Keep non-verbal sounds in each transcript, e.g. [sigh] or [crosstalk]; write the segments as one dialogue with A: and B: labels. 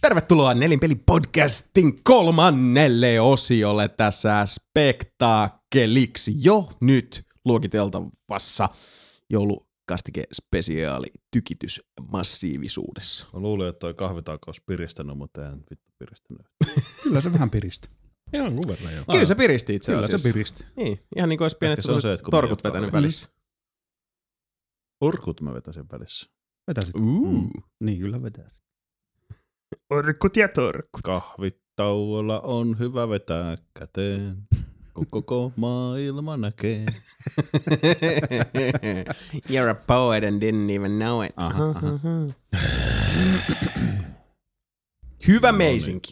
A: Tervetuloa Nelinpeli-podcastin kolmannelle osiolle tässä spektaakkeliksi jo nyt luokiteltavassa joulukastike spesiaali tykitys massiivisuudessa.
B: Mä luulin, että toi kahvitauko olisi piristänyt, mutta eihän vittu piristänyt.
C: Kyllä se vähän piristi.
B: Ihan kun verran joo.
A: Kyllä se piristi itse
C: Kyllä
A: asiassa.
C: se piristi.
A: Niin, ihan niin kuin olisi pienet
B: Ehkä se on se, että kun
A: torkut
B: me jatkaa
A: vetänyt
B: vielä.
A: välissä.
B: Orkut mä vetäisin välissä.
C: Vetäsit.
A: Uu.
C: Niin, kyllä vetää.
A: Orkut ja torkut.
B: Kahvitauolla on hyvä vetää käteen, kun koko maailma näkee.
A: [laughs] You're a poet and didn't even know it.
B: Aha, aha.
A: Hyvä
B: No niin.
A: meisinki.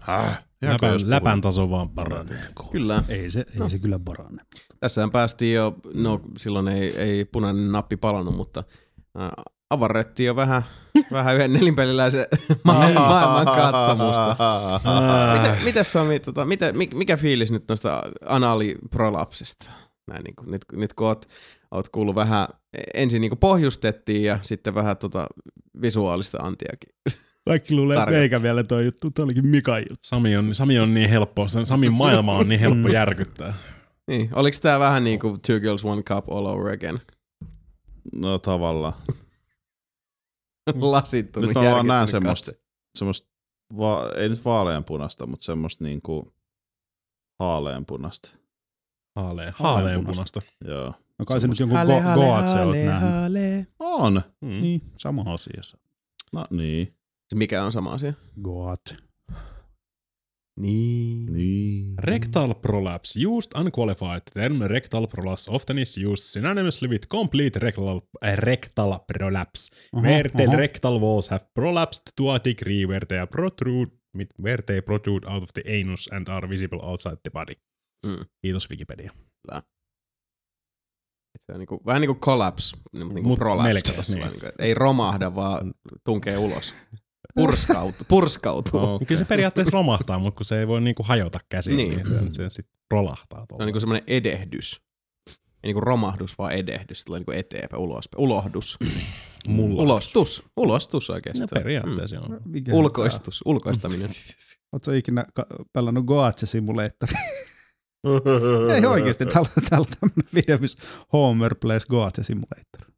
B: Häh? Ihan kun jos
D: Läpän, läpän
B: puhutaan.
D: taso vaan paranee.
A: Kyllä.
C: Ei se, no. ei se kyllä parane.
A: Tässähän päästiin jo, no silloin ei, ei punainen nappi palannut, mutta äh, avarrettiin jo vähän, vähän yhden nelinpeliläisen ma- maailman katsomusta.
B: Ah.
A: Miten, miten Sami, tota, miten, mi- mikä fiilis nyt noista analiprolapsista? Näin, niin kuin, nyt, nyt kun oot, oot kuullut vähän, ensin niin kuin pohjustettiin ja sitten vähän tota visuaalista antiakin.
D: Kaikki luulee,
A: että Tarkoittaa.
D: meikä vielä toi juttu, toi olikin Mika juttu. Sami on, Sami on niin helppo, sen Samin maailma on niin helppo järkyttää.
A: Niin, oliko tää vähän niin kuin Two Girls One Cup all over again?
B: [laughs]
A: [laughs]
B: No tavallaan.
A: Lasittunut
B: Nyt mä vaan
A: järkyttynyt
B: näen
A: katse.
B: semmoista, semmoista va- ei nyt vaaleanpunasta, mutta semmoista niinku haaleanpunasta.
D: Haaleen,
C: Haaleanpunasta.
D: haaleanpunasta.
B: Joo.
C: No kai se nyt
B: Semmosta.
C: jonkun go- goat se oot nähnyt.
A: hale.
B: On.
D: Mm.
C: Niin, sama asiassa.
B: No niin.
A: Se Mikä on sama asia?
C: Goat.
A: Niin.
B: Niin.
D: Rectal prolapse, used unqualified. Term rectal prolapse often is used synonymously with complete rectal, äh, rectal prolapse.
C: Oho,
D: where the
C: oho.
D: rectal walls have prolapsed to a degree where they are protrude, mit- where they protrude out of the anus and are visible outside the body.
A: Mm.
D: Kiitos Wikipedia.
A: Se on niinku, vähän niin kuin collapse, niin kuin
D: Mut
A: prolapse.
D: melkein,
A: Sillä
D: niin.
A: niinku, et ei romahda, vaan tunkee
D: [laughs]
A: ulos. Purskautuu. purskautuu.
B: Oh.
D: Okay. Niin Kyllä se periaatteessa romahtaa, mutta kun se ei voi niinku hajota käsiin,
A: Niin.
D: niin, niin se, se sitten rolahtaa.
A: Se on niinku semmoinen edehdys. Ei niinku romahdus, vaan edehdys. Tulee niinku eteenpäin, ulospäin. Ulohdus.
D: mulla.
A: Ulostus. Ulostus oikeesti.
D: No, periaatteessa mm. on.
C: No, Mikä
A: Ulkoistus. Ulkoistaminen.
C: Oletko ikinä ka- pelannut Goatse-simulaattori? [laughs] ei oikeasti, täällä, täällä on tämmöinen video, missä Homer plays Goatse-simulaattori.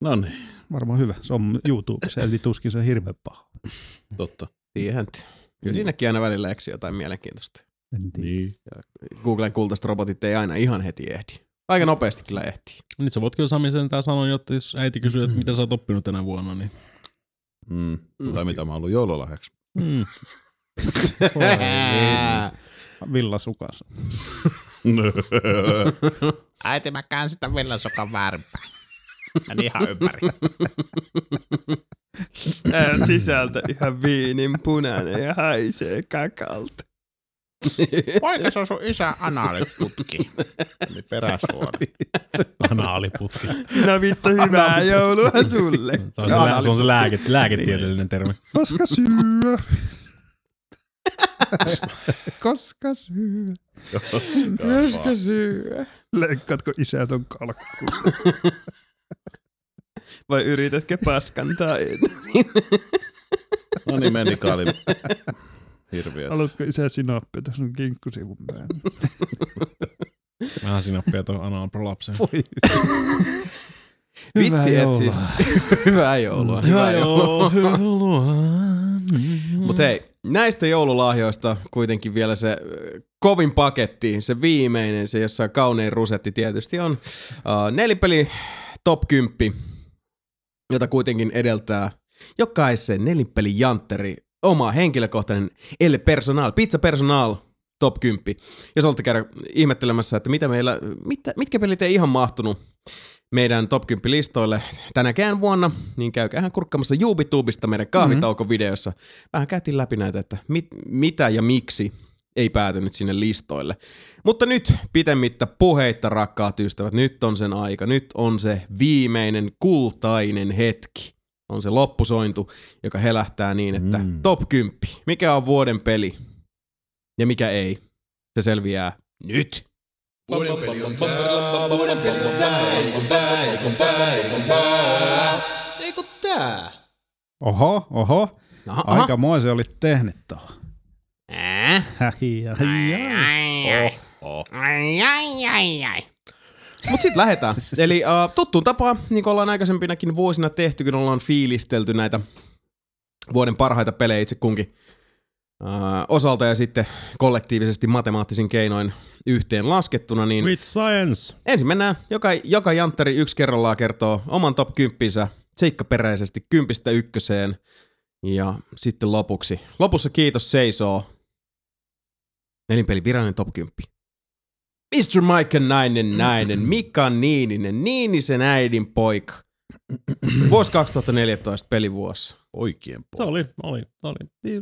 B: No niin,
C: Varmaan hyvä. Se on YouTubessa, eli tuskin se on hirveän paha.
B: totta.
A: Siihen. Kyllä
B: Niin.
A: siinäkin aina välillä eksii jotain mielenkiintoista.
B: [laughs]
C: En tiedä.
B: Niin.
A: Googlen kultaiset robotit ei aina ihan heti ehdi. Aika nopeasti kyllä ehtii.
D: Nyt sä voit kyllä Sami sentään sanoa, jotta jos äiti kysyy, että mitä sä oot oppinut tänä vuonna, niin...
B: Mm.
A: Mm.
B: Tai mitä mä oon ollut joululahjaksi.
D: Mm.
A: [laughs]
C: Villasukassa.
B: Niin,
E: Äiti, mä käänsin tämän villansokan väärinpäin. Meni ihan ympäri.
A: Tää sisältö ihan viinin punainen ja haisee kakalta.
E: Poika, se on sun isä anaalitutki. Eli peräsuori.
D: [laughs] Anaaliputki.
A: No vittu, hyvää joulua [laughs] sulle.
D: Se on se, lää, se, on se lääke, lääketieteellinen termi.
C: Koska syö. Koska syö.
A: Koska syö.
C: Leikkaatko isä ton kalkkuun?
A: Vai yritätkö paskantaa
B: No niin, meni kaali. Hirviöt.
C: Haluatko isä sinappia tässä on kinkkusivun päällä?
D: Vähän sinappia tuon anaalprolapsen.
C: Voi.
A: Vitsi, et siis. hyvää joulua. [laughs] Hyvää joulua.
C: Mm-hmm.
A: Mutta hei, näistä joululahjoista kuitenkin vielä se ö, kovin paketti, se viimeinen, se jossa kaunein rusetti tietysti on uh, nelipeli top 10, jota kuitenkin edeltää jokaisen nelipelin jantteri oma henkilökohtainen El Personal, Pizza Personal top 10. Jos olette käydä ihmettelemässä, että mitä meillä, mitä, mitkä pelit ei ihan mahtunut meidän top 10 listoille tänäkään vuonna, niin käykäähän kurkkaamassa YouTubeista meidän kahvitaukovideossa. Vähän käytiin läpi näitä, että mit, mitä ja miksi ei päätynyt sinne listoille. Mutta nyt pitemmittä puheitta, rakkaat ystävät, nyt on sen aika. Nyt on se viimeinen kultainen hetki. On se loppusointu, joka helähtää niin, että mm.
B: Mm.
A: top 10. Mikä on vuoden peli ja mikä ei? Se selviää nyt. Vuoden peli on tää, on tää, on tää, on tää, on tää. Eikö tää?
C: Oho, oho.
A: Aha, aha.
C: Aika se oli tehnyt tuohon.
E: Äh?
C: Ai, ai, ai.
E: ai, oh, oh. ai, ai, ai, ai.
A: Mut sit
E: [laughs]
A: lähetään. Eli uh, tuttuun tapaan, niin kuin ollaan aikaisempinakin vuosina tehty, kun ollaan fiilistelty näitä vuoden parhaita pelejä itse kunkin uh, osalta ja sitten kollektiivisesti matemaattisin keinoin yhteen laskettuna, niin
D: With science.
A: ensin mennään. Joka, joka jantteri yksi kerrallaan kertoo oman top 10 seikkaperäisesti kympistä ykköseen. Ja sitten lopuksi. Lopussa kiitos seisoo. Nelinpeli virallinen top 10. Mr. Mike Nainen Nainen, Mika Niininen, Niinisen äidin poika. Vuosi 2014 pelivuosi.
B: Oikein
D: Se
B: puolella.
D: oli, oli, oli,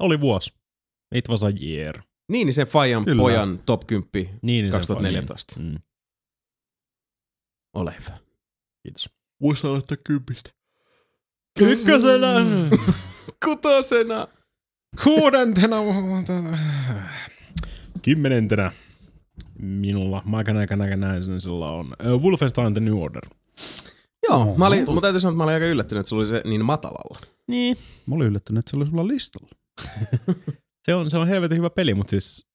D: oli vuosi. It was a year.
A: Niinisen Fajan
C: Kyllä.
A: pojan top 10
D: Niin,
A: 2014.
D: Mm,
A: Ole hyvä.
D: kiitos.
B: Voisi aloittaa kympistä.
D: Ykkösenä!
A: Kutosena.
D: Kuudentena! Kymmenentenä minulla Makanäkänäkänäisellä on uh, Wolfenstein The New Order.
A: Joo, mä olin, mun täytyy sanoa, että mä olin aika yllättynyt, että sulla oli se niin matalalla.
D: Niin.
C: Mä olin yllättynyt, että se oli sulla listalla.
D: Se on, se on helvetin hyvä peli, mutta siis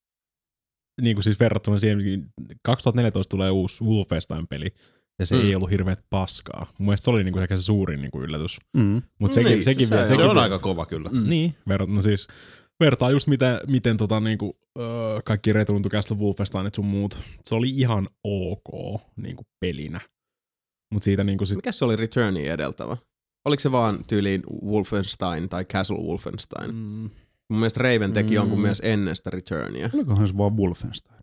D: niin kuin siis verrattuna siihen, 2014 tulee uusi Wolfenstein-peli, ja se
A: Mm.
D: mm. ei ollut hirveät paskaa. Mun mielestä se oli niinku ehkä se suurin niinku yllätys.
C: Mm.
D: Mutta
A: Niin,
D: sekin,
A: itse
D: sekin,
A: asiassa
D: vielä,
A: joo.
D: sekin
B: Se on aika kova kyllä.
A: Mm.
D: Niin, verrattuna siis vertaa just miten, miten tota, niinku, öö, kaikki Return to Castle Wolfensteinit sun muut. Se oli ihan ok niinku pelinä. Mut siitä niinku sit,
A: Mikä se oli Returnia edeltävä? Oliko se vaan tyyliin Wolfenstein tai Castle Wolfenstein? Mm.
D: mm,
A: Mun mielestä Raven teki mm.
D: Mm.
A: jonkun myös ennen sitä Returnia.
C: Olikohan se vaan Wolfenstein?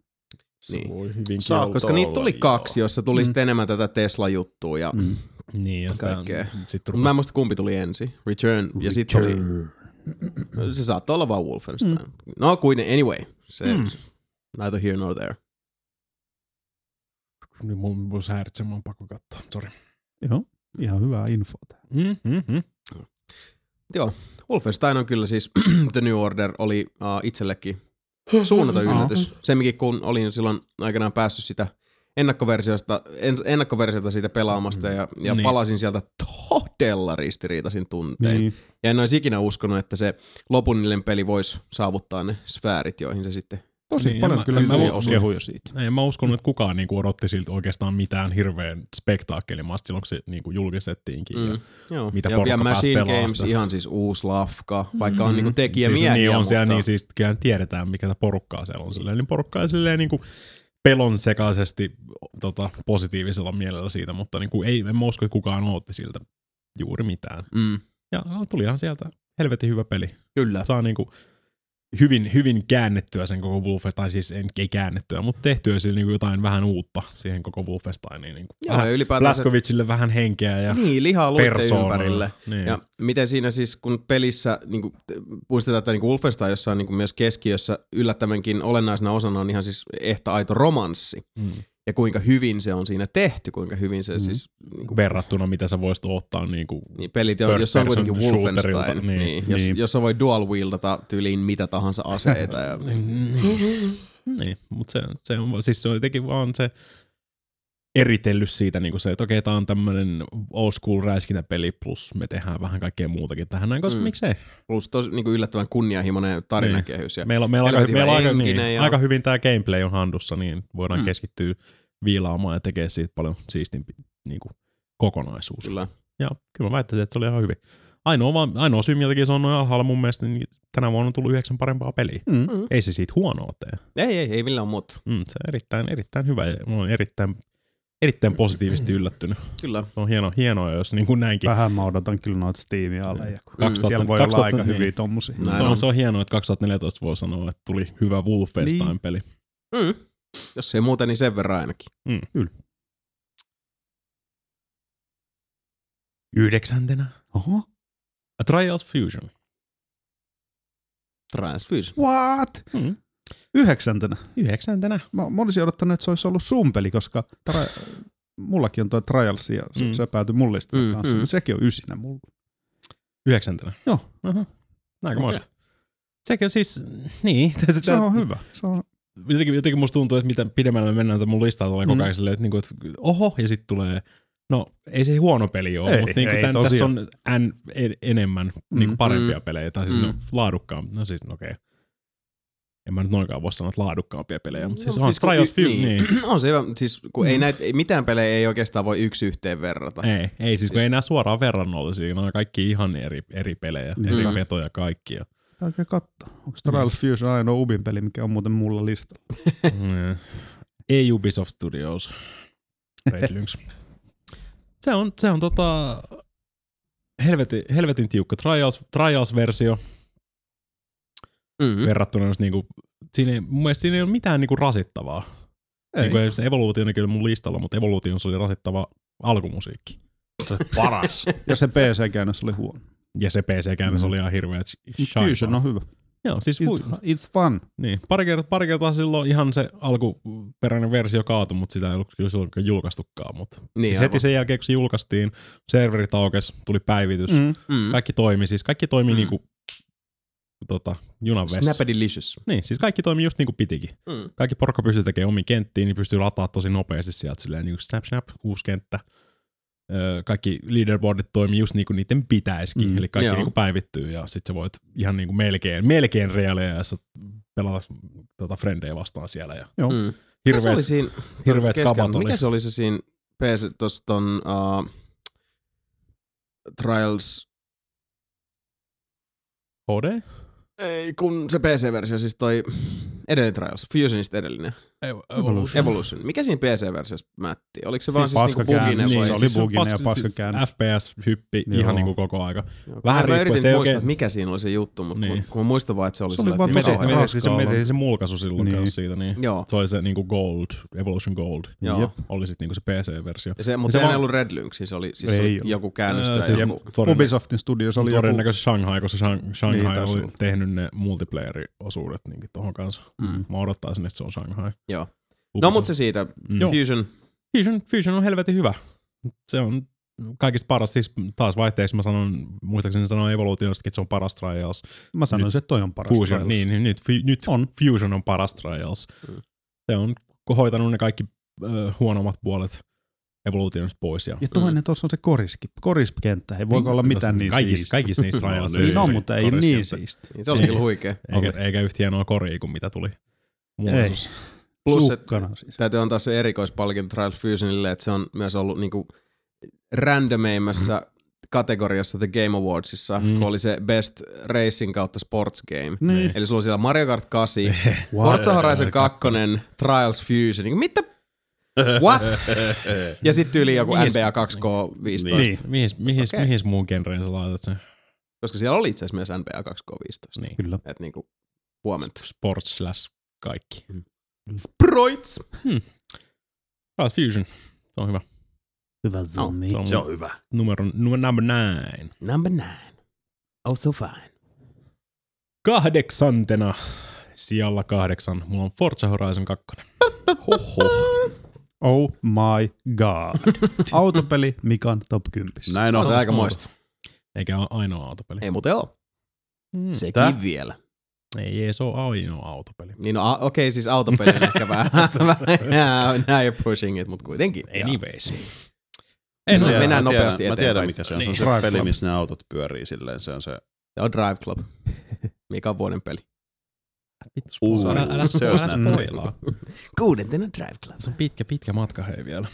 D: se
A: Niin.
D: voi hyvinkin
B: Saa-
D: olla.
A: Koska niitä tuli
B: joo.
A: kaksi, jossa tuli
C: Mm.
A: mm. sitten enemmän tätä Tesla-juttua. Ja... Mm.
C: Mm.
D: Niin, ja sitä,
A: kaikkea.
D: sit
A: Mä en muista kumpi tuli ensin. Return, Return. ja sitten oli... Se saattoi olla vaan Wolfenstein. Mm. No kuitenkin, anyway. Se, mm. Neither here nor there.
D: Nyt niin mun, mun se häiritsee, mun on pakko katsoa. Sori.
C: Joo, ihan hyvää infoa. tää.
D: Mm, mm, mm.
A: Wolfenstein on kyllä siis, [clears throat] The New Order oli uh, itsellekin suunnaton
D: [laughs]
A: yllätys. Semminkin kun olin silloin aikanaan päässyt sitä ennakkoversiosta, en, ennakkoversiota siitä pelaamasta ja, ja niin.
D: Niin.
A: palasin sieltä todella ristiriitaisin tuntein. Niin.
C: Niin.
A: Ja en olisi ikinä uskonut, että se lopunnillinen peli voisi saavuttaa ne sfäärit, joihin se sitten...
C: Tosi
D: Niin,
C: niin, paljon
D: mä-
C: kyllä
D: mä-
C: mä,
D: mä-
C: kehuja siitä.
D: Ei, en mä uskonut, että kukaan niinku odotti siltä oikeastaan mitään hirveän spektaakkelimaista silloin, kun se niinku julkistettiinkin. Mm.
A: Mm, joo.
D: mitä
A: ja,
D: porukka
A: ja
D: pääsi
A: Machine
D: pelaamaan
A: Games,
D: sitä.
A: ihan siis uusi lafka, vaikka on niinku tekijä
D: siis,
A: miehiä,
D: niin, on
A: mutta...
D: siellä, niin siis kyllähän tiedetään, mikä tämä porukkaa siellä on. Silleen, niin porukkaa silleen niin kuin pelon sekaisesti tota, positiivisella mielellä siitä, mutta niin kuin, ei, en mä usko, että kukaan ootti siltä juuri mitään.
A: mm,
D: Ja no, tulihan sieltä helvetin hyvä peli.
A: kyllä.
D: Saa niin kuin, hyvin, hyvin käännettyä sen koko Wolfenstein, siis en, ei käännettyä, mutta tehtyä sille niin kuin jotain vähän uutta siihen koko Wolfensteiniin. Niin kuin,
A: Joo, ja ylipäätään se,
D: Blaskovicille vähän henkeä
A: [laughs]
D: ja
A: niin, lihaa luitten
D: persoonaa.
A: ympärille.
D: Niin.
A: Ja miten siinä siis, kun pelissä, niin kuin, muistetaan, että niin kuin Wolfenstein, jossa on niin kuin myös keskiössä yllättävänkin olennaisena osana on ihan siis ehtä aito romanssi.
D: Mm.
A: Ja kuinka hyvin se on siinä tehty, kuinka hyvin se mm. siis niin kuin,
D: verrattuna mitä sä voisit ottaa niin kuin,
A: niin pelit, on,
D: First
A: jos on
D: person
A: kuitenkin
D: shooterilta,
A: Wolfenstein, niin, niin,
D: niin,
A: jos,
D: niin.
A: jossa voi dual wieldata tyyliin mitä tahansa aseita. Ja,
D: niin, mutta se, se on, siis se on jotenkin vaan se eritellyt siitä, niin kuin se, että okei, tämä on tämmöinen old school räiskintäpeli plus me tehdään vähän kaikkea muutakin tähän näin, koska
A: Mm.
D: mm. miksei.
A: plus tosi niin kuin yllättävän kunnianhimoinen tarinakehys. Ja,
D: Meillä, on- meillä, on aika,
A: Helvetin
D: meillä on
A: hyvä
D: aika,
A: henkinen
D: niin,
A: ja-
D: ja... aika hyvin tämä gameplay on handussa, niin voidaan
A: Mm.
D: mm. keskittyä viilaamaan ja tekee siitä paljon siistimpi niin kuin, kokonaisuus.
A: kyllä.
D: Ja kyllä mä väittäisin, että se oli ihan hyvin. Ainoa, vaan, ainoa syy, minkä takia se on noin alhaalla mun mielestä, niin tänä vuonna on tullut yhdeksän parempaa peliä.
C: Mm.
D: Ei se siitä huonoa tee.
A: Ei, ei, ei millään muuta.
D: Mm, se on erittäin, erittäin hyvä ja mä olen erittäin, erittäin positiivisesti yllättynyt.
A: Kyllä.
D: Se on hieno, hienoa, jos niin kuin näinkin.
C: Vähän mä odotan kyllä noita Steam-aleja. kun
D: 2000
C: Siellä voi olla aika
D: 2000
C: hyviä
D: niin.
C: tommosia.
A: Näin
D: Se
A: on.
D: on, se on hienoa, että 2014 voi sanoa, että tuli hyvä Wolfenstein-peli. Niin.
A: Mm. Jos ei muuta, niin sen verran ainakin.
D: Yhdeksäntenä.
C: Oho.
D: A Trials Fusion.
A: Transfuse.
C: What?
D: Mm.
C: Yhdeksäntenä.
D: Yhdeksäntenä.
C: Mä, mä olisin odottanut, että se olisi ollut sun peli, koska tra- mullakin on tuo Trials ja se,
D: Mm.
C: mm. se päätyi mullista
A: Mm,
C: mm, kanssa.
A: mm.
C: Mm. Sekin on ysinä mulla.
D: Yhdeksäntenä.
C: Joo.
D: Aha. Aika okay. Sekin on siis, niin. [laughs]
C: Se on hyvä. Se on,
D: jotenkin, jotenkin musta tuntuu, että mitä pidemmälle me mennään tätä mun listaa tulee koko ajan silleen, että, niinku, että oho, ja sitten tulee No, ei se huono peli ole,
C: Ei,
D: mutta niinku
C: ei
D: tän, tässä
C: tosiaan.
D: on N e- enemmän niinku
C: Mm.
D: parempia pelejä, tai siis
A: Mm.
D: mm. no, laadukkaan, no siis no okei. Okay. En mä nyt noinkaan voi sanoa, että laadukkaampia pelejä, mutta siis
A: No,
D: on
A: kun
D: Trials
A: y-
D: Fury, niin.
A: On se hyvä, mutta siis kun ei näitä, ei- mitään pelejä ei oikeastaan voi yksi yhteen verrata.
D: Mm. Ei, ei siis kun ei nää suoraan verrannollisia, nämä on kaikki ihan eri, eri pelejä,
C: Mm.
D: eri
A: Kyllä.
D: petoja kaikkia.
C: Täytyy katsoa. Onko Trials Fusion ainoa Ubin peli, mikä on muuten mulla listalla?
D: Mm. ei Ubisoft Studios. Red Lynx. [laughs] se on, se on tota, helvetin, helvetin tiukka trials, trials-versio
A: Mm.
D: verrattuna jos niinku, siinä ei, mun mielestä siinä ei ole mitään niinku rasittavaa. Ei. Niinku, ei se Evolution ei kyllä mun listalla, mutta Evolution oli rasittava alkumusiikki.
E: Paras.
C: Ja se PC-käännös oli huono.
D: [laughs] Ja se PC-käännös mm. oli ihan hirveä. sh-
C: Mut
D: shaipa.
C: Fusion on hyvä.
D: Joo, siis
C: It's,
D: fu-
C: it's fun.
D: niin. pari, kertaa, pari kertaa silloin ihan se alkuperäinen versio kaatui, mutta sitä ei ollut kyllä silloin julkaistukaan. Mutta
A: Niin,
D: siis
A: aivan.
D: heti sen jälkeen, kun se julkaistiin, serverit aukes, tuli päivitys, mm.
C: Mm.
A: Mm.
D: kaikki toimi, siis kaikki toimi
A: Mm.
D: mm. niinku tota, junan vessa.
A: Snappadilicious. No,
D: Niin, siis kaikki toimi just niinku pitikin.
A: Mm.
D: Kaikki porukka pystyy tekemään omiin kenttiin, niin pystyy lataa tosi nopeasti sieltä silleen niinku snap snap, uusi kenttä. Öö, kaikki leaderboardit toimii just niinku niiden pitäisikin,
C: Mm.
D: mm. eli kaikki
A: Joo.
D: niinku päivittyy ja sit sä voit ihan niinku melkein, melkein reaaliajassa pelata tota frendejä vastaan siellä ja
C: Joo.
A: Mm. Se
D: hirveet,
A: oli siinä,
D: hirveet
A: keskellä.
D: kamat oli.
A: Mikä se oli se siinä PC tuossa ton uh, Trials
D: HD?
A: Ei, kun se PC-versio, siis toi edellinen Trials, Fusionista edellinen,
D: Evolution.
A: Evolution. Mikä siinä PC-versiossa mätti? Oliko se
D: Siis
A: vaan siis niinku
C: paskakäännös,
A: buginen
C: niin,
A: vai?
C: se oli
A: Siis-
C: buginen ja
D: pas-
C: paskakäännös.
D: Siis FPS-hyppi
C: Joo.
D: ihan niinku koko aika.
A: Mä
D: riippuen,
A: yritin
D: se ei
A: muistaa,
D: oikein-
A: että mikä siinä oli se juttu, mutta
D: Niin.
A: niin. kun, kun mä muistan vaan, että se oli
C: Se oli
A: sellainen
C: vaan
A: ihan
D: Mete,
C: Miten-
A: kauhean.
C: miten-
D: mete, siis se
C: raskaalla.
D: mete se mulkaisu silloin
C: Niin.
D: niin. kanssa siitä, niin
A: Joo.
D: se oli se niinku Gold, Evolution Gold,
A: Joo.
C: Jep.
D: oli sitten niinku se PC-versio.
A: Ja se, mutta
D: se
A: se, ei
D: vaan-
A: ollut Red Lynx, siis oli, siis
C: Ei
A: oli
C: ollut.
A: joku käännös tai
D: Ää, siis
A: joku.
C: Mm.
D: todennä-
C: Ubisoftin studios oli joku.
D: Todennäköisesti Shanghai, koska Shang- Shanghai
C: taisi
D: oli
C: olla.
D: tehnyt ne multiplayer-osuudet niinku tohon kanssa.
A: Mm.
D: Mä odottaisin, että se on Shanghai.
A: Joo. No
D: Ubisoft.
A: mutta se siitä,
D: Mm. Joo.
A: Fusion,
D: Fusion, Fusion on helvetin hyvä. Se on kaikista paras, siis taas vaihteeksi mä sanon, muistaakseni sanoin Evolutionistakin, että se on paras Trials.
C: Mä sanoin, että toi on paras.
D: Fusion,
C: Trials.
D: niin, niin nyt, Fu- nyt on. Fusion on paras Trials.
A: Mm.
D: Se on hoitanut ne kaikki ö, huonommat puolet Evolutionista pois. Ja,
C: Ja toinen tuossa on se koriski, koriskenttä. Ei voi olla mitään niin
D: kaikissa,
C: siistiä.
D: kaikissa niissä Trialsissa.
C: Niin
D: se
C: on, mutta ei niin
D: koriskenttä.
C: siisti.
A: niin se oli
D: Ei.
A: kyllä huikea.
D: Eikä, eikä yhtä hienoa koria kuin mitä tuli.
C: Ei.
D: Mulkaisus.
A: Plus, että
C: Suukkana siis.
A: Täytyy antaa se erikoispalkinto Trials Fusionille, että se on myös ollut niinku randomeimmassa kategoriassa The Game Awardsissa,
D: Mm.
A: mm. kun oli se Best Racing kautta Sports Game.
C: Niin.
A: Eli sulla on siellä Mario Kart 8,
C: Wow.
A: Forza Horizon 2, Trials Fusion. Niin Mitä? What? ja sitten yli joku
D: Mihin-
A: NBA 2K15,
B: Niin.
D: Niin. Mihin, mihin,
A: Okei.
D: okay. mihin muun genreen sä laitat sen?
A: koska siellä oli itse asiassa myös NBA 2K15.
D: Niin.
C: Kyllä.
A: Et niinku huomenta.
D: Sports slash kaikki.
A: Sproits!
D: Trials Fusion. Se on hyvä.
C: Hyvä zombi.
D: Se on,
B: Se on hyvä.
D: numero, numero number nine.
A: Number nine. Oh so fine.
D: Kahdeksantena sijalla kahdeksan. Mulla on Forza Horizon 2.
B: Huhhuh.
C: Oh my god. Autopeli Mikan top 10.
B: Näin
A: No,
B: on.
A: on se aika moista.
D: Eikä ole ainoa autopeli.
A: Ei muuten oo.
D: Mm.
A: Sekin
B: Tää?
A: vielä.
D: Ei, ei se ole ainoa autopeli.
A: Niin no, a- okei, okay, siis autopeli on ehkä vähän, vähän, [laughs] now you're pushing it, mutta kuitenkin.
D: Anyways.
A: En
D: En
A: no,
D: ole.
A: ole. mennään
B: mä
A: nopeasti
B: tiedän, Mä tiedän,
A: eteenpäin.
B: mikä se on. Se on
D: Niin.
B: se
C: Drive
B: peli,
C: Club.
B: missä ne autot pyörii silleen. Se on se
A: Se on Drive Club, mikä on vuoden peli.
D: Vittu,
B: Uu,
D: spoilaa. älä, älä,
B: se olisi
D: älä
B: näin.
D: spoilaa.
A: Kuudentena Drive Club.
D: Se on pitkä, pitkä matka hei vielä.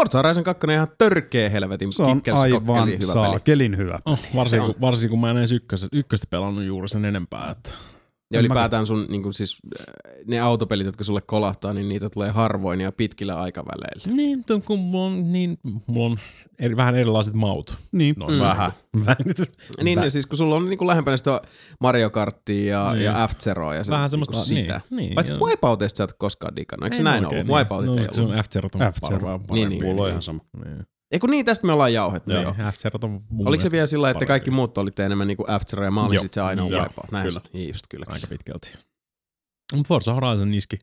A: Forza Horizon 2 on ihan törkeä helvetin
C: Se on aivan
A: kikkeliskokkeli hyvä peli.
C: saakelin hyvä.
D: Oh, varsinkin,
A: Niin, on.
D: kun, varsinkin kun mä en edes ykköstä, ykköstä pelannut juuri sen enempää. Että.
A: Ja ylipäätään sun, niin kuin siis, äh, ne autopelit, jotka sulle kolahtaa, niin niitä tulee harvoin ja pitkillä aikaväleillä.
D: Niin, mutta kun mulla on, niin, mulla on eri, vähän erilaiset maut. [laughs]
C: Niin.
D: Noin
A: Mm.
D: vähän.
A: Niin,
D: Väh-
A: Vä. siis kun sulla on niin kuin lähempänä sitä Mario Karttia ja,
D: Niin.
A: ja f zeroa ja sen,
D: vähän semmoista.
A: niin kuin sitä.
D: Niin, niin,
A: Paitsi
D: joo.
A: että Wipeoutista sä et ole koskaan digannut, eikö se
D: Ei
A: näin
D: oikein,
A: ollut? Wipeutit
D: no,
A: ei
D: Se
A: ollut.
D: on F-Zero on
C: F-Zero.
D: parempaa.
A: Niin, niin.
B: mulla on ihan sama.
D: Niin.
A: Ei kun niin, tästä me ollaan jauhettu
D: Joo.
A: jo.
D: F-Zero on
A: Oliko se
D: mun mielestä
A: vielä sillä, että
D: parempi.
A: kaikki muut oli enemmän niinku after ja mä olin
D: Joo.
A: sit se ainoa
B: Joo.
A: wipeout. Näin
B: Kyllä.
A: se oli. just kyllä.
D: Aika pitkälti. Mutta Forza Horizon iski.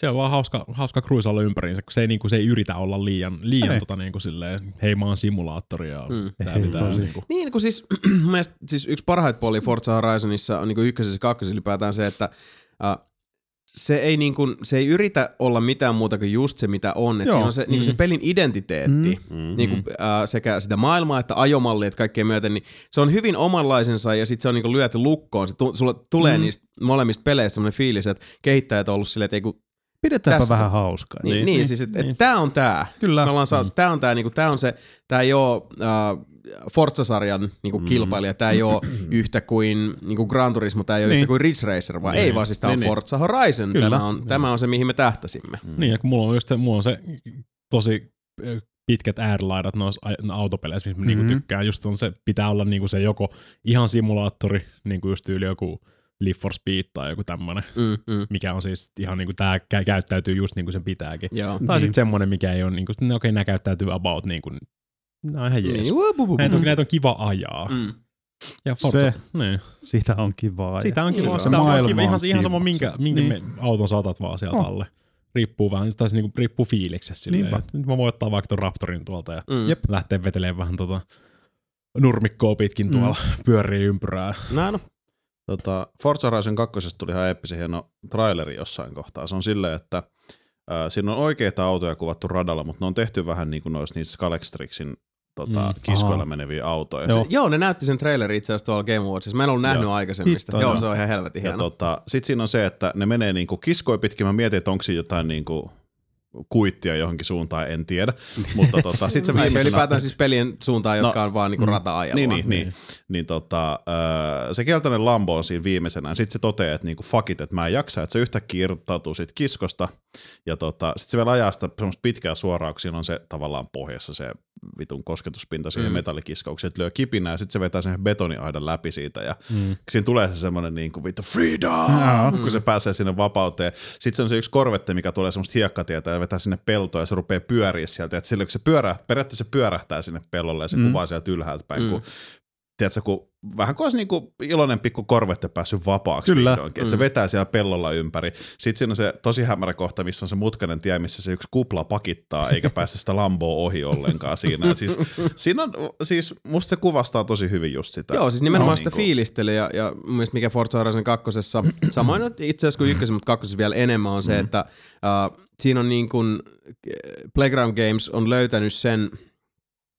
D: Se on vaan hauska, hauska kruisalla ympäriinsä, kun se ei, niinku, se ei yritä olla liian, liian
C: Ei.
D: tota, niinku, silleen, hei mä oon simulaattori ja
A: Mm.
D: tää
C: Ei,
D: pitää
C: tosi.
D: niinku,
A: Niin, kun siis, [clears throat] mun mielestä, niin siis yksi parhaita puolia Forza Horizonissa on niinku ykkösessä ja kakkosessa ylipäätään se, että äh, se ei, niin kuin, se ei yritä olla mitään muuta kuin just se, mitä on. Et
C: Joo.
A: siinä on se, niin kuin se pelin identiteetti, mm.
B: Mm.
A: niin kuin, äh, sekä sitä maailmaa että ajomallia, että kaikkea myöten, niin se on hyvin omanlaisensa ja sitten se on niin kuin lyöty lukkoon. Se tu- sulla tulee mm. niistä molemmista peleistä sellainen fiilis, että kehittäjät on ollut silleen, että ei kun,
C: Pidetäänpä
A: Tästä.
C: vähän hauskaa.
A: niin, niin, niin, siis, että niin. tämä on tämä.
C: Kyllä.
A: Me ollaan saatu, tää on tää, niinku, tää on se, tää ei oo äh, Forza-sarjan niinku, kilpailija, tää ei oo yhtä kuin niinku Gran Turismo, tää ei oo
C: Niin.
A: yhtä kuin Ridge Racer, vaan ei vaan siis tää on Forza Horizon,
C: Kyllä.
A: tämä on, tämä on se mihin me tähtäsimme.
D: Niin, ja kun mulla on just se, mulla on se tosi ö, pitkät äärilaidat noissa ai- no autopeleissä, missä mä niinku
C: Mhm.
D: tykkään. Just on se, pitää olla niinku se joko ihan simulaattori, niinku just tyyli joku Live for Speed tai joku tämmönen,
A: Mm, mm.
D: mikä on siis ihan niinku tää kä- käyttäytyy just niinku sen pitääkin.
A: Joo.
D: Tai
C: Niin.
D: sitten semmonen, mikä ei ole niinku, no okei, nää käyttäytyy about niinku, nää on ihan jees.
A: Niin, wup, wup, wup.
D: Näitä on, näitä on kiva ajaa.
A: Mm.
D: Ja Forza,
C: Se-
D: niin.
C: Siitä on kivaa.
D: Siitä on kiva.
A: Niin,
D: Sitä on
C: maailma
D: kiva.
C: on
D: Ihan, ihan sama,
C: kiva.
D: minkä, minkä
C: Niin.
D: niin. auton saatat vaan sieltä
C: On.
D: alle. Riippuu vähän, tai se niinku riippuu fiiliksessä silleen.
C: Niinpä.
D: että Nyt mä voin ottaa vaikka ton Raptorin tuolta ja
A: Mm.
C: Jep.
D: lähteä vetelemään vähän tota nurmikkoa pitkin tuolla mm. pyörii ympyrää.
A: No, no.
B: Tota, Forza Horizon 2 tuli ihan eeppisen hieno traileri jossain kohtaa. Se on silleen, että ää, siinä on oikeita autoja kuvattu radalla, mutta ne on tehty vähän niin kuin ne olisi niissä Calextrixin tota,
D: Mm.
B: mm, kiskoilla
C: Aha.
B: meneviä autoja.
C: Joo.
B: Joo.
A: Se, joo, ne näytti sen trailerin itse asiassa tuolla Game Awardsissa. Mä en ollut nähnyt
B: Joo.
A: aikaisemmista.
C: Hitto,
A: joo,
C: joo.
A: se on ihan helvetin
B: Ja
A: hieno.
B: tota, sit siinä on se, että ne menee niinku kiskoja pitkin. Mä mietin, että onko siinä jotain niinku kuittia johonkin suuntaan,
A: [laughs]
B: en tiedä. Mutta tota, sit se
A: Ai,
B: viimeisenä...
A: ylipäätään siis pelien suuntaan,
B: No,
A: jotka on vaan niinku
C: mm.
A: rata-ajalla.
B: Niin, niin, niin. niin tota, öö, se keltainen Lambo on siinä viimeisenä. Sitten se toteaa, että niinku fuck it, että mä en jaksa. Että se yhtäkkiä irtautuu siitä kiskosta. Ja tota, sitten se vielä ajaa sitä semmoista pitkää suoraa, kun siinä on se tavallaan pohjassa se vitun kosketuspinta siihen
A: Mm.
B: mm. metallikiskaukseen. Että lyö kipinää ja sitten se vetää sen betoniaidan läpi siitä. Ja
D: Mm.
B: siinä tulee se semmoinen niinku vittu freedom,
C: Joo.
B: kun se pääsee sinne vapauteen. Sitten se on se yksi korvette, mikä tulee semmoista hiekkatietä ja vetää sinne peltoon ja se rupeaa pyöriä sieltä. Et sillä, kun se pyörä, periaatteessa se pyörähtää sinne pellolle ja se
C: Mm.
B: mm. kuvaa sieltä ylhäältä päin,
A: Mm.
B: mm. kun Tiedätkö, kun vähän kuin olisi niin kuin iloinen pikku korvette päässyt vapaaksi
C: Kyllä.
B: vihdoinkin, että
A: Mm.
B: se vetää siellä pellolla ympäri. Sitten siinä on se tosi hämärä kohta, missä on se mutkainen tie, missä se yksi kupla
A: [laughs]
B: pakittaa, eikä päästä sitä lamboa ohi ollenkaan siinä. Et Siis, siinä on, siis musta se kuvastaa tosi hyvin just sitä.
A: Joo, siis nimenomaan
B: No,
A: sitä
B: niinku-
A: fiilistelyä ja, ja mun mielestä mikä Forza Horizon kakkosessa, [clears throat] samoin nyt itse asiassa kuin ykkösen, mutta kakkosessa vielä enemmän on se, mm. että äh, siinä on niin kuin äh, Playground Games on löytänyt sen,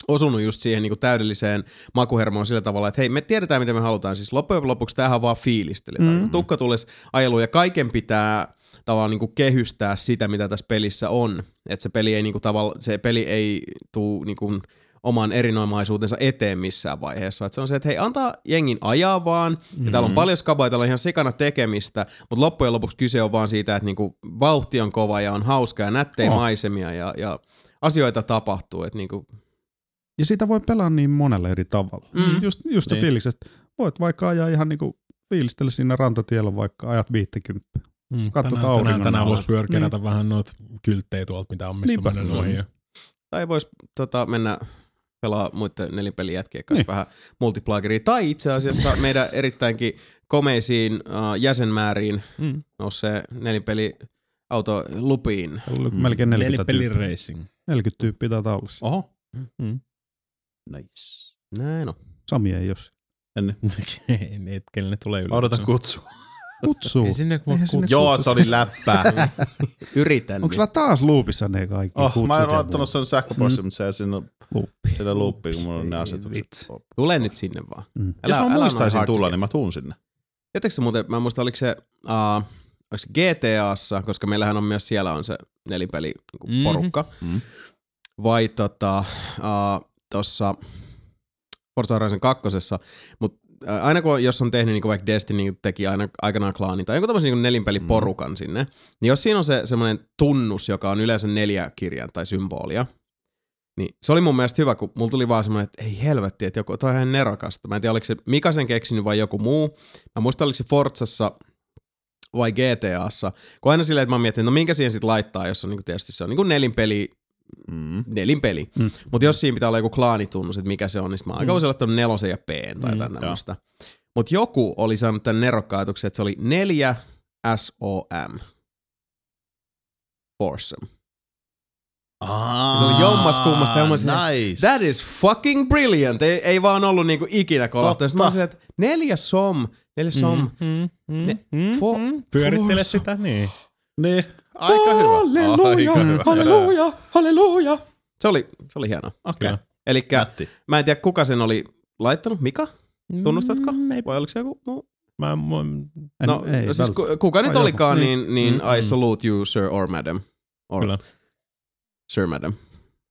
A: osunut just siihen niin kuin täydelliseen makuhermoon sillä tavalla, että hei, me tiedetään mitä me halutaan. Siis loppujen lopuksi tämähän on vaan fiilistely. Mm. Tukka tulisi ajelu ja kaiken pitää tavallaan niin kuin kehystää sitä, mitä tässä pelissä on. Että se peli ei, niin kuin tavalla, se peli ei tuu niin kuin oman erinomaisuutensa eteen missään vaiheessa. Et se on se, että hei, antaa jengin ajaa vaan. Mm-hmm. Ja täällä on paljon skabaa, täällä on ihan sikana tekemistä, mutta loppujen lopuksi kyse on vaan siitä, että niinku vauhti on kova ja on hauska ja nättejä oh.
C: Oh.
A: maisemia ja, ja asioita tapahtuu. Et niinku,
C: Ja sitä voi pelaa niin monella eri tavalla.
A: Mm.
C: Mm. Just, just niin.
D: Niin.
C: se fiilis, että voit vaikka ajaa ihan niinku fiilistellä siinä rantatiellä, vaikka ajat 50.
D: Mm.
C: Katso
D: Tänään,
C: auringon
D: tänään, tänään
C: alla.
D: voisi pyör- kerätä niin. vähän noita kylttejä tuolta, mitä on mistä
C: Niinpä.
D: mennään ohi.
A: tai voisi tota, mennä pelaa muiden nelipelijätkien kanssa niin. vähän multiplageria. Tai itse asiassa meidän erittäinkin komeisiin äh, jäsenmääriin
D: Mm.
A: nousee nelipeli auto lupiin.
C: Täällä oli melkein 40
D: Nelipeli
C: tyyppiä.
D: Racing. [laughs]
C: 40 tyyppiä taitaa olla. Oh.
D: Oho.
B: Nice.
A: Näin on.
C: Sami ei jos.
D: Okei, hetkellä ne tulee yli.
B: Odotan kutsua.
C: Kutsuu.
D: Ei sinne voi
C: Eihän
D: kutsua.
C: sinne
B: Mm. Joo, se
A: [laughs]
B: oli
A: Niin
B: läppää. [laughs]
A: Yritän.
C: Onko sulla taas luupissa ne kaikki
B: Oh,
C: kutsut
B: mä
C: ja
B: en
C: muut?
B: ottanut sen
A: Mm.
B: sähköpostin, mutta se ei sinne,
C: Luuppi.
B: sinne luuppiin, kun mulla on ne
C: Ei
B: asetukset.
C: vitsi.
A: Tule nyt sinne vaan.
C: Mm.
B: Jos mä
A: noin
B: muistaisin
A: hard
B: tulla,
A: ticket.
B: niin mä tuun sinne.
A: Tietääkö se muuten, mä en muista, oliko se, uh, oliko se GTAssa, koska meillähän on myös siellä on se nelipeli niinku
D: Mhm.
A: porukka,
B: Mm.
A: vai tota, uh, tuossa Forza Horizon kakkosessa, mutta aina kun on, jos on tehnyt, niin kuin vaikka Destiny teki aina, aikanaan klaanin tai jonkun tämmöisen niin nelinpeliporukan mm. sinne, niin jos siinä on se semmoinen tunnus, joka on yleensä neljä kirjainta tai symbolia, niin se oli mun mielestä hyvä, kun mulla tuli vaan semmoinen, että ei helvetti, että joku, toi on ihan nerokasta. Mä en tiedä, oliko se Mika sen keksinyt vai joku muu. Mä muistan, oliko se Forzassa vai GTAssa. Kun aina silleen, että mä mietin, no minkä siihen sit laittaa, jos on niin tietysti se on niin nelinpeli,
B: Mm.
A: nelinpeli. Mm.
C: Mm.
A: Mutta jos siinä pitää olla joku klaanitunnus, että mikä se on, niin sit mä oon aika
D: Mm.
A: usein laittanut nelosen ja P tai
D: Mm,
A: jotain tämmöistä. Mutta joku oli saanut tämän nerokkaan ajatuksen, että se oli neljä SOM. Foursome.
B: Aa,
A: Se on oli jommas kummasta.
B: nice.
A: That is fucking brilliant. Ei, ei vaan ollut niinku ikinä kolahtanut. Sitten Mä olin, että neljä som, neljä som. Mm.
D: Mm, mm,
A: Ne-
D: mm,
A: Fo-
D: mm. Pyörittele
A: Forza.
D: sitä, niin.
B: Niin, aika hyvä.
A: Halleluja,
B: Aika hyvä.
A: halleluja, halleluja. Se oli, se oli hienoa.
B: Okei. Okay.
A: Elikkä mä en tiedä kuka sen oli laittanut. Mika, tunnustatko?
D: Mm, ei,
A: Vai oliko se joku muu?
D: mä, mä,
C: En-
A: No,
C: ei,
A: siis
C: välttämättä.
A: ku, kuka nyt
C: Vai
A: olikaan,
C: joku.
A: niin, niin
D: Mm, mm.
A: I salute you, sir or madam. Or
D: Kyllä.
A: sir, madam.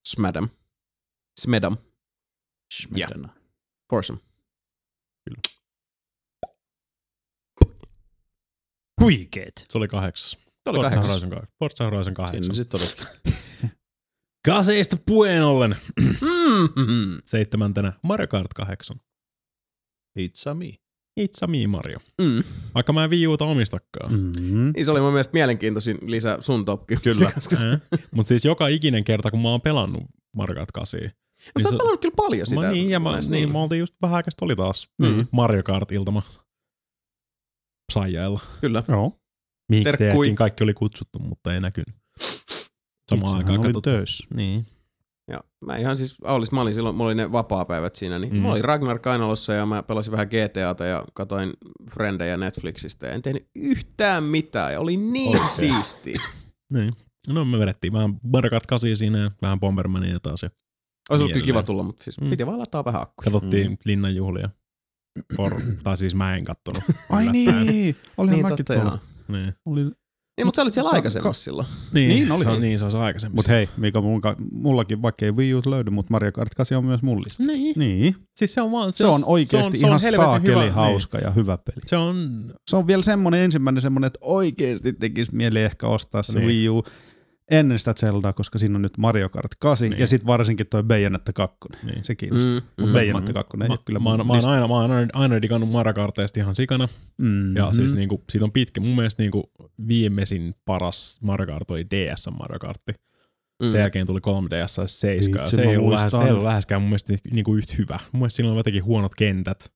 A: Smadam. Smedam. Porsum.
C: Huikeet.
D: se oli kahdeksas.
A: Se oli
D: Forza
A: kahdeksas.
D: Horizon kahdeksan. Forza Horizon
B: Siinä
D: kahdeksan.
B: sitten oli.
D: Kaseista puheen ollen.
A: [laughs] Mm-hmm.
D: Seitsemäntenä Mario Kart 8.
B: It's a me.
D: It's a me Mario.
A: Mm.
D: Vaikka mä en Wii Uta omistakaan.
C: Mm-hmm.
A: Niin se oli mun mielestä mielenkiintoisin lisä sun top 10.
B: Kyllä.
A: Koska [laughs] sä,
D: Mutta siis joka ikinen kerta, kun mä oon pelannut Mario Kart 8, niin
A: niin sä oot
D: se-
A: pelannut kyllä paljon sitä.
D: Mä, niin, ja mä,
A: näistä.
D: niin, mä oltiin just vähän aikaa sitten oli taas
A: Mm.
D: mm. Mario Kart-iltama Saijailla.
A: Kyllä.
C: Joo.
D: Mihin
A: Terkkui.
D: teidätkin kaikki oli kutsuttu, mutta ei näkynyt. Samaan
C: Itsehän
D: aikaan
C: olin
D: katsottu.
C: töissä.
D: Niin.
A: Ja mä ihan siis, Aulis, mä olin silloin, mulla oli ne vapaapäivät siinä, niin mm.
D: Mm.
A: mä olin Ragnar Kainalossa ja mä pelasin vähän GTAta ja katoin Frendejä Netflixistä ja en tehnyt yhtään mitään ja oli niin
B: Oikein.
A: siistiä.
D: niin. No me vedettiin vähän Mario Kart 8 siinä ja vähän Bombermania taas ja
A: Olisi ollut kyllä kiva
D: Mielellään.
A: tulla, mutta siis mm.
D: Mm.
A: piti vaan lataa vähän akkuja.
D: katsottiin mm. linnanjuhlia. Or,
C: [clears throat]
D: tai siis mä en kattonut.
C: Ai
D: Yllättäen.
C: niin, olihan
A: Niin,
C: mäkin
A: totta
C: tuolla.
A: joo.
D: Niin,
C: Olin...
A: Niin, mutta sä olit siellä
C: Sä-
A: aikaisemmassa silloin.
D: niin,
C: Niin
D: niin
C: oli.
D: oli. Se on, niin, se on se aikaisemmin.
C: Mut hei, Mika, munka, mullakin vaikka ei Wii Ut löydy, mutta Mario Kart 8 on myös mullista.
D: niin.
C: Niin.
D: Siis se on vaan...
C: Se on oikeasti ihan
D: helvetin hyvä-
C: saakeli
D: niin.
C: hauska ja hyvä peli.
D: Se on
C: Se on vielä semmonen ensimmäinen semmonen, että oikeasti tekisi mieli ehkä ostaa se
D: Niin.
C: Wii U ennen sitä Zeldaa, koska siinä on nyt Mario Kart 8 niin.
D: Niin.
C: ja sitten varsinkin toi Bayonetta 2. Niin.
D: Niin.
C: Se kiinnostaa. Mm, Mutta Bayonetta 2 ei
D: Mä,
C: ole kyllä
D: mä,
C: mun
D: oon, mä, oon
C: list-
D: aina, mä oon aina, aina digannut Mario Karteista ihan sikana.
C: Mm,
D: Ja mm-hmm. siis niinku, siitä on pitkä. Mun mielestä niinku, viimeisin paras Mario Kart oli DS Mario Kartti. Mm. Sen jälkeen tuli 3DS ja 7.
C: Vitsi,
D: Se
C: mä
D: ei ollut, lähes,
C: muistan.
D: se ei ollut läheskään mun mielestä niinku, yhtä hyvä. Mun mielestä siinä oli jotenkin huonot kentät.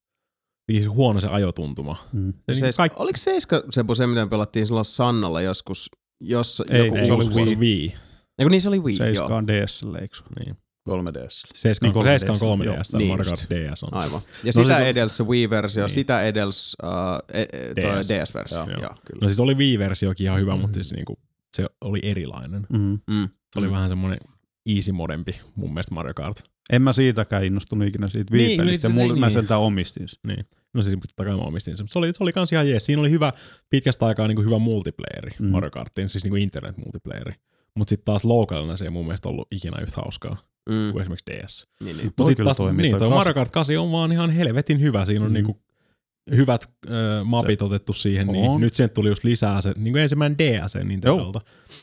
D: Jotenkin Huono se ajotuntuma.
C: mm.
D: Se,
A: No Seis,
D: niinku, kaikki,
A: Oliko Seiska se, se, mitä me pelattiin silloin Sannalla joskus? Jos,
C: Ei,
A: joku
D: ei, se
A: uusi
D: oli
A: vuosi?
D: Wii. Wii.
A: Eiku, niin se oli Wii, joo.
C: Seiska on DSL, eikö sun?
D: Niin.
B: 3DS.
D: 7
C: Niin,
D: 3DS, 3DS
A: joo.
D: Mario
A: Niin
D: Kart DS on.
A: Aivan. Ja no sitä
D: siis
A: siis
D: on-
A: edels se Wii-versio, niin.
D: Niin.
A: sitä edels uh, e, e, toi
D: DS.
A: DS-versio. Joo.
D: Joo.
A: Joo, kyllä.
D: No siis oli Wii-versiokin ihan hyvä, mm-hmm.
C: Mhm.
D: mutta siis niinku, se oli erilainen.
C: Mm.
A: Mm.
D: Se oli
A: Mm.
D: vähän semmoinen easy modempi mun mielestä Mario Kart.
C: En mä siitäkään innostunut ikinä siitä
D: Niin,
C: viipelistä,
D: niin,
C: niin, mulla,
D: niin,
C: mä
D: niin.
C: sentään omistin sen.
D: No siis totta kai mä omistin sen. Se oli, se oli kans ihan jees. Siinä oli hyvä, pitkästä aikaa niin kuin hyvä multiplayeri
C: Mm.
D: mm. Mario Kartiin, siis niin kuin internet multiplayeri. Mutta sitten taas loukallinen se ei mun mielestä ollut ikinä yhtä hauskaa
A: Mm.
D: kuin esimerkiksi DS.
A: Niin, niin.
C: Toi
D: Mutta sitten
C: kyllä
D: taas
C: toimii,
D: niin,
C: toi
D: toi
C: kas-
D: Mario Kart 8 on vaan ihan helvetin hyvä. Siinä on
C: Mm.
D: mm. niinku hyvät ö, mapit otettu siihen.
C: On.
D: Niin nyt siihen tuli just lisää se, niin kuin ensimmäinen DS Nintendolta.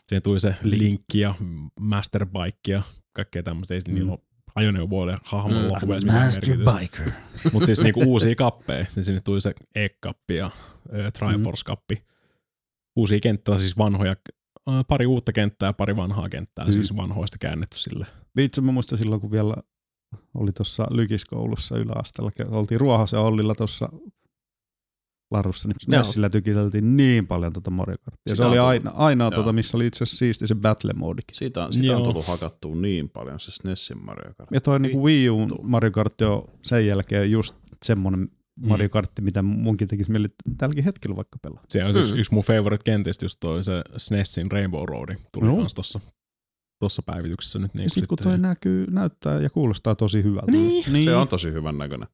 D: Siihen tuli se
C: Niin.
D: linkki ja masterbike ja kaikkea tämmöistä. Ei mm. niillä ole ajoneuvoille hahmolla
A: Mm.
D: mm. loppujen merkitystä.
C: biker.
D: Mutta siis niinku uusia kappeja, niin sinne tuli se E-kappi ja ö,
C: Mm.
D: Triforce-kappi. Uusia kenttää, siis vanhoja, ö, pari uutta kenttää ja pari vanhaa kenttää,
C: Mm.
D: mm. siis vanhoista käännetty sille.
C: Itse mä muistan silloin, kun vielä oli tuossa Lykiskoulussa yläasteella, ke- oltiin Ruohosen Ollilla tuossa larussa, niin
A: Joo.
C: myös sillä tykiteltiin niin paljon tuota Mario Kartia. Se
B: Sitä on
C: oli
B: tullut.
C: aina, aina
B: Joo.
C: tuota, missä oli itse asiassa siisti se battle moodikin.
B: Siitä, on- sitä on
D: Joo.
B: tullut hakattua niin paljon, se Snessin Mario Kart.
C: Ja toi niinku Wii U Mario Kart on sen jälkeen just semmonen
B: Niin.
C: Mario Kartti, mitä munkin tekisi mieli tälläkin hetkellä vaikka pelaa.
B: Niin
D: Se on yksi,
A: Mm.
D: yksi mun favorite kentistä, just toi se SNESin Rainbow Road tuli
C: Joo.
D: no. kans tossa, tossa päivityksessä nyt. Niin
C: Ja sit kun toi näkyy, näyttää ja kuulostaa tosi hyvältä.
D: Niin.
B: Se on tosi hyvän näköinen.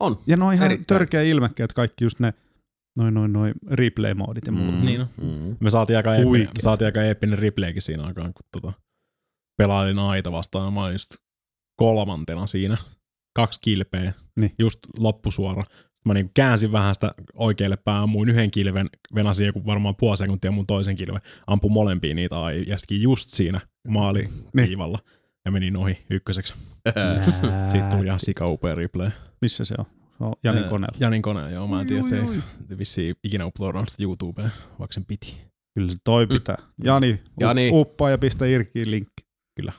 A: On.
C: Ja ne on ihan
A: Erittäin.
C: törkeä ilmäkkeet kaikki just ne noin noin noin replay-moodit ja muut.
B: Mm.
D: niin on.
B: Mm.
D: Me saatiin aika, eeppinen,
C: Huikeet.
D: me saatiin aika eeppinen replaykin siinä aikaan, kun tota, pelailin Aita vastaan. Mä olin just kolmantena siinä. Kaksi kilpeä.
C: Niin.
D: Just loppusuora. Mä niinku käänsin vähän sitä oikealle päähän, ammuin yhden kilven, venasin joku varmaan puoli sekuntia mun toisen kilven, ampui molempiin niitä AI, ja sittenkin just siinä maali
C: Niin.
D: viivalla. Ja menin ohi ykköseksi.
B: Mm. [laughs]
D: Siitä tuli ihan sika upea replay.
C: Missä se on? Se on Janin
D: Ää,
C: koneella.
D: Janin koneella, joo. Mä en tiedä,
C: Ui,
D: se
C: ui, ui.
D: ei vissiin ikinä uploadannut sitä YouTubeen, vaikka sen piti.
C: Kyllä se
D: Mm.
C: toi pitää. Jani,
A: Jani.
C: Jani. uppaa ja pistä irkkiin linkki.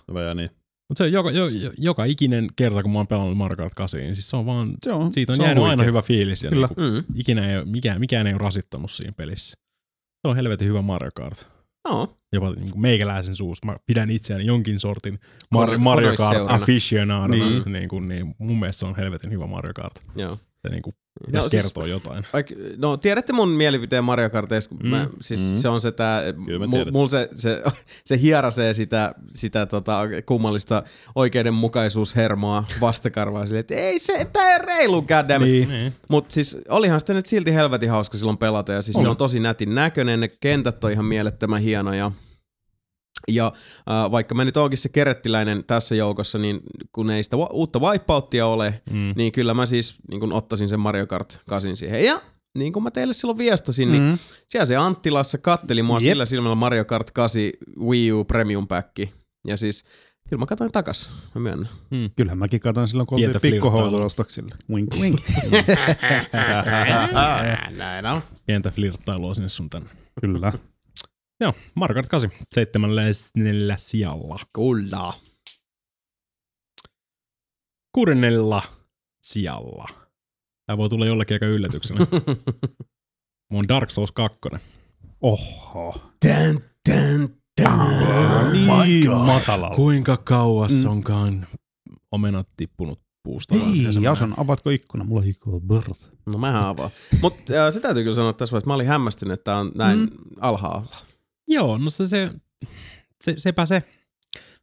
B: Hyvä ja niin.
D: Mutta se joka, jo, jo- joka ikinen kerta, kun mä oon pelannut Mario Kart 8, niin siis se on vaan,
C: Se on,
D: siitä on
C: se
D: jäänyt
C: huikea.
D: aina hyvä fiilis. Ja
C: Kyllä.
D: Niinku,
A: Mm.
D: ikinä ei, ole- mikään, mikään ei ole rasittanut siinä pelissä. Se on helvetin hyvä Mario Kart.
A: No,
D: jopa niin kuin meikäläisen suusta. Mä pidän itseäni jonkin sortin Mar-
A: Kod-
D: Mario Kart
A: kodeisseurana.
D: aficionadona.
A: Niin.
D: Niin. Niin kuin, niin mun mielestä se on helvetin hyvä Mario Kart.
A: joo.
D: Se niin kuin, pitäisi
A: No,
D: no,
A: siis-
D: siis... kertoa jotain.
A: Aik- No tiedätte mun mielipiteen Mario Karteista, kun mä, siis mm. se on se tää,
B: Kyllä mä
A: mu-
B: tiedän.
A: mulla se, se, [laughs] se hierasee sitä, sitä tota, kummallista oikeudenmukaisuushermoa vastakarvaa silleen, että ei se, tää ei reilu goddamn. Niin. Mutta siis olihan sitä nyt silti helvetin hauska silloin pelata ja siis se on tosi nätin näköinen, ne kentät on ihan mielettömän hienoja. Ja äh, vaikka mä nyt onkin se kerettiläinen tässä joukossa, niin kun ei sitä wa- uutta wipeouttia ole, mm. niin kyllä mä siis niin kun ottaisin sen Mario Kart 8 siihen. Ja niin kuin mä teille silloin viestasin, niin mm. siellä se Anttilassa katteli mua
C: Jep.
A: sillä silmällä Mario Kart 8 Wii U Premium Pack. Ja siis kyllä mä katsoin takas, mä myönnän.
C: Kyllähän mäkin katsoin silloin, kun oltiin
D: Pientä
C: pikkuhousuostoksilla. Wink, wink.
E: [laughs] Näin on.
D: Pientä flirttailua sinne sun tänne.
C: [laughs] Kyllä.
D: Joo, Mario Kart 8, seitsemännellä sijalla.
A: Kullaa.
D: Kuudennella sijalla. Tämä voi tulla jollekin aika yllätyksenä. Mun on Dark Souls 2.
C: Oho.
A: Tän, tän,
C: Oh
A: tän.
D: Niin matalalla. Kuinka kauas
C: Mm. Niin,
D: mm. onkaan omenat tippunut puusta?
C: Ei, Jason, avaatko ikkuna? Mulla hikoo birth.
A: No mähän avaan. Mutta äh, se täytyy kyllä sanoa tässä vaiheessa, että mä olin hämmästynyt, että tää on näin mm. alhaalla.
D: Joo, no se, se, se, sepä se.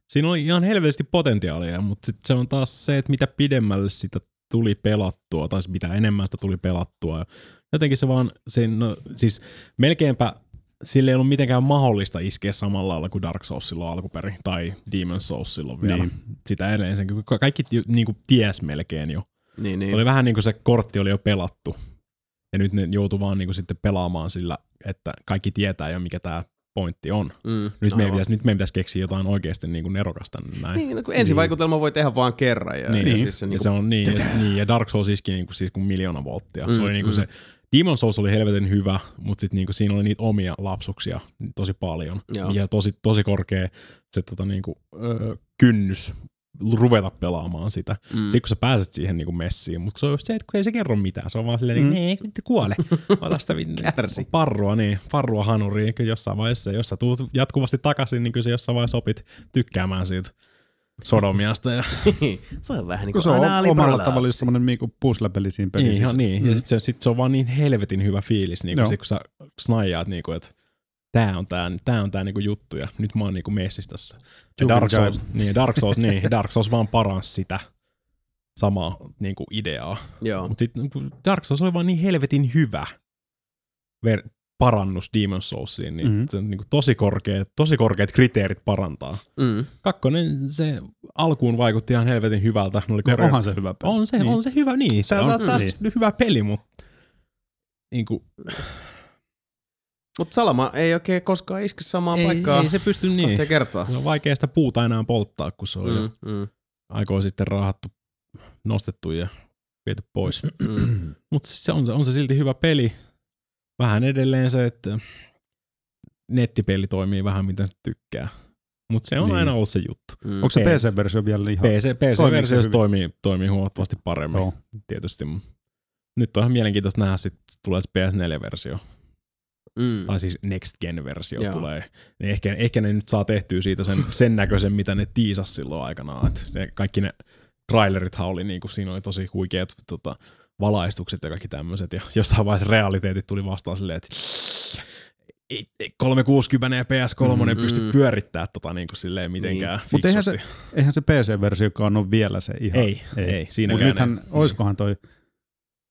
D: Siinä oli ihan helvetisti potentiaalia, mutta sit se on taas se, että mitä pidemmälle sitä tuli pelattua, tai siis mitä enemmän sitä tuli pelattua. Ja Jotenkin se vaan, se, no, siis melkeinpä sille ei ollut mitenkään mahdollista iskeä samalla lailla kuin Dark Souls silloin alkuperin, tai Demon Souls silloin vielä. Niin.
C: Niin.
D: Sitä edellisen, kun ka- kaikki ti- niinku ties melkein jo.
A: Niin,
D: Se
A: niin.
D: oli vähän niin kuin se kortti oli jo pelattu. Ja nyt ne joutuu vaan niin kuin sitten pelaamaan sillä, että kaikki tietää jo mikä tämä pointti on.
A: Mm,
D: Nyt meidän,
A: aivan.
D: pitäisi, nyt meidän pitäisi keksiä jotain oikeasti niin kuin nerokasta näin.
A: Niin, no kun ensivaikutelma voi tehdä vaan kerran. Ja,
D: Niin.
A: ja siis se,
D: Ja
A: niin
D: se on niin, ja, niin, ja Dark Souls iski niin kuin, siis kuin miljoona volttia. Mm, se
A: Mm,
D: oli niin kuin
A: mm.
D: se, Demon Souls oli helvetin hyvä, mutta sitten niin kuin siinä oli niitä omia lapsuksia tosi paljon.
A: Joo.
D: Ja tosi, tosi korkea se tota, niin kuin, ö, kynnys ruveta pelaamaan sitä. Mm.
A: mm.
D: Sitten kun sä pääset siihen niin kuin messiin, mutta se on just se, että kun ei se kerro mitään, se on vaan silleen, mm. niin ei, kun te kuole. Ota sitä vin-
A: Kärsi.
D: parrua, niin, parrua hanuriin, kyllä jossain vaiheessa, jos sä tuut jatkuvasti takaisin, niin kyllä se jossain vaiheessa opit tykkäämään siitä sodomiasta. Ja,
A: [laughs] se on vähän niin
C: Kun
A: kuin
C: se on
A: anali-
C: omalla
A: prolapsi.
C: tavalla just semmonen niinku puzzle-peli siinä
D: niin,
C: pelissä.
D: [laughs] ihan niin. Mm. Ja sit se, sit se on vaan niin helvetin hyvä fiilis, niin kuin
C: Joo.
D: sit, kun sä snaijaat, niin kuin, että tää on tää, tää, on tää niin kuin juttu, ja nyt mä oon niin kuin messissä tässä. Ja
C: Juke
D: Dark,
C: and
D: Souls, niin, Dark Souls, niin, Dark Souls vaan paransi sitä samaa niin kuin ideaa.
A: Joo.
D: Mutta sitten Dark Souls oli vaan niin helvetin hyvä ver- parannus Demon Soulsiin, niin
C: Mhm.
D: mm-hmm. se on niinku tosi, korkeat, tosi korkeat kriteerit parantaa.
A: Mm.
D: Kakkonen, se alkuun vaikutti ihan helvetin hyvältä. Ne oli
C: No,
D: korja-
C: onhan se hyvä peli.
D: on, se, niin. on se hyvä, niin. Se
C: Tää
D: on
C: on-
D: taas niin. hyvä peli, mutta niinku,
A: Mutta Salama ei oikein koskaan iske samaan
D: ei,
A: paikkaan.
D: ei se pysty niin.
A: Kahteen kertaa.
D: Se on vaikea sitä puuta enää polttaa, kun se on mm. jo
A: Mm, mm,
D: aikoja sitten rahattu, nostettu ja viety pois.
A: mm.
D: Mutta siis se on, se- on se silti hyvä peli. Vähän edelleen se, että nettipeli toimii vähän miten tykkää. Mutta se on
C: Niin.
D: niin. aina ollut se juttu.
A: Mm.
C: Onko se
D: Ei.
C: PC-versio vielä ihan?
D: PC, PC-versio
C: hyvin?
D: toimii, toimii huomattavasti paremmin
C: Joo.
D: tietysti. mut Nyt on ihan mielenkiintoista nähdä, sit tulee se PS4-versio,
A: Mm.
D: tai siis Next Gen-versio
A: Joo.
D: Joo. tulee. Niin ehkä, ehkä ne nyt saa tehtyä
A: [laughs]
D: siitä sen, sen näköisen, mitä ne tiisas silloin aikanaan. Et ne, kaikki ne trailerithan oli, niin kuin, siinä oli tosi huikeat tota, valaistukset ja kaikki tämmöiset. Ja jossain vaiheessa realiteetit tuli vastaan silleen, että ei, ei 360 ja PS3 mm,
A: Mm,
D: pysty
A: mm.
D: pyörittämään tota niin kuin silleen mitenkään niin.
C: Mutta eihän se, eihän se PC-versiokaan ole vielä se ihan.
D: ei, ei, ei
C: Mutta
D: siinäkään.
C: nythän,
D: ei.
C: oiskohan toi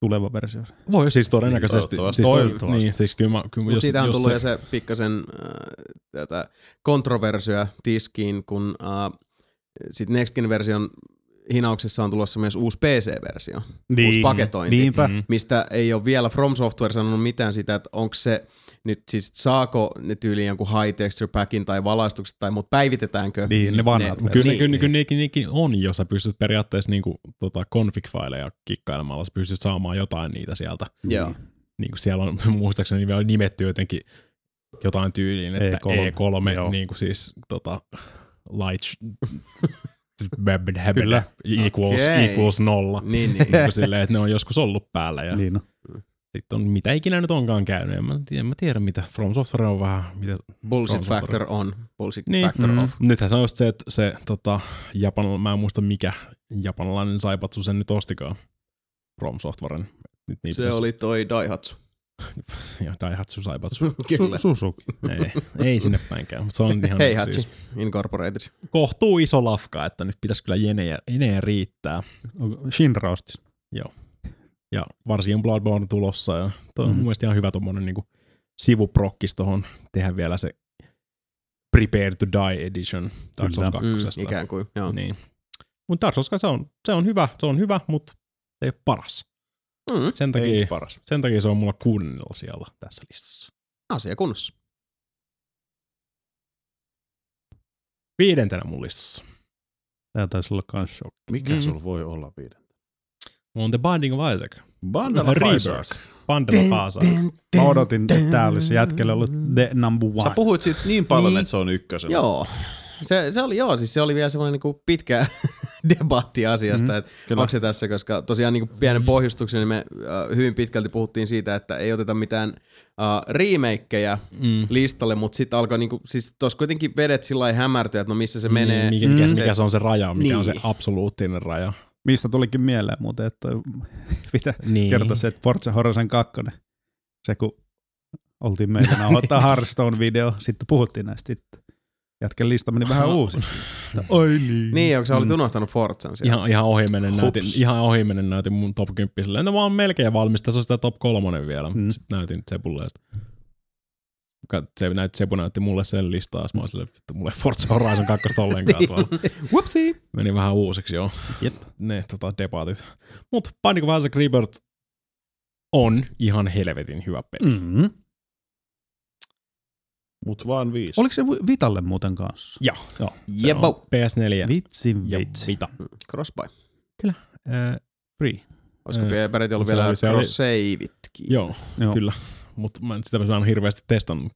C: tuleva versio?
D: Voi siis todennäköisesti.
B: Toivottavasti.
D: siis, toi-
A: Toivottavasti.
D: Niin, siis kyllä mä, kyllä
A: Mutta
D: jos,
A: siitä on
D: jos
A: tullut
D: se,
A: jo se pikkasen äh, tätä kontroversia tiskiin, kun äh, sit Next Gen version hinauksessa on tulossa myös uusi PC-versio, niin. uusi paketointi. Niin.
C: Niinpä.
A: mistä ei ole vielä From Software sanonut mitään sitä, että onko se nyt siis, saako ne tyyliin jonkun high texture packin tai valaistukset tai muut, päivitetäänkö?
C: Niin, ne vanhat
A: Ne-
D: Kyllä,
A: Niin,
D: niin, kyllä, kyllä niinkin, niinkin on, jos sä pystyt periaatteessa niinku, tota, config-faileja kikkailemalla, sä pystyt saamaan jotain niitä sieltä.
A: Joo.
D: Niin kuin siellä on [laughs] muistaakseni vielä nimetty jotenkin jotain tyyliin, että
C: E3.
D: E3,
C: Joo.
D: E3 niin kuin siis tota, light
C: Kyllä.
D: equals,
A: Okei.
D: equals nolla. Niinku
A: Niin, niin.
D: [laughs] Niin kuin silleen, että ne on joskus ollut päällä ja
C: Niin, no.
D: Sitten on mitä ikinä nyt onkaan käynyt. En mä, tiedä, en mä tiedä, mitä From Software on vähän. Mitä,
A: Bullshit
D: From Software.
A: factor on. Bullshit
D: Niin.
A: factor
C: Mm.
A: off.
D: nythän se on just se, että se tota, Japan, mä en muista mikä japanilainen saipatsu sen nyt ostikaan. From Softwaren. Nyt
C: Niin,
D: niitä
A: Se oli toi Daihatsu.
D: [laughs] Ja Daihatsu saipatsu.
A: [laughs] Kyllä.
D: Susuki. Ei, ei sinne päinkään, mutta se on ihan siis
A: Hei Hatsi, Incorporated. Mm,
D: kohtuu iso lafka, että nyt pitäisi kyllä jenejä, jenejä riittää.
C: Onko Shinraustis.
D: Ja varsinkin Bloodborne tulossa. Ja toi on
C: Mhm.
D: mun mielestä ihan hyvä tommonen niinku sivuprokkis tohon tehdä vielä se Prepare to Die Edition Dark Souls
C: Kyllä.
A: Mm,
D: 2.
A: ikään kuin, joo.
D: Niin. Mut Dark Souls se on, se on hyvä, se on hyvä, mut ei ole paras.
C: Niin.
A: Mm,
D: Sen
B: Ei
D: takia,
B: paras.
D: sen takia se on mulla kuudennella siellä tässä listassa.
A: asia kunnossa.
D: Viidentenä mun listassa
C: Tää taisi olla kans shock.
B: Mikä
D: Mm.
B: mm. sulla voi olla viiden?
D: on The Binding of Isaac.
B: Bandana
D: Rework.
B: Pfizer.
D: Bandela Paasa.
C: Mä odotin, että tää olisi jätkellä ollut the number
B: Sä
C: one.
B: puhuit siitä niin paljon,
A: Niin.
B: että se on ykkösen.
A: Joo. Se, se oli, joo, siis se oli vielä semmoinen niinku pitkä [laughs] debatti asiasta,
D: Mm-hmm.
A: mm, että
B: kyllä.
A: onko se tässä, koska tosiaan niinku pienen mm. pohjustuksen niin me äh, hyvin pitkälti puhuttiin siitä, että ei oteta mitään äh, remakeja
D: Mm.
A: listalle, mutta sitten alkoi niinku, siis tuossa kuitenkin vedet sillä lailla hämärtyä, että no missä se menee.
D: Niin, mikä,
A: Mm.
D: mikä, mikä se on se raja, mikä niin. on se
A: Niin.
D: absoluuttinen raja.
C: Mistä tulikin mieleen muuten, että toi- [laughs] mitä
D: Niin.
C: kertoi se, että Forza Horizon 2, se kun oltiin meidän nauhoittaa Hearthstone-video, sitten puhuttiin näistä. sitten Jätken lista meni vähän uusiksi. Sitten, Ai niin.
A: Niin, onko sä olit unohtanut Forzan sieltä?
D: Mm-hmm. Ihan, ihan ohi menen näytin,
B: Hups.
D: ihan ohi menen näytin mun top 10 silleen, no mä oon melkein valmis, tässä on sitä top 3 vielä, mm.
C: Mm.
D: sitten näytin Sebulle ja sit- Kat- se, näyt, Sebu näytti mulle sen listaa, sit mä oon silleen, vittu, mulle ei Forza Horizon 2 ollenkaan tuolla.
A: Whoopsie!
D: Meni vähän uusiksi joo. Jep. [laughs] Ne tota, debatit. Mut Panic of Isaac Rebirth on ihan helvetin hyvä peli.
C: Mm-hmm.
B: Mut vaan viisi.
C: Oliko se Vi- Vitalle muuten kanssa?
D: Ja, joo. se
A: Jebo.
D: on PS4
C: Vitsi,
D: ja
C: vitsi.
D: Vita.
A: Crossbuy.
D: Äh,
C: Eh, Free.
A: Olisiko
D: Eh,
A: peräti ollut
D: se
A: vielä
D: oli- se oli-
A: cross-saveitkin?
D: joo,
C: Joo.
D: Kyllä. mutta mä en sitä mä en hirveästi testannut.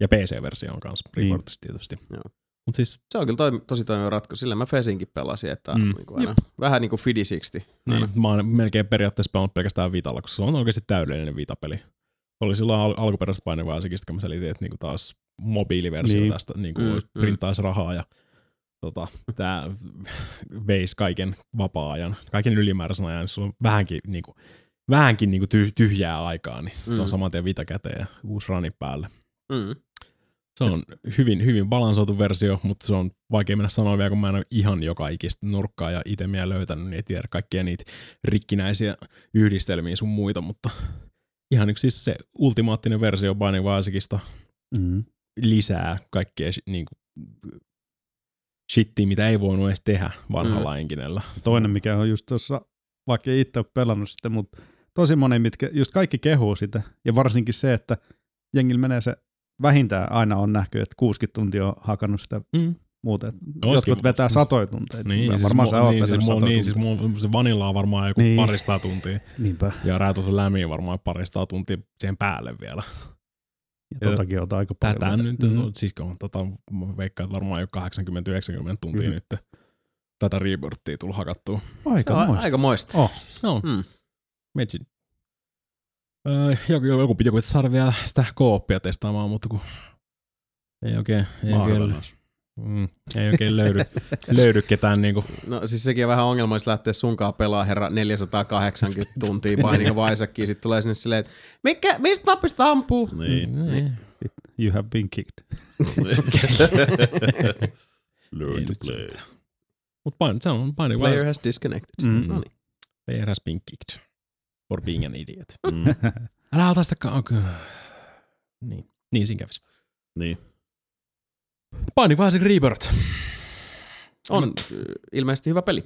D: Ja PC-versio on kanssa
C: Niin.
D: Rebirthissa tietysti.
A: Joo.
D: Mut siis,
A: Se on kyllä toi, tosi toimiva ratkaisu. Sillä mä Fesinkin pelasin, että
D: Mm.
A: mm. niin aina, vähän niin kuin Fidisixti.
D: niin, mä oon melkein periaatteessa pelannut pelkästään Vitalla, koska se on oikeasti täydellinen Vita-peli. Oli silloin al- alkuperäisestä painevaisekin, kun mä selitin, että niinku taas mobiiliversio
C: Niin.
D: niin. tästä niinku
A: Mm, mm.
D: mm, printtaisi rahaa ja tota, tää veisi kaiken vapaa-ajan, kaiken ylimääräisen ajan, jos on vähänkin, niinku, vähänkin niinku tyh- tyhjää aikaa, niin sit se on
A: Mm.
D: saman tien Vita käteen ja uusi rani päälle.
A: Mm.
D: Se on hyvin, hyvin balansoitu versio, mutta se on vaikea mennä sanoa vielä, kun mä en ole ihan joka ikistä nurkkaa ja itemiä löytänyt, niin ei tiedä kaikkia niitä rikkinäisiä yhdistelmiä sun muita, mutta ihan yksi siis se ultimaattinen versio Binding of Isaacista
C: Mm-hmm.
D: lisää kaikkea shi- niinku shittiä, mitä ei voinut edes tehdä vanhalla mm. enkinellä.
C: Toinen, mikä on just tuossa, vaikka ei itse ole pelannut sitä, mutta tosi moni, mitkä, just kaikki kehuu sitä. Ja varsinkin se, että jengillä menee se, vähintään aina on nähty, että 60 tuntia on hakannut sitä
D: Mm.
C: muuta. että
D: Olisikin,
C: Jotkut
D: mutta-
C: vetää satoja tunteita.
D: Niin,
C: Mä
D: siis
C: varmaan
D: mu-
C: sä oot
D: niin,
C: vetänyt
D: siis, mu-
C: satoja
D: niin, siis
C: tunteja.
D: mu- se vanilla on varmaan joku
C: Niin.
D: niin. parista tuntia.
C: Niinpä.
D: Ja räätösen lämiin varmaan parista tuntia siihen päälle vielä.
C: Ja totakin on aika paljon. Mm-hmm.
D: Tätä
C: vetä-
D: nyt,
A: mm-hmm.
D: mm. siis kun on, tota, mä veikkaan, että varmaan jo 80-90 tuntia
A: Mm-hmm.
C: Kyllä.
D: nyt tätä rebirthia tullut hakattua.
A: Se on
C: Aika
A: aika
C: moista.
A: moista.
C: On.
D: No,
A: Mm.
D: Mitsin. Öö, joku, joku piti kuitenkin saada vielä sitä kooppia testaamaan, mutta kun ei oikein, ei oikein, mm, ei
A: [laughs]
D: oikein löydy, löydy ketään niinku.
A: No siis sekin on vähän ongelma, jos lähtee sunkaan pelaa herra 480 tuntia painika vaisakin. Sitten tulee sinne silleen, että mikä, mistä napista ampuu?
B: Niin.
D: Niin.
C: You have been kicked.
D: [laughs] Ei
B: Learn to
D: nyt
B: play.
D: Mut pain, niin se on paini
A: Player
D: vaan.
A: has disconnected.
C: Mm.
D: Mm-hmm.
A: No niin.
D: Player has been kicked. For being an idiot.
B: Mm.
D: Älä ota sitä ka- okay. Niin, niin siinä kävisi.
B: Niin.
D: Paini vaan se Rebirth.
A: On
D: Mm.
A: äh, ilmeisesti hyvä peli.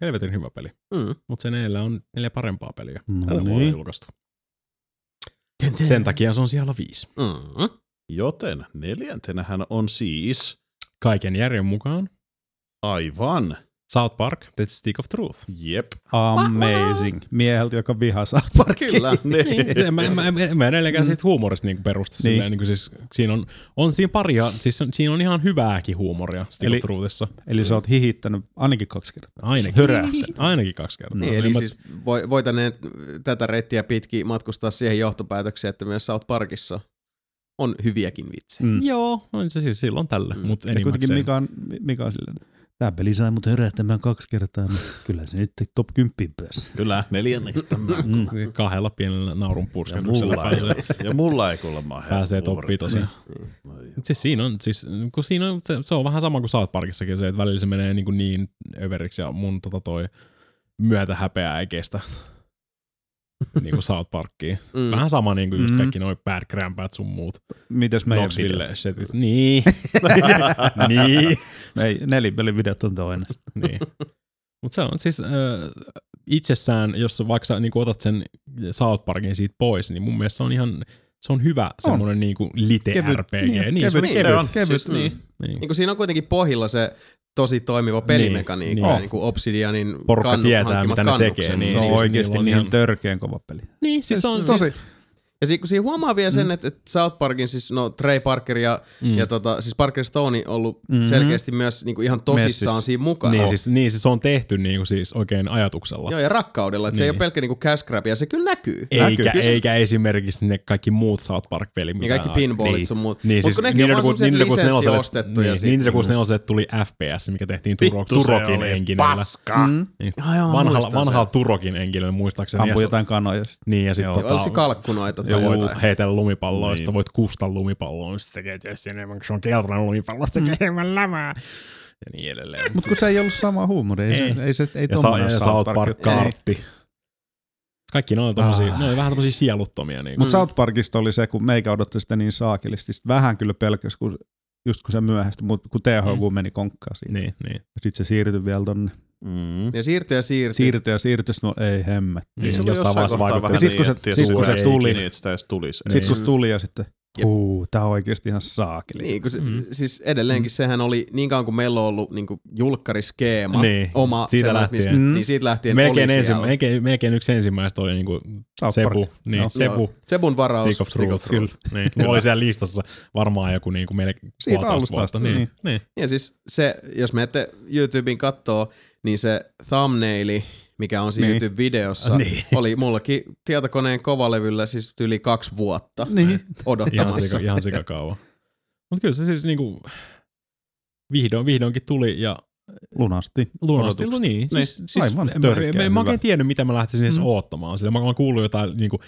D: Helvetin hyvä peli.
A: Mm.
D: Mutta sen edellä on neljä parempaa peliä.
C: No
D: Tällä vuonna
C: niin.
D: julkaistu. Sen takia se on siellä viisi.
A: Mm.
D: No,
B: Joten neljäntenähän on siis
D: Kaiken järjen mukaan
B: aivan
D: South Park, The Stick of Truth.
B: Jep.
C: Amazing. Mieheltä, joka vihaa South Parkia.
A: Kyllä.
D: Niin, se- mä, mä, mä, mä edelleenkään siitä huumorista niinku perusta
C: Niin.
D: niin. silleen, niinku siis, siinä on, on siinä paria, siis on, siinä on ihan hyvääkin huumoria Stick
C: Eli-
D: of Truthissa.
C: Eli sä oot hihittänyt ainakin kaksi kertaa.
D: Ainakin.
C: Hörähtänyt.
D: Ainakin kaksi kertaa.
A: Niin,
D: En
A: eli
D: mä-
A: siis voi, voitaneen tätä reittiä pitkin matkustaa siihen johtopäätökseen, että myös South Parkissa on hyviäkin vitsejä.
C: Mm.
D: Joo, on se siis silloin tällä,
A: Mm.
D: mm. mutta
C: Ja kuitenkin
D: enimmäkseen.
C: Mika on, Mika on silleen, tämä peli sai mut hörähtämään kaksi kertaa, mutta [laughs] kyllä se nyt top 10 pääsi.
B: Kyllä, neljänneksi tämä.
C: Mm.
D: Kahdella pienellä naurun
B: Ja
D: purskennuksella
B: mulla,
D: pääsee,
B: ei, ja mulla ei kuulemma ole
D: pääsee
B: helppo
D: top vitoseen.
B: huumori.
D: Mut Siis siinä on, siis, kun siinä on, se, se on vähän sama kuin South Parkissakin se, että välillä se menee niin, kuin niin överiksi ja mun tota toi myötä häpeää
C: [laughs]
D: ei kestä. niin kuin South Parkkiin.
A: Mm.
D: Vähän sama niin kuin just
C: Mm.
D: kaikki noi bad grandpat sun muut.
C: Mites meidän videot?
D: Knoxville
C: [laughs]
D: setit. Niin. niin.
C: Ei, nelipelin videot on toinen.
D: niin. [laughs] Mutta se on siis äh, itsessään, jos vaikka sä niin otat sen South Parkin siitä pois, niin mun mielestä se on ihan se on hyvä semmoinen niinku lite
C: Kevyt-
D: RPG.
C: niin,
D: Niin, niin, se
C: kevyt-
D: on,
A: Niin,
B: Se on,
C: Kevyt,
B: siis, niin.
D: niin.
A: Niin kuin siinä on kuitenkin pohjilla se tosi toimiva pelimekaniikka,
D: Niin,
A: niin,
D: niin.
A: niin. kuin Obsidianin
D: Porukka
A: kannu-
D: tietää,
A: hankkimat
D: mitä ne tekee,
A: kannukset.
D: niin
C: se on
D: siis
C: oikeasti
D: niillä on
C: niin
D: ihan-
C: törkeän kova peli.
D: niin, siis on,
C: tosi.
A: Ja si- kun siinä huomaa vielä
D: Mm.
A: sen, että, että South Parkin, siis no Trey Parker ja, mm. ja tota, siis Parker Stone on ollut
C: Mhm.
A: mm-hmm. selkeästi myös niin kuin ihan tosissaan
C: Messissä.
A: Messissä. siinä mukana. Oh.
D: Niin siis, niin, siis se on tehty niinku siis oikein ajatuksella.
A: Joo, ja rakkaudella, että niin. se ei
D: Niin.
A: ole pelkkä niinku cash grab, ja se kyllä näkyy.
D: Eikä,
A: Kyllä se-
D: eikä esimerkiksi ne kaikki muut South Park-pelit.
A: Ja
D: mitä-
A: kaikki pinballit
D: niin.
A: sun muut.
D: Niin,
A: Mut
D: siis
A: kun nekin on vaan semmoset lisenssi ostettuja
D: niin,
A: siitä.
D: Nintendo 64 tuli FPS, mikä tehtiin Turo,
B: Vittu, se
D: Turokin
B: oli
D: enginellä.
E: Paska. Mm.
D: Niin,
A: Ai joo, mä
D: vanhalla,
A: muistan
D: vanhalla Turokin enginellä muistaakseni.
C: Ampuu
D: Ja se-
C: jotain kanoja.
D: Niin, ja sitten
C: Joo.
A: Joo, Oliko se
D: tota,
A: kalkkunoita
D: sä
A: tai
D: voit
A: jotain?
D: heitellä lumipalloa, niin.
B: Niin.
D: voit kusta lumipalloa, sit se tekee tietysti enemmän, kun se on kerran lumipallosta mm. [laughs] enemmän lämää. Ja niin edelleen.
C: Mutta kun se ei ollut sama huumori, ei, ei.
D: Ei.
C: se, ei, se, ei
D: ja, sa- ja
C: tommonen
D: South Park
C: Park. Niin.
D: kartti. Kaikki ne on, tommosia,
C: Ah.
D: ne on vähän tommosia sieluttomia. Niin.
C: Mutta South Parkista oli se, kun meikä odotti sitä niin saakelisti. Sit vähän kyllä pelkäs, kun, just kun se myöhästyi, mutta kun THQ meni konkkaan siinä.
D: Niin, niin.
C: Sitten se siirtyi vielä tonne.
B: Mm.
A: Ja siirtyi ja siirtyi.
C: Siirtyi ja siirtyi, sit mä- no ei hemmet.
D: Niin,
B: oli
D: jossain
B: kohtaa
D: vaiheessa vaikuttaa.
B: vähän niin,
C: Ja sit kun se-
B: että
C: sit kun se
B: ei
C: tuli.
B: ikinä, Niin, että sitä edes tulisi.
D: Niin.
C: Sitten kun tuli ja sitten,
A: Jep.
C: uu, tää on oikeasti ihan saakeli.
A: Niin, kun se,
D: Mm.
A: mm. siis edelleenkin sehän oli, niin kauan kuin meillä on ollut niin kuin julkkariskeema,
D: Niin,
A: oma,
D: siitä
A: sellainen,
D: lähtien.
A: mistä-
C: Mm.
A: niin siitä lähtien
D: Melkein,
A: oli
D: ensi,
A: siellä.
D: melkein, melkein, yksi ensimmäistä oli niinku
C: South
D: Sebu.
C: Park.
D: Niin,
C: Joo.
D: Sebu.
A: Sebun varaus.
D: Stick of Truth.
A: Truth.
D: Niin, mulla oli siellä listassa varmaan joku niinku melkein
C: Siitä
D: puolitoista
C: alusta asti,
D: vuotta.
C: niin.
D: Niin, niin.
A: Ja siis se, jos menette YouTubeen kattoo, niin se thumbnaili, mikä on siinä
C: Niin.
A: niin. YouTube-videossa,
D: [laughs] Niin.
A: niin. oli mullakin tietokoneen kovalevyllä siis yli kaksi vuotta
C: Niin.
D: Ihan,
A: odottamassa.
D: sika, ihan sikakauan. Mutta kyllä se siis niinku vihdoin, vihdoinkin tuli ja
C: Lunasti.
D: Lunasti,
C: Odotukset.
D: niin. Siis, siis
C: Aivan
D: en mä-
C: törkeä
D: Mä, mä,
C: hyvä.
D: mä oikein tiennyt, mitä mä lähtisin edes
C: Mm.
D: mm. oottamaan. Sillä mä oon kuullut jotain niinku,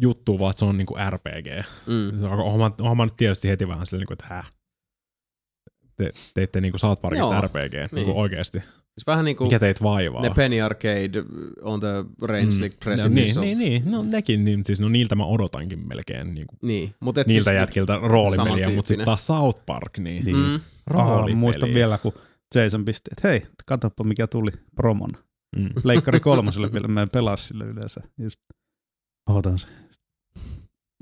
D: juttua, vaan että se on niinku RPG.
A: Mm.
D: Oon mä, oon mä nyt tietysti heti vähän silleen, niinku, että hä? Te, teitte niinku South Parkista
A: Joo,
D: RPG, niin. niinku
A: niin.
D: oikeasti.
A: Siis vähän niin kuin
D: Mikä teit vaivaa?
A: ne Penny Arcade on the Range League
D: no,
A: Precipice
D: niin,
A: of-
D: niin, niin, no nekin, niin, siis no niiltä mä odotankin melkein. Niinku,
A: Niin, mutta et
D: niiltä
A: siis,
D: jätkiltä roolipeliä, mutta sitten
A: samantyyppinen.
D: taas South Park, niin, niin.
C: Niin.
A: Mm,
C: Aha,
D: roolipeliä.
C: muistan vielä, kun Jason pisti, että hei, katoppa mikä tuli promona.
D: Mm.
C: Leikkari kolmoselle vielä, mä en pelaa sille yleensä. Just, odotan se.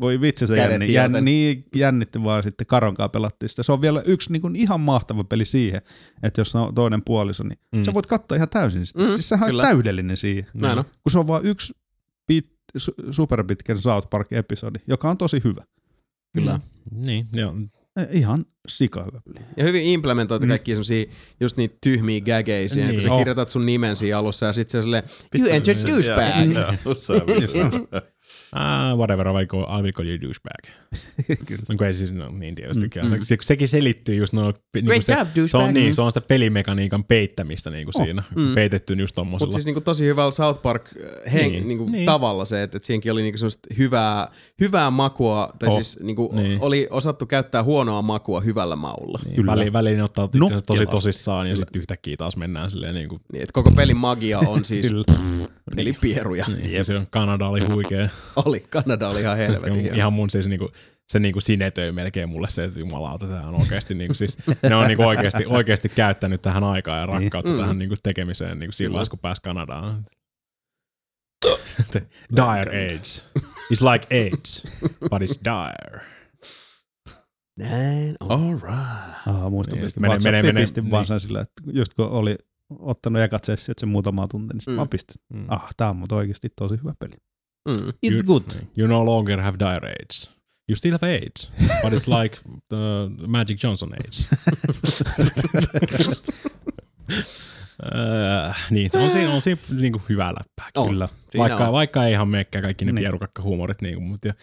C: Voi vitsi se
A: Kädet
C: jänni, jän,
A: hielten.
C: niin jännitti vaan sitten Karonkaan pelattiin sitä. Se on vielä yksi niin kuin ihan mahtava peli siihen, että jos on toinen puoliso, niin
D: Mm.
C: mm. sä voit katsoa ihan täysin sitä. Mm,
A: Mm,
C: siis sehän
A: kyllä.
C: on täydellinen siihen,
A: näin on.
C: kun se on vaan yksi pit, su, superpitkän South Park-episodi, joka on tosi hyvä.
A: Kyllä.
D: Mm. Niin, joo.
C: Eh, Ihan sika hyvä peli.
A: Ja hyvin implementoitu
C: Mm.
A: mm. kaikki semmosia just niitä tyhmiä gägejä siihen, niin. kun
D: Niin.
A: sä kirjoitat sun nimen siinä alussa ja sit se on silleen, you
B: Vittu,
A: entered
B: se-
D: Niin
A: douchebag.
B: Niin, Joo, joo, se on
C: Just
B: [laughs]
C: tämmöstä.
D: Ah, whatever, I will call, I will call you douchebag.
A: [laughs]
C: Kyllä.
D: No kun ei siis, no niin tietysti. Mm,
A: Mm.
D: mm. Se, sekin selittyy just noin. niinku
A: Great
D: se,
A: job,
D: se, on,
A: douchebag.
D: niin, se on sitä pelimekaniikan peittämistä niin kuin siinä.
A: Mm.
D: Peitetty just
A: Mutta
D: tommosella.
A: siis niinku tosi hyvällä South Park äh, heng,
D: Niin.
A: niin. Niinku
D: Niin.
A: niin. tavalla se, että et siinäkin oli niinku semmoista hyvää, hyvää makua, tai
C: Oh.
A: oh. siis niinku
D: Niin.
A: niin. oli osattu käyttää huonoa makua hyvällä maulla.
D: niin,
C: Kyllä.
D: väliin, väliin ne ottaa
C: No,
D: no, tosi
C: kelasti.
D: tosissaan ja sitten yhtäkkiä taas mennään silleen niin kuin,
A: Niin, et koko pelin magia on siis
C: Kyllä.
A: eli pieruja.
D: niin, ja se on Kanada oli huikea.
A: Oli, Kanada oli ihan helvetin hieno.
D: ihan mun siis niin kuin, se niin kuin sinetöi melkein mulle se, että jumalauta, tämä on oikeasti, niin kuin, siis, ne on niin kuin oikeasti, oikeasti käyttänyt tähän aikaa ja rakkautta
A: Niin.
D: tähän
A: Mm.
D: niin kuin tekemiseen niin kuin siinä
A: Kyllä.
D: vaiheessa, kun pääsi Kanadaan. [laughs] dire AIDS. It's like AIDS, but it's dire.
A: Näin on.
B: All right.
C: Aha, muistan,
D: Niin,
C: pistin
D: menee-
C: menee,
D: menee- menee-
C: Ah, pistin vaan
D: niin.
C: sen sillä, että just kun oli ottanut ekat sessiot sen muutamaa tuntia, niin sitten
A: Mm.
C: mm. mä pistin.
D: Mm.
C: Ah, tää on mut oikeesti tosi hyvä peli.
A: Mm.
D: It's
C: good.
D: You no longer have dire AIDS. You still have AIDS, but it's like the Magic Johnson AIDS. Öö, niin, on siinä, on siinä niinku hyvää läppää,
A: On,
D: kyllä.
A: siinä
D: Vaikka,
A: on.
D: vaikka ei ihan mekkää kaikki ne
C: Niin.
D: pierukakkahuumorit, niinku, mutta ja,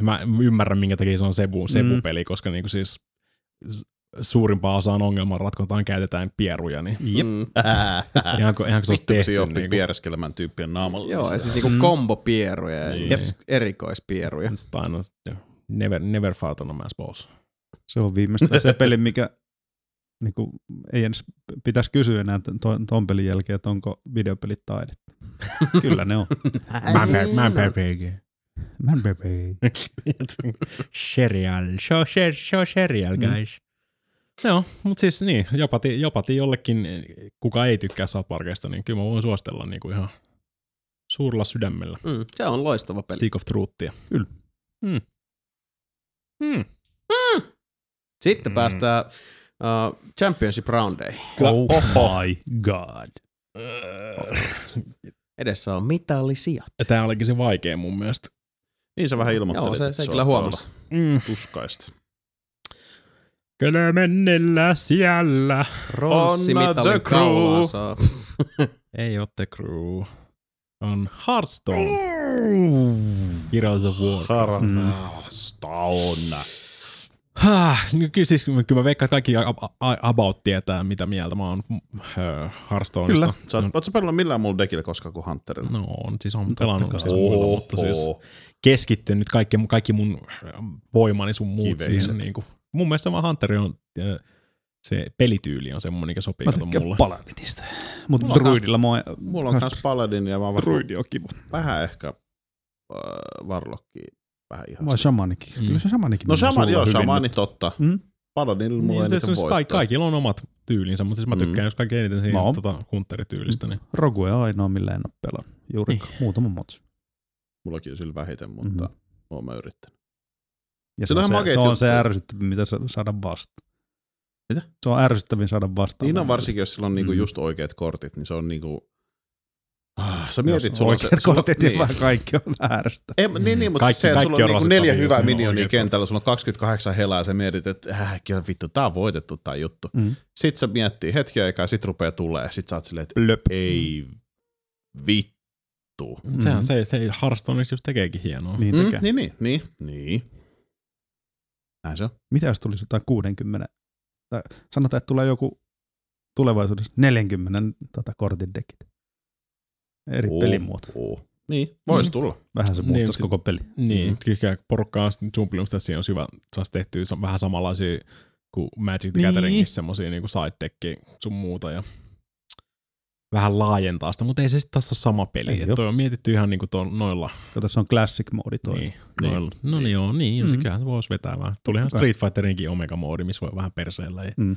D: mä ymmärrän, minkä takia se on Sebu, Sebu-peli, koska niinku siis s- suurimpaan osaan ongelman ratkontaan käytetään pieruja, niin
C: Jep.
A: Mm.
D: ihan kuin, ihan kuin se olisi
B: Vittu, kun se
D: tehty.
B: oppi
D: Niin
B: niinku. piereskelemään tyyppien niin naamalla.
A: Joo, ja
B: Joo,
A: siis niinku
C: Mm.
A: kombopieruja,
D: Niin.
A: ja siis erikoispieruja.
D: never, never fart on a man's balls.
C: Se on viimeistään se peli, mikä niinku, ei edes pitäisi kysyä enää t- to, ton pelin jälkeen, että onko videopelit taidetta. Kyllä ne on.
D: Man, man, man, man,
C: Man baby.
D: [laughs] Serial, show, show, show serial, guys. Mm. Joo, mutta siis niin, jopa, ti- jopa ti jollekin, kuka ei tykkää South Parkista, niin kyllä mä voin suostella niinku ihan suurella sydämellä.
A: Mm. Se on loistava peli.
D: Stick of Truthia.
C: Kyllä.
D: Mm. Mm.
A: Sitten
E: Mm.
A: mm. päästään uh, Championship Roundeihin.
C: Oh my god.
A: Edessä on mitallisia.
D: Ja Tää olikin se vaikea mun mielestä.
B: niin se vähän ilmoitteli,
A: Joo, se,
B: että
A: se
B: saattaa
A: kyllä huomasi.
B: olla
D: Mm.
B: Tuskaista.
D: Kyllä mennellä siellä.
A: Ronssi
B: Onna the
A: mitallin
B: crew.
A: kaulaan saa. [laughs]
D: Ei oo The Crew. On Hearthstone. Heroes of War.
B: Harrastaonna.
D: Häh, niin kyllä, siis, kyllä mä veikkaan, että kaikki a- a- about tietää, mitä mieltä mä oon öö, Hearthstoneista.
C: Kyllä.
B: Sä oot, oot sä pelannut millään muulla dekillä koskaan kuin Hunterilla?
D: No on, siis on
C: Totta
D: pelannut
C: kai.
D: siis muilla, mutta siis keskittynyt kaikki, kaikki mun voimani sun muut
B: Kiveiset.
D: siihen. Niin kuin, mun mielestä vaan Hunteri on, ö, se pelityyli on semmoinen, mikä sopii
C: Mä
D: kato
C: tykkään
D: mulle.
C: paladinista. Mut
B: Mulla on
C: druidilla mua...
B: Mulla on kans Paladin ja mä oon vähän,
C: Druidi on kiva.
B: vähän ehkä äh, varlokki vähän ihan.
C: Vai shamanikin.
D: Mm.
C: Kyllä se shamanikin.
B: No
C: menee
B: shaman,
C: sulla
B: joo,
C: hyvin
B: shamani
C: nyt.
B: totta.
C: Mm.
B: Paladinilla mulla
D: Niin,
B: ei
D: se,
B: niitä
D: se, se,
B: voittoa.
D: kaikki, kaikilla on omat tyylinsä, mutta siis mä tykkään jos kaikkein eniten siitä
C: Mm. Mä oon.
D: tota, Hunterityylistä. Niin.
C: Rogue on ainoa, millä en ole pelannut. Juurikaan.
B: Niin.
C: Muutama motsi.
B: Mullakin on sillä vähiten, mutta
C: Mhm.
B: mm-hmm. oon mä yrittänyt.
C: Ja
B: Se
C: se,
B: on
C: on
B: ihan
C: se,
B: makeet
C: se on se
B: juttu.
C: ärsyttävin, mitä sa- saada vasta.
B: Mitä?
C: Se on ärsyttävin saada vasta.
B: Niin on varsinkin, jos sillä on niinku
C: Mm.
B: just oikeat kortit, niin se on niinku... Ah, Sä
C: Jos
B: mietit,
C: on
B: sulla on se...
C: oikeat kortit, niin
B: niin.
C: vähän kaikki on ärsyttävää.
B: Ei, niin, niin, mutta kaikki,
D: Kaikki-
B: se, että
D: kaikki
B: sulla
D: on
B: on niinku neljä
D: rasittavia,
B: hyvää
D: jos ne on
B: minionia
D: oikeat
B: kentällä, sulla on 28 helaa ja sä mietit, että äh, kyllä vittu, tää on voitettu tää juttu.
C: Mm.
B: Sit sä miettii hetki aikaa, sit rupee tulee, sit sä oot silleen, että Blöp. ei vittu.
D: Mm. Sehän se, se Hearthstone just tekeekin hienoa.
C: Niin
B: Mm,
C: tekee.
B: niin, niin, niin, niin. Näin se on.
C: Mitä jos tulisi jotain 60, tai sanotaan, että tulee joku tulevaisuudessa 40 tota, kortin dekit. Eri
B: Oo.
C: pelimuoto.
B: Oo. Niin, vois
D: Mm.
B: tulla.
C: Vähän se
D: Niin,
C: muuttaisi
D: se-
C: koko peli.
D: Niin,
B: Mm.
D: mm. kyllä porukkaa Jumpliumsta siinä on syvä, saisi tehtyä sa- vähän samanlaisia kuin Magic the
B: Niin.
D: Gatheringissa, semmosia niinku side decki sun muuta ja vähän laajentaa sitä, mutta ei se sitten taas ole sama peli.
C: Ei
D: Et
C: oo.
D: toi on mietitty ihan niinku to, noilla.
C: Kato, se on classic moodi toi.
D: Niin, noilla. No niin, joo, niin, mm.
C: Mm.
D: se kyllähän se voisi vetää vähän. Tulihan
C: Totta kai.
D: Street Fighterinkin Omega-moodi, missä voi vähän perseellä ja
C: Mm.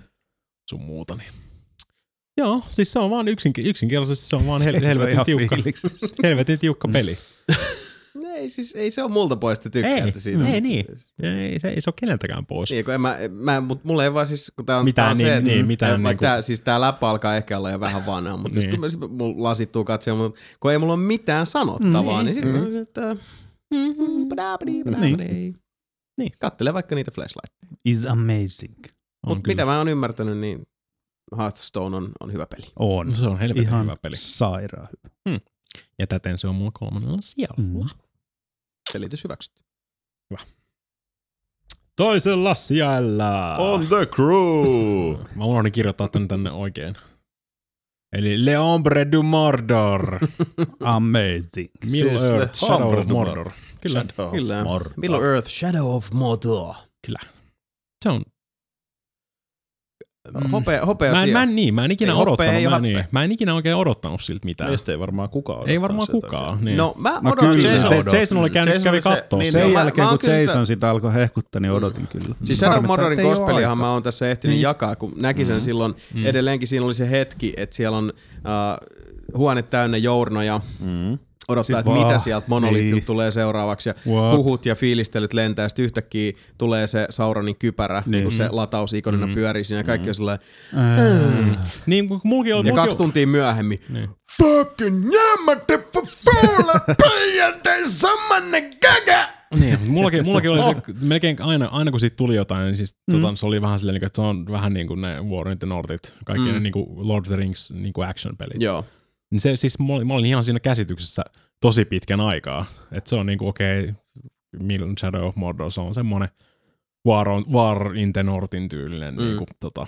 D: sun muuta. Niin. Joo, siis se on vaan yksinkin, yksinkertaisesti se on
C: [laughs]
D: vaan
C: Se-
D: hel-
C: se on
D: helvetin,
C: ihan
D: tiukka,
C: fiiliksissä.
D: helvetin tiukka
C: [laughs]
D: peli.
A: Ei, siis, ei se ole multa pois, että tykkäätte
D: Ei,
A: siitä.
D: ei niin. Ei, se ei se ole keneltäkään pois.
A: Niin, kun en mä, mä, mut mulle ei vaan siis, kun tää on,
D: Mitään
A: tää on
D: niin-
A: se, että-
D: niin, mitään
A: tää,
D: niinku-
A: niinku... tää, siis tää läppä alkaa ehkä olla jo vähän vanha, mutta just
D: Niin.
A: kun mä, sit mulla lasittuu katsoa, mutta kun ei mulla ole mitään sanottavaa, niin, sitten mm. että...
C: Mm-hmm.
D: Mm,
A: Niin. niin. Kattele vaikka niitä flashlight.
C: Is amazing.
D: On
A: Mutta
D: kyllä.
A: mitä mä oon ymmärtänyt, niin Hearthstone on, on hyvä peli.
C: On.
D: No se on helvetin
C: Ihan
D: hyvä peli.
C: sairaan hyvä.
D: Ja täten se on mulla kolmannella sijalla.
C: Mm.
A: Selitys hyväksytty.
D: Toisella sijalla.
B: On the
D: [laughs]
B: crew!
D: Mä unohdin kirjoittaa tän tänne oikein. Eli Le Hombre du Mordor.
C: Amazing.
D: Middle
B: Siis Le
D: Earth, Shadow
B: Hombre
D: of
B: du Mordor.
D: Mordor. Kyllä,
B: Shadow of
A: Kyllä.
B: Mordor.
A: Middle Earth, Shadow of Mordor.
D: se on. Mm.
A: Hopea, hopea
D: Mä en,
A: sija.
D: mä en niin, mä en ikinä
A: Ei hoppea,
D: odottanut.
A: ei
D: mä, en,
A: happea.
D: niin, mä en ikinä oikein odottanut siltä mitään.
B: Meistä ei varmaan kukaan odottanut
D: ei varmaan
B: sitä.
D: kukaan. Niin.
A: No mä
C: No
A: odotan.
C: kyllä.
A: Jason-
D: Jason,
B: odotin.
D: Jason oli käynyt,
B: Jason
D: kävi
B: oli se-
D: kattoo
B: niin,
D: sen.
C: Sen
A: mä-
C: jälkeen,
A: mä oon
C: kun
A: kyllä sitä-
C: Jason sitä harmi, että ei oo aikaa. Mm. alkoi hehkuttaa, niin odotin kyllä.
A: Siis Shadow of Mordorin gospeliahan mä oon tässä ehtinyt
C: Niin.
A: niin. jakaa, kun näki sen mm. silloin. Mm. Edelleenkin siinä oli se hetki, että siellä on äh, huone täynnä journoja,
B: Mm.
A: odottaa,
C: Sit
A: että
C: vaan,
A: mitä sieltä monoliitilta
C: niin.
A: tulee seuraavaksi. Ja
C: What?
A: huhut ja fiilistelyt lentää, sitten yhtäkkiä tulee se Sauronin kypärä, niin. kun se latausikonina mm. pyörii siinä ja kaikki on sellainen.
D: Niin, kun mulki oli...
A: Ja
D: mulki
A: kaksi
D: oli-
A: tuntia myöhemmin. Niin. Fucking jämmate for foola päijäte samanne gaga!
D: Niin, mullakin, mullakin oli se, melkein aina, aina kun siitä tuli jotain, niin siis, mm. tota, se oli vähän silleen, niinku, että se on vähän niin kuin ne Warren the Nortit, kaikki mm. ne niin kuin Lord of the Rings niin kuin action-pelit.
A: Joo.
D: Niin se, siis mä olin, mä olin ihan siinä käsityksessä tosi pitkän aikaa, että se on niin kuin okei, okay, Millen Shadow of Mordor, se on semmoinen War, on, War in the Nortin tyylinen mm. niin kuin, tota,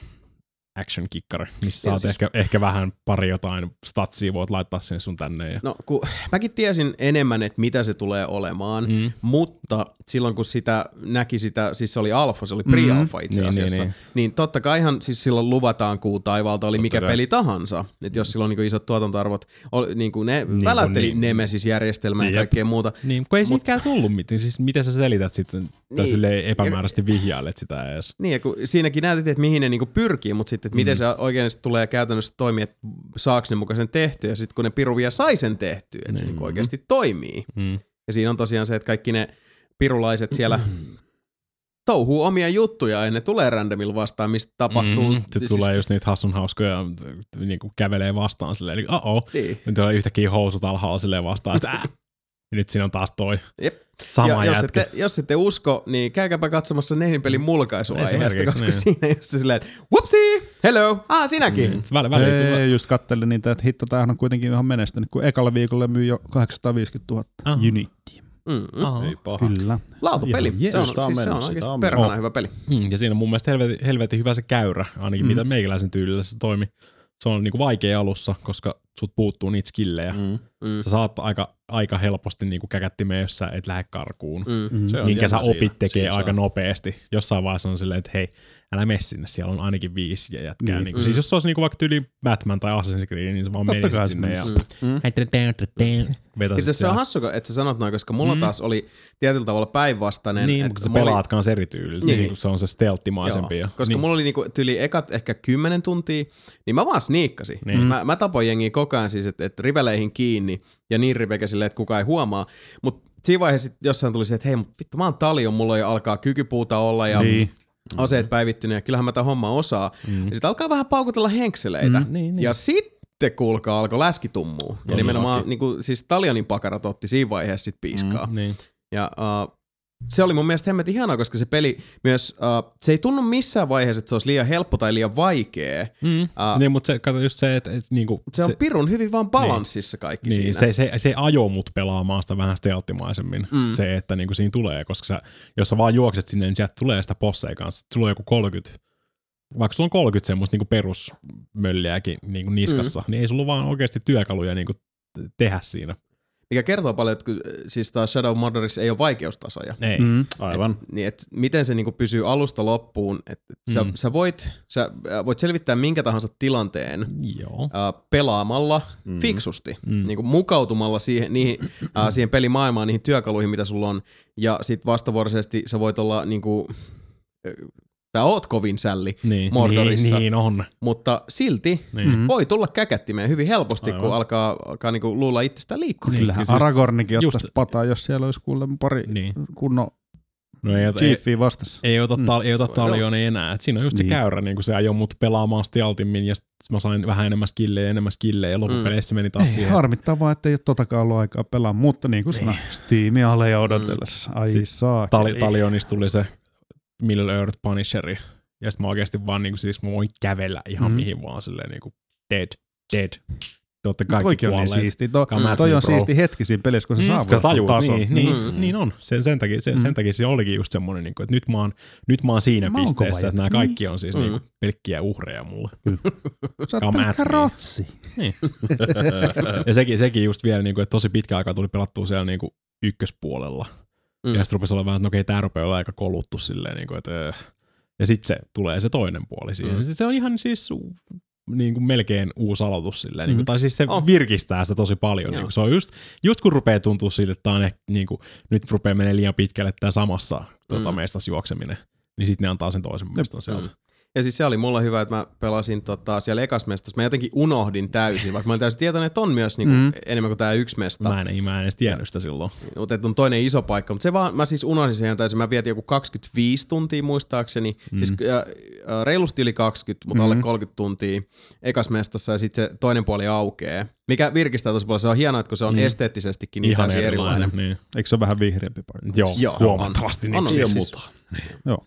D: action-kikkari, missä
A: Joo, siis-
D: saat siis... ehkä, ehkä vähän pari jotain statsia, voit laittaa sinne sun tänne. Ja...
A: No, kun mäkin tiesin enemmän, että mitä se tulee olemaan, mm. mutta silloin kun sitä näki sitä, siis se oli alfa, se oli pre-alfa itse
D: Niin,
A: asiassa, niin,
D: niin,
A: niin.
D: niin.
A: niin totta kaihan siis silloin luvataan kuu taivaalta, oli mikä
B: kai.
A: peli tahansa. Että jos silloin niin isot tuotantoarvot, oli, niin kuin ne niin,
D: kuin
A: väläytteli niin.
D: niin.
A: Nemesis-järjestelmää ja kaikkea muuta.
D: Niin, kun ei Mut... siitäkään tullut mitään. Siis miten sä selität sitten, tai
A: Niin.
D: silleen epämääräisesti vihjailet sitä edes.
A: Niin, ja kun siinäkin näytettiin, että mihin ne niinku pyrkii, mutta sitten, että
D: Mm.
A: miten se oikein sit tulee käytännössä toimia, että saaks ne mukaan sen tehtyä, ja sitten kun ne piru vielä sai sen tehtyä, että se niinku oikeasti toimii.
D: Niin. Mm.
A: Ja siinä on tosiaan se, että kaikki ne pirulaiset siellä
D: Mm.
A: touhuu omia juttuja, ja ne tulee randomilla vastaan, mistä tapahtuu.
D: Mm, se
A: Siis-
D: tulee just niitä hassun hauskoja, niin kuin kävelee vastaan silleen, eli oh
A: Niin.
D: Nyt tulee yhtäkkiä housut alhaalla silleen vastaan, että äh. Ja nyt siinä on taas toi
A: Jep. ja
D: sama
A: jos
D: jätkä. Mm.
A: ette, jos ette usko, niin käykääpä katsomassa Nehin pelin mulkaisuaiheesta,
D: Esimerkiksi,
A: koska
D: niin.
A: siinä ei ole se silleen, että whoopsie, hello, ah sinäkin.
D: Niin, väl, väliin tulee.
C: Ei, just kattelin niitä, että hitto, tämähän on kuitenkin ihan menestynyt, kun ekalla viikolla myy jo 850 000
D: Aha.
C: uniittia.
A: Mm.
D: Aha.
B: Ei paha.
C: Kyllä.
A: Lautapeli.
C: Ihan jees,
A: Se on,
B: tää on
A: siis se on
B: menossa,
A: oikeasti
B: tää on
A: perhana
D: menossa.
A: hyvä peli.
D: Mm, Ja siinä on mun mielestä helvetin, helvetin hyvä se käyrä, ainakin mm. mitä meikäläisen tyylillä se toimi. Se on niinku vaikea alussa, koska sut puuttuu niitä skillejä. Mm.
A: Mm.
D: Sä saat aika, aika helposti niinku käkättimeen, jos sä et lähde karkuun.
A: Mm.
B: Se on
D: minkä sä
B: jännä
D: opit
B: siinä.
D: tekee
B: Siinä saa-
D: aika no- nopeasti. Jossain vaiheessa on silleen, että hei, älä mene sinne, siellä on ainakin viisi ja jätkää.
C: Niin.
D: Niin. Niin, siis
A: Mm.
D: jos se olisi niinku vaikka tyyli Batman tai Assassin's Creed, niin se vaan
C: Totta kai
D: menisit
C: se
D: sinne ja
C: menisi.
D: mm. vetäisit
A: Itse asiassa se on
D: siellä.
A: hassu, kun- että sä sanot noin, koska mulla mm. taas oli tietyllä tavalla päinvastainen.
D: Niin,
A: että
D: mutta kun
A: mulla
D: sä
A: oli-
D: pelaat kanssa eri tyylillä,
A: Niin.
D: niin. niin se on se stelttimaisempi.
A: Joo,
D: ja,
A: koska
D: niin,
A: mulla oli niinku tyyli ekat ehkä 10 tuntia, niin mä vaan sniikkasin. Niin.
D: Niin.
A: Mä, mä tapoin jengiä koko ajan siis, että et riveleihin kiinni ja niin riveke silleen, että kukaan ei huomaa. Mutta siinä vaiheessa sit jossain tuli se, että hei, mut vittu mä oon talion, mulla jo alkaa kykypuuta olla ja niin.
C: Niin.
A: aseet päivittynyt ja kyllähän mä tämän homman osaa. Mm. Ja sit alkaa vähän paukutella henkseleitä. Mm.
D: Niin, niin.
A: Ja sitten kuulkaa, alkoi läski tummuu. Ja nimenomaan niinku, siis Talionin pakarat otti siinä vaiheessa sit piiskaa. Mm.
D: niin.
A: Ja uh, se oli mun mielestä hemmetin ihanaa, koska se peli myös, uh, se ei tunnu missään vaiheessa, että se olisi liian helppo tai liian vaikea.
D: Mm.
A: Ah.
D: niin, mutta se, kato just se, että, että niinku,
A: Mutta se, on pirun hyvin vaan balanssissa kaikki
D: Niin,
A: siinä.
D: se, se, se ajoo mut pelaamaan sitä vähän stealthimaisemmin.
A: Mm.
D: Mm. Se, että niinku siinä tulee, koska sä, jos sä vaan juokset sinne, niin sieltä tulee sitä posseja kanssa. Tulee joku 30, vaikka sulla on 30 semmoista niinku perusmölliäkin niinku niskassa, mm. niin ei sulla vaan oikeasti työkaluja niinku t- tehdä siinä.
A: Mikä kertoo paljon, että kun, äh, siis taas Shadow of Mordorissa ei ole vaikeustasoja.
D: Ei. Mm.
C: Mm.
B: Aivan.
A: Niin, et miten se niinku pysyy alusta loppuun. Et, et sä,
D: Mm.
A: sä, voit, sä äh, voit selvittää minkä tahansa tilanteen
D: Joo.
A: äh, pelaamalla mm. fiksusti, mm. Niin kuin mukautumalla siihen, niihin, äh, siihen pelimaailmaan, niihin työkaluihin, mitä sulla on. Ja sit vastavuoroisesti sä voit olla, niin kuin, sä oot kovin sälli,
D: Niin,
A: Mordorissa.
D: niin, niin on.
A: mutta silti
D: Niin.
A: mm. voi tulla käkättimeen hyvin helposti, Aivan. kun alkaa, alkaa niin kuin luulla itsestään liikkuu. Niin.
C: Kyllähän
D: Siis-
C: Aragornikin
D: just-
C: ottaisi pataa, jos siellä olisi kuulemma pari
D: Niin.
C: kunnon
D: No ei, ota- ei,
C: chiefiä vastassa.
D: ei ota, tal- ei ota
A: Mm. se voi olla.
D: taljoon enää. Et siinä on just se
C: Niin.
D: käyrä, niin kun se ajoi mut pelaamaan stealtimmin ja sit mä sain vähän enemmän skillejä, enemmän skillejä ja
A: Mm.
D: loppupeleissä meni taas
C: Ei,
D: siihen
C: harmittaa vaan, ettei ole totakaan ollut aikaa pelaa, mutta niin kuin sanoin, Steam alle ja odotellessa. Ai
D: Si-
C: saa.
D: Tali, Talionista tuli se Middle Earth Punisheri. Ja sitten mä oikeasti vaan niinku, siis mä voin kävellä ihan
C: Mm.
D: mm. mihin vaan silleen niinku dead, dead. Te ootte kaikki
C: Toikin on niin
D: kuolleet.
C: siisti. Toi,
D: Come at
C: toi
D: me,
C: on
D: bro.
C: siisti hetki siinä pelissä, kun se
D: Mm,
C: saavuttaa
D: sä tajuut,
C: tason.
D: niin, niin,
A: Mm.
D: mm. niin on. Sen, sen, takia, sen,
C: Mm.
D: sen takia se olikin just semmoinen, niinku, että nyt mä oon, nyt mä oon siinä
C: Mä oon kova
D: pisteessä, että nämä
C: jätkä.
D: kaikki on siis
A: Mm.
D: niinku, pelkkiä uhreja mulle.
C: Sä oot
D: Come
C: pelkkä
D: at me.
C: rotsi.
D: ja sekin, sekin just vielä, niinku, että tosi pitkä aikaa tuli pelattua siellä niinku, ykköspuolella.
A: Mm.
D: Mm. Ja sitten rupesi olla vähän, että no okei, tämä rupeaa olla aika koluttu silleen, niin kuin, että öö. ja sitten se tulee se toinen puoli siihen.
A: Mm.
D: Mm. Se on ihan siis u- niin kuin melkein uusi aloitus silleen,
C: Mm.
D: niin kuin, tai siis se
A: On.
D: oh. virkistää sitä tosi paljon.
A: Joo.
D: Niin kuin, se on just, just kun rupeaa tuntua siltä, että tää on ehkä, niin kuin, nyt rupeaa menemään liian pitkälle tämä samassa tota,
A: Mm.
D: mm. juokseminen, niin sitten ne antaa sen toisen muiston sieltä.
A: Ja siis se oli mulla hyvä, että mä pelasin tota, siellä ekas mestassa. Mä jotenkin unohdin täysin, vaikka mä olin täysin tietoinen, että on myös niinku mm.
C: Mm.
A: enemmän kuin tämä yksi mesta.
D: Mä en, mä en edes tiennyt sitä silloin.
A: Mutta että on toinen iso paikka. Mutta se vaan, mä siis unohdin sen ihan täysin. Mä vietin joku 25 tuntia muistaakseni. Mm. Siis äh, äh, reilusti yli 20, mutta mm. alle 30 tuntia ekas mestassa ja sitten se toinen puoli aukeaa. Mikä virkistää tosi paljon. Se on hienoa, että kun se on mm. esteettisestikin niin
D: Ihan
A: täysin erilainen.
D: Niin.
C: Eikö se ole vähän vihreämpi paikka?
D: Joo,
A: Joo,
D: huomattavasti.
A: on.
D: Niin.
A: On, on siis, siis,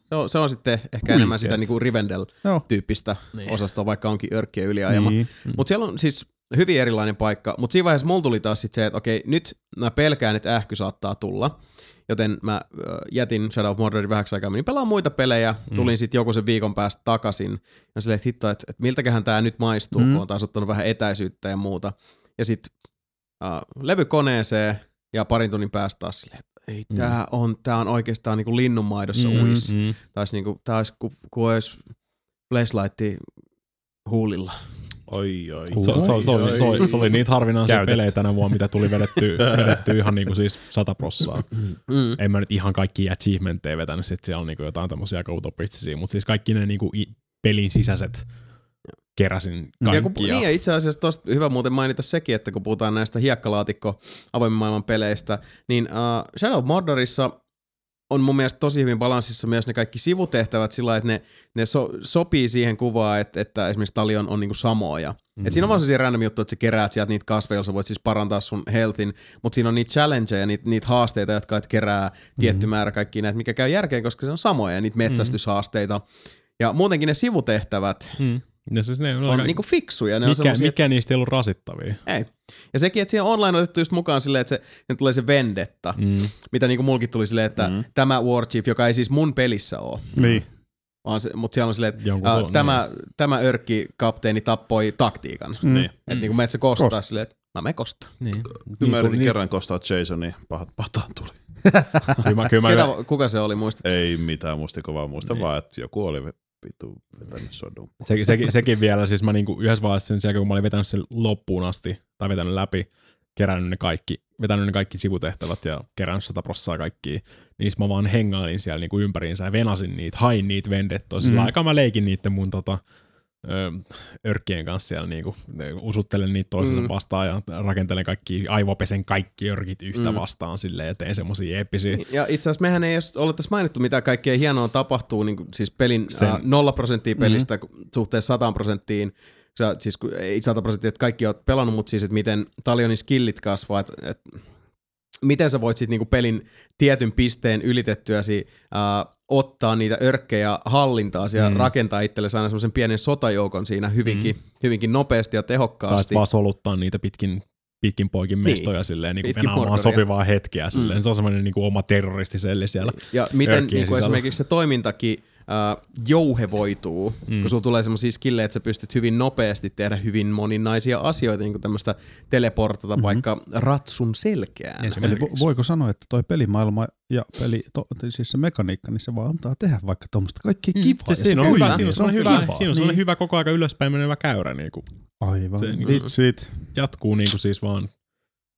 A: se, on, se on sitten ehkä enemmän sitä niinku
C: Joo.
A: Rivendell-tyyppistä osastoa, vaikka onkin örkkiä yliajama.
C: Niin.
A: Mutta siellä on siis hyvin erilainen paikka, mutta siinä vaiheessa mulla tuli taas sit se, että okei, nyt mä pelkään, että ähky saattaa tulla. Joten mä ö, jätin Shadow of Mordorin vähäksi aikaa, menin pelaan muita pelejä, tulin sitten joku sen viikon päästä takaisin. Ja silleen, että hitto, että, että miltäköhän tämä nyt maistuu, mm. kun on taas ottanut vähän etäisyyttä ja muuta. Ja sitten äh, levy koneeseen ja parin tunnin päästä taas silleen, että ei, tää on, tää on oikeastaan niinku linnunmaidossa mm. uis.
D: Mm.
A: Taisi niinku, taas ku, ku olisi flashlightti huulilla.
B: Oi, oi.
D: Se, se, se, oli, se, oli, niin- se oli niitä harvinaisia
C: Käytet.
D: pelejä tänä vuonna, mitä
A: [laughs]
D: tuli vedetty, vedetty ihan niinku siis sata prossaa.
A: Mm.
D: En mä nyt ihan kaikki achievementteja vetänyt, sit siellä on niinku jotain tämmöisiä aika utopistisia, mutta siis kaikki ne niinku i- pelin sisäiset keräsin
A: Ja kun,
D: kaikkia.
A: niin ja itse asiassa tosta hyvä muuten mainita sekin, että kun puhutaan näistä hiekkalaatikko avoimen maailman peleistä, niin uh, Shadow of Mordorissa on mun mielestä tosi hyvin balanssissa myös ne kaikki sivutehtävät sillä lailla, että ne, ne so, sopii siihen kuvaan, että, että esimerkiksi talion on niinku samoja. Mm. Et siinä on vaan sellaisia random juttuja, että sä keräät sieltä niitä kasveja, joilla sä voit siis parantaa sun healthin, mutta siinä on niitä challengeja, niitä, niitä haasteita, jotka et kerää tietty määrä kaikki näitä, mikä käy järkeen, koska se on samoja, ja niitä metsästyshaasteita. Ja muutenkin ne sivutehtävät
D: Mm. Ja siis ne on,
A: on
D: aika,
A: niinku fiksuja. Ne on
D: mikä,
A: semmosia,
D: mikä niistä ei ollut rasittavia.
A: ei. Ja sekin, että siihen online on otettu just mukaan silleen, että se, ne tulee se vendetta, mm. mitä niinku mulkin tuli silleen, että mm. tämä War Chief, joka ei siis mun pelissä ole,
C: Niin.
A: vaan se, mutta siellä on silleen, että
D: Jonkun
A: äh,
D: tuon,
A: tämä, tämä örkki kapteeni tappoi taktiikan.
B: Niin.
A: Mm. Että mm. niinku menet se kostaa Kost. silleen, että mä me kostaa.
D: Niin.
B: Mä
D: tuli-
B: yritin kerran kostaa Jasonin, pahat pataan tuli.
D: Kyllä mä, kyllä mä,
A: Ketä, kuka se oli, muistatko?
B: Ei mitään muistiko, vaan muista vaan, että joku oli vitu vetänyt sodun.
D: Se, se, sekin vielä, siis mä niinku yhdessä vaiheessa sen jälkeen, kun mä olin vetänyt sen loppuun asti, tai vetänyt läpi, kerännyt ne kaikki, vetänyt ne kaikki sivutehtävät ja kerännyt sata prossaa kaikkia, niin sit mä vaan hengailin siellä niinku ympäriinsä ja venasin niitä, hain niitä vendettoa. Sillä mm. aikaa mä leikin niiden mun tota, ö, örkkien kanssa siellä niinku, ne- usuttelen niitä toisensa
A: Mm.
D: mm. vastaan ja rakentelen kaikki, aivopesen kaikki örkit yhtä
A: Mm.
D: mm. vastaan silleen ja tein semmosia eeppisiä.
A: Ja itse asiassa mehän ei edes ole tässä mainittu, mitä kaikkea hienoa tapahtuu, niin kuin siis pelin
D: Sen-
A: äh, 0 prosenttia pelistä mm-hmm. suhteessa 100 prosenttiin. Sä, siis kun, ei 100 prosenttia, että kaikki oot pelannut, mutta siis, että miten Talionin skillit kasvaa, että, että miten sä voit sit niinku pelin tietyn pisteen ylitettyäsi äh, ottaa niitä örkkejä hallintaa ja mm. rakentaa itsellesi aina semmoisen pienen sotajoukon siinä hyvinkin, mm. hyvinkin nopeasti ja
D: tai
A: tehokkaasti.
D: sitten vaan soluttaa niitä pitkin, pitkin poikin mestoja niin. silleen, niin
A: Pitkin
D: kuin vaan
A: Mordoria.
D: sopivaa hetkeä silleen. Se on semmoinen niin kuin oma terroristiselli siellä.
A: Ja miten
D: Örkkien
A: niin kuin
D: sisällä.
A: esimerkiksi se toimintakin äh, jouhevoituu, mm. kun sulla tulee semmoisia skillejä, että sä pystyt hyvin nopeasti tehdä hyvin moninaisia asioita, niin kuin tämmöistä teleportata mm-hmm. vaikka ratsun selkään.
D: Niin se
C: Eli vo-
D: merkitys.
C: voiko sanoa, että toi pelimaailma ja peli, to, siis se mekaniikka, niin se vaan antaa tehdä vaikka tuommoista kaikkea kivaa. ja
D: Mm. se, Siis siinä on
C: toimii,
D: hyvä,
C: niin
D: siinä on Niin. sellainen hyvä,
C: kivaa.
D: siinä on sellainen hyvä koko aika ylöspäin menevä käyrä. Niin kuin
C: Niin. Aivan,
D: se niinku-
C: It's it.
D: jatkuu niin kuin siis vaan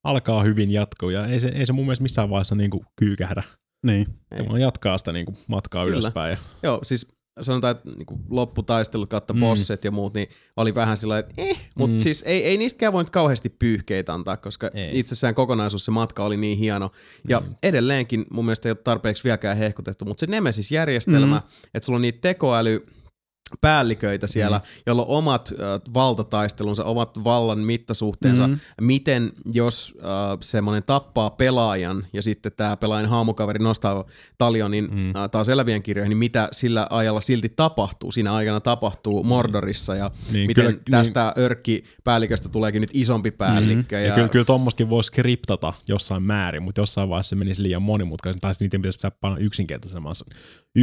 D: alkaa hyvin jatkuu ja ei se, ei se mun mielestä missään vaiheessa niin kuin kyykähdä.
C: Niin.
A: Ei.
D: Se vaan jatkaa sitä niin kuin matkaa
A: Kyllä.
D: Kyllä. ylöspäin. Ja,
A: Joo, siis sanotaan, että niinku lopputaistelut kautta mm. bosset ja muut, niin oli vähän sillä lailla, että eh, mutta mm. siis ei, ei niistäkään voinut kauheasti pyyhkeitä antaa, koska ei.
D: Ei.
A: itsessään kokonaisuus se matka oli niin hieno. Ja mm. edelleenkin mun mielestä ei ole tarpeeksi vieläkään hehkutettu, mutta se Nemesis-järjestelmä, mm. että sulla on niitä tekoäly päälliköitä siellä, mm. joilla on omat äh, valtataistelunsa, omat vallan mittasuhteensa, mm. miten jos äh, semmoinen tappaa pelaajan ja sitten tämä pelaajan haamukaveri nostaa talionin mm. äh, taas elävien kirjoihin, niin mitä sillä ajalla silti tapahtuu, siinä aikana tapahtuu Mordorissa ja niin,
D: Niin,
A: miten
D: kyllä-
A: kyllä, tästä niin. örkkipäälliköstä tuleekin nyt isompi päällikkö. Mm.
D: ja, ja kyllä, kyllä tommostakin voisi skriptata jossain määrin, mutta jossain vaiheessa se menisi liian monimutkaisen, tai sitten niiden pitäisi pitää panna yksinkertaisempana,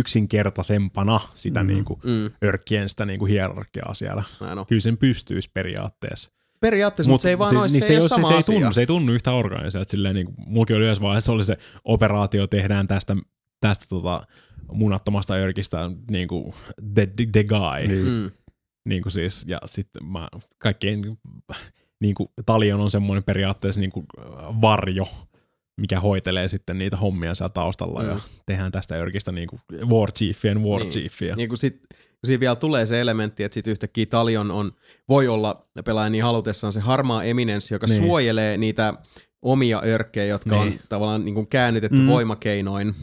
D: yksinkertaisempana sitä mm. niin kuin
A: Mm,
D: örkkien sitä niin kuin hierarkiaa siellä.
A: näin on.
D: Kyllä sen pystyisi periaatteessa.
A: Periaatteessa, mutta se ei vaan siis, ole, se, ei ole sama
D: niin se, ei
A: asia.
D: tunnu, se ei tunnu yhtä organisaatiolta. Silleen niin kuin, mulki oli yhdessä vaiheessa, oli se operaatio, tehdään tästä, tästä tota, munattomasta örkistä niin kuin the, the guy. Niin.
A: Mm.
D: Niin kuin siis, ja sitten mä niinku, kaikkein, niin kuin, talion on semmoinen periaatteessa niin kuin, niinku, äh, varjo mikä hoitelee sitten niitä hommia siellä taustalla
A: Mm.
D: mm. ja tehdään tästä örkistä niinku war chiefien
A: Niin.
D: war niin. chiefia.
A: Niin kun, sit, kun siinä vielä tulee se elementti, että sit yhtäkkiä Talion on, voi olla pelaaja niin halutessaan se harmaa eminenssi, joka niin.
D: Niin.
A: suojelee niitä omia örkkejä, jotka niin. on
D: Niin.
A: tavallaan niin kuin käännytetty mm.
C: Mm.
A: voimakeinoin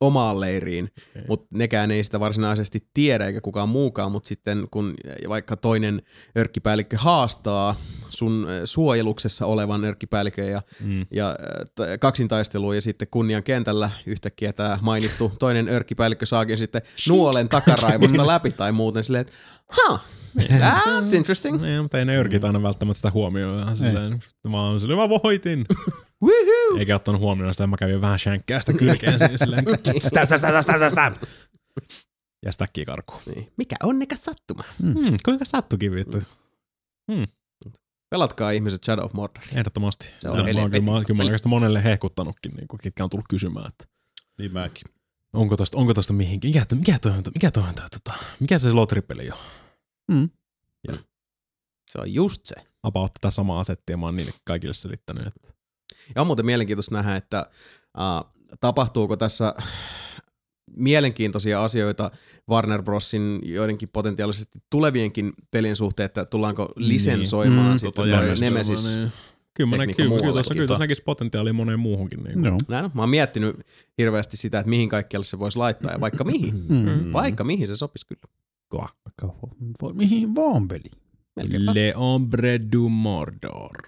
A: omaan leiriin,
D: Okei.
A: mutta nekään ei sitä varsinaisesti tiedä eikä kukaan muukaan, mutta sitten kun vaikka toinen örkkipäällikkö haastaa sun eh, suojeluksessa olevan örkkipäällikön ja
D: Mm.
A: ja eh, t- kaksintaistelu ja sitten kunnian kentällä yhtäkkiä tämä mainittu toinen örkkipäällikkö saakin sitten nuolen takaraivosta läpi tai muuten silleen, että huh, that's interesting.
D: Niin, mutta ei ne örkit aina välttämättä sitä huomioida. Silleen, mä oon silleen, mä [laughs] voitin.
A: Woohoo!
D: Eikä ottanut huomioon sitä, että mä kävin vähän sänkkää sitä kylkeen siinä silleen. Stab, stab, stab, stab, stab. Ja stäkkiä karkuun.
A: Niin. Mikä onnekas sattuma.
D: Hmm, kuinka sattukin vittu.
A: Pelatkaa ihmiset Shadow of Mordor.
D: Ehdottomasti. Se
A: on
D: on mä oon
A: helvetin
D: kyllä, mä, oon- kyllä mä
A: peli.
D: oon oikeastaan monelle hehkuttanutkin, niin kuin, ketkä on tullut kysymään, että
B: Niin mäkin.
D: onko tosta, onko tosta mihinkin, mikä, toi- mikä toi on, mikä toi on, toi, tota, mikä se lotripeli on?
A: Se on just se.
D: About tätä samaa asettia mä oon niille kaikille selittänyt. Että.
A: Ja on muuten mielenkiintoista nähdä, että äh, tapahtuuko tässä mielenkiintoisia asioita Warner Brosin joidenkin potentiaalisesti tulevienkin pelien suhteen, että tullaanko lisensoimaan niin.
D: Mm,
A: sitten
D: tota
A: toi
D: järjestelmää,
A: Nemesis.
D: niin. Kyllä, mä näin,
A: tekniikka tota-
D: kyllä, kyllä,
A: muuallakin.
D: tuossa, kyllä tuossa näkisi potentiaalia moneen muuhunkin. Niin kuin.
C: Joo.
A: Näin on. Mä oon miettinyt hirveästi sitä, että mihin kaikkialle se voisi laittaa ja vaikka mihin.
C: Mm.
A: Vaikka mihin se sopisi kyllä.
C: Vaikka voi- Mihin vaan peli.
A: Melkeinpä.
D: Le Ombre du Mordor.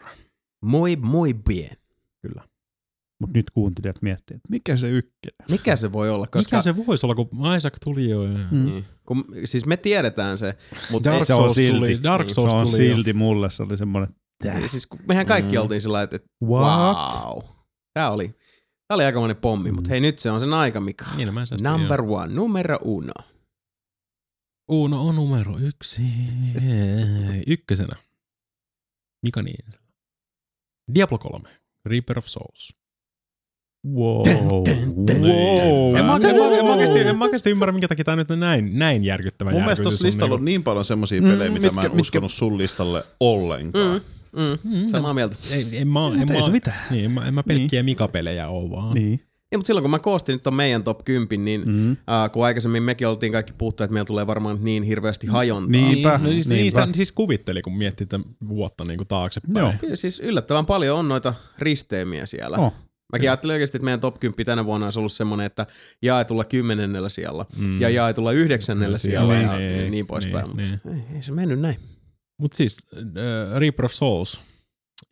A: Moi moi bien.
C: Mutta nyt kuuntelijat miettii, että mikä se ykkönen.
A: Mikä se voi olla? Koska
D: Mikä se voisi olla, kun Isaac tuli jo? Ja...
C: Mm.
A: Niin. Kun, siis me tiedetään se, mutta
D: Dark
A: ei,
C: se on
D: Souls tuli.
C: silti.
D: Dark
A: Niin,
D: Souls
C: se on
D: tuli jo.
C: silti mulle, se oli semmoinen,
A: ei- siis, kun mehän kaikki
B: Mm.
A: mm. oltiin sillä lailla, että
C: what?
A: wow. Tämä oli, tää oli aikamoinen pommi, mutta hei nyt se on sen aika, Mika.
D: Mm. Niin, mä en saa sitä
A: Number one, numero uno.
D: Uno on numero yksi. Ykkösenä. Mika Niinisellä. Diablo 3. Reaper of Souls.
C: Wow.
D: En mä,
C: Wow.
D: en, mä, en, mä oikeasti, en mä oikeasti ymmärrä, minkä takia tämä nyt on näin, näin järkyttävä
B: Mun mielestä
D: järkytys
B: tuossa
D: on
B: listalla on
D: niinku-
B: niin paljon semmoisia
C: Mm,
B: pelejä, mitä
C: mitkä-
B: mä en
C: mitkä-
B: uskonut sun listalle ollenkaan.
A: Mm, mm,
D: Mm,
A: samaa mieltä.
D: Ei, en mä, en,
C: Mutta
D: mä,
C: ei se mitään.
D: niin, en, mä, en mä pelkkiä Mika-pelejä oo vaan.
C: Niin.
A: Ei, mutta silloin kun mä koostin nyt ton meidän top 10, niin
C: Mm.
A: Äh, kun aikaisemmin mekin oltiin kaikki puhuttu, että meillä tulee varmaan niin hirveästi hajontaa.
C: Niin. Niinpä,
D: Niin, no siis,
C: niinpä.
D: niistä siis kuvitteli, kun mietti tämän vuotta niin kuin taaksepäin.
C: Joo.
A: Kyllä siis yllättävän paljon on noita risteimiä siellä.
C: Oh.
A: Mäkin ajattelin oikeasti, että meidän top 10 tänä vuonna olisi ollut semmoinen, että jaetulla kymmenennellä siellä
D: Mm.
A: ja jaetulla yhdeksännellä
D: Niin,
A: siellä
D: niin,
A: ja
D: niin,
A: niin, niin
D: niin,
A: poispäin.
D: niin.
A: Mutta ei, ei se mennyt näin.
D: Mut siis äh, Reaper of Souls.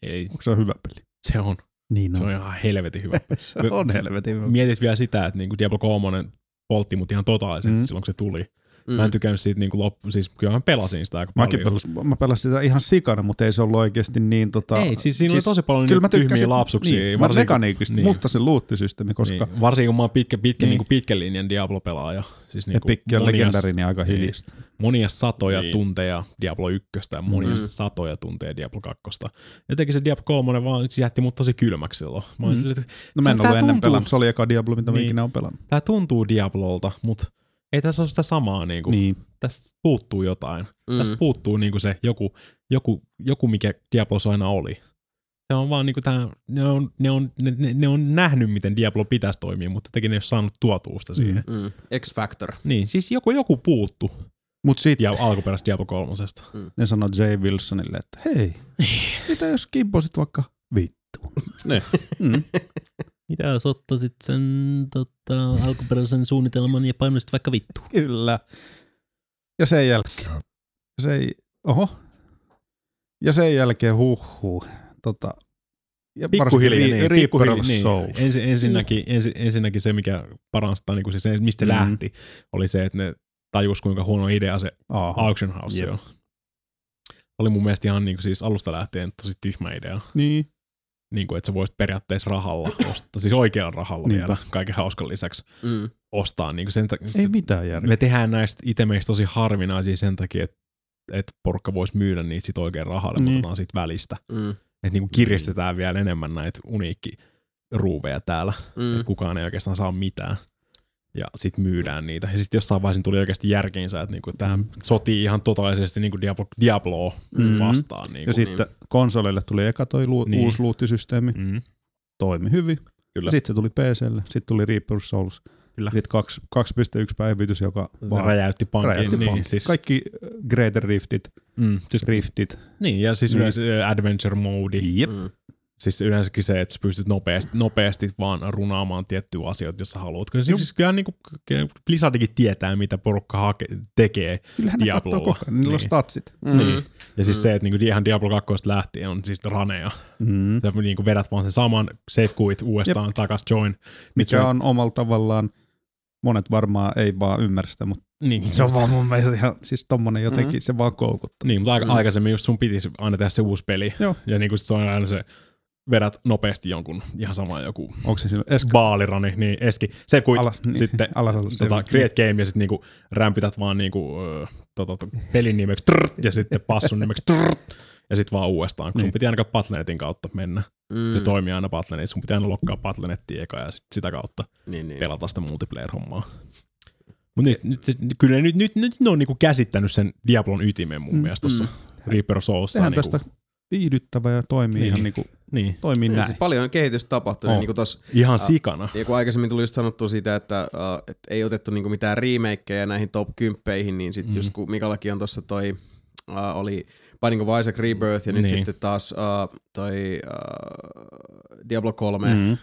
D: Ei,
C: Onko se hyvä peli?
D: se on,
C: Niin
D: se on ihan helvetin hyvä.
C: Se on helvetin hyvä.
D: Mietit vielä sitä, että niinku Diablo 3 poltti mut ihan totaalisesti
C: Mm.
D: mm. silloin, kun se tuli.
A: Mm.
D: Mä en tykännyt siitä niinku loppu, siis kyllä mä pelasin sitä aika
C: Mäkin
D: paljon.
C: pelasin, mä pelasin sitä ihan sikana, mutta ei se ollut oikeasti niin tota...
D: Ei, siis siinä oli tosi paljon
C: kyllä mä
D: niitä tyhmiä
C: tykkäsin-
D: lapsuksia.
C: Niin, varsinkin,
D: varsinkin,
C: mekaniikista, niin.
D: niin.
C: mutta se luuttisysteemi, koska
D: niin, varsinkin kun mä oon pitkä, pitkä,
C: Niin.
D: niin. niinku pitkän linjan Diablo-pelaaja. Siis
C: niin
D: niinku
C: Epic ja
D: monia-
C: Legendary niin aika
D: niin.
C: hiljasta.
D: monia satoja
B: Niin.
D: niin. tunteja Diablo 1 ja monia
A: Mm.
D: mm. satoja tunteja Diablo 2. Jotenkin se Diablo 3 vaan se jätti mut tosi kylmäksi silloin. Mä mm.
C: Mm.
D: sille,
C: No mä en
D: Tää
C: ollut ennen
D: tuntuu-
C: pelannut, se oli eka Diablo, mitä niin. mä
D: Niin.
C: ikinä oon pelannut.
D: tää tuntuu Diablolta, mutta ei tässä ole sitä samaa. Niinku, niin.
C: Niin.
D: Tässä puuttuu jotain. Mm.
A: mm.
D: Tässä puuttuu niinku se joku, joku, joku, mikä Diablossa aina oli. Se on vaan niinku tää, ne, on, ne, on, ne, ne, ne on nähnyt, miten Diablo pitäisi toimia, mutta jotenkin ne ei ole saanut tuotua sitä
C: niin.
D: siihen. Mm.
A: Mm. X-Factor.
D: Niin, siis joku, joku puuttu
C: Mut sit
D: dia, alkuperäisestä Diablo 3.
C: ne sanoi Jay Wilsonille, että
D: [laughs]
C: hei, mitä jos kimposit vaikka vittuun?
B: Niin.
C: Mm.
D: [laughs] Mitä jos ottaisit sen tota, alkuperäisen suunnitelman ja painoisit vaikka vittu?
C: Kyllä. Ja sen jälkeen. Se ei, oho. Ja sen jälkeen huhhuh. Tota, ja varsinkin
D: Pikkuhiljaa, niin.
C: Re- Reaper
D: pikkuhiljaa,
C: of Souls.
D: Ensi, ensinnäkin, ensi, ensinnäkin se, mikä parasta, niin kuin siis se, mistä se
C: Mm.
D: lähti, oli se, että ne tajus kuinka huono idea se
C: Aha.
D: auction house
C: Jep.
D: on. Oli mun mielestä ihan niin kuin siis alusta lähtien tosi tyhmä idea.
C: Niin.
D: Niin kuin, että sä voisit periaatteessa
C: [laughs]
D: rahalla ostaa, siis oikealla rahalla
C: Niinpä.
D: vielä, kaiken hauskan lisäksi
A: Mm.
D: ostaa. Niin kuin sen, ta-
C: Ei mitään järkeä.
D: me tehdään näistä itse meistä tosi harvinaisia sen takia, että että porukka voisi myydä niitä sit oikein rahalla,
C: Niin.
D: mutta otetaan siitä välistä.
A: Mm.
D: Että niinku kiristetään vielä enemmän näitä uniikki ruuveja täällä.
A: Mm.
D: että kukaan ei oikeastaan saa mitään. Ja sit myydään niitä. Ja sitten jossain vaiheessa tuli oikeasti järkiinsä, että niinku tähän sotii ihan totaalisesti niinku Diablo, Diabloa
C: Mm.
D: vastaan. Niinku.
C: Ja sitten konsoleille tuli eka toi lu-
D: Niin.
C: uusi luuttisysteemi.
D: mm.
C: toimi hyvin.
B: Kyllä.
C: Sitten se tuli PClle, sitten tuli Reaper Souls.
D: Kyllä.
C: Sitten 2.1 päivitys, joka vaan
D: räjäytti pankin.
C: räjäytti
D: niin,
C: pankin.
D: Siis,
C: Kaikki äh, Greater Riftit,
D: mm, siis,
C: Riftit.
D: niin, ja siis
C: Niin.
D: yleensä ö, adventure mode.
C: Jep.
A: Mm.
D: Siis yleensäkin se, että sä pystyt nopeasti, nopeasti vaan runaamaan tiettyjä asioita, jos sä haluat. Kyllä, siis kyllähän niin kuin, Blizzardikin tietää, mitä porukka hake, tekee.
C: Kyllähän ne katsoo
D: Diablolla.
C: koko ajan. Niillä on
D: Niin.
C: statsit.
A: Mm.
D: Niin. Ja siis se, että niinku ihan Diablo 2 lähtien on siis raneja.
C: Mm.
D: Sä niinku vedät vaan sen saman save quit uudestaan Jep. takas join. Nyt se
C: Mikä on omalla tavallaan, monet varmaan ei vaan ymmärrä sitä, mutta
D: Niin,
C: se on vaan mun mielestä ihan, siis tommonen
A: Mm.
C: jotenkin, mm-hmm. se vaan koukuttaa.
D: Niin, mutta aika, aikaisemmin just sun piti se- aina tehdä se uusi peli.
C: Mm. Joo.
D: Ja niinku sit se on aina se, vedät nopeasti jonkun, ihan sama joku
C: Onko se silloin eska?
D: baalirani, niin eski, save quit,
C: Alas, niin,
D: sitten
C: alas, alas,
D: tota,
C: alas.
D: create game ja sitten niinku rämpytät vaan niinku, ö, tota, to- pelin nimeksi trrrt, ja sitten passun nimeksi trrrt, ja sitten vaan uudestaan, kun sun
C: Niin.
D: piti ainakaan patlenetin kautta mennä. Se
A: Mm.
D: toimii aina Battle.net, sun pitää aina lokkaa Battle.nettiin eka ja sit sitä kautta
A: Niin, niin.
D: pelata sitä multiplayer-hommaa. Mutta nyt, nyt, siis- kyllä ne nyt, nyt, nyt ne on niinku käsittänyt sen Diablon ytimen mun
C: Mm.
D: mielestä tuossa Reaper of Soulsissa.
C: Sehän
D: niinku,
C: tästä viihdyttävä ja toimii
D: Niin.
C: niin. ihan niinku,
D: Niin,
C: toimii
A: Ja
C: näin.
A: Siis paljon on kehitystä tapahtunut,
C: On.
A: oh. niin kuin tossa,
D: ihan sikana.
A: ja kun aikaisemmin tuli just sanottu siitä, että, äh, että ei otettu niin kuin mitään remakeja näihin top 10 niin sitten
D: Mm.
A: mm. just kun Mikallakin on tuossa toi, äh, oli Binding of Isaac Rebirth ja nyt
D: Niin.
A: niin. sitten taas äh, toi äh, Diablo 3, mm.
C: Mm.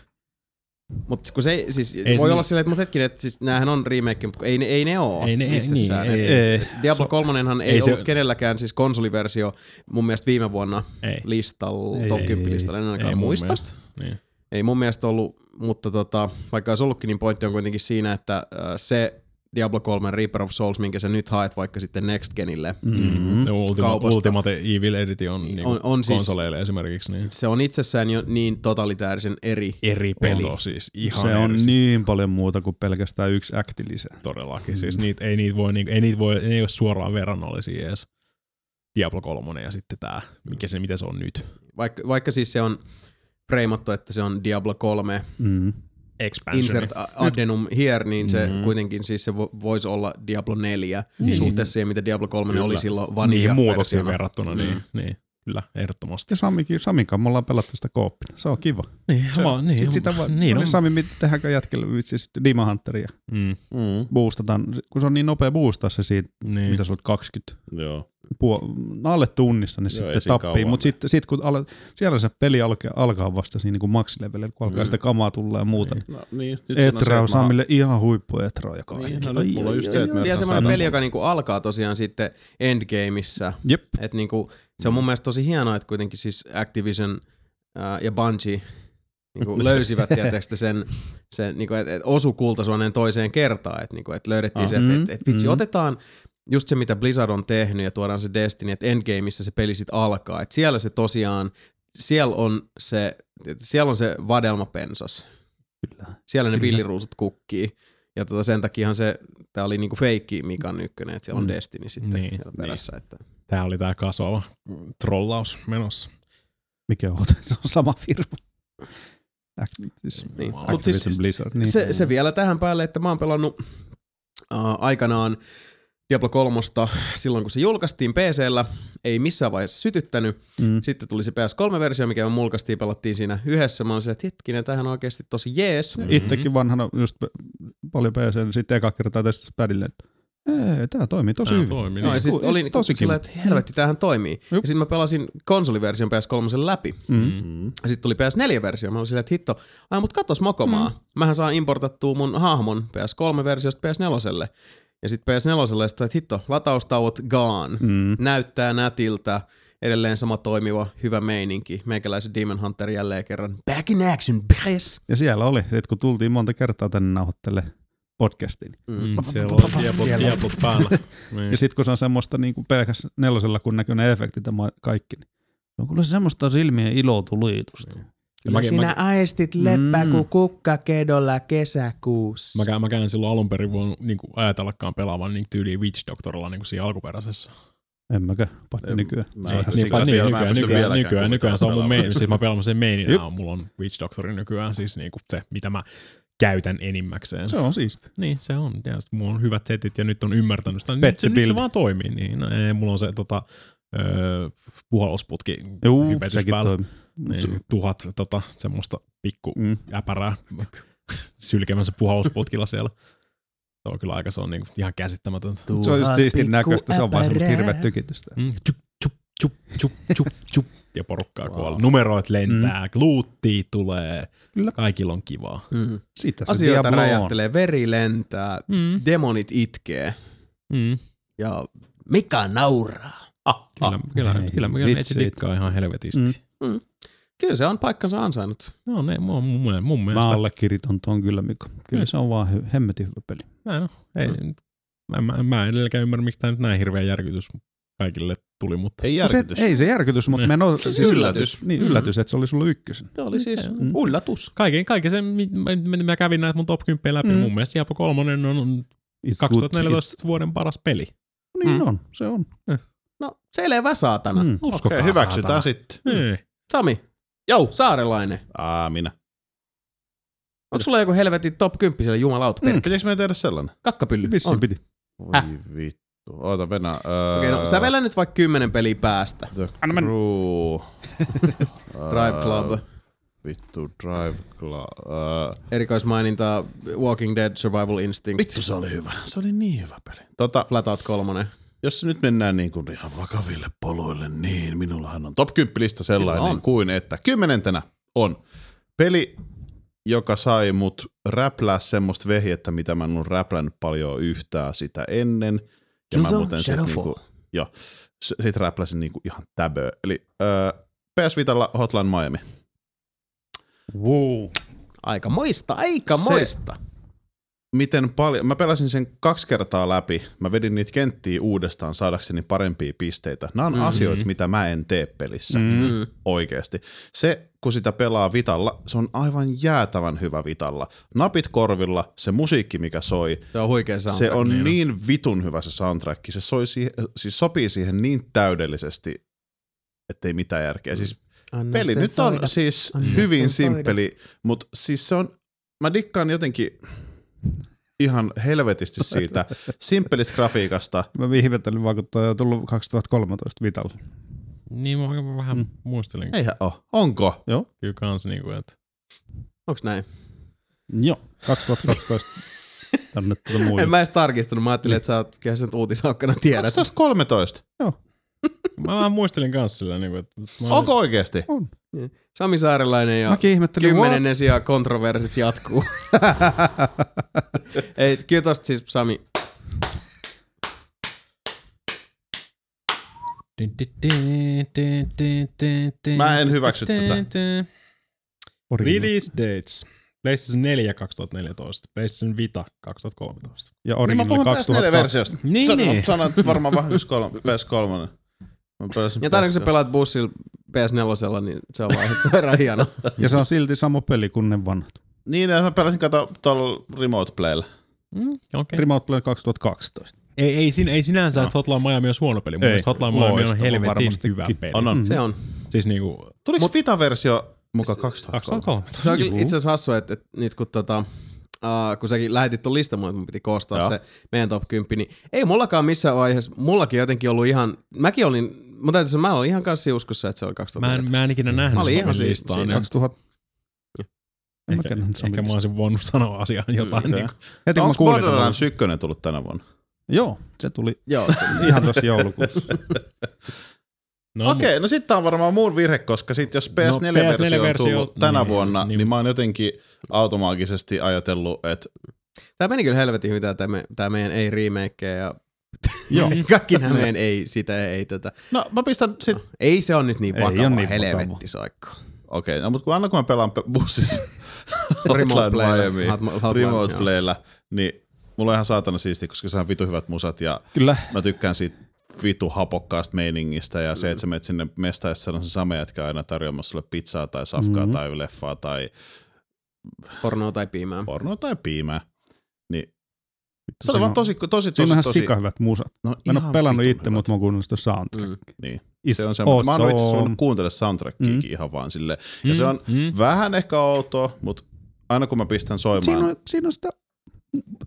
A: Mutta kun se ei, siis
D: Ei
A: ei
D: se
A: voi
D: niin-
A: olla silleen, että mut hetkinen, että siis näähän on remake, mutta ei, ne- ei ne oo
D: Ei ne- ei-
A: Ah, itsessään.
D: niin,
A: Et
D: ei.
C: Ei.
A: Diablo 3 ei,
D: ei
A: ei
D: se-
A: ollut kenelläkään, siis konsoliversio mun mielestä viime vuonna
D: Ei.
A: listalla,
C: Ei,
A: top
C: ei,
A: 10 listalla, en ainakaan
D: mun
A: muista.
D: mielestä. Niin.
A: Ei mun mielestä ollut, mutta tota, vaikka olisi ollutkin, niin pointti on kuitenkin siinä, että äh, se Diablo 3 Reaper of Souls, minkä sä nyt haet vaikka sitten Next Genille,
D: Mm-hmm. Ne Ultima,
A: Kaupasta.
D: Ultimate Evil Edition on, niinku, on,
A: On- on siis-
D: konsoleille esimerkiksi. Niin.
A: se on itsessään jo niin totalitäärisen eri.
D: Eri peto siis. Ihan
C: se on
D: eri, siis
C: niin paljon muuta kuin pelkästään yksi akti lisää.
D: Todellakin. Siis niitä, ei, niitä voi, niinku, ei niitä voi, ne ei ole suoraan verrannollisia edes. Diablo 3 ja sitten tämä, mikä se, mitä se on nyt.
A: Vaikka, vaikka siis se on preimattu, että se on Diablo 3
C: Mm.
D: Expansion.
A: insert a- addendum here, niin se mm-hmm. kuitenkin siis se vo- voisi olla Diablo 4
D: Niin.
A: niin. suhteessa siihen, mitä Diablo 3
D: Kyllä.
A: oli silloin
D: Niihin
A: vanilla
D: muutoksiin
A: versiona.
D: verrattuna, niin, niin. Kyllä, ehdottomasti.
C: Ja Samikin, Samin kanssa me ollaan pelattu sitä kooppina. Se on kiva.
D: Niin,
C: Se-
D: vaan, niin,
C: Sitten sitä vaan,
D: niin
C: no
D: on.
C: niin Sami, mit, tehdäänkö jätkelle vitsi sitten Dima Hunteria?
D: Mm,
B: Mm.
C: Boostataan, kun se on niin nopea boostaa se siitä,
D: niin.
C: mitä sulla on 20
B: Joo.
C: puo- no alle tunnissa, niin
B: Joo, ei
C: sitten
B: siinä
C: tappii.
B: kauan
C: Mutta sitten sit, kun ala, siellä se peli alkaa, alkaa vasta siinä niin maksilevelillä, kun alkaa mm. sitä kamaa tulla ja muuta. Niin.
B: No, niin. Nyt siinä on se,
C: Etra on
B: että mä-
C: Samille ihan huippuetra, joka
B: Niin, no nyt mulla on just se, että mä
A: Vielä
B: otan
A: semmoinen
B: sadan.
A: peli, joka niinku alkaa tosiaan sitten Endgameissa.
C: Jep.
A: Et niinku, se
C: Mm.
A: on mun mielestä tosi hienoa, että kuitenkin siis Activision ää, ja
C: [laughs]
A: Bungie niinku löysivät tietysti sen, sen niinku, että et osu kultasuoneen toiseen kertaan. Että niinku, et löydettiin
B: Ah.
A: ah, se, että
C: Mm,
A: et, et vitsi,
C: mm.
A: mm. otetaan just se, mitä Blizzard on tehnyt ja tuodaan se Destiny, että Endgameissa se peli sit alkaa. Et siellä se tosiaan, siellä on se, et siellä on se vadelmapensas.
C: Kyllä.
A: Siellä ne villiruusut kukkii. Ja tota, sen takiahan se, tää oli niinku feikki Mikan ykkönen, että siellä on
C: Mm.
A: Destiny sitten
D: Niin,
A: niin,
D: niin.
A: perässä. Että.
D: Tää oli tää kasvava trollaus menossa.
C: Mikä on? [laughs] Se on sama firma. Act- siis
A: Niin.
D: Wow.
A: Mut siis,
C: Activision Blizzard. Niin.
A: se, se vielä tähän päälle, että mä oon pelannut äh, aikanaan Diablo 3 silloin, kun se julkaistiin PCllä, ei missään vaiheessa sytyttänyt.
C: Mm.
A: Sitten tuli se PS3-versio, mikä me mulkaistiin, pelattiin siinä yhdessä. Mä oon se, että hetkinen, tähän on oikeasti tosi jees.
C: Mm-hmm. Itsekin vanhana just p- paljon PC, niin sitten eka kertaa tästä spadille, että "Ee, tää toimii tosi
D: Tää
C: hyvin.
D: toimii.
A: No,
D: niin.
A: ja siis
C: Ku-
A: oli
C: tosi
A: tosi sillä, että helvetti, tämähän toimii. Ja
C: Jup.
A: sitten mä pelasin konsoliversion PS3 läpi.
C: Mm.
B: Mm.
A: Ja sitten tuli PS4-versio. Mä olin silleen, että hitto, ai mut katos mokomaa. Mm. Mähän saan importattua mun hahmon PS3-versiosta PS4. Ja sitten PS4 sitä, että hitto, lataustauot gone. Mm.
C: Mm.
A: Näyttää nätiltä. Edelleen sama toimiva, hyvä meininki. Meikäläisen Demon Hunter jälleen kerran. Back in action, bitches!
C: Ja siellä oli, sit kun tultiin monta kertaa tänne nauhoittele podcastiin.
D: Mm, siellä on diablo, diablo päällä. Niin.
C: Ja sit kun se on semmoista niin kuin pelkäs nelosella, kun näkyy ne efektit ja ma- kaikki, niin no kyllä se semmoista silmien ilotulitusta.
D: Ja mäkin- Sinä
A: aistit
C: leppää kuin
A: kukka kedolla kesäkuussa.
D: Mä, käyn, mä käyn silloin alun perin voinut niin ajatellakaan pelaavan niin tyyliin Witch Doctorilla niin siinä alkuperäisessä.
C: En mäkä, paitsi nykyään.
B: Mä
C: Se on
B: en-
C: ihan
B: niin,
C: sikana.
B: pat-
D: niin,
B: asiassa mä en
D: nykyään,
B: pysty
D: nykyään,
B: vieläkään
D: nykyään, nykyään se on mun
B: kuvitella
D: main, siis mä pelaan sen mainina,
C: Jep.
D: mulla on Witch Doctori nykyään, siis niinku se, mitä mä käytän enimmäkseen.
C: Se on siisti.
D: Niin, se on. Ja sit mulla on hyvät setit ja nyt on ymmärtänyt sitä. Nyt
C: Pet
D: se,
C: the
D: nyt se
C: Bill.
D: vaan toimii. Niin, no, ei, mulla on se tota, öö, puhallusputki
C: Juu,
D: hypetys
C: sekin
D: päällä.
C: toimii.
D: Niin, tuhat tota, semmoista pikku
C: Mm.
D: äpärää sylkemänsä puhausputkilla siellä. Se on kyllä aika, se on niinku ihan käsittämätöntä.
C: Se on just siistin näköistä, se on vaan semmoista hirveä tykitystä.
D: Mm, tjup, tjup, tjup, tjup, tjup, tjup, ja porukkaa wow. kuolee. Numeroit lentää, mm. gluuttia tulee,
C: Kyllä.
D: kaikilla on kivaa.
A: Mm.
C: Siitä se
A: Asioita
C: Diablo on.
A: räjähtelee, veri lentää,
D: Mm.
A: demonit itkee
D: Mm.
A: ja Mika nauraa. Ah,
D: Kyllä, kyllä,
C: ei,
D: kyllä, kyllä, ne
C: vitsit.
D: se dikkaa ihan helvetisti. Mm.
A: Kyllä se on paikkansa ansainnut.
D: No ne, mun, mun, mun
C: Mä
D: mielestä.
C: allekirjoitan tuon kyllä, Mikko. Kyllä
D: Mm.
C: se on vaan hy- hemmetin hyvä peli.
D: Mä, en, oo- ei, mm. mä, mä, mä en edelläkään ymmärrä, miksi tämä nyt näin hirveä järkytys kaikille tuli, mutta
B: Ei
C: No se,
B: järkytys.
C: ei se järkytys, mutta
D: Mm.
C: me no, siis
B: Yllätys.
C: Niin, yllätys, että se oli sulla ykkösen.
A: Se oli siis
D: Niin Se- Mm.
A: ullatus.
D: kaiken, kaiken sen, mi- mä, mä- mä kävin näitä mun top 10 läpi,
C: Mm.
D: mm. mun mielestä Diablo 3 on- on
C: It's
D: 2014 vuoden paras peli.
C: Good. Niin on, se on.
A: No selvä saatana. Mm.
C: Mm.
D: Uskokaa
B: Okei, hyväksytään
D: saatana.
B: sitten.
D: Niin.
A: Sami,
B: Jou!
A: saarelainen.
B: Aa, minä.
A: Onko sulla joku helvetin top 10 siellä jumalauta? Mm.
B: Pitäisikö meidän tehdä sellainen?
A: Kakkapylly.
C: Vissiin
A: On.
C: piti.
B: Voi
A: Häh?
B: vittu. Oota, Venä. Öö,
A: Okei, no sävellä nyt vaikka kymmenen peliä päästä.
B: The [laughs] Crew. Äh,
A: Drive Club,
B: Vittu, Drive Club. Öö,
A: erikoismaininta Walking Dead Survival Instinct,
B: vittu, se oli hyvä. Se oli niin hyvä peli. Tota,
A: Flatout 3.
B: jos nyt mennään niin kuin ihan vakaville poluille, niin minullahan on top 10 lista sellainen
A: Sillä
B: on.
A: on.
B: kuin, että kymmenentenä on peli, joka sai mut räplää semmoista vehjettä, mitä mä en ole räplännyt paljon yhtään sitä ennen. Ja mä
A: Killzone
B: muuten sit
A: Shadowfall.
B: niinku, joo, s- sit räpläsin niinku ihan täbö. Eli öö, PS Vitalla Hotline Miami.
C: Wow.
A: Aika moista, aika
B: Se-
A: moista.
B: miten paljon, mä pelasin sen kaksi kertaa läpi, mä vedin niitä kenttiä uudestaan saadakseni parempia pisteitä. Nämä
A: Mhm.
B: on mm-hmm. asioita, mitä mä en tee pelissä mm.
A: Mm.
B: oikeasti. Se, kun sitä pelaa vitalla, se on aivan jäätävän hyvä vitalla. Napit korvilla, se musiikki, mikä soi,
A: Se on huikea soundtrack.
B: se on niin vitun hyvä se soundtrack. Se soi siihen, siis sopii siihen niin täydellisesti, ettei mitään järkeä. Siis
A: Anna
B: peli
A: sen
B: nyt on
A: No soida.
B: siis
A: Anna sen
B: hyvin
A: soida.
B: simppeli, mutta siis se on, mä dikkaan jotenkin ihan helvetisti siitä simppelistä grafiikasta.
C: Mä vihvetelin vaan, kun toi on tullut 2013 Vitalle.
D: Niin mä vähän mm. muistelin
B: Eihän oo. Onko?
C: Joo.
D: kyllä kans niinku, että
A: Onks näin?
C: Joo.
A: [laughs]
C: 2012 tänne tuli muille.
A: En mä edes tarkistanut, mä ajattelin, että sä oot kyllä sen uutisakkana tiedät.
B: 2013.
D: mä vähän muistelin kans sillä niinku, että mä olin-
B: Onko oikeesti?
A: Sami Saarelainen ja
C: Mäkin ihmettelin, what?
A: kymmenen sijaan kontroversit
D: [laughs]
A: jatkuu. Ei, kyllä tosta siis Sami.
B: Mä en hyväksy tätä.
C: Origin.
D: Release dates. PlayStation 4 2014, PlayStation Vita 2013.
B: Niin
C: Ja
B: mä
C: Origin oli
B: puhun PS4
C: 2002.
B: versiosta.
D: Niin, niin.
B: Sanoit varmaan vähän just kolme, PS3. Mä pelasin
A: Ja aina kun sä
B: PS3.
A: pelaat bussilla PS4, niin se on vaan ihan sairaan
D: [laughs]
A: hieno.
C: Ja se on silti sama peli kuin ne vanhat.
B: Niin, ja mä pelasin kato tuolla Remote Playlla.
D: Mm, okay.
C: Remote Play 2012.
D: ei, ei, sin, ei sinänsä, no. että Hotline Miami on huono peli. Mun
C: Ei.
D: mielestä Hotline Miami on
C: Loistava Mm-hmm.
D: helvetin
C: varmastikin.
D: hyvä peli.
B: On, on.
A: Se on.
D: Siis niinku
B: Tuliko Vita-versio muka 2003?
D: 2013.
A: Se on kyllä itse asiassa hassua, että, että nyt kun tota, Uh, kun säkin lähetit ton listan mulle, että mun piti koostaa
B: Joo.
A: Joo. se meidän top 10, niin ei mullakaan missään vaiheessa, mullakin jotenkin ollut ihan, mäkin olin, mä täytyy sanoa, mä olin ihan kanssa uskossa, että se oli
D: Mä en,
A: 2014.
D: mä en ikinä nähnyt
A: Mä olin ihan
D: Suomen
A: siinä-
D: listaa.
C: siis
A: siinä.
D: niin-
C: 2000. En
D: Ehkä,
C: mäkään nähnyt samaa
D: ehkä mä
C: listaa.
D: olisin voinut sanoa asiaan jotain.
B: Okei.
D: Niin
C: Heti kun mä
B: Onko
C: kuulin. että mä
B: Borderlands
C: olisin-
B: 1 tullut tänä vuonna?
C: Joo, se tuli
A: Joo,
C: ihan tuossa joulukuussa.
D: no,
B: No, Okei, no sitten tämä on varmaan muun virhe, koska sit jos PS4-versio on
D: PS4-versio
B: tullut tänä
D: niin,
B: vuonna, niin,
D: niin-
B: niin mä oon jotenkin automaagisesti ajatellut, että
A: tää meni kyllä helvetin hyvin tää, me, tää meidän ei remake ja
C: Joo.
A: [laughs] kaikki nämä meidän ei sitä ei tätä.
B: no mä pistän sit,
A: Ei se on nyt niin
C: Ei
A: vakava,
C: oo niin vakava.
A: helvetti soikko.
B: okei, okay, no mut kun aina kun mä pelaan pe- bussissa [laughs]
A: Remote
B: Hotline
A: playlla.
B: Miami,
A: Hotma- Hotline,
B: Remote
A: joo.
B: Playllä, niin mulla on ihan saatana siisti, koska se on vitu hyvät musat ja
C: Kyllä.
B: mä tykkään siitä vitu hapokkaasta meiningistä ja se, että sä menet sinne mestaissa, siellä on se sama jätkä aina tarjoamassa sulle pizzaa tai safkaa mm-hmm.
C: Mhm.
B: tai leffaa tai
A: Pornoa tai piimää.
B: pornoa tai piimää. Niin, se
C: Siinä
B: oli vaan
C: on-
B: tosi, tosi, tosi,
C: Siinä on ihan
B: tosi,
C: sika hyvät musat.
B: no,
C: Mä en
B: ihan
C: ole pelannut
B: vitun
C: itse,
B: hyvät.
C: mutta mä oon kuunnellut sitä soundtrackia.
A: Mm.
B: Niin.
C: It's
B: Se on semmoinen. Mä oon itse asiassa
C: awesome.
B: voinut kuuntele soundtrackiakin mm. ihan vaan silleen. Ja mm. se on
D: Mm.
B: mm. vähän ehkä outoa, mutta aina kun mä pistän
C: Siinä
B: soimaan,
C: on, siinä on sitä,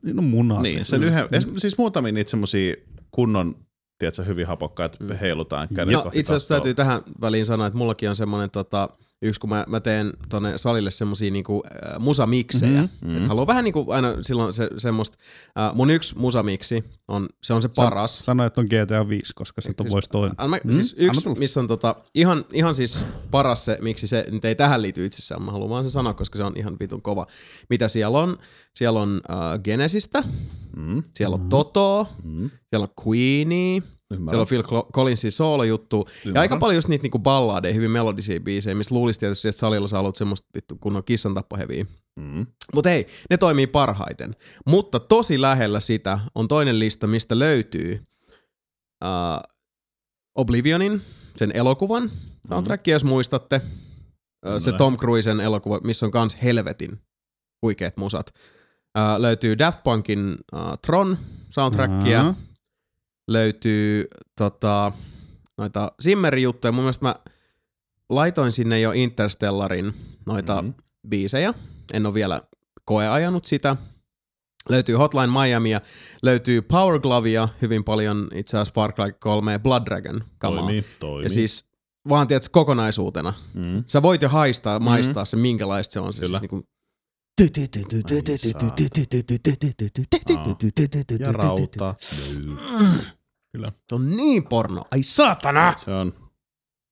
C: siinä on munaa.
B: niin, sen yhden, mm. siis muutamia niitä semmosia kunnon, tiedätkö, hyvin hapokkaita, mm. heilutaan kädet
A: No
B: kohti
A: itse asiassa
B: tahtoa.
A: täytyy tähän väliin sanoa, että mullakin on semmoinen tota, yksi, kun mä, mä teen tonne salille semmosia niinku äh, musamiksejä. Mm-hmm.
B: Mm.
A: Et haluan vähän niinku aina silloin se, semmoista, äh, mun yksi musamiksi on, se on se paras.
C: Sano, että on GTA 5, koska se
A: Siis-
C: voisi toimia.
A: Anna,
C: Mm,
A: mm? siis
C: anna
A: yksi,
C: tulla.
A: missä on tota, ihan, ihan siis paras se, miksi se nyt ei tähän liity itsessään, mä haluan vaan sen sanoa, koska se on ihan vitun kova. Mitä siellä on? Siellä on äh, Genesistä,
B: Mm.
A: siellä on Totoa,
B: Mm.
A: siellä on Queenie, siellä on Phil Col- Collinsin soolojuttu. Ja aika paljon just niitä niinku balladeja, hyvin melodisia biisejä, missä luulisi tietysti, että salilla sä haluat semmoista vittu kunnon kissan tappaheviä.
B: Mm.
A: Mutta ei, ne toimii parhaiten. Mutta tosi lähellä sitä on toinen lista, mistä löytyy uh, Oblivionin, sen elokuvan soundtrack, jos muistatte. Uh, se
B: Mm. Kyllä.
A: Tom Cruisen elokuva, missä on kans helvetin huikeet musat. Uh, löytyy Daft Punkin uh, Tron soundtrackia.
C: Aha.
A: Löytyy tota, noita Zimmer-juttuja. Mun mielestä mä laitoin sinne jo Interstellarin noita
B: Mhm.
A: mm-hmm. biisejä. En ole vielä koeajanut sitä. Löytyy Hotline Miamia, löytyy Power Glovia hyvin paljon, itse asiassa Far Cry 3 ja Blood Dragon kamaa.
B: Toimii, toimii.
A: Ja siis vaan tiedät kokonaisuutena.
B: Mm.
A: Sä voit jo haistaa, maistaa mm-hmm. se, minkälaista se on. Se
B: Kyllä.
A: siis niinku,
B: Ja rauta.
A: se on niin porno. Ai saatana!
B: Se on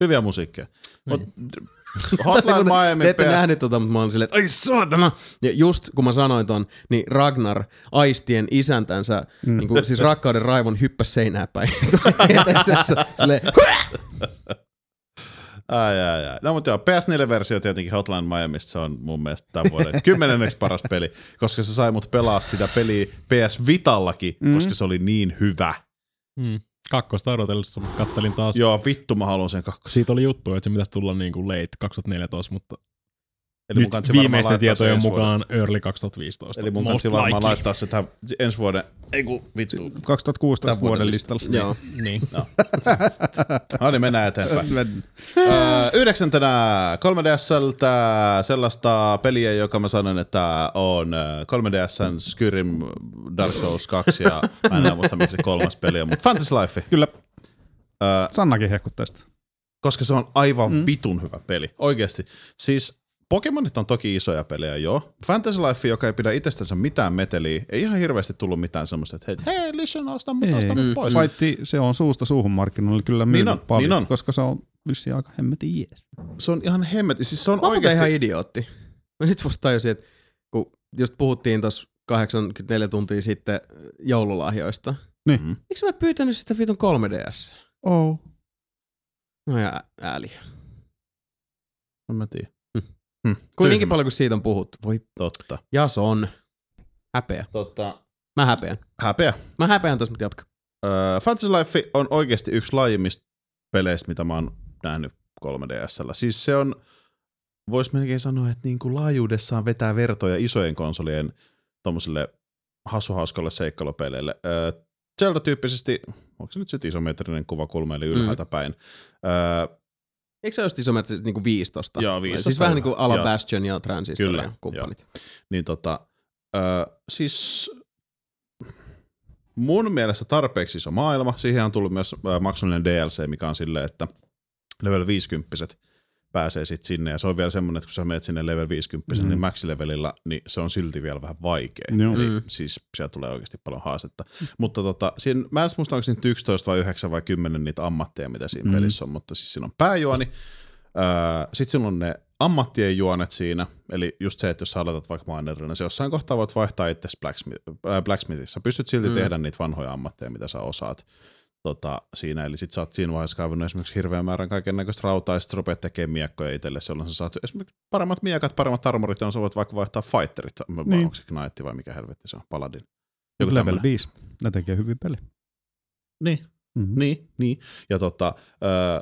B: hyviä musiikkeja. Mut,
A: Kun
B: [laughs] Hotline Miami
A: niinku Te ette
B: PS
A: nähnyt tota, mutta mä olin silleen, että ai saatana! Ja just kun mä sanoin ton, niin Ragnar aistien isäntänsä, mm. niin kuin, siis rakkauden raivon hyppäs seinää päin. [laughs] Tota, Eteisessä, silleen,
B: Ai, ai, ai. No, mutta joo, PS4-versio tietenkin Hotline Miamista, se on mun mielestä tämän vuoden [laughs] kymmenenneksi paras peli, koska se sai mut pelaa sitä peliä PS Vitallakin, mm. koska se oli niin hyvä.
D: Mm. Kakkosta odotellessa mä kattelin taas. Joo.
B: Joo, vittu mä haluan sen kakkosen.
D: Siitä oli juttu, että se pitäisi tulla niin kuin late 2014, mutta
B: Eli mun
D: nyt
B: kansi varmaan
D: viimeisten
B: laittaa se
D: tietojen
B: ensi
D: mukaan early 2015.
B: Vuoden. Eli mun
D: Most
B: kansi varmaan
D: likely.
B: laittaa se tähän ensi vuoden, ei kun vittu.
C: 2016
B: Tämän vuoden
C: vuoden listalla.
A: joo.
D: Niin.
B: No niin, mennään eteenpäin. Öö, yhdeksäntenä 3DSltä sellaista peliä, joka mä sanon, että on ö, 3DSn Skyrim Dark Souls 2 ja mä en enää muista, miksi se kolmas peli on, mutta Fantasy Life,
C: Kyllä,
B: öö,
C: Sannakin hehkuttaa sitä.
B: koska se on aivan mm. vitun hyvä peli, oikeasti. Siis Pokemonit on toki isoja pelejä, joo. Fantasy Life, joka ei pidä itsestänsä mitään meteliä, ei ihan hirveästi tullut mitään semmoista, että hei, hei, listen, osta mut, osta mut pois.
C: Paitsi se on suusta suuhun markkinoilla kyllä myynyt
B: on,
C: paljon,
B: niin on.
C: koska se on vissiin aika hemmetin jees.
B: Se on ihan hemmet, siis se on
A: Mä oon muuten
B: oikeasti
A: ihan idiootti. Mä nyt vasta tajusin, että kun just puhuttiin tuossa 84 tuntia sitten joululahjoista.
C: Niin.
B: Mm.
A: Miksi mä pyytänyt sitä vitun 3DS?
C: Oh.
A: No ja ä- ääliä.
B: No mä tiedän.
A: Kuitenkin
B: Tyhmä.
A: paljon kun siitä on puhuttu. Voi,
B: Totta.
A: ja se on. Häpeä.
B: Totta.
A: Mä häpeän.
B: Häpeä.
A: Mä häpeän tässä, mutta jatka.
B: Öö, Fantasy Life on oikeasti yksi laajimmista peleistä, mitä mä oon nähnyt 3DSllä. Siis se on, vois melkein sanoa, että niinku laajuudessaan vetää vertoja isojen konsolien tommosille hasuhauskalle seikkailupeleille. Öö, Zelda-tyyppisesti, onko se nyt sitten isometrinen kuvakulma, eli ylhäältä päin. Öö,
A: Eikö se just isometriset niinku 15?
B: Joo,
A: Siis
B: 15
A: vähän
B: on
A: niinku
B: hyvä.
A: Ala
B: Joo.
A: Bastion ja Transistor
B: Kyllä,
A: ja kumppanit.
B: niin tota, öö, siis mun mielestä tarpeeksi iso maailma. Siihen on tullut myös öö, maksullinen DLC, mikä on silleen, että level 50 pääsee sitten sinne. Ja se on vielä semmoinen, että kun sä menet sinne level 50, mm.
C: Mm.
B: niin max-levelillä, niin se on silti vielä vähän vaikea.
C: Joo.
B: Eli
A: Mm.
B: siis siellä tulee oikeasti paljon haastetta. Mutta tota, siinä, mä en muista, onko niitä 11 vai 9 vai 10 niitä ammatteja, mitä siinä mm.
C: Mm.
B: pelissä on, mutta siis siinä on pääjuoni. Sitten siinä Öö, on ne ammattien juonet siinä, eli just se, että jos sä aloitat vaikka minerina, niin se jossain kohtaa voit vaihtaa itse blacksmith, äh, blacksmithissa. Pystyt silti mm.
A: Mm.
B: tehdä niitä vanhoja ammatteja, mitä sä osaat tota, siinä. Eli sit sä oot siinä vaiheessa kaivannut esimerkiksi hirveän määrän kaiken näköistä rautaa, ja sit sä rupeat tekemään miekkoja itsellesi, jolloin sä saat esimerkiksi paremmat miekat, paremmat armorit, ja sä voit vaikka vaihtaa fighterit. Niin.
C: Niin.
B: Onko se knight vai mikä helvetti se on, paladin. Joku
C: Level
B: tämmönen.
C: 5. Ne tekee hyvin peli.
B: Niin,
C: Mm-hmm.
B: niin, niin. Ja tota,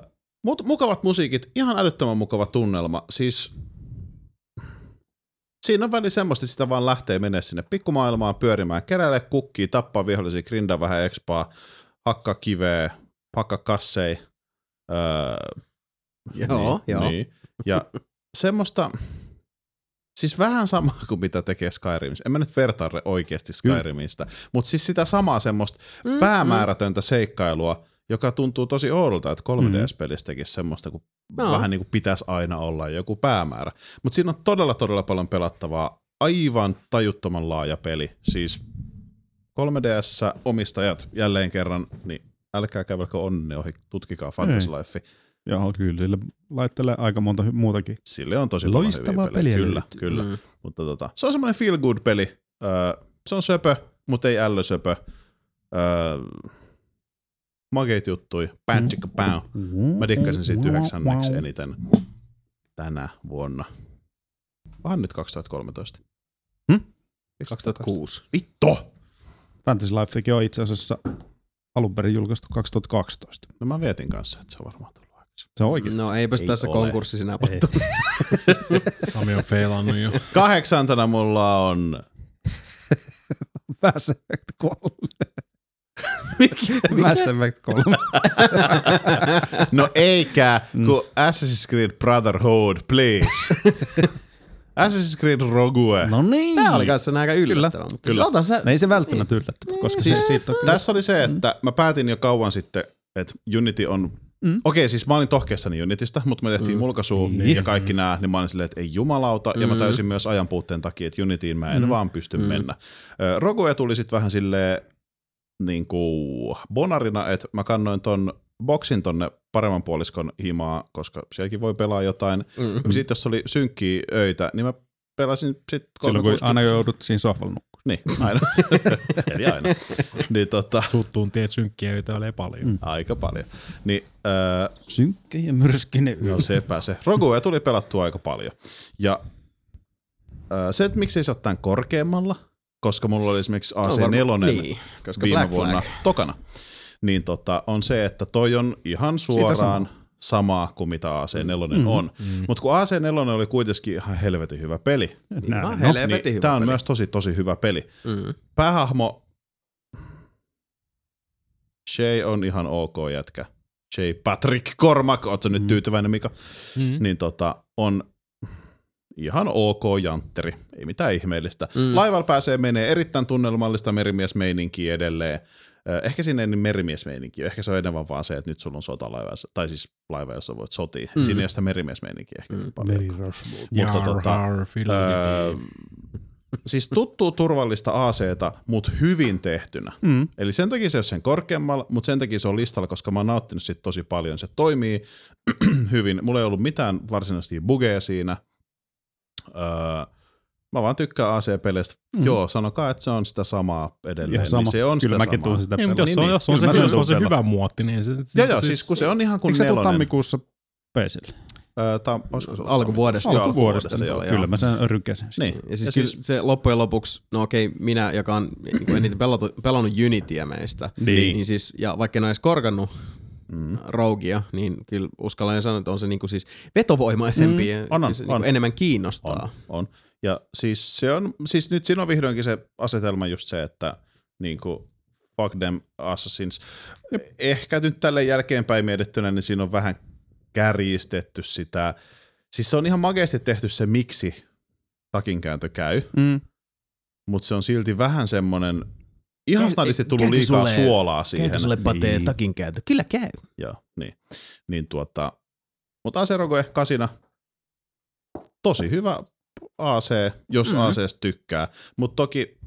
B: ö, mut mukavat musiikit, ihan älyttömän mukava tunnelma. Siis siinä on väli semmoista, että sitä vaan lähtee menee sinne pikkumaailmaan pyörimään, keräile kukkii, tappaa vihollisia, grindaa vähän expaa, hakka kiveä, hakka kassei. Öö,
A: Joo, joo.
B: Niin. Ja semmoista, siis vähän samaa kuin mitä tekee Skyrimissä. En mä nyt vertaa oikeasti Skyrimistä, mutta siis sitä samaa semmoista
A: Mm,
B: päämäärätöntä seikkailua, joka tuntuu tosi oudolta, että
F: Mm-hmm.
B: 3DS-pelissä tekisi semmoista, kun
A: No.
B: no. vähän niin kuin pitäisi aina olla joku päämäärä. Mutta siinä on todella, todella paljon pelattavaa. Aivan tajuttoman laaja peli. Siis 3DS omistajat jälleen kerran, niin älkää kävelkö onne ohi, tutkikaa Fantasy Life.
C: Joo, kyllä. Sille laittelee aika monta hy- muutakin.
B: Sille on tosi
F: Loistavaa
B: paljon hyviä pelejä.
F: peliä
B: Kyllä,
F: löytyy. Mm.
B: kyllä.
A: Mm.
B: Mutta tota, se on semmoinen feel good peli. Öö, se on söpö, mutta ei ällösöpö. Öö, makeit juttui. Bam, chicka, bam. Mm-hmm. Mä dikkasin siitä
C: Mm-hmm.
B: yhdeksänneksi eniten tänä vuonna. Vaan nyt 2013.
C: Hmm?
A: 2006.
B: Vittu!
C: Fantasy Lifekin on itse asiassa alun perin julkaistu 2012.
B: No mä vietin kanssa, että se on varmaan tullut aikaisemmin.
C: Se on oikeasti.
A: No eipäs
B: Ei
A: tässä
B: ole.
A: konkurssi sinä pattu.
D: Sami on feilannut jo.
B: Kahdeksantana mulla on... Mm.
C: Mass Effect
B: [laughs]
C: 3. Mass Effect 3.
B: No eikä,
C: Mm.
B: kun Assassin's Creed Brotherhood, please.
C: [laughs]
B: Assassin's Creed Rogue.
C: No niin.
A: Tää oli kanssa aika yllättävää. Mutta
B: kyllä.
A: Ota sä,
C: No ei se välttämättä yllättävä, koska
B: Siis
C: se, siitä on kyllä.
B: Tässä oli se, että mä päätin jo kauan sitten, että Unity on... Mm. Okei, siis mä olin tohkeessani Unitystä, mutta me tehtiin mm. mulkaisu niin. ja kaikki nämä, niin mä olin silleen, että ei jumalauta. Mm. Ja mä täysin myös ajan puutteen takia, että Unitiin mä en mm. vaan pysty mm. mennä. Ö, Rogue tuli sitten vähän silleen niin kuin bonarina, että mä kannoin ton boksin tonne paremman puoliskon himaa, koska sielläkin voi pelaa jotain. Mm. Sitten jos oli synkkiä öitä, niin mä pelasin sitten
C: Silloin kun aina joudut siinä sohvalla nukkumaan.
B: Niin, aina. [laughs] Eli aina. Niin tota,
D: Suttuun tiet synkkiä öitä olee paljon. Mm.
B: Aika paljon. Niin, öö,
C: Synkkä ja myrskinen yö.
B: no sepä se. Roguea tuli pelattua aika paljon. Ja öö, se, että miksei se ole tämän korkeammalla, koska mulla oli esimerkiksi AC4
A: varmaan-
B: niin,
A: Niin, koska
B: viime
A: Black
B: Black vuonna
A: Flag.
B: tokana, niin tota, on se, että toi on ihan suoraan samaa kuin mitä AC4 mm. on. Mm. Mutta kun AC4 oli kuitenkin ihan helvetin hyvä peli,
C: Näin,
A: Ihan
C: no.
A: helvetin hyvä
B: tämä on
A: peli.
B: myös tosi tosi hyvä peli.
A: Mm.
B: päähahmo Shay on ihan ok jätkä. Shay Patrick Kormak, ootko nyt tyytyväinen Mika?
D: Mm.
B: Niin tota, on ihan ok jantteri, ei mitään ihmeellistä.
A: Mm.
B: Mm. Laivalla pääsee menee erittäin tunnelmallista merimiesmeininkiä edelleen. Ö, Ehkä siinä ei niin merimiesmeininkiä, ehkä se on enemmän vaan se, että nyt sulla on sotalaiva, tai siis laiva, jossa voit sotia. Mm.
A: Mm.
B: Siinä ei ole sitä merimiesmeininkiä ehkä
A: Mm.
B: mm. paljon.
D: Mutta
B: Mutta tota,
D: niin,
B: Öö, siis tuttuu turvallista ACta, mutta hyvin tehtynä.
C: Mm.
B: Eli sen takia se ei ole sen korkeammalla, mutta sen takia se on listalla, koska mä oon nauttinut siitä tosi paljon. Se toimii [clears throat] hyvin. Mulla ei ollut mitään varsinaisia bugeja siinä. Öö, mä vaan tykkään AC-peleistä. Mm. Joo, sanokaa, että se on sitä samaa edelleen.
C: Mm-hmm. Ihan sama.
B: Niin se on
C: Kyllä
B: sitä
C: mäkin
B: samaa.
C: tuun sitä
D: Ei, Niin, mutta
C: pelaa. Niin,
D: jos
B: niin.
D: on, jos
C: Kyllä mä
D: on, se,
C: sen
D: jos on se
C: tuun pelaa.
D: hyvä muotti, niin se... se
B: Joo, joo, siis kun se on ihan kuin
C: Eikö se tule
B: nelonen.
C: tammikuussa PClle?
B: Öö, tam, olisiko se ollut
A: Alkuvuodesta.
B: tammikuussa?
C: Alkuvuodesta.
B: Joo,
A: joo.
C: Kyllä mä sen rykäsen.
B: Niin.
A: Ja siis, ja siis kyllä se loppujen lopuksi, no okei, minä, joka on niinku eniten pelannut, pelannut Unityä meistä,
C: Niin.
A: niin siis, ja vaikka en ole edes korkannut mm. Rogia, niin kyllä uskallan sanoa, että on se niinku siis vetovoimaisempi mm. ja
B: On, on,
A: kyllä se niinku
B: on.
A: enemmän kiinnostaa.
B: On, on. Ja siis, se on, siis nyt siinä on vihdoinkin se asetelma just se, että niin kuin, fuck them assassins. Jep. Ehkä nyt tälle jälkeenpäin mietittynä, niin siinä on vähän kärjistetty sitä. Siis se on ihan makeasti tehty se, miksi takinkääntö käy,
C: Mm.
B: mutta se on silti vähän semmoinen, ihan
A: Käy-
B: snadisti tullut
A: käykö
B: liikaa
A: sulle-
B: suolaa siihen.
A: patee niin. takinkääntö? Kyllä käy.
B: Joo, niin. Niin tuota, mutta AC Rogue kasina, tosi hyvä AC, jos mm-hmm. ACstä tykkää. Mutta toki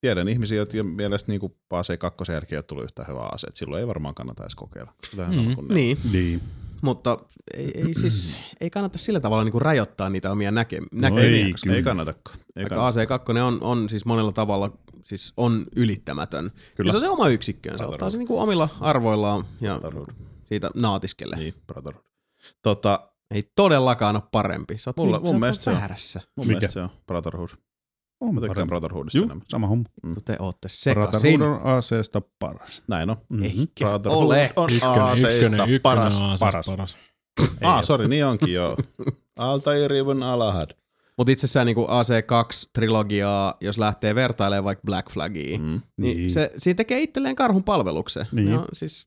B: tiedän ihmisiä, joiden mielestä niin AC 2 jälkeen ei ole tullut yhtään hyvä AC, että silloin ei varmaan kannata edes kokeilla. Mm-hmm.
A: Niin,
C: Niin.
A: mutta ei, ei siis, ei kannata sillä tavalla niinku rajoittaa niitä omia näke- näkemiä.
B: Ei,
C: Ei,
B: ei,
C: kyllä.
B: ei kannatakaan. Ei
A: Aika
B: kannata.
A: AC2 on, on siis monella tavalla siis on ylittämätön. Kyllä. Se on se oma yksikkönsä,
B: Brotherhood.
A: ottaa se niinku omilla arvoillaan ja siitä naatiskelle. Niin.
B: Niin, brother. Tota,
A: Ei todellakaan ole parempi. Sä oot, niin,
B: Mulla- mun
A: sä oot
B: mielestä se on.
A: väärässä.
B: mun
C: Mikä?
B: mielestä se on Brotherhood.
C: On
B: Mä tykkään
C: parempi.
B: Brotherhoodista
C: Juu,
B: enemmän.
C: sama homma.
A: Mutta te ootte
C: Rataruudon
A: sekasin.
C: on aseesta paras.
B: Näin on.
A: Eikä
C: Niin,
B: Brotherhood
A: ole.
B: on ACista paras. paras.
D: paras.
B: Ah, sori, niin onkin joo. Altair ibn Alahad.
A: Mutta itse asiassa niinku AC2-trilogiaa, jos lähtee vertailemaan vaikka Black Flagiin, mm. niin, niin.
C: Niin.
A: Se, siinä tekee itselleen karhun palveluksen.
C: Niin.
A: No, siis,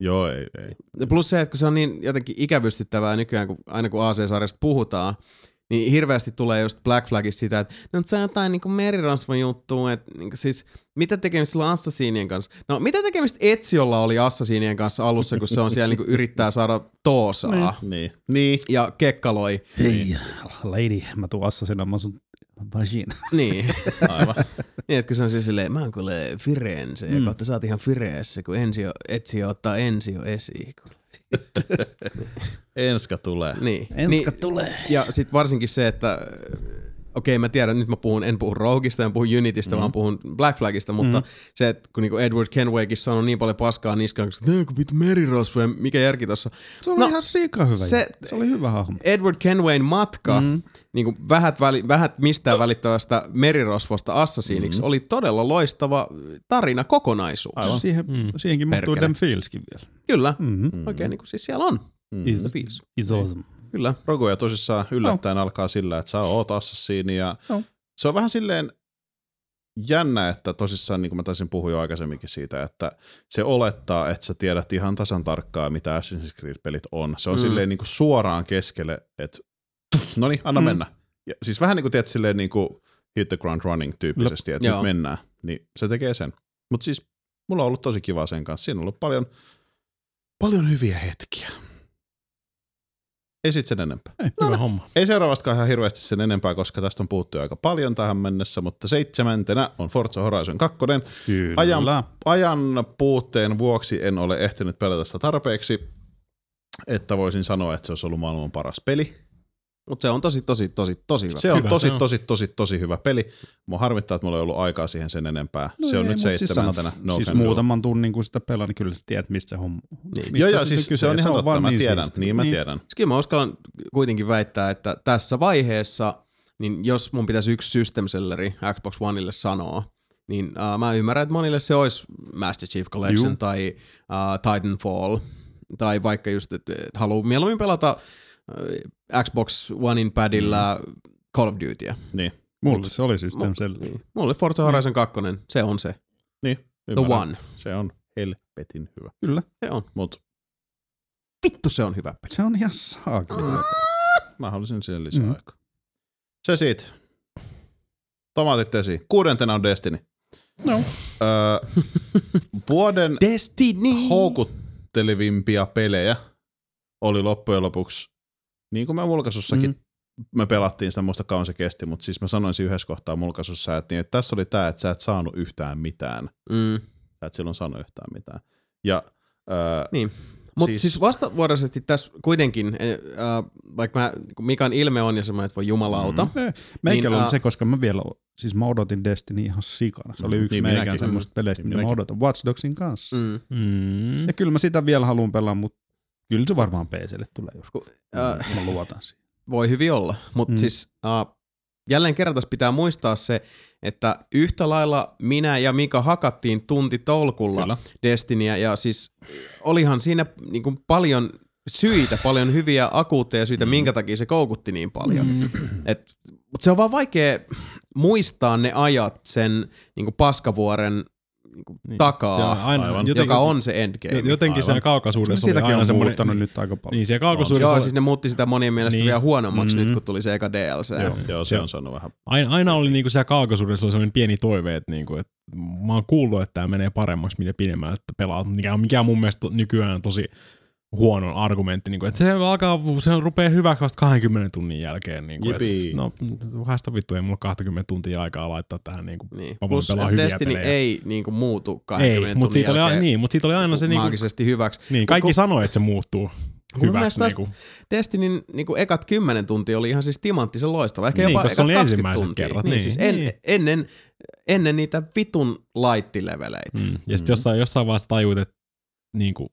B: Joo, ei, ei.
A: Ja Plus se, että kun se on niin jotenkin ikävystyttävää nykyään, kun aina kun AC-sarjasta puhutaan, niin hirveästi tulee just Black Flagissa sitä, että no se on jotain niinku merirasvan juttua, että niinku, siis mitä tekemistä sillä on Assassinien kanssa? No mitä tekemistä Etsiolla oli Assassinien kanssa alussa, kun se on siellä niinku yrittää saada Toosaa
B: Niin. Niin.
A: ja kekkaloi.
C: Hei, lady, mä tuun assassinamaan sun vagina.
A: Niin.
B: Aivan.
A: Niin, että kun se on siis silleen, mä oon kuule Firenze, ja kohta sä oot ihan Fireessä, kun ensio, etsio ottaa ensio esiin.
B: Enska tulee.
A: Niin.
C: Enska
A: niin,
C: tulee.
A: Ja sit varsinkin se, että äh, okei mä tiedän, nyt mä puhun, en puhu Rogueista, en puhu
C: Mm-hmm.
A: Unitista, mm. vaan puhun Black Flagista, mutta mm. se, että kun niinku Edward Kenwaykin sanoi niin paljon paskaa niskaan, koska "Tää on kuin vittu merirosvoja, mikä järki tossa.
C: Se oli
A: No,
C: no, ihan sika hyvä.
A: se-
C: Se, se oli hyvä hahmo.
A: Edward Kenwayn matka,
C: Mm-hmm.
A: mm. niin kuin vähät, väli, vähät mistään välittävästä merirosvosta assasiiniksi, mm. oli todella loistava tarina kokonaisuus.
C: Mm-hmm. Aivan. Siihen,
B: No
C: mm. Siihenkin muuttuu
A: Perkele.
C: Dan Fieldskin vielä.
A: Kyllä,
C: Mm-hmm.
A: mm. oikein niin kuin siis siellä on.
C: Is,
A: Viisi.
C: is awesome.
A: Kyllä.
B: Roguja Mm. tosissaan
A: No.
B: yllättäen alkaa sillä, että sä oot assassiini ja
C: Joo.
B: se on vähän silleen jännä, että tosissaan niin kuin mä taisin puhua jo aikaisemminkin siitä, että se olettaa, että sä tiedät ihan tasan tarkkaan, mitä Assassin's Creed-pelit on. Se on
A: Mm.
B: mm. silleen niin kuin suoraan keskelle, että no niin, anna mm. mennä. Ja, siis vähän niin kuin tiedät silleen niin kuin hit the ground running tyyppisesti, että
A: Joo.
B: nyt mennään. Niin se tekee sen. Mutta siis mulla on ollut tosi kiva sen kanssa. Siinä on ollut paljon, paljon hyviä hetkiä. Ei sit sen enempää.
D: Hyvä no. homma.
B: Ei seuraavastakaan ihan hirveästi sen enempää, koska tästä on puhuttu jo aika paljon tähän mennessä, mutta seitsemäntenä on Forza Horizon 2.
C: Kyllä.
B: Ajan, ajan puutteen vuoksi en ole ehtinyt pelata sitä tarpeeksi, että voisin sanoa, että se olisi ollut maailman paras peli.
A: Mutta se on tosi, tosi, tosi, tosi hyvä.
B: Se on
D: Hyvä,
B: tosi,
D: se on.
B: tosi, tosi, tosi hyvä peli. Mua harmittaa, että mulla ei ollut aikaa siihen sen enempää.
C: No
B: se on
C: ei,
B: nyt
C: mut siis
B: seitsemäntenä.
C: sanot-
B: no
C: siis
B: can do.
C: muutaman tunnin kun sitä pelaa, niin kyllä sä tiedät, mistä se homma. Mistä
B: Joo, joo,
C: on
B: siis
C: kyse.
B: se on ihan totta,
C: vaan
B: mä tiedän.
C: siisti.
B: Niin mä tiedän.
A: Siis Kyllä mä uskallan kuitenkin väittää, että tässä vaiheessa, niin jos mun pitäisi yksi system selleri Xbox Oneille sanoa, niin äh, mä ymmärrän, että monille se olisi Master Chief Collection Juh. tai äh, Titanfall, tai vaikka just, että et haluaa mieluummin pelata äh, Xbox Onein padilla mm. Call of Dutyä.
B: Niin,
C: Mulle se oli siis System Cell.
A: Mulle Forza Horizon 2, se on se,
B: niin,
A: the
B: ymmärrän.
A: one.
B: Se on helvetin hyvä.
C: Kyllä.
A: Se on.
B: Mutta
A: Vittu se on hyvä peli.
C: Se on ihan saakeli.
B: Mä haluaisin siihen lisää
C: Mhm.
B: mm. aikaa. Se siitä. Tomaatit esiin. Kuudentena on Destiny.
C: No.
B: Öö, vuoden
A: Destiny!
B: houkuttelevimpia pelejä oli loppujen lopuksi, niin kuin mä mulkaisussakin, mm. me pelattiin sitä, muista kauan se kesti, mutta siis mä sanoin siinä yhdessä kohtaa mulkaisussa, että, niin, että tässä oli tämä, että sä et saanut yhtään mitään.
A: Mm.
B: Sä et silloin saanut yhtään mitään. Ja öö,
A: Mutta siis,
B: Siis-
A: siis vastavuoroisesti tässä kuitenkin, eh, äh, vaikka mä, kun Mikan ilme on ja semmoinen, että voi jumalauta. Mm.
C: Meikällä
A: Niin,
C: niin,
A: äh,
C: on se, koska mä vielä, siis mä odotin Destiny ihan sikana. Se oli
B: Mm,
C: yksi
B: niin
C: niin meikän
B: minäkin.
C: semmoista peleistä,
B: Niin
C: mitä mä
B: minäkin.
C: odotan Watch Dogsin kanssa. Mm.
A: Mm.
D: Mm.
C: Ja kyllä mä sitä vielä haluan pelaa, mutta kyllä se varmaan PClle tulee joskus.
A: Ku- äh,
C: Mä luotan siihen.
A: Voi hyvin olla, mutta mm.
C: Mm.
A: siis äh, jälleen kerran tässä pitää muistaa se, että yhtä lailla minä ja Mika hakattiin tunti tolkulla Kyllä.
B: Kyllä.
A: Destiniä ja siis olihan siinä niin kuin paljon syitä, paljon hyviä akuutteja syitä, mm. minkä takia se koukutti niin paljon. Mm. Et, mut se on vaan vaikea muistaa ne ajat sen niin kuin paskavuoren niin kuin niin.
D: Se on
A: takaa,
D: aina,
B: Aivan.
A: joka on se endgame.
D: jo- Niin, Jotenkin
B: Aivan.
D: siellä
C: Kyllä
D: kaukaisuudessa oli
C: Siitäkin
D: aina
C: on
D: semmoinen...
C: muuttanut nyt aika paljon.
D: Niin, siellä kaukaisuudessa
A: Joo,
D: oli-
A: siis ne muutti sitä monien mielestä niin.
D: Niin.
A: vielä huonommaksi mm-hmm. nyt,
C: Mhm.
A: kun tuli se eka DLC.
D: Joo.
B: joo, se on saanut vähän
D: Aina, aina oli niinku siellä kaukaisuudessa oli sellainen pieni toive, että niinku, et mä oon kuullut, että tämä menee paremmaksi, mitä pidemmälle että pelaat, mikä on, mikä on mun mielestä nykyään on tosi huono argumentti, niinku, että se alkaa, se rupeaa hyväksi vasta 20 tunnin jälkeen. Niinku, et,
B: Jipii.
D: no, haista vittu, ei mulla 20 tuntia aikaa laittaa tähän niinku,
A: Niin.
D: Mä voin
A: Plus
D: pelaa
A: että
D: hyviä
A: Destiny
D: pelejä.
A: ei niin kuin, muutu 20
D: ei, mutta siitä, oli, aina- niin, mut siitä oli aina se, niinku,
A: maagisesti hyväksi.
D: niin, kaikki
A: Kun-
D: sanoi, että se muuttuu
A: mun
D: hyväksi.
A: mielestä
D: Niinku.
A: Destinin niin kuin, ekat 10 tuntia oli ihan siis timanttisen loistava. Ehkä
D: Niin,
A: jopa
D: koska
A: ekat
D: oli
A: 20
D: ensimmäiset
A: tuntia.
D: kerrat,
A: Niin,
D: niin.
A: siis en,
D: Niin.
A: Ennen, ennen niitä vitun laittileveleitä.
D: Mm. Ja sitten jossain, jossain vaiheessa tajuit, että niinku,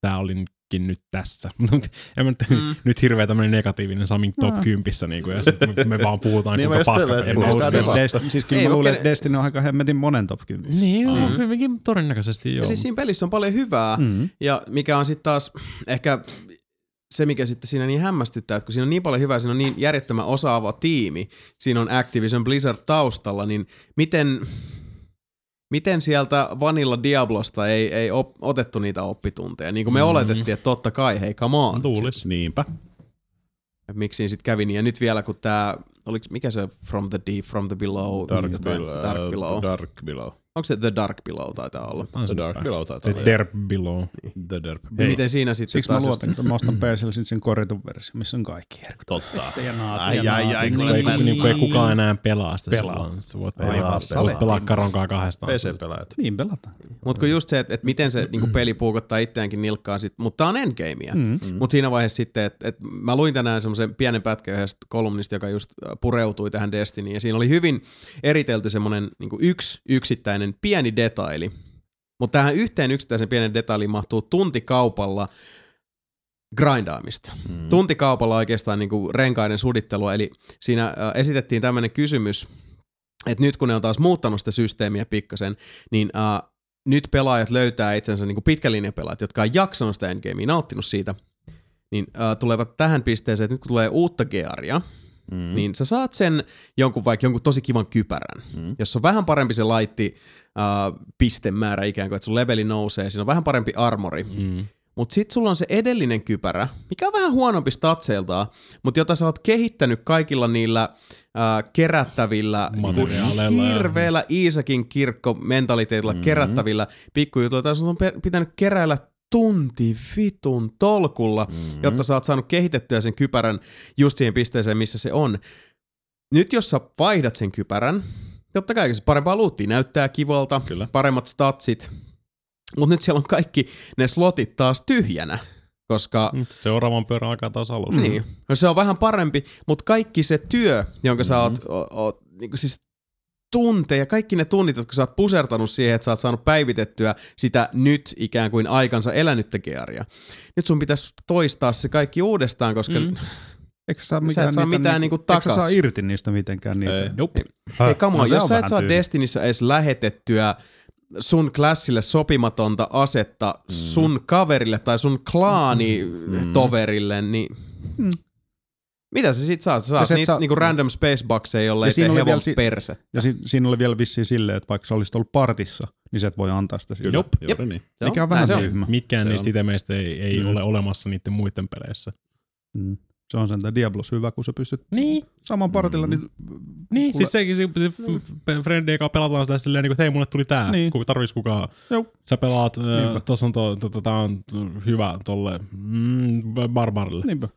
D: tämä olinkin nyt tässä. [laughs] Mut en mä nyt,
A: Mm.
D: mm. nyt hirveä tämmöinen negatiivinen Samin top 10 niinku, ja sit me, me vaan puhutaan
B: Niin
D: niin
B: mä
D: kuinka
B: just
D: paska
B: ajattelin,
D: peli
B: että
D: on.
B: puhutaan
C: Siis,
B: Aivan.
C: Dest- siis kyllä
A: Ei,
C: mä
A: mut
C: luulen,
A: kenen-
C: että Destiny on aika hemmetin monen top 10.
D: Niin joo,
A: Mm.
D: mm. hyvinkin todennäköisesti joo.
A: Ja siis siinä pelissä on paljon hyvää.
C: Mm.
A: Ja mikä on sitten taas ehkä se, mikä sitten siinä niin hämmästyttää, että kun siinä on niin paljon hyvää, siinä on niin järjettömän osaava tiimi, siinä on Activision Blizzard taustalla, niin miten, miten sieltä Vanilla Diablosta ei, ei op, otettu niitä oppitunteja? Niin kuin me mm.
D: Mm.
A: oletettiin, että totta kai, hei come on.
D: Tuulis.
B: Niinpä.
A: En miksi siinä sitten kävi niin. Ja nyt vielä, kun tämä, oliko, mikä se From the Deep, From the Below?
B: Dark,
A: jotain?
B: below,
A: Dark Below.
B: Dark Below.
A: Onko se The Dark Below taitaa olla?
D: Tää on
B: The
D: se
B: Dark
D: päin.
B: Below taitaa
D: Se
B: olla.
D: Derp Below.
B: The Dark
A: Niin
B: Below.
A: miten siinä sitten
C: Siksi mä
A: taas
C: luotan, että mä ostan PClle sitten sen korjatun versio, missä on kaikki herkut.
B: Totta.
C: Ja naat,
B: Ai,
C: ja
B: ai,
C: naat.
B: ai,
D: Niin,
B: kun
D: kun ei,
B: pääsee-
D: niin, kun ei kukaan enää pelaa sitä
C: Pelaa.
D: silloin. Sä voit
B: Pelaa,
D: pelaa,
B: pelaa.
D: sä voit pelaa karonkaan kahdestaan.
B: PC-pelaajat.
C: Niin pelataan.
A: Mutta kun just se, että et miten se niinku peli puukottaa itseäänkin nilkkaan, sit, mutta tämä on endgameä. Mm. Mutta siinä vaiheessa sitten, että et mä luin tänään semmoisen pienen pätkän yhdestä kolumnista, joka just äh, pureutui tähän Destinyin, ja siinä oli hyvin eritelty semmoinen niinku yksi yksittäinen pieni detaili. Mutta tähän yhteen yksittäisen pienen detailiin mahtuu tuntikaupalla grindaamista. Mm. Tuntikaupalla oikeastaan niinku renkaiden sudittelua, eli siinä äh, esitettiin tämmöinen kysymys, että nyt kun ne on taas muuttanut sitä systeemiä pikkasen, niin äh, nyt pelaajat löytää itsensä niin pitkälinjan pelaajat, jotka on jaksanut sitä endgamea, nauttinut siitä, niin äh, tulevat tähän pisteeseen, että nyt kun tulee uutta gearia, mm. niin sä saat sen jonkun vaikka jonkun tosi kivan kypärän, mm. jossa on vähän parempi se laitti äh, pistemäärä ikään kuin, että sun leveli nousee, siinä on vähän parempi armori. Mm. Mutta sitten sulla on se edellinen kypärä, mikä on vähän huonompi statseiltaan, mutta jota sä oot kehittänyt kaikilla niillä äh, kerättävillä,
D: Materiaaleilla, joo.
A: hirve hirveällä Iisakin kirkko mentaliteetilla mm-hmm. kerättävillä pikkujutuilla. Tai sun on pe- pitänyt keräillä tunti vitun tolkulla, mm-hmm. jotta sä oot saanut kehitettyä sen kypärän just siihen pisteeseen, missä se on. Nyt jos sä vaihdat sen kypärän, totta kai se parempaa luuttia näyttää kivalta, Kyllä. paremmat statsit, mutta nyt siellä on kaikki ne slotit taas tyhjänä, koska
D: Nyt Seuraavan pyörän alkaa taas alusta.
A: niin. No se on vähän parempi, mutta kaikki se työ, jonka mm-hmm. sä oot, o, o, niin siis tunteja, kaikki ne tunnit, jotka sä oot pusertanut siihen, että sä oot saanut päivitettyä sitä nyt ikään kuin aikansa elänyttä gearia. Nyt sun pitäisi toistaa se kaikki uudestaan, koska mm.
C: Eikö sä,
A: sä et saa
C: niitä
A: mitään
C: niinku-
A: niinku takas.
C: Eikö sä saa irti niistä mitenkään niitä?
B: Ei.
D: Jup.
A: Hei, come on,
C: Ah, no se
A: jos
C: on
A: sä et
C: vähän
A: saa
C: tyhmä.
A: Destinissä edes lähetettyä sun klassille sopimatonta asetta mm. sun kaverille tai sun klaanitoverille, niin
C: Mm.
A: mitä se sit saa? Sä saat
C: se, et
A: niitä
C: saa-
A: niinku random spaceboxeja, jolle
C: Ja
A: ei
C: siinä
A: tee
C: oli vielä
A: hevon
C: si-
A: perse.
C: Ja si- siinä oli vielä vissiin silleen, että vaikka sä olisit ollut partissa, niin sä et voi antaa sitä sille.
D: Jop.
B: Juuri niin.
A: Joo,
C: Mikä on
A: näin
C: vähän
A: se on.
C: tyhmä.
D: Mitkään
B: Se
D: niistä
B: on.
D: itemeistä ei, ei
C: Mm.
D: ole olemassa niiden muiden peleissä.
C: Mm. Se on sen tämä Diablos hyvä, kun sä pystyt
D: Niin,
C: saman
B: Mm.
C: partilla, niin Kuule-
D: niin. Siis sekin, se, se f- frendi, joka pelataan sitä silleen, niin kuin, että hei, mulle tuli tää,
C: Niin.
D: niin. kun tarvis kukaan.
C: Joo.
D: Sä pelaat,
C: Niinpä.
D: äh, tossa on, to, to, to, tää on hyvä tolle mm, barbarille.
C: niinpä.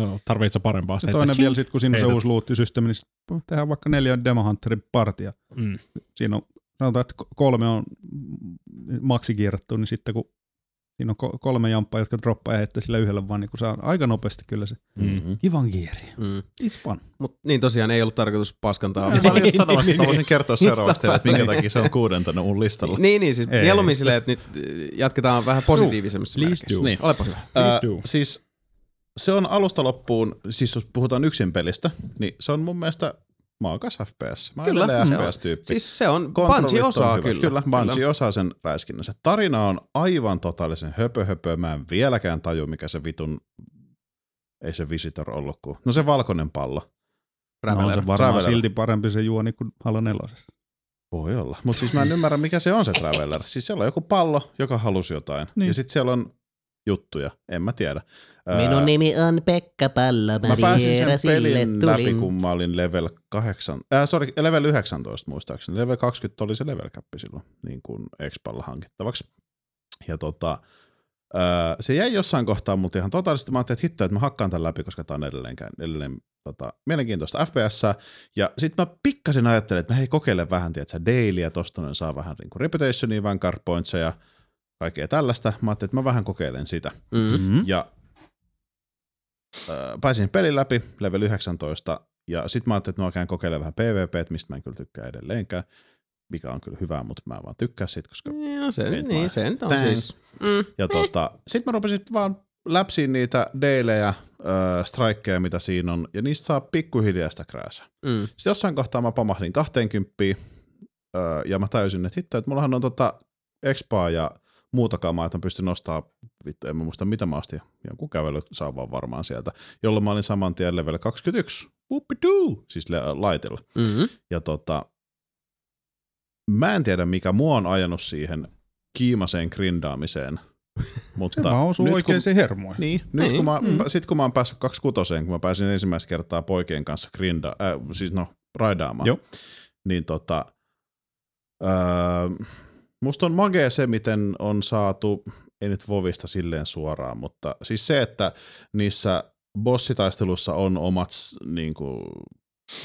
D: Niin. Tarvitsetko parempaa?
C: Se
D: että
C: toinen
D: tsing.
C: vielä sitten, kun siinä on se
D: Heität.
C: uusi luuttisysteemi, niin sit tehdään vaikka neljän demohunterin partia.
D: Mm.
C: Siinä on, sanotaan, että ko- kolme on maksikierrattu, niin sitten kun siinä on ko- kolme jamppaa, jotka droppaa ja heittää sillä yhdellä vaan, niin kun saa aika nopeasti kyllä se
D: Mm,
B: Mm-hmm.
C: kivan kieri.
A: Mm.
C: It's fun.
A: Mut niin tosiaan ei ollut tarkoitus paskantaa.
B: Mä olin just sanomassa, että mä voisin kertoa
A: Niin, Mistä
B: seuraavaksi teille, että minkä
A: päättelee?
B: takia se on kuudentena mun listalla.
A: niin, niin, siis
C: Ei.
A: mieluummin silleen, että nyt äh, jatketaan vähän positiivisemmissa
D: Please
A: merkeissä.
D: do.
A: Niin. Olepa hyvä.
D: Please
B: Ää,
D: do.
B: siis se on alusta loppuun, siis jos puhutaan yksin pelistä, niin se on mun mielestä maakas FPS. Mä
A: Kyllä,
B: Kyllä,
A: joo.
B: FPS-tyyppi.
A: Siis se on,
B: Kontrollit
A: Bungie
B: on
A: osaa
B: hyvät.
A: kyllä.
B: Kyllä, Bungie osaa sen räiskinnän. Se tarina on aivan totaalisen höpö, höpö. Mä en vieläkään taju, mikä se vitun, ei se Visitor ollut kuin, no se valkoinen pallo.
C: No, on
A: Traveler.
C: se varmaan
B: Traveler.
C: silti parempi se juoni kuin Halo nelosessa.
B: Voi olla. Mutta siis mä en ymmärrä, mikä se on se Traveler. Siis siellä on joku pallo, joka halusi jotain.
C: Niin.
B: Niin. Ja sitten siellä on juttuja. En mä tiedä. Ää,
F: Minun nimi on Pekka Pallo, mä,
B: Mä pääsin
F: vielä
B: sen
F: sille
B: pelin läpi,
F: tulin.
B: kun mä olin level 8, äh, sorry, level 19 muistaakseni. Level 20 oli se level cap silloin, niin kuin Expalla hankittavaksi. Ja tota, äh, se jäi jossain kohtaa multa ihan totaalisesti. Mä ajattelin, että hitto, että mä hakkaan tämän läpi, koska tää on edelleenkään, edelleen tota, mielenkiintoista FPS. Ja sit mä pikkasen ajattelin, että mä hei kokeile vähän, tiedätkö, dailyä, tosta noin saa vähän niin kuin reputationia, vankar pointseja, kaikkea tällaista. Mä ajattelin, että mä vähän kokeilen sitä.
A: Mm.
C: Mm.
B: Ja ö, pääsin pelin läpi, level 19, ja sit mä ajattelin, että mä käyn kokeilemaan vähän PvP, mistä mä en kyllä tykkää edelleenkään, mikä on kyllä hyvä, mutta mä en vaan tykkää siitä, koska...
A: Joo, se,
B: Nyt
A: niin,
B: vaan.
A: se nyt on
B: Thanks.
A: siis. Mm.
B: Ja tota, sit mä rupesin vaan läpsiin niitä deilejä, äh, strikeja, mitä siinä on, ja niistä saa pikkuhiljaa sitä krääsää.
A: Mm.
B: Sitten jossain kohtaa mä pamahdin 20 öö, ja mä täysin, että hitto, että mullahan on tota expaa ja muuta kamaa, että mä pystyn nostaa, vittu, en mä muista mitä mä ostin, jonkun kävely saa vaan varmaan sieltä, jolloin mä olin saman tien level 21, Whoopidoo! siis le- laitilla.
A: Mm.
B: Ja tota, mä en tiedä mikä mua on ajanut siihen kiimaseen grindaamiseen Mutta
C: Se vaan osuu
B: nyt
C: oikein
B: kun,
C: se hermoihin.
B: Niin, nyt
A: Niin.
B: kun mä, mm. sit kun mä oon päässyt 26, kun mä pääsin ensimmäistä kertaa poikien kanssa grinda, äh, siis no, raidaamaan,
C: Joo.
B: niin tota, öö, musta on magea se, miten on saatu, ei nyt Vovista silleen suoraan, mutta siis se, että niissä bossitaistelussa on omat s- niinku,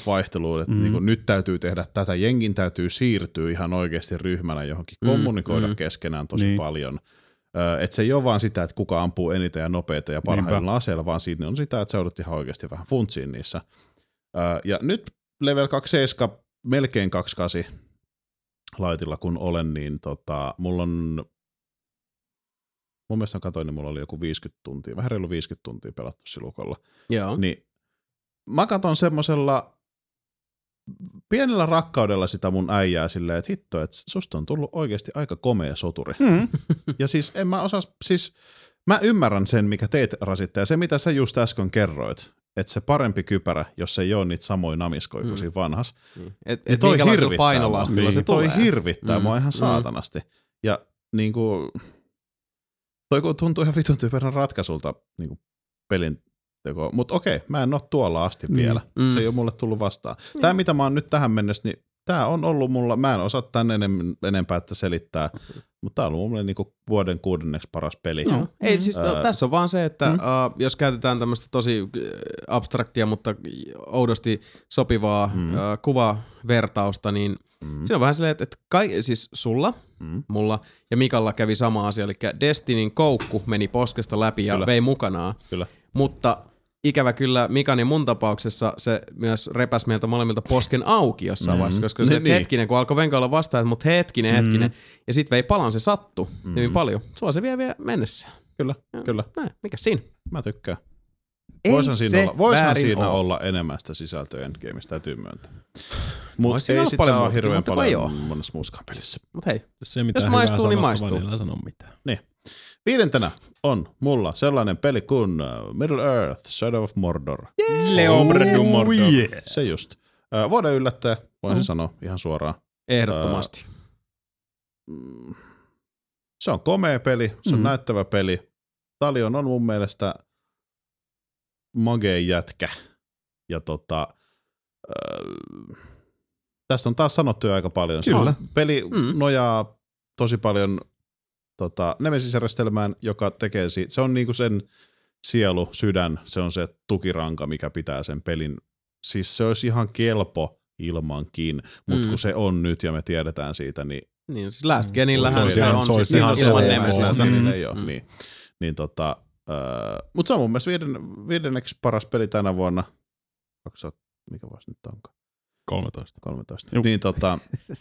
B: vaihteluudet, mm.
C: Mm.
B: niinku, nyt täytyy tehdä tätä, jengin täytyy siirtyä ihan oikeasti ryhmänä johonkin,
A: Mm,
B: kommunikoida
A: mm.
B: keskenään tosi
C: Niin.
B: paljon. Ö, Et se ei ole vaan sitä, että kuka ampuu eniten ja nopeita ja parhaimmilla aseilla, vaan siinä on sitä, että sä joudut ihan oikeasti vähän funtsiin niissä. Ö, Ja nyt level 27, melkein 28 laitilla kun olen, niin tota, mulla on, mun mielestä mä katsoin, niin mulla oli joku 50 tuntia, vähän reilu 50 tuntia pelattu silukolla.
A: Joo.
B: Niin mä katon semmosella pienellä rakkaudella sitä mun äijää silleen, että hitto, että susta on tullut oikeasti aika komea soturi.
C: Mm.
B: [laughs] Ja siis en mä osaa, siis mä ymmärrän sen, mikä teet rasittaa. Ja se, mitä sä just äsken kerroit, että se parempi kypärä, jos ei ole niitä samoja namiskoja kuin
A: Mm.
B: siinä vanhas.
A: Niin. Et,
B: Niin
A: et
B: toi
A: minkälaisella
B: hirvittää
A: painolastilla
C: mua.
A: se
C: Niin.
B: Toi
A: tulee.
B: hirvittää
A: Mm.
B: mm. mua
A: Mm.
B: ihan saatanasti. Ja niinku, toi kun tuntuu ihan vitun typerän ratkaisulta niinku pelin tekoa. Mutta okei, mä en oo tuolla asti
C: Mm.
B: vielä.
A: Mm. Niin.
B: Se ei ole mulle tullut vastaan. Tämä, mitä mä oon nyt tähän mennessä, niin tämä on ollut mulla, mä en osaa tän enem, enempää että selittää, mutta tämä on ollut mulle niinku vuoden kuudenneksi paras peli.
A: Mm. Joo. Ei, siis, no,
B: Ää,
A: tässä on vaan se, että mm.
B: mm.
A: uh, jos käytetään tämmöistä tosi äh, abstraktia, mutta oudosti sopivaa mm.
B: Mm.
A: uh, kuvavertausta, niin
B: Mm.
A: siinä on vähän silleen, että, että kai, siis sulla,
B: Mm.
A: mulla ja Mikalla kävi sama asia, eli Destinin koukku meni poskesta läpi ja kyllä.
B: Kyllä.
A: vei mukanaan.
B: Kyllä.
A: Mutta ikävä kyllä Mikan ja mun tapauksessa se myös repäs meiltä molemmilta posken auki jossain mm-hmm. vaiheessa, koska se
B: Niin, niin.
A: hetkinen, kun alkoi venkailla vastaan, että mut hetkinen, hetkinen. Mm-hmm. Ja sit vei palan, se sattu mm-hmm. hyvin paljon. Sulla se vie vielä mennessä.
B: Kyllä,
A: Joo.
B: kyllä.
A: Näin, mikä siinä?
B: Mä tykkään.
A: Ei
B: Voisihan
A: se
B: siinä, olla, voisihan
A: väärin
B: siinä
A: oo.
B: olla enemmän sitä sisältöä Endgameista, täytyy myöntää. Mutta
A: Voisi siinä
B: ei
A: olla
B: sitä
A: paljon
B: paljon ole
A: muutakin,
B: hirveän
A: mutta kun ei oo.
B: paljon monessa muuskaan pelissä.
A: Mut hei,
D: Se, mitä
A: Jos
D: hyvää
A: maistuu, niin
D: sanottavaa,
A: maistuu.
D: Niin älä sano mitään.
B: Viidentenä on mulla sellainen peli kuin äh, Middle Earth, Shadow of Mordor.
D: Leombre du Mordor.
C: yeah.
B: Se just. Äh, Vuoden yllättäen, voisin
A: Mm.
B: sanoa ihan suoraan.
A: ehdottomasti.
B: Mm. Se on komea peli, se on
C: Mm.
B: näyttävä peli. Talion on mun mielestä magea jätkä. Ja tota, äh, tästä on taas sanottu jo aika paljon. Se
C: Kyllä.
B: on- Peli
A: Mm.
B: mm. nojaa tosi paljon tota, Nemesis-järjestelmään, joka tekee siitä. Se on niinku sen sielu, sydän, se on se tukiranka, mikä pitää sen pelin. Siis se olisi ihan kelpo ilmankin, mutta
A: Mm.
B: mm. kun se on nyt ja me tiedetään siitä, niin
A: Niin, siis Last Genillähän
D: Voisi
A: se
D: ihan-
A: on
D: se olisi
A: siis
D: ihan
A: ilman
D: selvä.
A: nemesistä.
D: Voisi.
B: Niin, ei ole,
A: Mm.
B: mm. niin. niin tota, mutta se on mun mielestä viiden, viidenneksi paras peli tänä vuonna. 200, mikä vuosi nyt onkaan?
D: 13.
B: 13.
C: Juu.
B: Juh. Niin tota, [laughs]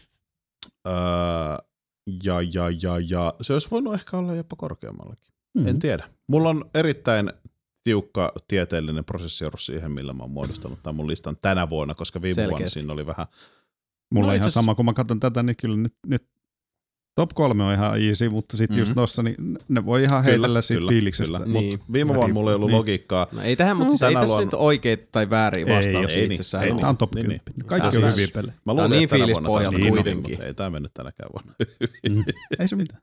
B: öö, ja, ja, ja, ja, se olisi voinut ehkä olla jopa korkeammallakin. Mm.
A: Mm-hmm.
B: En tiedä. Mulla on erittäin tiukka tieteellinen prosessi ollut siihen, millä mä oon muodostanut tämän mun listan tänä vuonna, koska viime Selkeästi. vuonna
A: Selkeästi.
B: siinä oli vähän No
C: Mulla no,
B: itse
C: ihan
B: asiassa-
C: sama, kun mä katson tätä, niin kyllä nyt, nyt top kolme on ihan easy, mutta sitten mm-hmm. just
B: Mhm.
C: nossa, niin ne voi ihan
B: Kyllä,
C: heitellä siitä
B: kyllä,
C: fiiliksestä.
B: kyllä.
A: Niin.
B: Mut viime vuonna mulla ei ollut
C: Niin.
B: logiikkaa.
A: No ei tähän, mutta siis ei
B: Mm-hmm. Tänä
A: tässä
B: luonna-
A: nyt oikeita tai vääriä
C: Ei,
A: vastauksia ei,
B: ei niin,
A: itsessään
B: ei
A: ole.
C: Tämä on top
B: Niin,
C: 10.
B: niin.
C: Kaikki
A: Tässä-
C: on hyviä
B: Mä
C: pelejä.
A: Tää on
B: luulen,
A: niin
B: että tänä vuonna
A: fiilispohjalta
B: taas menee,
A: kuitenkin.
B: mutta Ei tämä mennyt tänäkään vuonna.
C: Ei se mitään.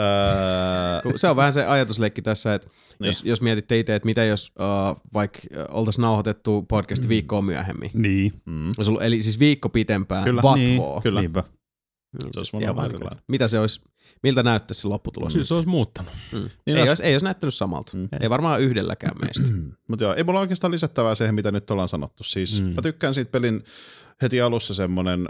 B: Öö,
A: Kun Se on vähän se ajatusleikki tässä, että niin.
B: Niin.
A: jos, jos mietitte itse, että mitä jos uh, vaikka äh, oltaisiin nauhoitettu podcast mm. viikkoa myöhemmin.
C: Niin,
B: mm,
A: Olisi ollut, eli siis viikko pitempään
B: Kyllä, Niin,
A: vatvoa.
B: kyllä.
C: niinpä.
A: Niin,
B: Se olisi
A: ihan
B: varmaan
A: vähän
B: erilainen.
A: erilainen. Mitä se olisi, miltä näyttäisi se lopputulos?
D: Kyllä Siis se olisi muuttanut.
A: Niin
B: Niin
A: ei,
B: olisi.
A: olisi, ei olisi näyttänyt samalta. Mm.
B: Mm.
A: Ei varmaan yhdelläkään
B: [clears throat]
A: meistä.
B: Mutta joo, ei mulla oikeastaan lisättävää siihen, mitä nyt ollaan sanottu. Siis
D: Mm.
B: mm. mä tykkään siitä pelin heti alussa semmonen,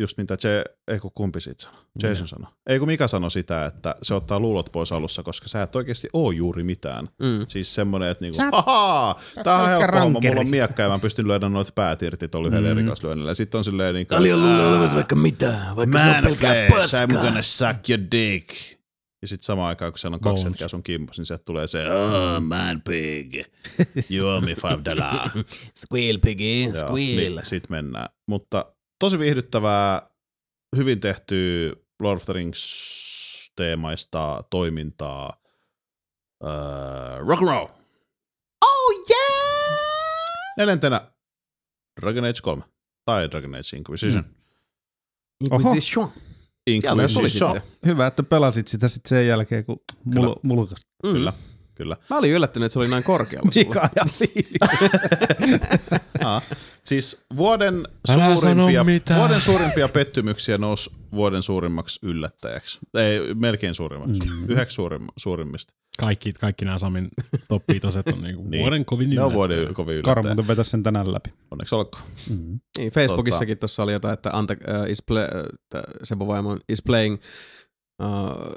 B: just mitä Je, ei kun kumpi siitä sanoi, Jason mm. sanoi. Ei kun Mika sanoi sitä, että se ottaa luulot pois alussa, koska sä et oikeasti oo juuri mitään.
A: Mm.
B: Siis semmoinen, että niinku,
E: Sä oot-
B: ahaa, tää on
E: oot
B: helppo homma,
E: rankeri."
B: mulla on miekka ja mä pystyn lyödä noita päät irti tuolla yhdellä mm. erikoislyönnillä. Sitten on silleen niinku, "Ää,
F: vaikka mitä, vaikka
B: Man of flesh, I'm gonna suck your dick. Ja sitten samaan aikaan, kun siellä on kaksi
D: Bones.
B: hetkeä sun kimpus, niin se tulee se, oh man pig, you owe me
A: [laughs]
B: five dollar.
F: Squeal, piggy,
B: Joo, Niin, sit mennään. Mutta tosi viihdyttävää, hyvin tehtyä Lord of the Rings teemaista toimintaa. Öö, rock and roll.
F: Oh yeah!
B: Neljäntenä Dragon Age 3 tai Dragon Age Inquisition.
C: Oho.
A: Inquisition. Sieltä jos Mm. tuli
B: Inquisition.
A: sitten.
C: Hyvä, että pelasit sitä sitten sen jälkeen, kun mul- mulkas.
A: Mm.
B: Kyllä, kyllä.
A: Mä olin yllättynyt, että se oli näin
B: [laughs]
A: korkealla
B: Niin,
A: sulla.
C: Mika ja Liili.
B: Aa, Siis vuoden
D: Älä sano
B: suurimpia,
D: mitään.
B: vuoden suurimpia pettymyksiä nousi vuoden suurimmaksi yllättäjäksi. Ei, melkein suurimmaksi. Mm. Yhdeksi suurim, suurimmista.
D: Kaikki, kaikki nämä Samin top viitoset on niinku
B: Niin.
D: niin. vuoden
B: Ne
D: kovin
B: on
D: yllättäjä.
B: vuoden yl- kovin
C: Karo
B: yllättäjä.
C: muuten vetäisi sen tänään läpi.
B: Onneksi olkoon.
A: Niin, Facebookissakin tuossa oli jotain, että Anta, uh, is play, uh, Sebo Vaimo is playing uh,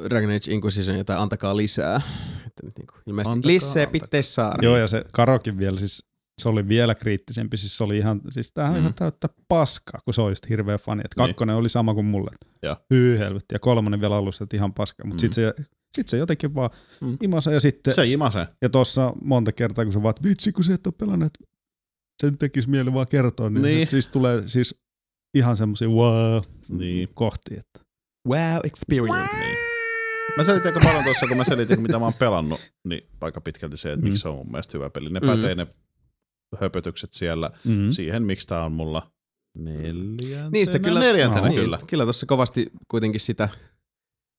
A: Dragon Age Inquisition, jotain antakaa lisää. [laughs] Että nyt niinku, ilmeisesti
B: Antakaa,
A: antakaa, lisää
B: antakaa.
A: pitäisi saada.
C: Joo, ja se Karokin vielä siis, se oli vielä kriittisempi, siis se oli ihan, siis tämähän on
B: Mm.
C: ihan täyttä paskaa, kun se oli just hirveä fani. Et
B: Niin.
C: kakkonen oli sama kuin mulle.
B: Joo.
C: Hyy helvetti. Ja kolmonen vielä ollut että ihan paska. Mutta
B: Mm.
C: sit, se, sit se jotenkin vaan
A: Mm.
C: mm. ja sitten, se.
B: Se imasee.
C: ja tuossa monta kertaa, kun sä vaan, että vitsi kun sä et ole pelannut, että sen tekisi mieli vaan kertoa, niin,
B: Niin.
C: niin. siis tulee siis ihan semmoisia wow
B: Niin.
C: kohti. Että.
A: Wow experience.
B: Niin. Mä selitin aika paljon tuossa, kun mä selitin, mitä mä oon pelannut, niin aika pitkälti se, että miksi se on mun mielestä hyvä peli. Ne
A: Mm.
B: pätee ne höpötykset siellä
C: Mm.
B: siihen, miksi tää on mulla neljäntenä.
A: Niistä Niin, kyllä-
B: Neljäntenä
C: No,
B: kyllä.
A: Kyllä tuossa kovasti kuitenkin sitä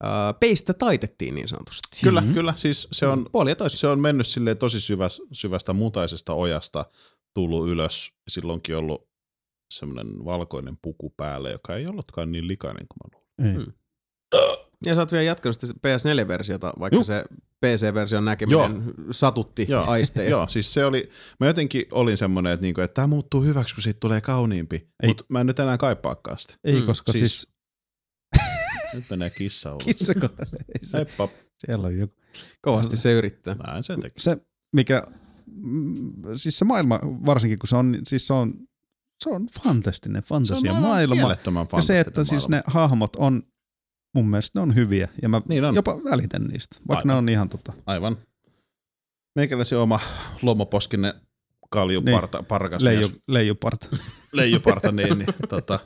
A: uh, peistä taitettiin niin sanotusti.
B: Kyllä, mm-hmm. kyllä. Siis se on,
A: Puoli ja toisin.
B: se on mennyt silleen tosi syväs, syvästä mutaisesta ojasta tullut ylös. Silloinkin ollut semmoinen valkoinen puku päällä, joka ei ollutkaan niin likainen kuin mä luulin.
C: Ei.
A: Mm. Ja sä oot vielä jatkanut sitä PS4-versiota, vaikka
B: Juh.
A: Juh. se PC-version näkeminen Joo. satutti
B: Joo.
A: Joo. aisteja.
B: Joo, siis se oli, mä jotenkin olin semmoinen, että, niinku, että tämä muuttuu hyväksi, kun siitä tulee kauniimpi.
C: Ei.
B: Mutta mä en nyt enää kaipaakaan sitä.
C: Ei,
A: Mm,
C: koska
B: siis-
C: siis, siis
B: Nyt menee kissa ulos.
C: kissako, siis- [laughs] ei se,
B: Heippa,
C: siellä on joku.
A: Kovasti se yrittää.
B: näin sen teki.
C: se, mikä, mm, siis se maailma varsinkin, kun se on, siis se on, se on fantastinen fantasia maailma. Ja se, että siis ne hahmot on, mun mielestä ne on hyviä ja mä
B: Niin on.
C: jopa välitän niistä, vaikka
B: Aivan.
C: ne on ihan tota.
B: Aivan. Meikäläisen oma lomoposkinen
C: Niin.
B: kaljuparta, parkas
C: Leiju,
B: mies. [laughs]
C: leijupart.
B: leijuparta, niin, niin tota,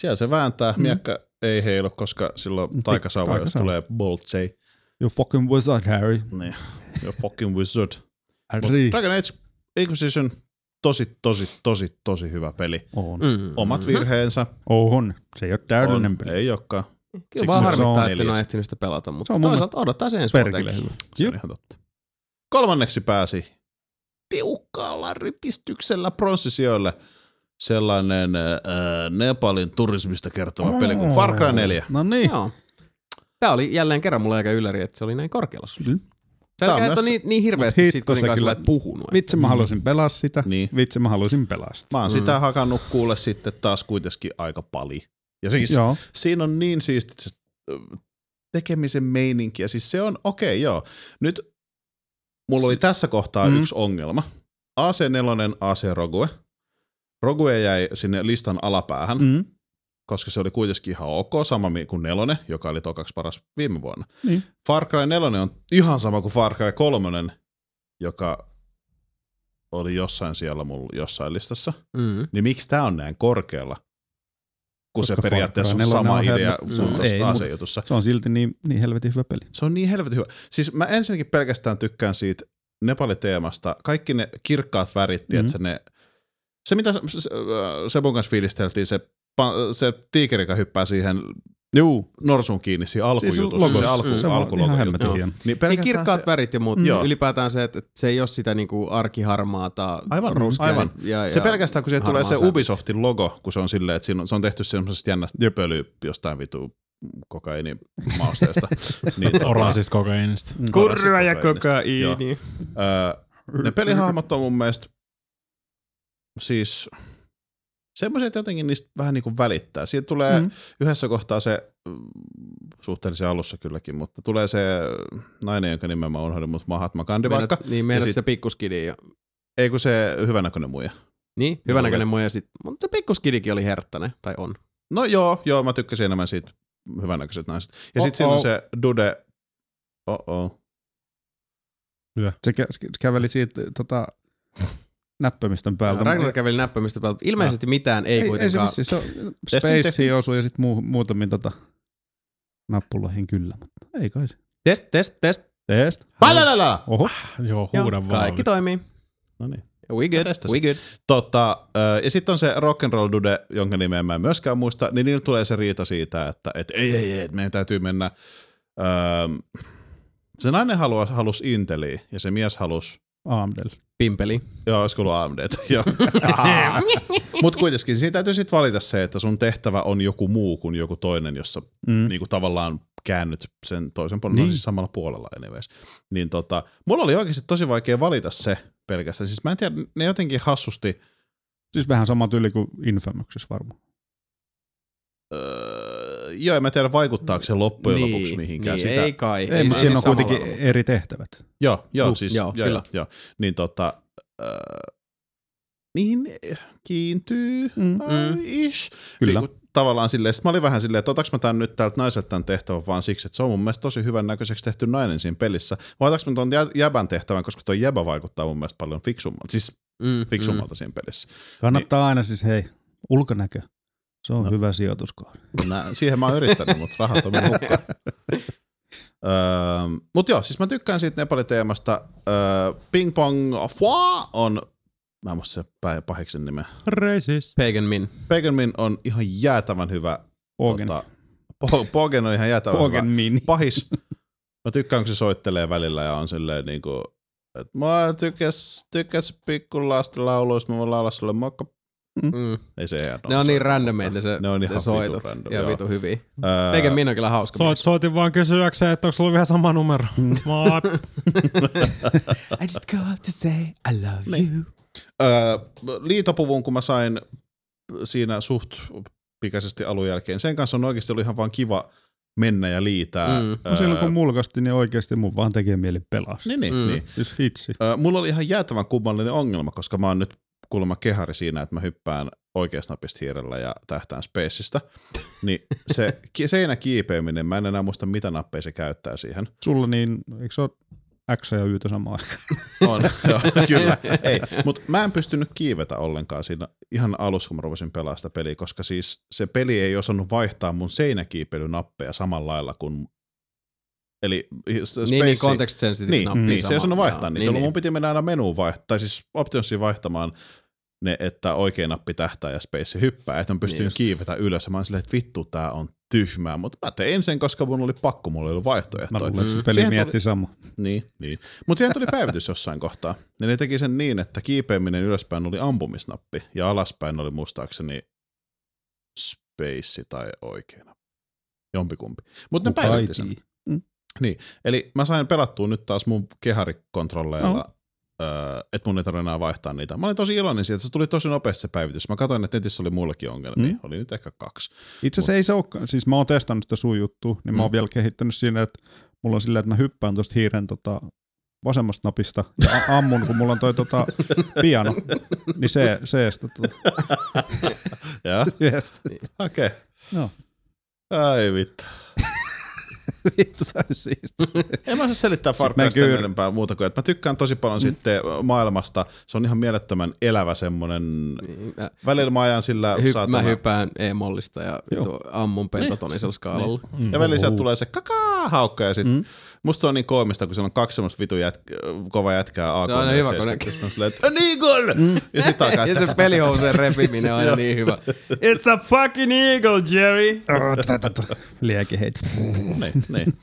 B: siellä se vääntää,
C: Mm.
B: miekka ei heilu, koska
A: Mm.
B: silloin taikasauva, jos
C: taikasauva.
B: tulee boltsei,
C: You fucking wizard, Harry.
B: niin you're fucking wizard. Mut
C: Harry.
B: Dragon Age Inquisition, tosi, tosi, tosi, tosi hyvä peli.
C: On.
A: Mm.
B: Omat virheensä
C: on. Se ei ole täydellinen
B: on,
C: peli.
B: ei olekaan.
A: No, Kyllä vaan
C: Siksi se on
A: harmittaa, että en
B: neljäs.
A: ole ehtinyt sitä pelata, mutta
C: Se on mun
A: toisaalta odottaa se ensi
C: Perkele
A: vuoteen.
C: hyvä.
B: Se on
C: Jep.
B: ihan totta. Kolmanneksi pääsi tiukkaalla rypistyksellä pronssisijoille sellainen äh, Nepalin turismista kertova oh. peli kuin Far Cry 4.
C: No niin.
A: Joo. Tämä oli jälleen kerran mulla aika ylläri, että se oli näin korkealla sulla.
C: Mm.
A: Sä
B: on
A: et
B: myös-
A: ole niin, niin hirveästi siitä
C: Hitto,
A: kuitenkaan
C: se kyllä-
A: sillä puhunut. mm.
C: Vitsi mä halusin pelaa sitä.
B: Niin.
C: Vitsi mä halusin pelaa sitä.
B: Mä oon mm. sitä hakannut kuule sitten taas kuitenkin aika paljon. Ja siis
C: Joo.
B: siinä on niin siisti se ö, tekemisen meininki. Ja siis se on, okei okay, joo. Nyt mulla oli tässä kohtaa mm.
C: Mm.
B: yksi ongelma. AC4, AC Rogue. Rogue jäi sinne listan alapäähän, mm.
C: Mm.
B: koska se oli kuitenkin ihan ok, sama mi- kuin nelonen, joka oli tokaksi paras viime vuonna.
C: Niin.
B: Far Cry 4 on ihan sama kuin Far Cry 3, joka oli jossain siellä mulla jossain listassa
A: Mm.
B: niin miksi tämä on näin korkealla? Kun
C: Koska
B: se periaatteessa
C: Far
B: on
C: Cry
B: sama
C: nelonen on
B: idea
C: helvet-
B: kuin
C: Mm. Ei,
B: tuossa
C: mut-
B: AC-jutussa.
C: Se on silti niin, niin helvetin hyvä peli.
B: Se on niin helvetin hyvä. Siis mä ensinnäkin pelkästään tykkään siitä Nepali-teemasta. Kaikki ne kirkkaat
C: Mhm.
B: värit, mm-hmm. että ne... Se, mitä se- se- Sebun kanssa fiilisteltiin, se, pa- se tiikeri, joka hyppää siihen
C: Juu.
B: norsun kiinni siinä alkujutussa,
C: logo-
B: siis se, alku,
A: Mm.
B: mm.
A: se
B: alkulogo.
C: ihan
B: juttu.
C: hemmetin
A: Joo.
C: hieno.
B: Niin
A: Ei
B: pelkästään
A: kirkkaat
B: se,
A: värit ja muut.
B: Mm.
A: Mm.
B: Joo.
A: Ylipäätään se, että että se ei ole sitä niinku arkiharmaata.
B: Aivan,
A: ruskeaa
B: aivan.
A: Ja, ja,
B: se pelkästään, kun siihen tulee
A: harmaa
B: se
A: sävy.
B: Ubisoftin logo, kun se on silleen, että siinä on, se on tehty semmoisesta jännästä pöly jostain vitu
A: [laughs]
B: kokainimausteesta.
A: Niin.
B: tota,
D: Oransista kokainista.
B: Kurra ja kokaiini. Öö, ne pelihahmot on mun mielestä siis semmoisia, että jotenkin niistä vähän niin kuin välittää. Siitä tulee mm.
C: Mm.
B: yhdessä kohtaa se, mm, suhteellisen alussa kylläkin, mutta tulee se nainen, jonka nimen mä unohdin, mutta Mahatma Gandhi
A: Meinaat-
B: vaikka.
A: Niin, meidät
B: sit-
A: se pikkuskidi. Ja,
B: Ei kun se hyvänäköinen muija.
A: niin,
B: Mulle-
A: hyvänäköinen mua ja sit, mutta se pikkuskidikin oli herttäne, tai on.
B: No joo, joo, mä tykkäsin enemmän siitä hyvännäköiset naiset. Ja sit
C: Oh,
B: siinä on
C: oh.
B: se Dude, oh
C: Se kä- se käveli siitä tota, näppöimistön päältä.
A: Ragnar käveli näppäimistä päältä. Ilmeisesti mitään ei,
C: ei, ei se
A: kuitenkaan.
C: vissi, se on
B: tehtiin.
C: Spaceen osui ja sitten muu, muutamiin tota, nappuloihin kyllä, mutta ei kai se.
A: Test, test, test.
C: Test.
B: Palalala!
C: Oho,
D: Joo,
A: Joo,
D: huuda vaan.
A: Kaikki toimii.
B: No niin.
A: We good,
B: testasin.
A: we good.
B: Tota, ö, ja sitten on se rock'n'roll dude, jonka nimeä mä en myöskään muista, niin niillä tulee se riita siitä, että et, ei, ei, ei, et meidän täytyy mennä. Öö, se nainen halua, halusi Inteliä ja se mies halusi
C: AMDL.
A: Pimpeli.
B: Joo, olisiko ollut AMD. Mutta kuitenkin, siinä täytyy sitten valita se, että sun tehtävä on joku muu kuin joku toinen, jossa
C: Mm.
B: niinku tavallaan käännyt sen toisen puolella, niin.
C: Niin.
B: siis samalla puolella anyways. Niin tota, mulla oli oikeasti tosi vaikea valita se pelkästään. Siis mä en tiedä, ne jotenkin hassusti, äh,
C: Siis vähän sama tyyli kuin Infamousissa varmaan.
B: öö, joo, en mä tiedä vaikuttaako se loppujen niin, lopuksi mihinkään
A: niin,
B: niin, sitä.
A: Ei kai.
C: Ei, mutta
A: se siis
C: siinä on
A: samalla
C: kuitenkin
A: ole.
C: eri tehtävät.
B: Joo, joo,
A: Juh,
B: siis,
A: joo,
B: joo,
A: kyllä.
B: joo, joo. Niin tota, öö, niin eh, kiintyy,
C: Mm.
B: mm. ish.
C: Kyllä.
B: Niin, tavallaan silleen, sit mä olin vähän silleen, että otaks mä tän nyt täältä naiselta tämän tehtävän vaan siksi, että se on mun mielestä tosi hyvän näköiseksi tehty nainen siinä pelissä. Vai otaks mä ton jä- jäbän tehtävän, koska toi jäbä vaikuttaa mun mielestä paljon fiksummalta, siis
A: Mm, mm.
B: fiksummalta mm. siinä pelissä.
C: Kannattaa aina siis, hei, ulkonäkö. Se on no. hyvä sijoituskohde.
B: Nää, siihen mä oon yrittänyt, mutta rahat on
A: [laughs]
B: mennyt hukkaan. Öö, mut joo, siis mä tykkään siitä Nepali-teemasta. Öö, ping pong Fua on, mä en muista se pä- pahiksen nimeä.
D: Resist.
A: Pagan Min.
B: Pegelmin on ihan jäätävän hyvä.
C: Pogen.
B: tota, Po- Pogen on ihan jäätävän
C: Pogen
B: hyvä.
C: mini.
B: Pahis. Mä tykkään, kun se soittelee välillä ja on silleen niinku, että mä tykkäs, tykkäs pikku lasten lauluista, mä voin laulaa sulle mokka.
A: Mm.
B: Ei No, se ihan
A: Ne on niin randomeita se,
B: Ne on ihan
A: ne soitot.
B: vitu random,
A: ja
B: joo.
A: vitu hyviä.
B: Öö,
A: Pagan Min on kyllä hauska.
D: Soit,
A: mies.
D: soitin vaan kysyäkseen, että onko sulla vielä sama numero.
C: Mm.
D: Moi.
F: I just go up to say I love you.
B: Öö, liitopuvun, kun mä sain siinä suht pikaisesti alun jälkeen, sen kanssa on oikeasti ollut ihan vaan kiva mennä ja liitää.
A: Mm. No
C: No silloin kun mulkastin, niin oikeasti mun vaan tekee mieli pelastaa.
B: niin, niin,
A: Mm.
B: mm. niin.
C: Siis hitsi.
B: Öö, mulla oli ihan jäätävän kummallinen ongelma, koska mä oon nyt kuulemma kehari siinä, että mä hyppään oikeasta napista hiirellä ja tähtään Spaceista. Niin se ki- seinäkiipeäminen, mä en enää muista mitä nappeja se käyttää siihen.
C: Sulla niin, eikö se ole X ja Y samaan aikaan?
B: [laughs] On, joo, kyllä. Ei, mutta mä en pystynyt kiivetä ollenkaan siinä ihan alussa, kun mä rupesin pelaamaan sitä peliä, koska siis se peli ei osannut vaihtaa mun seinäkiipelynappeja samalla lailla kuin... Eli Space,
A: Niin, niin context sensitive
B: niin,
A: nappi
B: niin se ei
A: samalla.
B: osannut vaihtaa niitä.
A: Niin,
B: Niin, mun
A: niin.
B: piti mennä aina menuun vaihtaa, tai siis optionsiin vaihtamaan ne, että oikea nappi tähtää ja space hyppää, että mä
A: Niin
B: pystyin
A: just.
B: niin kiivetä ylös. Ja Mä olin silleen, että vittu, tää on tyhmää, mutta mä tein sen, koska mun oli pakko, mulla ei ollut
C: Mä
B: vaihtoehtoja.
C: luulen, että se
A: Mm.
C: peli
B: Siihen
C: mietti sama.
B: Niin, niin. Mutta siihen tuli päivitys jossain kohtaa. Ja ne teki sen niin, että kiipeäminen ylöspäin oli ampumisnappi ja alaspäin oli muistaakseni space tai oikeena. Jompikumpi. Mutta ne
C: Kuka
B: päivitti
C: ei
B: sen.
C: tii.
B: Eli mä sain pelattua nyt taas mun keharikontrolleilla, no. että mun ei tarvitse enää vaihtaa niitä. Mä olin tosi iloinen siitä, että se tuli tosi nopeasti se päivitys. Mä katsoin, että netissä oli muillakin ongelmia. Mm.
C: Mm.
B: Oli nyt ehkä kaksi.
C: Itse asiassa ei se olekaan. Siis mä oon testannut sitä sun juttua, niin mä oon
B: Mm.
C: vielä kehittänyt siinä, että mulla on sillä, että mä hyppään tuosta hiiren tota, vasemmasta napista ja a- ammun, kun mulla on toi tota, piano, niin se, seestä. Tota,
B: Joo,
C: yhdestä.
B: okei. Okay.
C: Joo.
B: Ai
A: [laughs]
B: vittu.
C: Vittu, se on siistiä.
B: En mä saa selittää Far
C: Sitten mä
B: Crysta sen
C: kyllä-
B: enempää muuta kuin, että mä tykkään tosi paljon mm. sitten maailmasta. Se on ihan mielettömän elävä semmonen.
A: Niin, mä-
B: Välillä mä ajan sillä
A: Hy- mä
B: saatana. Niin.
A: hypään e-mollista ja vitu ammun pentatonisella skaalalla.
D: Mm.
B: ja välillä sieltä tulee se kakaa haukka ja sit mm. musta se on niin koomista, kun siellä on kaksi semmoista vitu jät- kova jätkää AK.
A: Se on aina hyvä, kun ne-
B: kun silleen, että "An eagle! Mm. Ja sit
A: [laughs]
B: alkaa,
A: Ja se pelihouseen repiminen on aina niin hyvä. It's a fucking eagle, Jerry!
C: Liekin heitä.
B: niin, niin.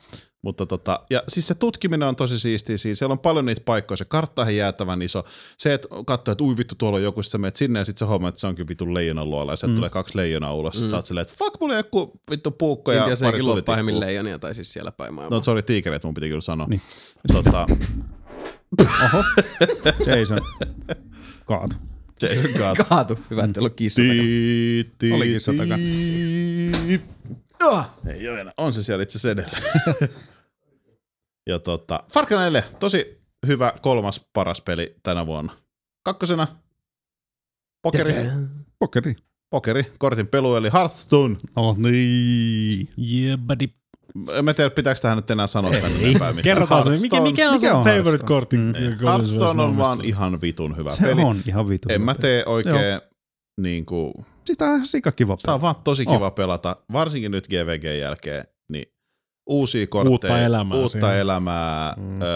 B: Mutta tota, ja siis se tutkiminen on tosi siistiä siinä. Siellä on paljon niitä paikkoja. Se kartta on jäätävän iso. Se, että katsoo, että ui vittu, tuolla on joku, sit sä menet sinne ja sit sä huomaat, että se onkin vittu leijonan luola. Ja sieltä mm. tulee kaksi leijonaa ulos. Mm. Sit sä oot silleen, että fuck, mulla on joku vittu puukko ja
A: Intiassa
B: pari
A: eikin luo
B: tuli
A: pahemmin leijonia tai siis siellä päin maailmaa.
B: No sorry, tiikereet mun piti kyllä sanoa. Niin. Tota, [laughs]
C: Oho, Jason. Kaatu.
B: se ei
A: Kaatu. Hyvä, että ollut kissa.
C: Olikin se takana.
B: Ei ole enää. On se siellä itse asiassa edelleen. [laughs] ja tota, Far Cry 4, tosi hyvä kolmas paras peli tänä vuonna. Kakkosena pokeri,
C: Pokeri.
B: pokeri kortin pelu eli Hearthstone.
C: Oh, niin.
D: Yeah, buddy.
B: En mä tiedä, pitääkö tähän nyt enää sanoa tämän enempää mitään.
D: Kerrotaan se. Mikä,
B: Hearthstone-
D: mikä on
C: Mikä
D: sun
C: on
D: favorite
C: Hearthstone?
D: kortti?
C: Mm.
B: Hearthstone on vaan ihan vitun hyvä
C: Se
B: peli.
C: on ihan vitu.
B: En
C: hyvä
B: mä
C: peli.
B: tee oikein niinku,
C: Sitä on ihan sikakiva
B: sitä
C: peli.
B: on vaan tosi kiva oh. pelata, varsinkin nyt GVG jälkeen, niin uusia kortteja,
D: Uutta elämää Mm.
B: uutta
D: siihen.
B: elämää
D: Mm.
B: öö,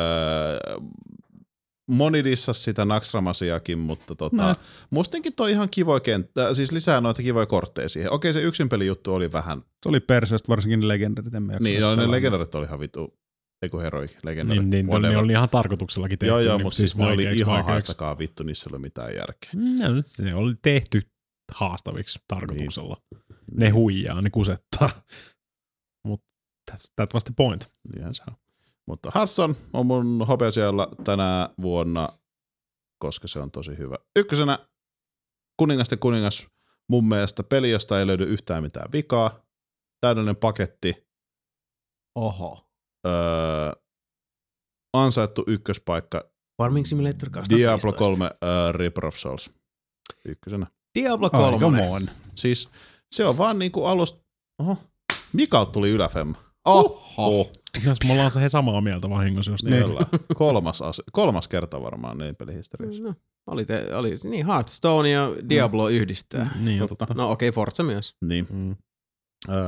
B: moni dissasi sitä Naxxramasiakin, mutta tota,
C: No.
B: no. mustenkin toi ihan kivoja kenttä, siis lisää noita kivoja kortteja siihen. Okei, se yksin pelijuttu oli vähän,
C: Se oli perseestä varsinkin ne legendarit, en mä jaksa
B: niin no, ne
C: pelaa.
B: legendarit oli ihan vitu, ei kun heroikin, legendarit.
D: Niin, niin ne
B: whatever.
D: oli ihan tarkoituksellakin tehty.
B: Joo, joo,
D: niin
B: mutta siis ne oli
D: vaikeaksi,
B: ihan
D: vaikeaksi.
B: haistakaa vittu, niissä ei ole mitään järkeä.
D: No, nyt se oli tehty haastaviksi tarkoituksella. Niin. Ne huijaa, ne kusettaa. [laughs] Mutta that's, that was the point.
B: Niinhän se on. Mutta Hudson on mun hopeasijalla tänä vuonna, koska se on tosi hyvä. Ykkösenä kuningasten kuningas mun mielestä peli, josta ei löydy yhtään mitään vikaa. Täydellinen paketti.
A: Oho.
B: Öö, ansaittu ykköspaikka
A: Farming Simulator 2015.
B: Diablo 3 öö, Reaper of Souls. Ykkösenä.
A: Diablo
C: Ai,
A: 3.
C: come on.
B: Siis se on vaan niinku alusta... Oho. Mika tuli yläfemma.
A: Oho.
B: Oh.
D: Jos me ollaan se samaa mieltä vahingossa jostain.
B: Niin ollaan. kolmas, as- kolmas kerta varmaan niin pelihistoriassa.
A: No, oli, te, oli niin Hearthstone ja Diablo yhdistää.
D: Niin, ja totta.
A: No okei, okay, Forza myös.
B: Niin.
D: Mm.
B: Öö,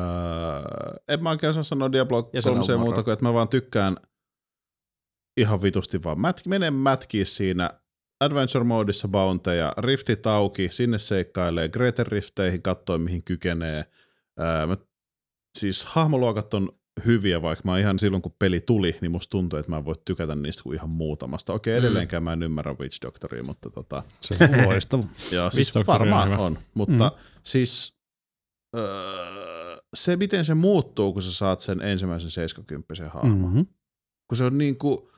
B: en mä oikein osaa sanoa Diablo
A: Ja se
B: 3
A: on
B: muuta
A: Maro.
B: kuin, että mä vaan tykkään ihan vitusti vaan mät, menen mätkiä siinä Adventure Modeissa bounteja, riftit auki, sinne seikkailee, Greater Rifteihin kattoo mihin kykenee. Öö, mä, siis hahmoluokat on hyviä, vaikka mä ihan silloin kun peli tuli, niin musta tuntuu, että mä en voi tykätä niistä kuin ihan muutamasta. Okei,
A: Mm.
B: edelleenkään mä en ymmärrä Witch Doctoria, mutta tota,
C: Se on loistava.
B: Joo, siis
D: Doctor on
B: varmaan on,
D: hyvä.
B: mutta
C: Mm-hmm.
B: siis öö, se, miten se muuttuu, kun sä saat sen ensimmäisen 70 hahmon. Mm.
C: [laughs] Mm-hmm.
B: Kun se on niinku,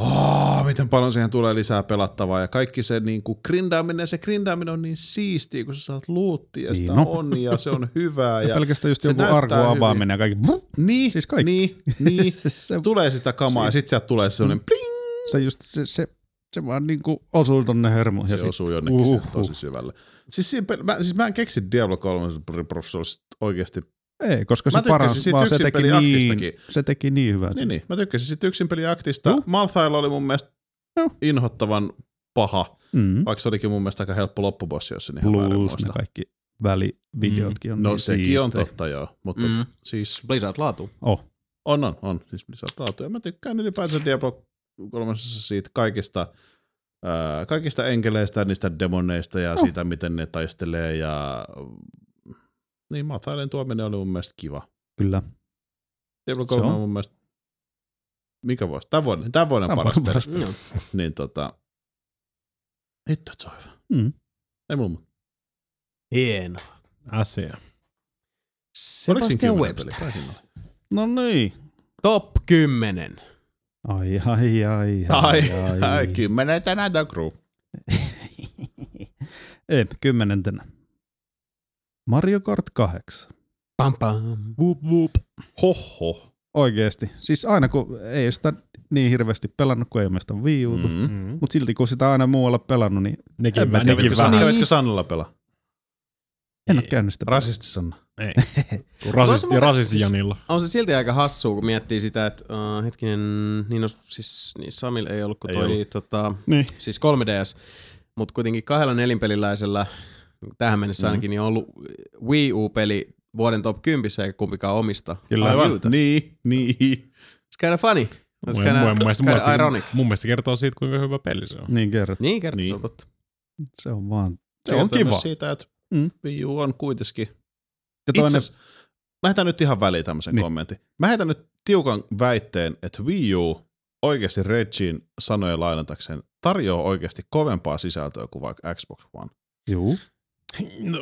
B: oh, miten paljon siihen tulee lisää pelattavaa ja kaikki se niinku grindaaminen, se grindaaminen on niin siistiä, kun sä saat luuttia ja
C: Niin
B: sitä
C: no.
B: on ja se
C: [laughs]
B: on hyvää.
C: Ja
B: ja,
C: pelkästään just
B: se
C: joku
B: näyttää
C: arkun
B: hyvin.
C: avaaminen ja
B: [laughs]
C: kaikki.
B: niin,
C: Siis kaikki.
B: niin,
C: [laughs]
B: niin.
C: Se,
B: Tulee sitä kamaa ja sitten sieltä tulee sellainen pling,
C: se just se, se, se vaan niinku osuu tonne hörmuun. Mm. ja
B: se
C: sit- Uhuh.
B: osuu jonnekin uh,
C: Uhuhu.
B: tosi syvälle. Siis, siinä, pel- mä, siis mä en keksi Diablo 3 oikeasti
C: Ei, koska
B: Mä
C: se paransi,
B: tykkäsin siitä
C: vaan se
B: yksin
C: teki,
B: pelin
C: niin,
B: aktistakin.
C: se teki niin hyvää.
B: Niin, niin. Mä tykkäsin sit yksin peliaktista.
C: Joo.
B: Uh. Malthailla oli mun mielestä
C: Joo.
B: inhottavan paha,
C: Mm.
B: vaikka se olikin mun mielestä aika helppo loppubossi, jos en ihan väärin
C: Plus ne
B: muista.
C: kaikki välivideotkin on
B: No
C: niin
B: sekin on
C: siistejä.
B: totta joo, mutta mm.
A: Mm.
B: siis
A: Blizzard laatu.
C: Oh.
B: on, on, on. Siis lisää laatuja. Mä tykkään ylipäätään Diablo 3 siitä kaikista, ää, kaikista enkeleistä, niistä demoneista ja oh. siitä, miten ne taistelee ja niin Malthailen tuominen oli mun mielestä kiva.
C: Kyllä.
B: Diablo
C: Se
B: 3 on
C: on.
B: mun mielestä mikä vuosi? Tämän vuoden, tämän vuoden
C: Tää on
B: paras
C: paras,
B: peli.
C: paras.
A: Joo.
B: niin tota, hitto, että se on hyvä.
C: Mm.
B: Ei mulla muuta.
A: Hieno.
D: Asia.
A: Sebastian Webster.
C: No niin.
A: Top 10.
C: Ai, ai, ai,
B: Ai,
C: ai, ai.
B: ai, kymmenen tänään The Crew.
C: Ei, kymmenentenä. Mario Kart 8.
A: Pam pam.
C: Whoop, whoop.
B: Hoho.
C: Oikeesti. Siis aina kun ei sitä niin hirveästi pelannut, kun ei ole sitä viiutu. Mm.
D: Mm.
C: Mutta silti kun sitä aina muualla pelannut, niin En
D: Nekin,
C: mä
D: mä,
C: tiedä,
D: nekin
B: Kävitkö
C: mitkä
D: vähän.
B: Sanna,
C: Niin.
B: kävitkö Sannalla pelaa?
C: en ole
D: Ei.
C: käynyt sitä.
B: Rasisti Sanna. [laughs]
D: Ei. Kun
A: Tuossa
D: rasisti,
A: muuten-
D: rasisti Janilla.
A: On se silti aika hassua, kun miettii sitä, että uh, hetkinen, niin, no, siis, niin Samil ei ollut, kun
B: Ei
A: toi
B: ollut.
A: Tota,
C: Niin.
A: siis 3DS, mutta kuitenkin kahdella nelinpeliläisellä tähän mennessä mm. ainakin niin on ollut Wii U-peli vuoden top 10 eikä kumpikaan omista.
C: Kyllä.
A: Aivan.
B: Niin, niin.
A: It's kind of funny. It's
D: Mun-
A: kind
D: mun- mun
A: of,
D: mielestä- mun mielestä-
A: ironic.
D: Mun mielestä se kertoo siitä, kuinka hyvä peli se on.
B: [laughs]
C: Niin kerro.
A: Niin kertoo,
B: Niin.
A: niin. totta.
C: Se on vaan. Se on
B: Kertoo myös
C: kiva.
B: Siitä, että
C: Mm.
B: Wii U on kuitenkin.
C: Ja
B: Itse
C: toinen,
B: asiassa, mä heitän nyt ihan väliin tämmöisen
C: Niin.
B: kommentin. Mä heitän nyt tiukan väitteen, että Wii U oikeasti Regin sanoja lainatakseen tarjoaa oikeasti kovempaa sisältöä kuin vaikka Xbox One.
C: juu,
D: No,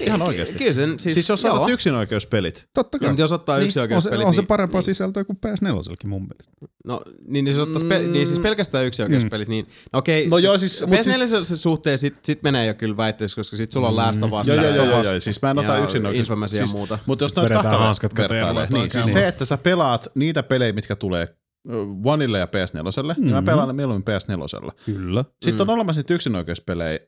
B: Ihan oikeasti.
A: Kyllä sen, siis,
B: Siis, siis jos
A: joo.
B: otat yksinäköispelit,
C: totta
A: Joo,
C: kai.
A: mutta jos ottaa yksi
C: niin, on se,
A: oikeuspelit,
C: on se parempaa
A: niin,
C: niin.
B: siis-
C: sisältöä kuin PS4 mun mielestä.
A: No, niin, niin, siis ottais, pe- niin siis pelkästään yksi oikeuspelit, niin no okei.
B: Mm. No joo, siis- mut
A: PS4 siis... suhteen sit, sit menee jo kyllä väitteeksi, koska sit
D: Mm.
A: sulla on Last of Us.
B: Joo, joo,
A: Last
B: joo,
A: of
B: joo,
A: Us
B: joo. Siis mä en ota
A: ja
B: yksin
A: Infamous ja
B: siis,
A: muuta.
B: Mutta jos noita
D: Vedetään
B: kahta
D: hanskat
B: hanskat
D: käteen ja
B: vertailee,
D: ruvetaan
B: niin siis
D: käymään.
B: se, että sä pelaat niitä pelejä, mitkä tulee ö, Oneille ja PS4, mm. niin mä
C: Mhm.
B: pelaan ne mieluummin PS4.
C: Kyllä.
B: Sitten
A: Mhm.
B: on olemassa niitä yksinoikeuspelejä,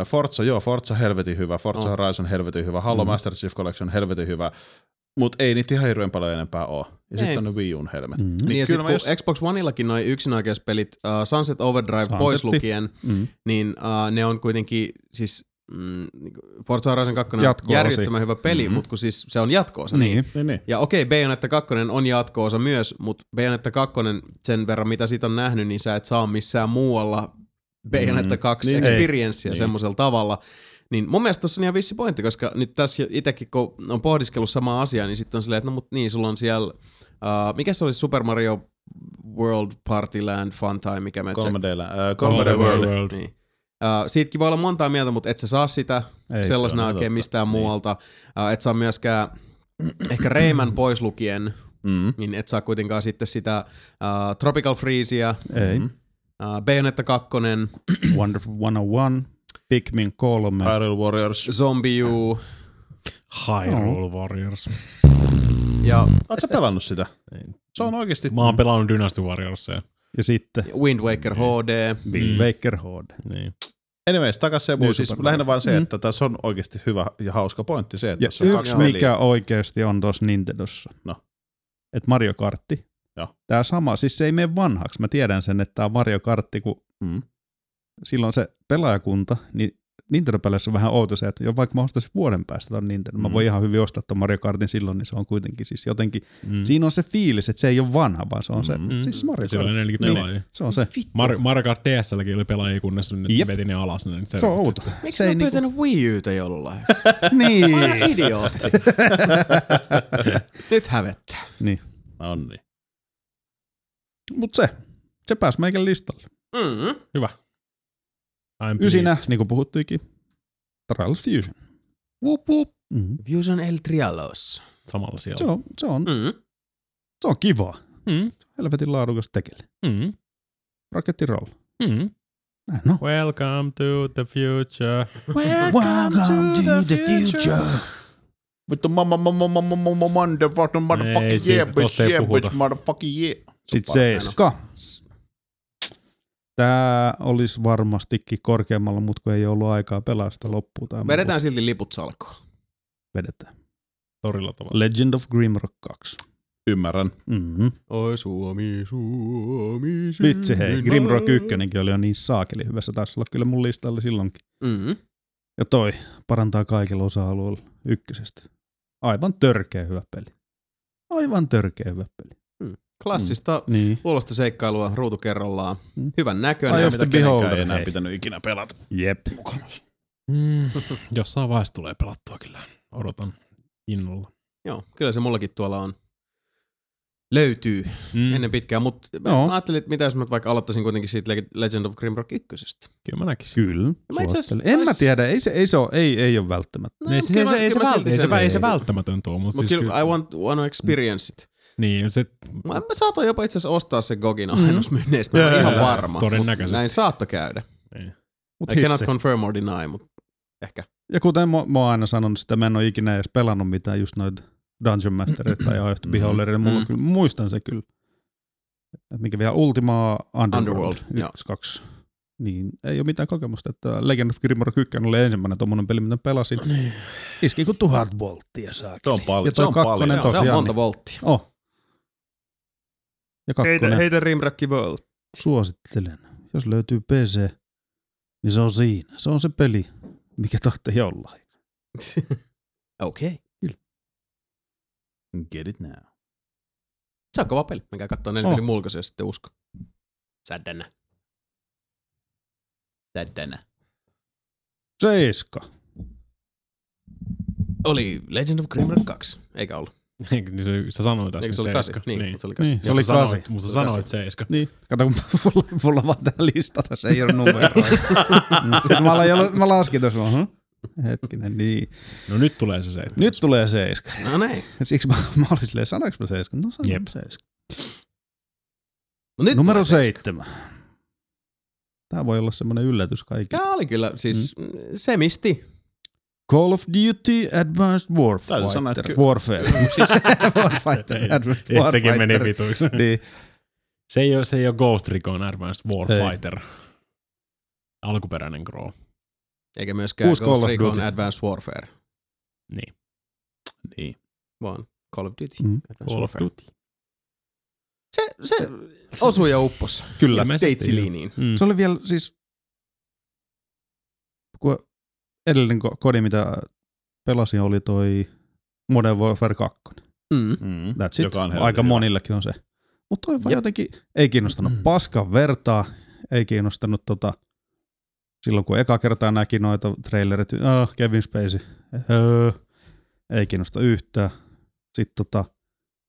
B: Ö, Forza, joo, Forza helvetin hyvä, Forza
A: On.
B: Horizon helvetin hyvä, Halo
D: Mhm.
C: Mm.
B: Master Chief Collection helvetin hyvä, mutta ei niitä ihan hirveän paljon enempää oo. Ja sitten
A: Ei.
B: on ne Wii Uun helmet.
C: Mm.
A: Niin, ja
B: kyllä
A: sit,
B: mä
A: kun
B: jos-
A: Xbox Oneillakin noin yksinoikeuspelit, uh, Sunset Overdrive pois
C: Sunsetti.
A: lukien,
C: Mm.
A: niin uh, ne on kuitenkin siis mm, niinku Forza Horizon 2 on
C: Jatko-osi.
A: järjettömän hyvä peli, mm-hmm. mutta kun siis se on jatkoosa.
C: Niin.
B: Niin, niin.
A: Ja okei, Bayonetta 2 on jatkoosa myös, mutta Bayonetta 2 sen verran, mitä siitä on nähnyt, niin sä et saa missään muualla Bayonetta 2
B: Niin.
A: niin, experiencea
B: Niin.
A: niin. semmoisella tavalla. Niin mun mielestä tuossa on ihan vissi pointti, koska nyt tässä itsekin kun on pohdiskellut samaa asiaa, niin sitten on silleen, että no mut niin, sulla on siellä, uh, mikä se oli Super Mario World Party Land Fun Time, mikä me
B: 3D-lä. Äh, 3D World.
A: niin. Uh, siitäkin voi olla montaa mieltä, mutta et sä saa sitä
C: Ei
A: Ei
C: se
A: sellaisena
B: ole
A: oikein
B: totta.
A: mistään niin. muualta. Uh, et saa myöskään, [clears throat] ehkä Reiman pois lukien,
B: Mm.
A: niin et saa kuitenkaan sitten sitä uh, Tropical Freezea,
C: Ei.
A: uh, Bayonetta 2,
C: Wonderful 101, Pikmin 3.
B: Hyrule Warriors.
A: Zombie U
D: Hyrule Warriors.
A: ja
B: Oot sä pelannut sitä?
D: Ei.
B: Se on oikeesti...
D: Mä oon pelannut Dynasty Warriorsia.
C: Ja sitten
A: Wind Waker HD.
C: Wind Waker HD.
D: Niin.
B: Anyways, takas se muu.
C: Niin,
B: Siis
C: Super
B: lähinnä vaan se, että tässä on oikeesti hyvä ja hauska pointti se, että
C: Ja
B: tässä on kaksi
C: yksi
B: peliä.
C: mikä oikeasti on tuossa Nintendossa.
B: No.
C: Et Mario Kartti.
B: Joo.
C: Tää sama, siis se ei mene vanhaksi. Mä tiedän sen, että tää on Mario Kartti, kun
B: Mm.
C: silloin se pelaajakunta, niin Nintendo-peleissä on vähän outo se, että jo vaikka mä ostaisin vuoden päästä ton Nintendo, mä
B: Mm.
C: voin ihan hyvin ostaa ton Mario Kartin silloin, niin se on kuitenkin siis jotenkin,
D: Mm.
C: siinä on se fiilis, että se ei ole vanha, vaan se on se,
B: Mm.
C: siis Mario
D: Siellä on
C: Kart.
D: ennenkin
C: Niin.
D: pelaajia.
C: Se on se.
D: Mar- Mario Kart DSlläkin oli pelaajia, kunnes nyt
C: Jep.
D: veti ne alas. Niin
C: Se on outo.
A: Miksi
C: Se
A: se
C: ei
A: on
C: niinku-
A: pyytänyt Wii Utä jollain?
C: Niin.
A: Mä oon idiootti. Nyt hävettää.
B: On niin.
C: Mut se, se pääsi meikän listalle.
A: Mm-hmm.
D: I'm
C: Ysinä,
D: pleased.
C: niin kuin puhuttiinkin, Trials Fusion. Wup, wup. Mm-hmm.
A: Fusion El Trialos.
D: Samalla
C: Se,
D: siellä.
C: on, se, on,
A: Mm-hmm.
C: se on kiva.
D: Mm.
C: Helvetin laadukas tekele.
D: Mm.
C: Raketti roll.
D: Mm.
C: Näin, No.
D: Welcome to the future.
C: Welcome to the future.
B: Vittu mamma mamma mamma mamma mande fucking
D: Ei,
B: motherfucking
D: siitä
B: yeah bitch
D: tosta ei
B: yeah
D: puhuta.
B: bitch motherfucking yeah.
C: Sitten seiska. Tää olisi varmastikin korkeammalla, mutta kun ei ollut aikaa pelaa sitä loppuun. Tai muuta.
A: Vedetään silti liput salkoon.
C: Vedetään.
D: Torilla tavalla.
C: Legend of Grimrock 2.
B: Ymmärrän.
C: Mm-hmm.
A: Oi Suomi, Suomi,
C: Vitsi hei,
A: synnyn
C: Grimrock
A: maa.
C: 1 oli jo niin saakeli hyvä. Se taisi olla kyllä mun listalla silloinkin.
A: Mm.
C: Ja toi parantaa kaikilla osa-alueilla ykkösestä. Aivan törkeä hyvä peli. Aivan törkeä hyvä peli.
A: Klassista mm.
C: Niin.
A: luulosta seikkailua ruutu kerrallaan.
C: Mm.
A: Hyvän näköinen.
C: Ai
B: Ai
C: of
B: of
C: the
B: mitä kenenkään
C: beholder,
B: ei enää
C: hei.
B: pitänyt ikinä pelata.
C: Jep.
D: Mm. Jossain vaiheessa tulee pelattua kyllä. Odotan innolla.
A: Joo, kyllä se mullakin tuolla on. Löytyy
D: Mm.
A: mm. ennen pitkään, mutta
C: Joo.
A: no. mä ajattelin, että mitä jos mä vaikka aloittaisin kuitenkin siitä Le- Legend of Grimrock 1.
D: Kyllä mä näkisin.
C: Kyllä.
A: Mä itse asiassa-
C: suosittelen. En mä tiedä, ei se, ei se, ole, ei, ei ole välttämättä.
A: No,
D: Ei
A: mut
D: Niin, se,
A: kyllä
D: se,
A: mä-
D: ei, se,
A: kyllä mä
D: vält-
A: silti
D: ei, se,
A: sen-
D: vä- ei
A: Ei.
D: se välttämätön tuo, mutta
A: Mut
D: siis
A: kyllä, I
D: kyllä,
A: want, want to experience it.
D: niin, se,
A: Mä, mä saatoin jopa itse asiassa ostaa sen Gogin
D: Mm.
A: alennusmyynneistä, mä
B: Joo,
A: oon ihan
D: joo,
A: varma.
D: todennäköisesti.
A: Mut Näin saatto käydä.
C: Mut
A: I cannot
C: hitsi.
A: confirm or deny, mutta ehkä.
C: Ja kuten mä, mä oon aina sanonut sitä, mä en ole ikinä edes pelannut mitään just noita Dungeon Mastereita tai Aehto Beholderia. Mulla
A: Mm.
C: kyllä, muistan se kyllä. Mikä vielä Ultima Underworld,
A: Underworld, joo.
C: Yksi, kaksi. Niin, ei ole mitään kokemusta, että Legend of Grimrock 1 oli ensimmäinen tommonen peli, mitä pelasin.
A: Niin.
C: Iski kuin tuhat volttia saa.
B: Se on paljon.
C: Ja
B: Se
C: toi
B: on paljon.
C: kakkonen
A: Se on, se on
C: tosiaan.
D: niin.
A: monta volttia.
C: Oh. Ja kakkonen
A: heitä Rimrakki World.
C: suosittelen. Jos löytyy PC, niin se on siinä. Se on se peli, mikä tahtii olla.
A: Okei. [laughs] Okay.
B: Mm, Get it now.
A: Se on kova peli. Menkää katsoa nelipelin
C: Oh.
A: oh. mulkaisen, jos sitten usko.
E: Sädänä. Sädänä.
C: Seiska.
A: Oli Legend of Grimrock 2, eikä ollut.
D: [laughs] niin se, sä sanoit äsken
A: Eikö se oli 8? Niin,
D: Niin.
A: niin. se oli 8.
C: Niin.
A: Niin.
D: Se oli
C: kasi.
D: sanoit, mutta sä sanoit seiska.
C: Niin, kato kun [laughs] mulla, mulla on vaan tää listata, se ei ole numeroa. Sitten mä, aloin, mä laskin tuossa, uh-huh. hetkinen, niin.
D: No nyt tulee se seitsemän.
C: Nyt tulee seiska. [laughs]
A: No näin.
C: Siksi mä, mä olin silleen, sanoinko mä seiska? No sanon
D: Jep.
C: seiska.
A: Mut nyt
C: Numero
A: tulee seiska.
C: seitsemän. Tää voi olla semmonen yllätys kaikille.
A: Tää oli kyllä siis mm. semisti.
C: Call of Duty Advanced Warfighter.
B: Täytyy sanoa, että ky-
C: Warfare. Warfighter.
D: Ei,
C: Advanced
D: Et sekin
C: Warfighter.
D: meni vituiksi.
C: Niin.
D: [laughs] Se ei ole, se ei ole Ghost Recon Advanced
C: Ei.
D: Warfighter. Alkuperäinen Grow.
A: Eikä myöskään
C: Uusi Call
A: Ghost
C: of
A: Recon
C: Duty.
A: Advanced Warfare,
D: Niin.
B: Niin.
A: vaan Call of Duty.
C: Mm.
A: Advanced
D: Call of
A: Warfare.
D: Duty.
A: Se, se osui ja uppos.
C: Kyllä.
B: Mm.
D: Ilmeisesti,
A: Teitsiliiniin.
D: joo. Mm.
C: Se oli vielä siis, kun edellinen ko- kodi, mitä pelasin, oli toi Modern Warfare 2.
A: Mm.
B: Mm.
C: That's it.
B: Joka on helvetin
C: Aika
B: hyvä. Mm.
C: monillekin on se. Mutta toi vaan jotenkin ei kiinnostanut paskan vertaa, ei kiinnostanut tota, silloin kun eka kertaa näki noita trailerit, oh, Kevin Spacey, öö, ei kiinnosta yhtään. Sitten tota,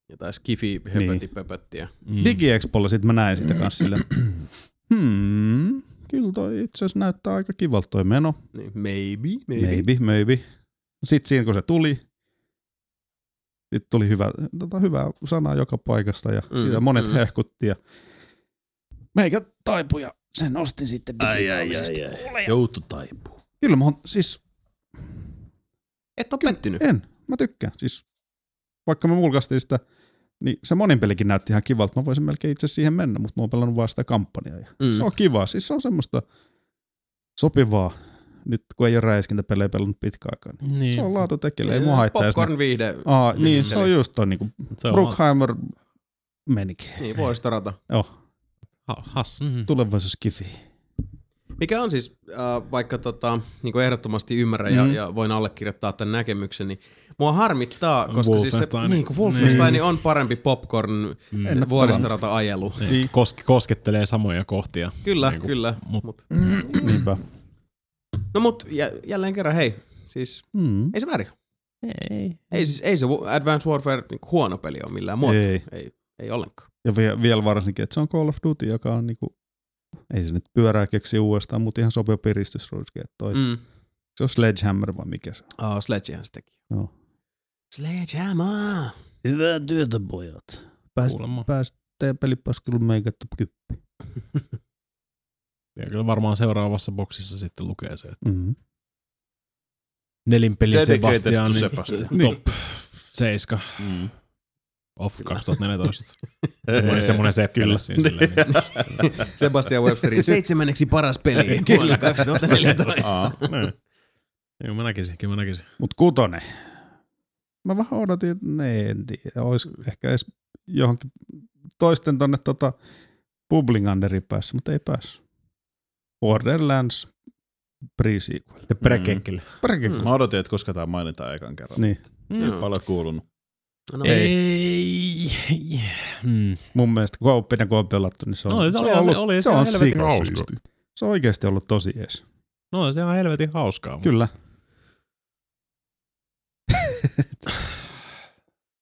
A: Jotain skifi
C: Niin.
A: höpötti pöpöttiä.
D: Mm.
C: DigiExpolla sit mä näin sitä kanssa silleen, hmm, kyllä toi itse asiassa näyttää aika kivalta toi meno.
A: Niin, maybe, maybe. maybe.
C: Maybe, maybe. Sitten siinä kun se tuli, sitten tuli hyvä, tota, hyvää sanaa joka paikasta ja
A: Mm,
C: mm, siitä monet
A: mm.
C: mm. hehkutti. Ja... Meikä taipuja, sen ostin sitten digitaalisesti. Ai, ai, ai,
B: Joutu taipuu.
C: ai. Kyllä mä oon, siis
A: Et ole pettynyt.
C: en, mä tykkään. Siis vaikka me mulkaistiin sitä, niin se monin pelikin näytti ihan kivalta. Mä voisin melkein itse siihen mennä, mutta mä oon pelannut vaan sitä kampanjaa. Ja
A: Mm.
C: Se on kiva. Siis se on semmoista sopivaa. Nyt kun ei ole räiskintäpelejä pelannut pitkään aikaan. Niin
D: Niin.
C: se on laatu tekele. Ei mua haittaa. jos ne-
A: Popcorn viihde.
C: Aa, niin,
A: Mm.
C: se on just toi niinku
D: Se on
C: Bruckheimer menikin.
A: Niin, vuoristorata.
C: Joo,
D: ha- has.
C: Mm-hmm.
D: Mm.
C: tulevaisuus kifi.
A: Mikä on siis, äh, vaikka tota, niin kuin ehdottomasti ymmärrän ja,
C: Mm.
A: ja voin allekirjoittaa tämän näkemyksen, niin mua harmittaa, koska siis se,
D: Wolfenstein.
A: niin kuin Wolfenstein on parempi popcorn
D: Mm.
C: En-
A: vuoristorata-ajelu.
D: Niin. Kos- koskettelee samoja kohtia.
A: Kyllä,
D: Niin kuin-
A: kyllä.
D: mut-
A: Mut.
C: Niin, Niinpä.
A: No mut, jä, jälleen kerran, hei. Siis
C: Mm.
A: ei se väärin. Ei. Ei, siis, ei se Wo- Advanced Warfare niin huono peli ole millään muotoa. Ei.
C: Ei.
A: ei. Ei ollenkaan.
C: Ja vie- vielä varsinkin, että se on Call of Duty, joka on niinku, ei se nyt pyörää keksi uudestaan, mutta ihan sopiva piristysruiske. että Toi. Mm.
A: Mm.
C: Se on Sledgehammer vai mikä se on?
A: Oh, Sledgehän se teki.
C: Joo.
A: Sledgehammer!
C: Hyvää työtä, pojat. Pääst,
D: Kuulemma.
C: pääst, teidän pelipaskulla meikä top 10.
D: Ja kyllä varmaan seuraavassa boksissa sitten lukee se, että
C: Mm.
D: nelinpeli
B: Dedicated to
D: Sebastian,
B: Sebastian.
D: top 7
B: Mm.
D: of 2014. Semmoinen, semmoinen seppele siinä silleen, niin.
A: Sebastian Websterin seitsemänneksi paras peli vuonna 2014.
B: Aa, niin.
D: Joo, mä näkisin, kyllä mä näkisin.
C: Mut kutonen. Mä vähän odotin, että ne en tiedä. Ois ehkä edes johonkin toisten tonne tota Publinganderiin päässyt, mutta ei päässyt. Borderlands pre-sequel.
D: The Prekekkeli.
C: Perkele.
A: Mm.
B: Mä odotin, että koska tää mainitaan ekan kerran.
C: Niin,
B: Ei
A: Mm.
B: paljon kuulunut.
A: No,
D: Ei. Ei. Mm.
C: mun mielestä kun oppina kun on pelattu, niin se on,
D: No, se oli- se
C: ollut,
D: oli-
C: se
D: se
C: on
D: helvetin
C: sika
D: hauska.
C: siisti. Se on oikeasti ollut tosi ees.
D: No se on helvetin hauskaa. Kyllä.
C: Kyllä.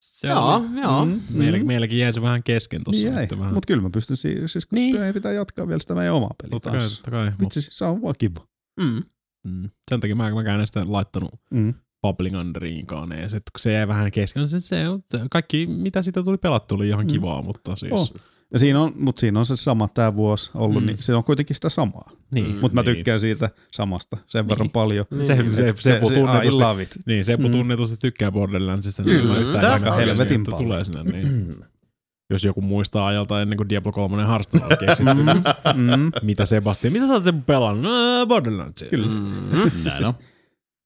D: Se
A: Joo,
D: on,
A: joo.
C: Mm,
D: meillä,
C: mm.
D: meilläkin jäi se vähän kesken tossa.
C: Niin jäi,
D: että vähän-
C: mutta kyllä mä pystyn, si- siis kun
D: Niin.
C: niin. ei pitää jatkaa vielä sitä meidän omaa peliä
D: Totta kai,
C: taas.
D: totta kai. Mut,
C: Vitsi, se on vaan kiva.
A: Mm.
D: mm. Sen takia mä, mäkään en sitä laittanut
C: Mm.
D: Bubbling Underiinkaan. Ja sit, kun se jäi vähän kesken. Se, se, se, kaikki, mitä siitä tuli pelattu, oli ihan
C: Mm.
D: kivaa, mutta siis...
C: On. Ja siinä on, mutta siinä on se sama tämä vuosi ollut,
D: Mm.
C: mm. niin se on kuitenkin sitä samaa.
D: Niin.
C: Mutta mä
B: Niin.
C: tykkään siitä samasta sen verran
D: Niin.
C: paljon.
D: Se, se, se, se,
C: se, I
D: tunnetusti,
C: love it.
D: niin, Seppu
C: Mm.
D: tunnetusti tykkää Borderlandsista. Niin
A: Kyllä,
D: mä yhtään
B: tää
D: enemmän
C: helvetin
D: tiedä, että
C: paljon.
D: Tulee sinne, niin. Jos joku muistaa ajalta ennen kuin Diablo 3 harstalla on keksitty,
C: Mm,
D: [laughs]
C: mm,
D: mitä Sebastian, mitä sä oot sen pelannut? No, Borderlandsia.
C: Kyllä.
A: Mm.
B: Näin on.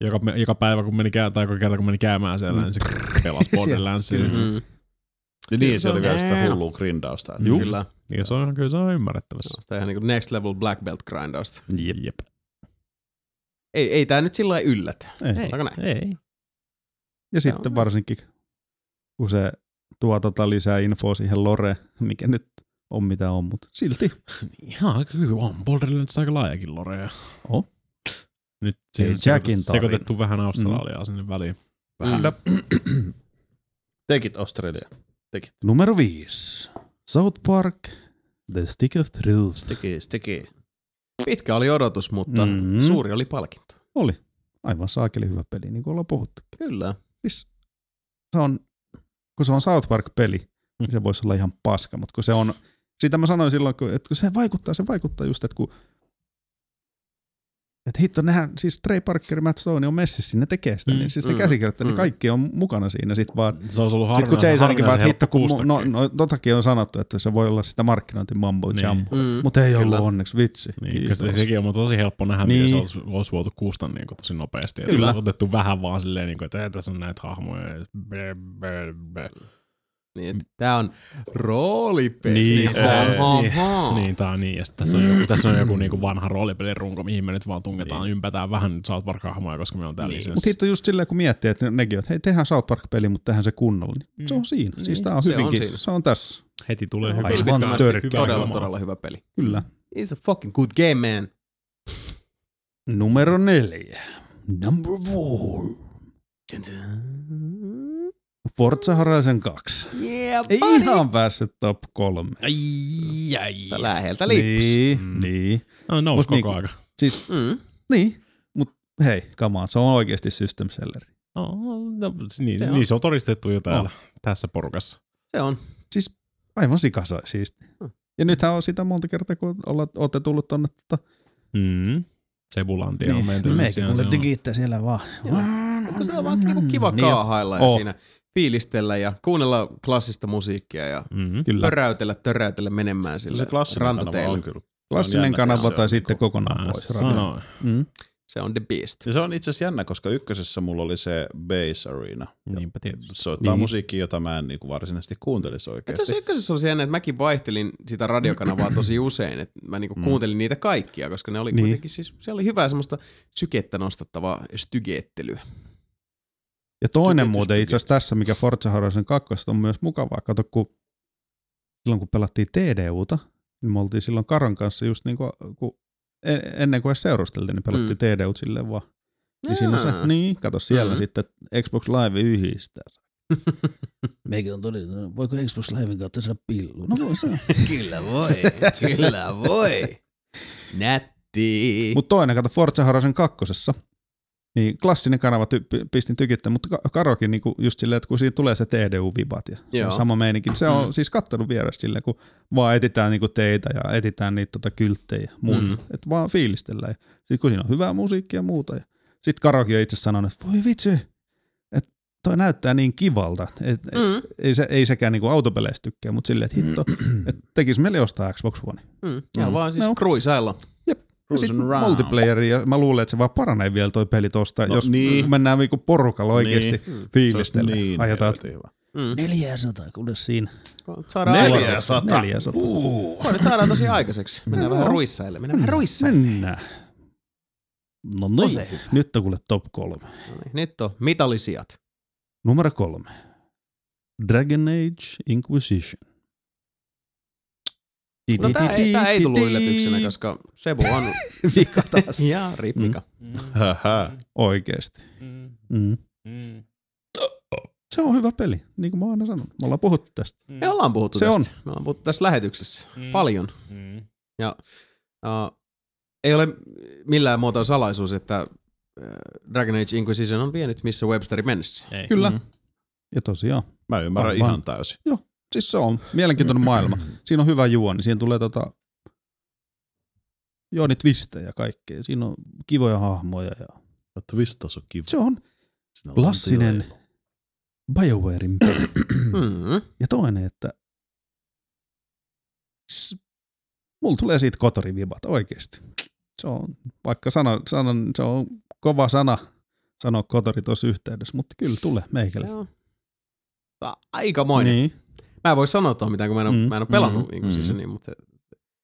D: Joka, joka päivä kun meni käy, tai joka kerta kun meni käymään siellä, niin se pelasi Borderlandsia.
C: [laughs] Siellä.
A: Mm.
B: Ja niin, se oli vielä
A: Näin on.
B: sitä hullua grindausta. Että
D: Juu.
A: Kyllä.
D: Ja Niin, se on, kyllä se on ymmärrettävässä.
A: Tämä on ihan niinku next level black belt grindausta.
D: Jep. Jep.
A: Ei, ei tää nyt sillä lailla yllätä.
C: ei.
A: Aika näin.
D: Ei.
C: Ja sitten varsinkin, kun se tuo tota lisää infoa siihen Lore, mikä nyt on mitä on, mutta silti.
D: Ihan kyllä on Borderlands aika laajakin lorea.
C: Oh.
D: Nyt siihen on
C: Jackin Mm.
D: sekoitettu-
C: tarina.
D: sekoitettu vähän Australiaa sinne väliin.
A: Vähän.
C: Mm.
B: Tekit Australia.
C: Numero 5. South Park, The Stick of Truth.
B: Sticky, sticky.
A: Pitkä oli odotus, mutta
C: Mm.
A: suuri oli palkinto.
C: Oli. Aivan saakeli hyvä peli, niin kuin ollaan puhuttu.
A: Kyllä.
C: Siis se on, kun se on South Park-peli,
D: Mm.
C: niin se voisi olla ihan paska, mutta kun se on, siitä mä sanoin silloin, kun, että kun se vaikuttaa, se vaikuttaa just, että kun että hitto, nehän, siis Trey Parker ja Matt Stone on messissä, ne tekee sitä,
D: Mm.
C: mm. niin siis
A: Mm.
C: ne käsikirjoittaa,
A: Mm.
C: niin kaikki on mukana siinä sit vaan.
D: Se olisi
C: Sitten
D: ollut
C: kun
D: harvinaisen,
C: Jasonkin vaan, että hitto, kun mu-
D: helppo
C: no,
D: kustakin.
C: no, totakin on sanottu, että se voi olla sitä markkinointi mambo
D: Niin.
C: jumbo,
A: Mm.
C: mutta ei ollut
A: Kyllä.
C: onneksi, vitsi.
D: Niin,
C: Kiitos.
D: koska sekin on mun tosi helppo nähdä, niin. miten
C: Niin.
D: se olisi, olisi voitu kusta niin kuin, tosi nopeasti. Että
C: Kyllä.
D: olisi otettu vähän vaan silleen, niin kuin, että "Eh, tässä on näitä hahmoja. ja Bä, bä, bä.
A: Niin, että tää on roolipeli.
D: Niin,
A: tää on
D: niin,
A: hommaa.
D: Niin, tää on niin. Ja sit tässä on joku, tässä on joku niinku vanha roolipelin runko, mihin me nyt vaan tungetaan, niin. ympätään vähän nyt South Park-hahmoja, koska meillä on täällä niin.
C: Mutta sitten just silleen, kun miettii, että nekin on, että hei, tehdään South Park-peli, mutta tehdään se kunnolla. Niin se on siinä. Niin. Siis tää on
A: Mm. Se on
C: hyvinkin, se on,
A: siinä.
C: se on tässä.
D: Heti tulee hyvä.
C: Aivan
A: Vilpittömästi
C: törkeä.
A: Todella,
D: homma.
A: todella hyvä peli.
C: Kyllä.
A: He's a fucking good game man.
C: Numero neljä. Number four. Forza Horizon 2.
A: Yeah,
C: Ei
A: buddy.
C: ihan päässyt top kolme.
D: Ai, ai.
A: Tää Läheltä liips.
C: Niin,
D: Mm.
C: niin.
D: No, nousi
C: Mut
D: koko
C: niinku-
D: aika.
C: Siis,
A: Mm.
C: niin. Mut hei, come on, se on oikeasti system seller.
D: No, no, niin,
A: Se on.
D: niin, se on todistettu jo
C: Oh.
D: täällä, tässä porukassa.
A: Se on.
C: Siis aivan sikasa siisti.
A: Hmm.
C: Ja nythän on sitä monta kertaa, kun olla, olette tullut tonne tota,
D: Mm. Sebulandia on menty.
C: niin, meikä
D: siellä
C: kuule
D: se on.
C: digiittää siellä vaan.
A: Joo. Se on vaan
B: Mm,
A: niinku kiva
C: Niin on.
A: kaahailla ja
C: Oh.
A: siinä fiilistellä ja kuunnella klassista musiikkia ja
D: Mm.
C: Kyllä.
A: pöräytellä, töräytellä menemään
B: Kyllä se
A: sille
B: klassinen kanava
A: rantateille.
B: on kyllä.
C: Klassinen
B: jännä, se
C: kanava
B: on niinku
C: tai
B: se
C: sitten kokonaan
D: Mä
C: pois. radalla.
D: sanoin.
C: Mm.
A: Se on the beast.
B: Ja se on itse asiassa jännä, koska ykkösessä mulla oli se Bass Arena.
D: Niinpä tietysti.
B: Soittaa
C: Niin.
B: niin. musiikkia, jota mä en niinku varsinaisesti kuuntelisi
A: Itse
B: oikeasti.
A: asiassa ykkösessä oli se jännä, että mäkin vaihtelin sitä radiokanavaa tosi usein, että mä niinku
B: Mm.
A: kuuntelin niitä kaikkia, koska ne oli
C: Niin.
A: kuitenkin siis, se oli hyvää semmoista sykettä nostattavaa stygeettelyä.
C: Ja toinen
B: Tykitystyki.
C: muuten itse asiassa tässä, mikä Forza Horizon 2 on myös mukavaa. Kato, kun silloin kun pelattiin TDUta, niin me oltiin silloin Karon kanssa just niin kuin, kun, en- ennen kuin edes seurusteltiin, niin pelattiin mm. TDUt silleen vaan. Ja siinä se,
A: Jaa.
C: niin, kato siellä
A: Mm.
C: mm. sitten Xbox Live yhdistää. Meikä on todella, voiko Xbox Liven kautta saada pillu? No voi saa.
A: Kyllä voi, kyllä voi. Nätti.
C: Mutta toinen, kato Forza Horizon kakkosessa, niin klassinen kanava ty- pi- pistin tykittämään, mutta ka- Karokin niinku just silleen, että kun siinä tulee se TDU-vibat ja se
A: Joo. Mm.
C: on sama meininki. Se on siis kattonut vieressä silleen, kun vaan etitään niinku teitä ja etitään niitä tota kylttejä ja muuta.
A: Mm.
C: Mm. Että vaan fiilistellään. Sitten kun siinä on hyvää musiikkia ja muuta. Ja sitten Karokin on itse sanonut, että voi vitsi, että toi näyttää niin kivalta. Et, et, mm.
A: Mm,
C: ei, se, ei sekään niinku autopeleistä tykkää, mutta silleen,
A: [clears throat]
C: että hitto, että tekisi mieli ostaa Xbox One.
A: mm. Ja
C: Mm.
A: vaan siis
C: No.
A: kruisailla.
C: Ja
B: Cruising
C: sit
B: around.
C: multiplayeri, ja mä luulen, että se vaan paranee vielä toi peli tosta,
B: No
C: jos
B: niin.
C: mennään niinku porukalla oikeesti
A: Mm.
C: niin.
B: Se olisi
C: fiilistelemään.
B: niin
C: Ajetaan
B: helvetin hyvä.
A: Mm.
C: 400, kuule siinä.
B: Niin.
A: Saadaan
B: Neljä.
A: aikaiseksi.
B: 400.
C: 400. Uh.
A: Voi nyt saadaan tosi aikaiseksi. Mennään
C: Joo.
A: vähän ruissaille. Mennään vähän ruissaille.
C: Mennään. No niin,
A: se
C: nyt on kuule top kolme.
A: No niin, Nyt on mitalisijat.
C: Numero kolme. Dragon Age Inquisition.
A: No tää ei, tää ei tullut yllätyksenä, koska Sebu on
C: [laughs] Vika taas.
A: ja ripmika.
B: Hähä.
C: Oikeesti. Mm. Se on hyvä peli, niin kuin mä oon aina sanon. Me ollaan puhuttu tästä.
A: Mm. Me ollaan puhuttu
C: Se
A: tästä.
C: on.
A: Me ollaan puhuttu tässä lähetyksessä paljon. Uh, ei ole millään muotoa salaisuus, että äh, Dragon Age Inquisition on vienyt missä Websteri mennessä.
D: Ei.
C: Kyllä. Ja tosiaan.
B: Mä ymmärrän
C: Varmaan.
B: ihan täysin.
C: Siis se on mielenkiintoinen maailma. Siinä on hyvä juoni. Siinä tulee tota... Joo, niitä twistejä ja kaikkea. Siinä on kivoja hahmoja. Ja...
B: Mutta vistas on kiva.
C: Se on
B: Sinä on
C: klassinen
B: tilaa.
C: BioWarein [clears throat] peli.
A: Mm.
C: Ja toinen, että S- mulla tulee siitä kotorivibat oikeasti. Se on, vaikka sana, sanan, se on kova sana sanoa kotori tuossa yhteydessä, mutta kyllä tulee meikälle.
A: Joo. A- Aikamoinen.
C: Niin.
A: Mä en voi sanoa tuohon mitään, kun mä en, mm.
C: Mm,
A: mä en ole pelannut mm.
B: mm,
A: Inquisitionia, mutta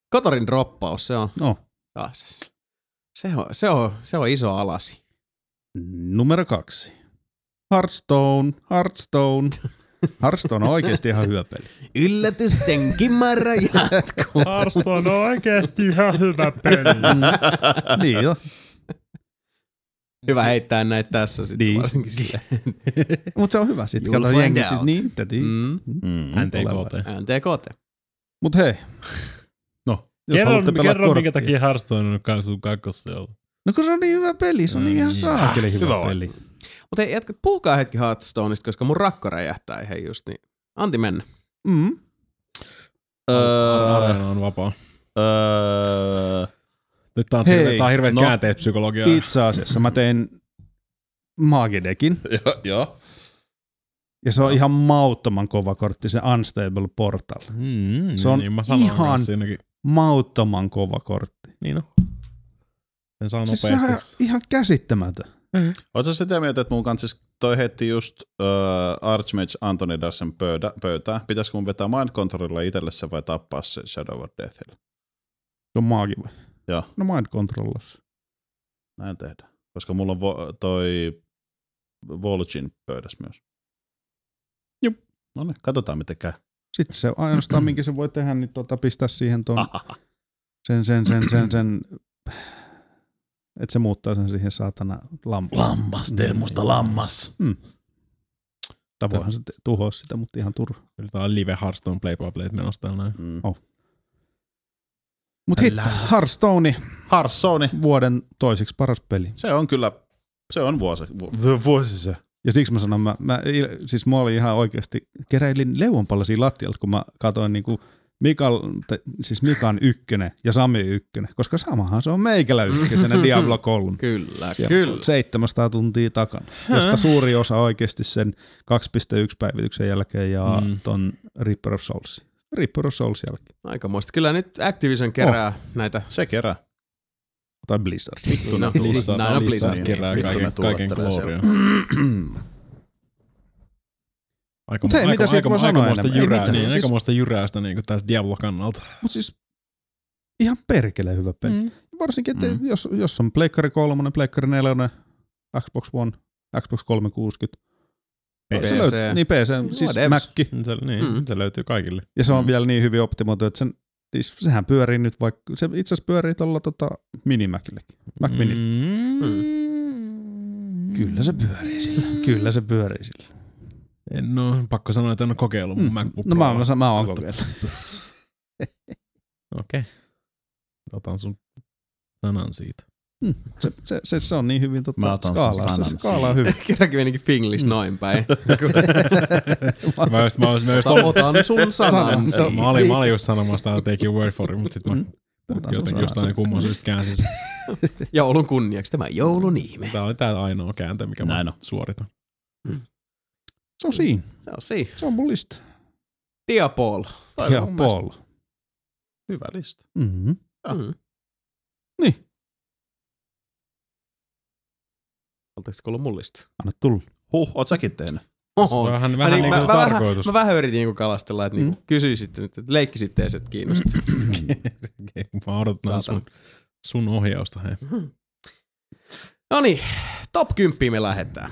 A: Kotorin droppaus, se on,
C: No,
A: ah, se, se on, se on, se on iso alasi.
C: Numero kaksi. Hearthstone, Hearthstone. Hearthstone on oikeasti ihan hyvä peli.
A: Yllätysten [laughs] kimara jatkuu.
D: Arsto Mm. on oikeesti ihan hyvä peli.
C: niin jo.
A: Hyvä heittää näitä tässä sitten
C: Niin.
A: varsinkin sille.
C: Mutta se on hyvä sitten.
A: You'll
C: Kato
A: find
C: jengi
A: out.
C: sit, niin, täti.
A: Mm.
B: Mm.
D: NTKT.
A: NTKT.
C: Mut hei.
B: No.
C: Jos haluatte pelaa
D: kerro
C: korttia.
D: minkä takia Hearthstone on ka- sun kakkossa ollut.
C: No kun se on niin hyvä peli, se on
D: Mm,
C: niin ihan
D: niin.
C: saakeli hyvä,
B: Hyvä on.
C: peli.
A: Mutta hei, jätkä, puhukaa hetki Hearthstoneista, koska mun rakko räjähtää hei just niin. Anti mennä.
C: Mm.
B: Öö,
D: Areena on vapaa.
B: öö, [laughs]
D: Nyt tää on,
C: Hei,
D: hirveet, tää on hirveet
B: no.
D: käänteet psykologiaa.
C: Itse asiassa mä tein Magidekin,
B: joo, joo.
C: ja se on ihan mauttoman kova kortti, se Unstable Portal.
D: Mm,
C: Se on
D: niin mä sanoin
C: ihan-
D: kanssa siinäkin.
C: Mauttoman kova kortti.
D: Niin no. Sen saa
C: Siis se on
D: No nopeasti.
C: ihan- ihan käsittämätön.
B: Oletko sitä mieltä, että mun kanssa toi heitti just uh, Archmage Antoni Darsen pöydä, pöytää. Pitäisikö mun vetää Mind Controlilla itselle se vai tappaa se Shadow of Deathillä?
C: Se on maagi vai?
B: Joo.
C: No mind controllers.
B: Näin tehdään. Koska mulla on vo- toi Volgin pöydässä myös.
C: Jup.
B: No niin, katsotaan miten käy.
C: Sitten se ainoastaan, minkä se voi tehdä, niin tota, pistää siihen ton, sen, sen, sen, sen, sen, että se muuttaa sen siihen saatana lampaan.
B: Lammas,
C: tee musta
B: lammas.
C: Tai voihan se te- tuhoa sitä, mutta ihan turha.
D: Kyllä tää on live Hearthstone play by play menossa täällä näin.
B: Mm.
C: Mutta hit,
B: Tällä-
C: Hearthstone,
B: Hearthstone,
C: vuoden toiseksi paras peli.
B: se on kyllä, se on vuosi, vu- vuosi se.
C: Ja siksi mä sanon, mä, mä, il- siis mä olin ihan oikeasti, keräilin leuanpalasia lattialta, kun mä katsoin niinku Mikal, tai, siis Mikan ykkönen ja Sami ykkönen, koska samahan se on meikälä ykkösenä Diablo 3.
A: Kyllä,
C: Siellä
A: kyllä.
C: 700 tuntia takana, josta suuri osa oikeasti sen 2.1 päivityksen jälkeen ja
D: Mm.
C: mm. ton Reaper of Souls. Reaper of Souls jälkeen.
A: Aikamoista. Kyllä nyt Activision kerää oh. näitä.
B: Se kerää.
C: Tai Blizzard.
B: Vittu ne
A: Niin,
B: tuulettaa.
A: näin on
D: Blizzard
A: Blizzard.
D: kerää
B: Vittu, ne
D: kaiken, kaiken
B: tuulettelee siellä.
D: glooria. Aika,
C: Mut hei, mitä siitä voi sanoa
D: aikamoista
C: enemmän? Ei
D: jyrää,
C: mitään,
D: niin,
C: siis-
D: aikamoista jyräästä niin tässä Diablo-kannalta.
C: Mutta siis ihan perkele hyvä peli. Mm.
D: Niin
C: Varsinkin, että
B: Mm.
C: mm. jos, jos on Pleikkari 3, Pleikkari 4, Xbox One, Xbox 360.
A: PC.
C: Se löyt- niin PC, siis
A: Whatevs.
C: Mac.
D: Se, niin,
A: Mm.
D: se löytyy kaikille.
C: Ja se on
B: Mm.
C: mm. vielä niin hyvin optimoitu, että sen, siis sehän pyörii nyt vaikka, se itse asiassa pyörii tuolla tota, minimacillekin. Mac Mini.
D: Mm.
C: Kyllä se pyörii sillä. Kyllä se pyörii sillä.
D: En oo, pakko sanoa, että en ole kokeillut mun MacBook
C: No mä,
D: Proa.
C: mä, mä oon
D: Mutta-
C: kokeillut.
D: Okei. Otan sun sanan siitä.
C: Se, se, se, se on niin hyvin
B: Mä
C: tota,
B: otan sun
C: skaalaa. Se,
B: sanan
C: se skaala on hyvin.
A: Kerrankin menikin Finglish
C: Mm.
A: noin päin.
D: Mä, just, mä, olisin, mä, just
A: Ota-
D: ollut,
A: Otan sun sanan.
C: Sanan.
D: mä, olin, mä olin just sanomassa, että take your word for it, mutta sit mä
C: Mm. Otan sun
D: jotenkin
C: sanan.
D: jostain niinku- kumman syystä käänsin sen.
A: Joulun kunniaksi. Tämä joulun ihme.
D: Tää on tää ainoa kääntö, mikä mä
B: Näin on.
D: suoritan.
C: Se on siinä.
A: Se on siinä.
C: Se on mun lista.
A: Diapol.
B: Toi
C: Ja
B: on mun mielestä
C: Paul.
B: Hyvä lista.
C: Mm-hmm.
B: Ah.
A: Mm.
C: Niin.
A: Oletteko kuullut mullista?
C: Anna tulla.
B: Huh, oot säkin tehnyt?
A: Oho.
D: Vähän, vähän
A: Niin,
D: niin,
A: mä,
D: niinku
A: mä, vähän,
D: tarkoitus.
A: mä vähän yritin niinku kalastella, että niinku kysyisitte nyt, että leikkisitte edes, että kiinnostaa.
D: Mä odotan sun, sun ohjausta. Hei.
A: No niin, top 10 me lähdetään.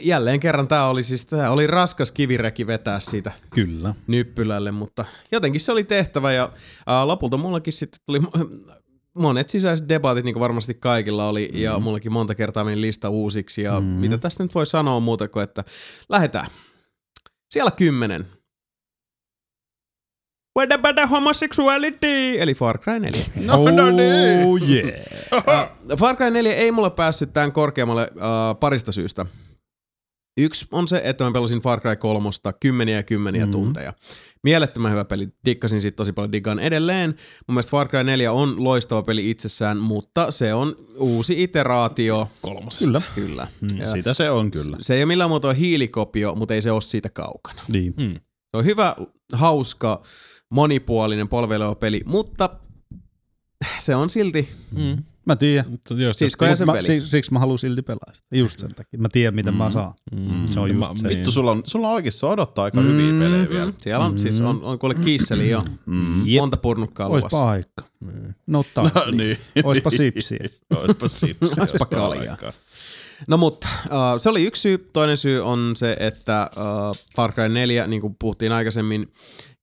A: Jälleen kerran tämä oli siis, tää oli raskas kivireki vetää siitä
C: Kyllä.
A: nyppylälle, mutta jotenkin se oli tehtävä ja ää, lopulta mullakin sitten tuli monet sisäiset debatit, niin kuin varmasti kaikilla oli, mm.
C: Mm-hmm.
A: ja mullakin monta kertaa meni lista uusiksi, ja mm.
C: Mm.
A: mitä tästä nyt voi sanoa muuta kuin, että lähdetään. Siellä kymmenen. What about the homosexuality? Eli Far Cry 4.
C: No, no niin. Oh yeah.
A: Äh, Far Cry 4 ei mulle päässyt tämän korkeammalle äh, parista syystä. Yksi on se, että mä pelasin Far Cry 3 kymmeniä ja kymmeniä mm.
C: Mhm.
A: tunteja. Mielettömän hyvä peli, dikkasin siitä tosi paljon, diggaan edelleen. Mun mielestä Far Cry 4 on loistava peli itsessään, mutta se on uusi iteraatio. Kolmosesta. Kyllä. Kyllä.
D: Mm.
A: Ja
B: Sitä se on siis kyllä.
A: Se ei ole millään muotoa hiilikopio, mutta ei se ole siitä kaukana.
C: Niin.
A: Se on hyvä, hauska, monipuolinen polveileva peli, mutta se on silti,
D: Mm.
C: Mä tiedän. Niin,
D: Mut Jos,
A: siis koja
C: Mut
A: sen
C: mä,
A: peli.
C: si- siksi mä haluan silti pelaa sitä. Just sen takia. Mä tiedän, mitä mm. mä saan.
D: Mm.
C: Se on just
D: Mä-
C: se.
D: Vittu
B: Vittu,
D: sun.
B: sulla on, sulla on oikeesti, se odottaa aika hyviä pelejä vielä.
A: Siellä on, mm. siis on, on kuule kisseli jo.
B: Mm.
A: Jep. Monta purnukkaa
C: Ois
A: luvassa.
C: paikka. No taas.
B: No niin.
C: Oispa sipsiä.
B: Oispa sipsiä.
A: Oispa kaljaa.
B: aikaa.
A: No mutta, äh, se oli yksi syy. Toinen syy on se, että äh, Far Cry 4, niin kuin puhuttiin aikaisemmin,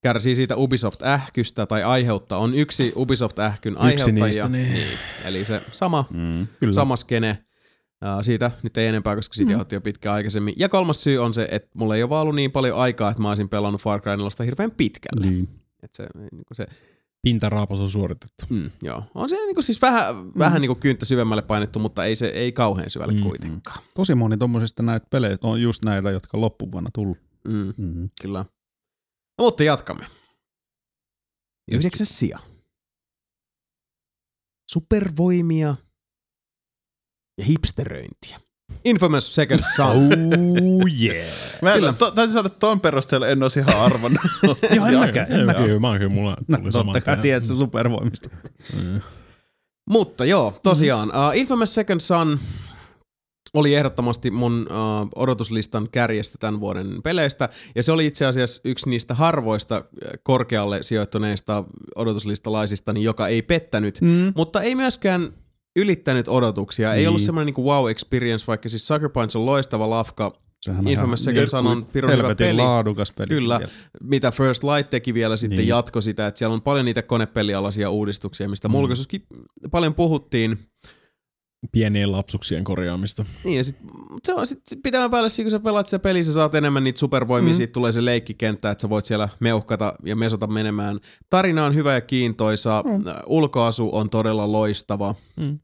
A: kärsii siitä Ubisoft-ähkystä tai aiheuttaa. On yksi Ubisoft-ähkyn aiheuttajia.
D: niistä, niin.
A: Eli se sama,
B: Mm.
A: Kyllä. sama skene. Äh, siitä nyt ei enempää, koska siitä mm. jo pitkään aikaisemmin. Ja kolmas syy on se, että mulla ei ole vaan ollut niin paljon aikaa, että mä olisin pelannut Far Cry 4 hirveän pitkälle.
C: Niin.
A: Et se, niin se,
D: Pintaraapas on suoritettu.
A: Mm, joo. On se niinku siis vähän, mm. vähän niinku kynttä syvemmälle painettu, mutta ei se ei kauhean syvälle
D: Mm.
A: mm. kuitenkaan.
C: Tosi moni tommosista näitä pelejä on just näitä, jotka on loppuvuonna tullut.
A: Mm,
C: Mm.
A: kyllä. No, mutta jatkamme. Yhdeksäs sija. Supervoimia ja hipsteröintiä. Infamous Second Son.
C: Oh yeah.
B: Mä en, to, täytyy sanoa, että ton perusteella en olisi ihan arvonnut.
C: Joo, en mäkään. En
D: Mä
C: mäkään.
D: kyllä, mä oon kyllä mulla
C: No,
D: tuli
C: totta kai tiedät sen supervoimista.
D: Mm.
A: äh, mutta joo, tosiaan. Uh, Infamous Second Son oli ehdottomasti mun uh, odotuslistan kärjestä tämän vuoden peleistä, ja se oli itse asiassa yksi niistä harvoista äh, korkealle sijoittuneista odotuslistalaisista, niin joka ei pettänyt,
C: Mm.
A: mutta ei myöskään ylittänyt odotuksia. Ei
C: Niin.
A: ollut semmoinen niinku wow experience, vaikka siis Sucker Punch on loistava lafka.
C: Sehän
A: Infamous
C: ihan
A: Second Son on pirun hyvä
C: helvetin
A: peli.
C: laadukas peli.
A: Kyllä, mitä First Light teki vielä sitten niin.
C: Niin.
A: jatko sitä, että siellä on paljon niitä konepelialaisia uudistuksia, mistä mm. mulkaisuskin paljon puhuttiin.
D: Pienien lapsuksien korjaamista.
A: Niin, ja sit, mut se on sit pitää päälle, kun sä pelaat sitä peliä, sä saat enemmän niitä supervoimia, mm. siitä tulee se leikkikenttä, että sä voit siellä meuhkata ja mesota menemään. Tarina on hyvä ja kiintoisa, mm. ulkoasu on todella loistava. Mm.
D: Mm.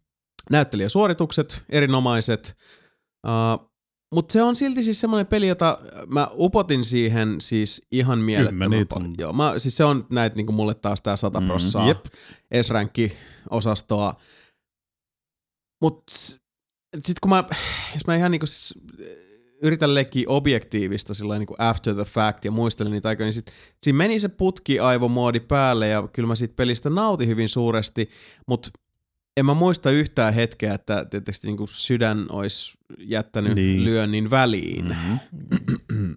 A: Näyttelijäsuoritukset erinomaiset, uh, mutta se on silti siis semmoinen peli, jota mä upotin siihen siis ihan mielettömän
C: Kymmeniä
A: paljon.
C: tunteja.
A: Joo, mä, siis se on näitä niinku mulle taas tää 100 prossaa mm,
C: jep.
A: S-ränkki-osastoa. Mutta sitten kun mä, jos mä ihan niinku siis, äh, yritän leikkiä objektiivista sillä niinku after the fact ja muistelen niitä aikoja, niin sit, siinä meni se putki aivomoodi päälle ja kyllä mä siitä pelistä nautin hyvin suuresti, mutta en mä muista yhtään hetkeä, että tietysti niinku sydän olisi jättänyt niin.
C: Niin.
A: lyönnin väliin.
B: Mm-hmm.
A: [clears throat]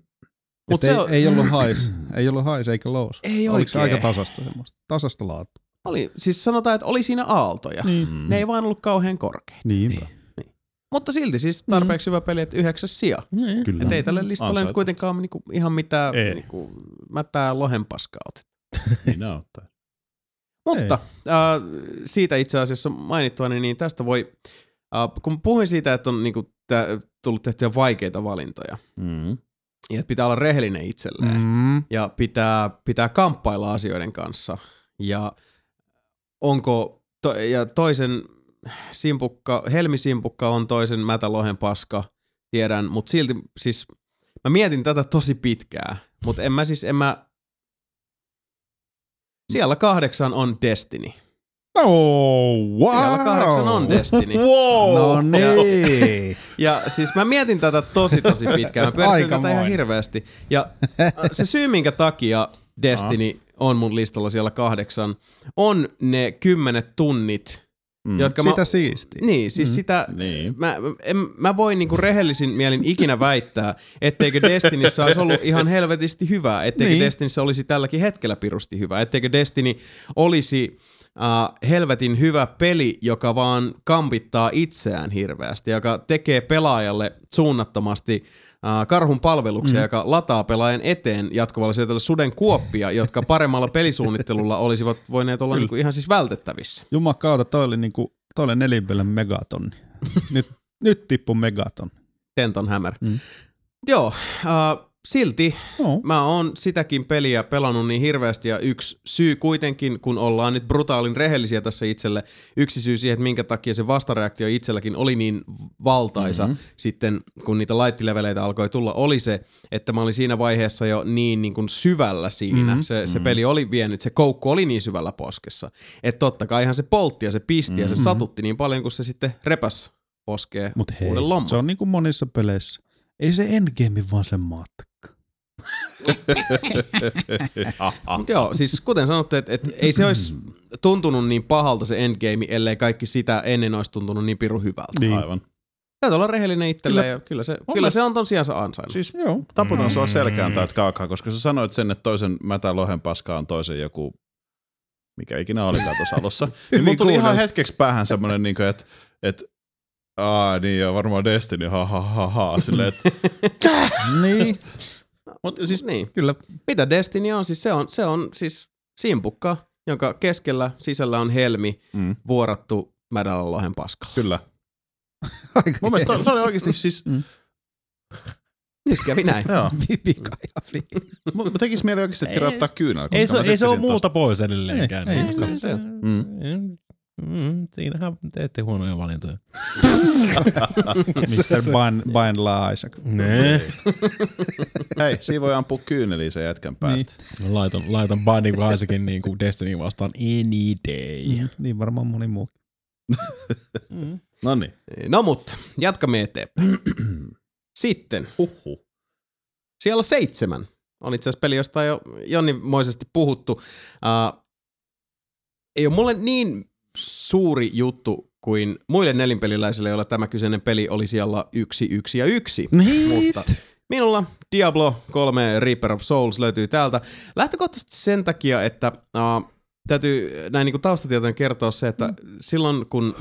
A: Mut
C: Mut
A: se
C: ei,
A: on-
C: on... ei ollut hais, ei ollut hais eikä lows.
A: Ei
C: Oliko se aika
A: oikein.
C: tasasta semmoista? Tasasta laatua.
A: Oli, siis sanotaan, että oli siinä aaltoja. Niin. Ne ei vaan ollut kauhean korkeita.
C: Niinpä.
A: Niin. Mutta silti siis tarpeeksi hyvä peli, että yhdeksäs sija.
D: Mm.
C: Kyllä.
A: Niin. Et ei tälle listalle nyt
B: Ansaitusti.
A: kuitenkaan ole niinku ihan mitään
C: Ei.
A: niinku, mätää lohenpaskaa otettu.
B: Minä ottaa.
A: Mutta äh, siitä itse asiassa mainittua, niin tästä voi, äh, kun puhuin siitä, että on niinku, tää, tullut tehtyä vaikeita valintoja,
B: Mm-hmm.
A: ja että pitää olla rehellinen itselleen, mm.
C: Mm.
A: ja pitää, pitää kamppailla asioiden kanssa, ja onko, to, ja toisen simpukka, helmisimpukka on toisen mätälohen paska, tiedän, mutta silti siis, mä mietin tätä tosi pitkää, mutta en mä siis, en mä, siellä kahdeksan on Destiny. No,
C: Oh, wow!
A: Siellä kahdeksan on Destiny.
B: Wow!
C: No niin.
A: Ja siis mä mietin tätä tosi tosi pitkään. Mä pyörittelin tätä ihan
C: Aikamoinen.
A: hirveästi. Ja äh, se syy, minkä takia Destiny on mun listalla siellä kahdeksan, on ne kymmenet tunnit,
B: Mm.
A: jotka
C: Sitä
A: mä...
C: siistiä.
A: Niin, siis mm. sitä...
B: Niin.
A: Mä, en, mä voin niinku rehellisin mielin ikinä väittää, etteikö Destinissä olisi ollut ihan helvetisti hyvää, etteikö niin.
C: Niin.
A: Destinissä olisi tälläkin hetkellä pirusti hyvää, etteikö Destiny olisi äh, helvetin hyvä peli, joka vaan kampittaa itseään hirveästi, joka tekee pelaajalle suunnattomasti äh, karhun palveluksia, mm. joka lataa pelaajan eteen jatkuvalla syötöllä suden kuoppia, jotka paremmalla pelisuunnittelulla olisivat voineet olla niinku ihan siis vältettävissä.
C: Jumakauta, toi oli, niinku, toi oli nelipelen megatonni. Nyt, nyt tippu megaton.
A: Tenton Hammer. Mm.
C: Mm.
A: Joo, äh, silti
C: No.
A: mä oon sitäkin peliä pelannut niin hirveästi ja yksi syy kuitenkin, kun ollaan nyt brutaalin rehellisiä tässä itselle, yksi syy siihen, että minkä takia se vastareaktio itselläkin oli niin valtaisa mm-hmm. sitten, kun niitä laittileveleitä alkoi tulla, oli se, että mä olin siinä vaiheessa jo niin, niin kuin syvällä siinä. Mm-hmm. Se, se peli oli vienyt, se koukku oli niin syvällä poskessa, että totta kai ihan se poltti ja se pisti mm-hmm. ja se satutti niin paljon, kun se sitten repäs poskee
C: Mut hei,
A: uuden lomman.
C: se on niinku monissa peleissä. Ei se endgame, vaan se matka.
A: Mut joo, siis kuten sanottu, että et ei se olisi tuntunut niin pahalta se endgame, ellei kaikki sitä ennen olisi tuntunut niin pirun hyvältä. Niin.
C: Niin.
B: Aivan.
A: Täytyy olla rehellinen itselleen kyllä. ja kyllä se, kyllä se on ton sijansa ansainnut.
B: Siis
C: Joo.
B: taputan sua selkään täältä kaukaa, koska sä sanoit sen, että toisen mätä lohen paska on toisen joku, mikä ikinä olikaan tuossa alussa. niin mun tuli ihan
C: kuunneltu.
B: hetkeksi päähän semmonen, niin että et, Aa, niin joo, varmaan Destiny, ha ha ha ha. Silleen, et,
C: niin,
B: mut siis,
A: niin.
C: kyllä.
A: Mitä Destiny on? Siis se on, se on siis simpukka, jonka keskellä sisällä on helmi
B: mm,
A: vuorattu mädällä lohen paskalla.
B: kyllä.
C: Aika
B: Mun mielestä to- se oli oikeasti siis,
A: Nyt Siis kävi
B: [laughs]
A: näin.
B: joo.
C: vika ja vika.
B: Mun mun tekis mieli oikeasti kirjoittaa kyynel, koska
D: Ei se,
B: mä
D: ei se ole
B: tykkäsin
D: muuta pois edelleenkään.
C: Ei, ei
D: Niin,
A: se-
D: se-
A: se-
B: Mm.
D: Mm, siinähän teette huonoja valintoja.
C: Mr. Bain, Bain Isaac.
A: Niin.
D: Ne.
B: tosta. Hei, siinä voi ampua kyyneliä sen jätkän päästä.
C: Niin,
D: Laitan, laitan Binding of Isaacin niin kuin Destiny vastaan any day.
C: niin varmaan moni muu.
D: Mm.
B: No niin.
A: No mut, jatkamme eteenpäin. Sitten.
B: Huhhuh.
A: Siellä seitsemän. On itse asiassa peli, josta on jo jonninmoisesti puhuttu. Uh, ei ole mulle niin suuri juttu kuin muille nelinpeliläisille, joilla tämä kyseinen peli oli siellä 1, 1 ja 1.
C: Niin.
A: Mutta minulla Diablo 3 Reaper of Souls löytyy täältä. Lähtökohtaisesti sen takia, että äh, täytyy näin niin taustatietojen kertoa se, että
C: Mm.
A: silloin kun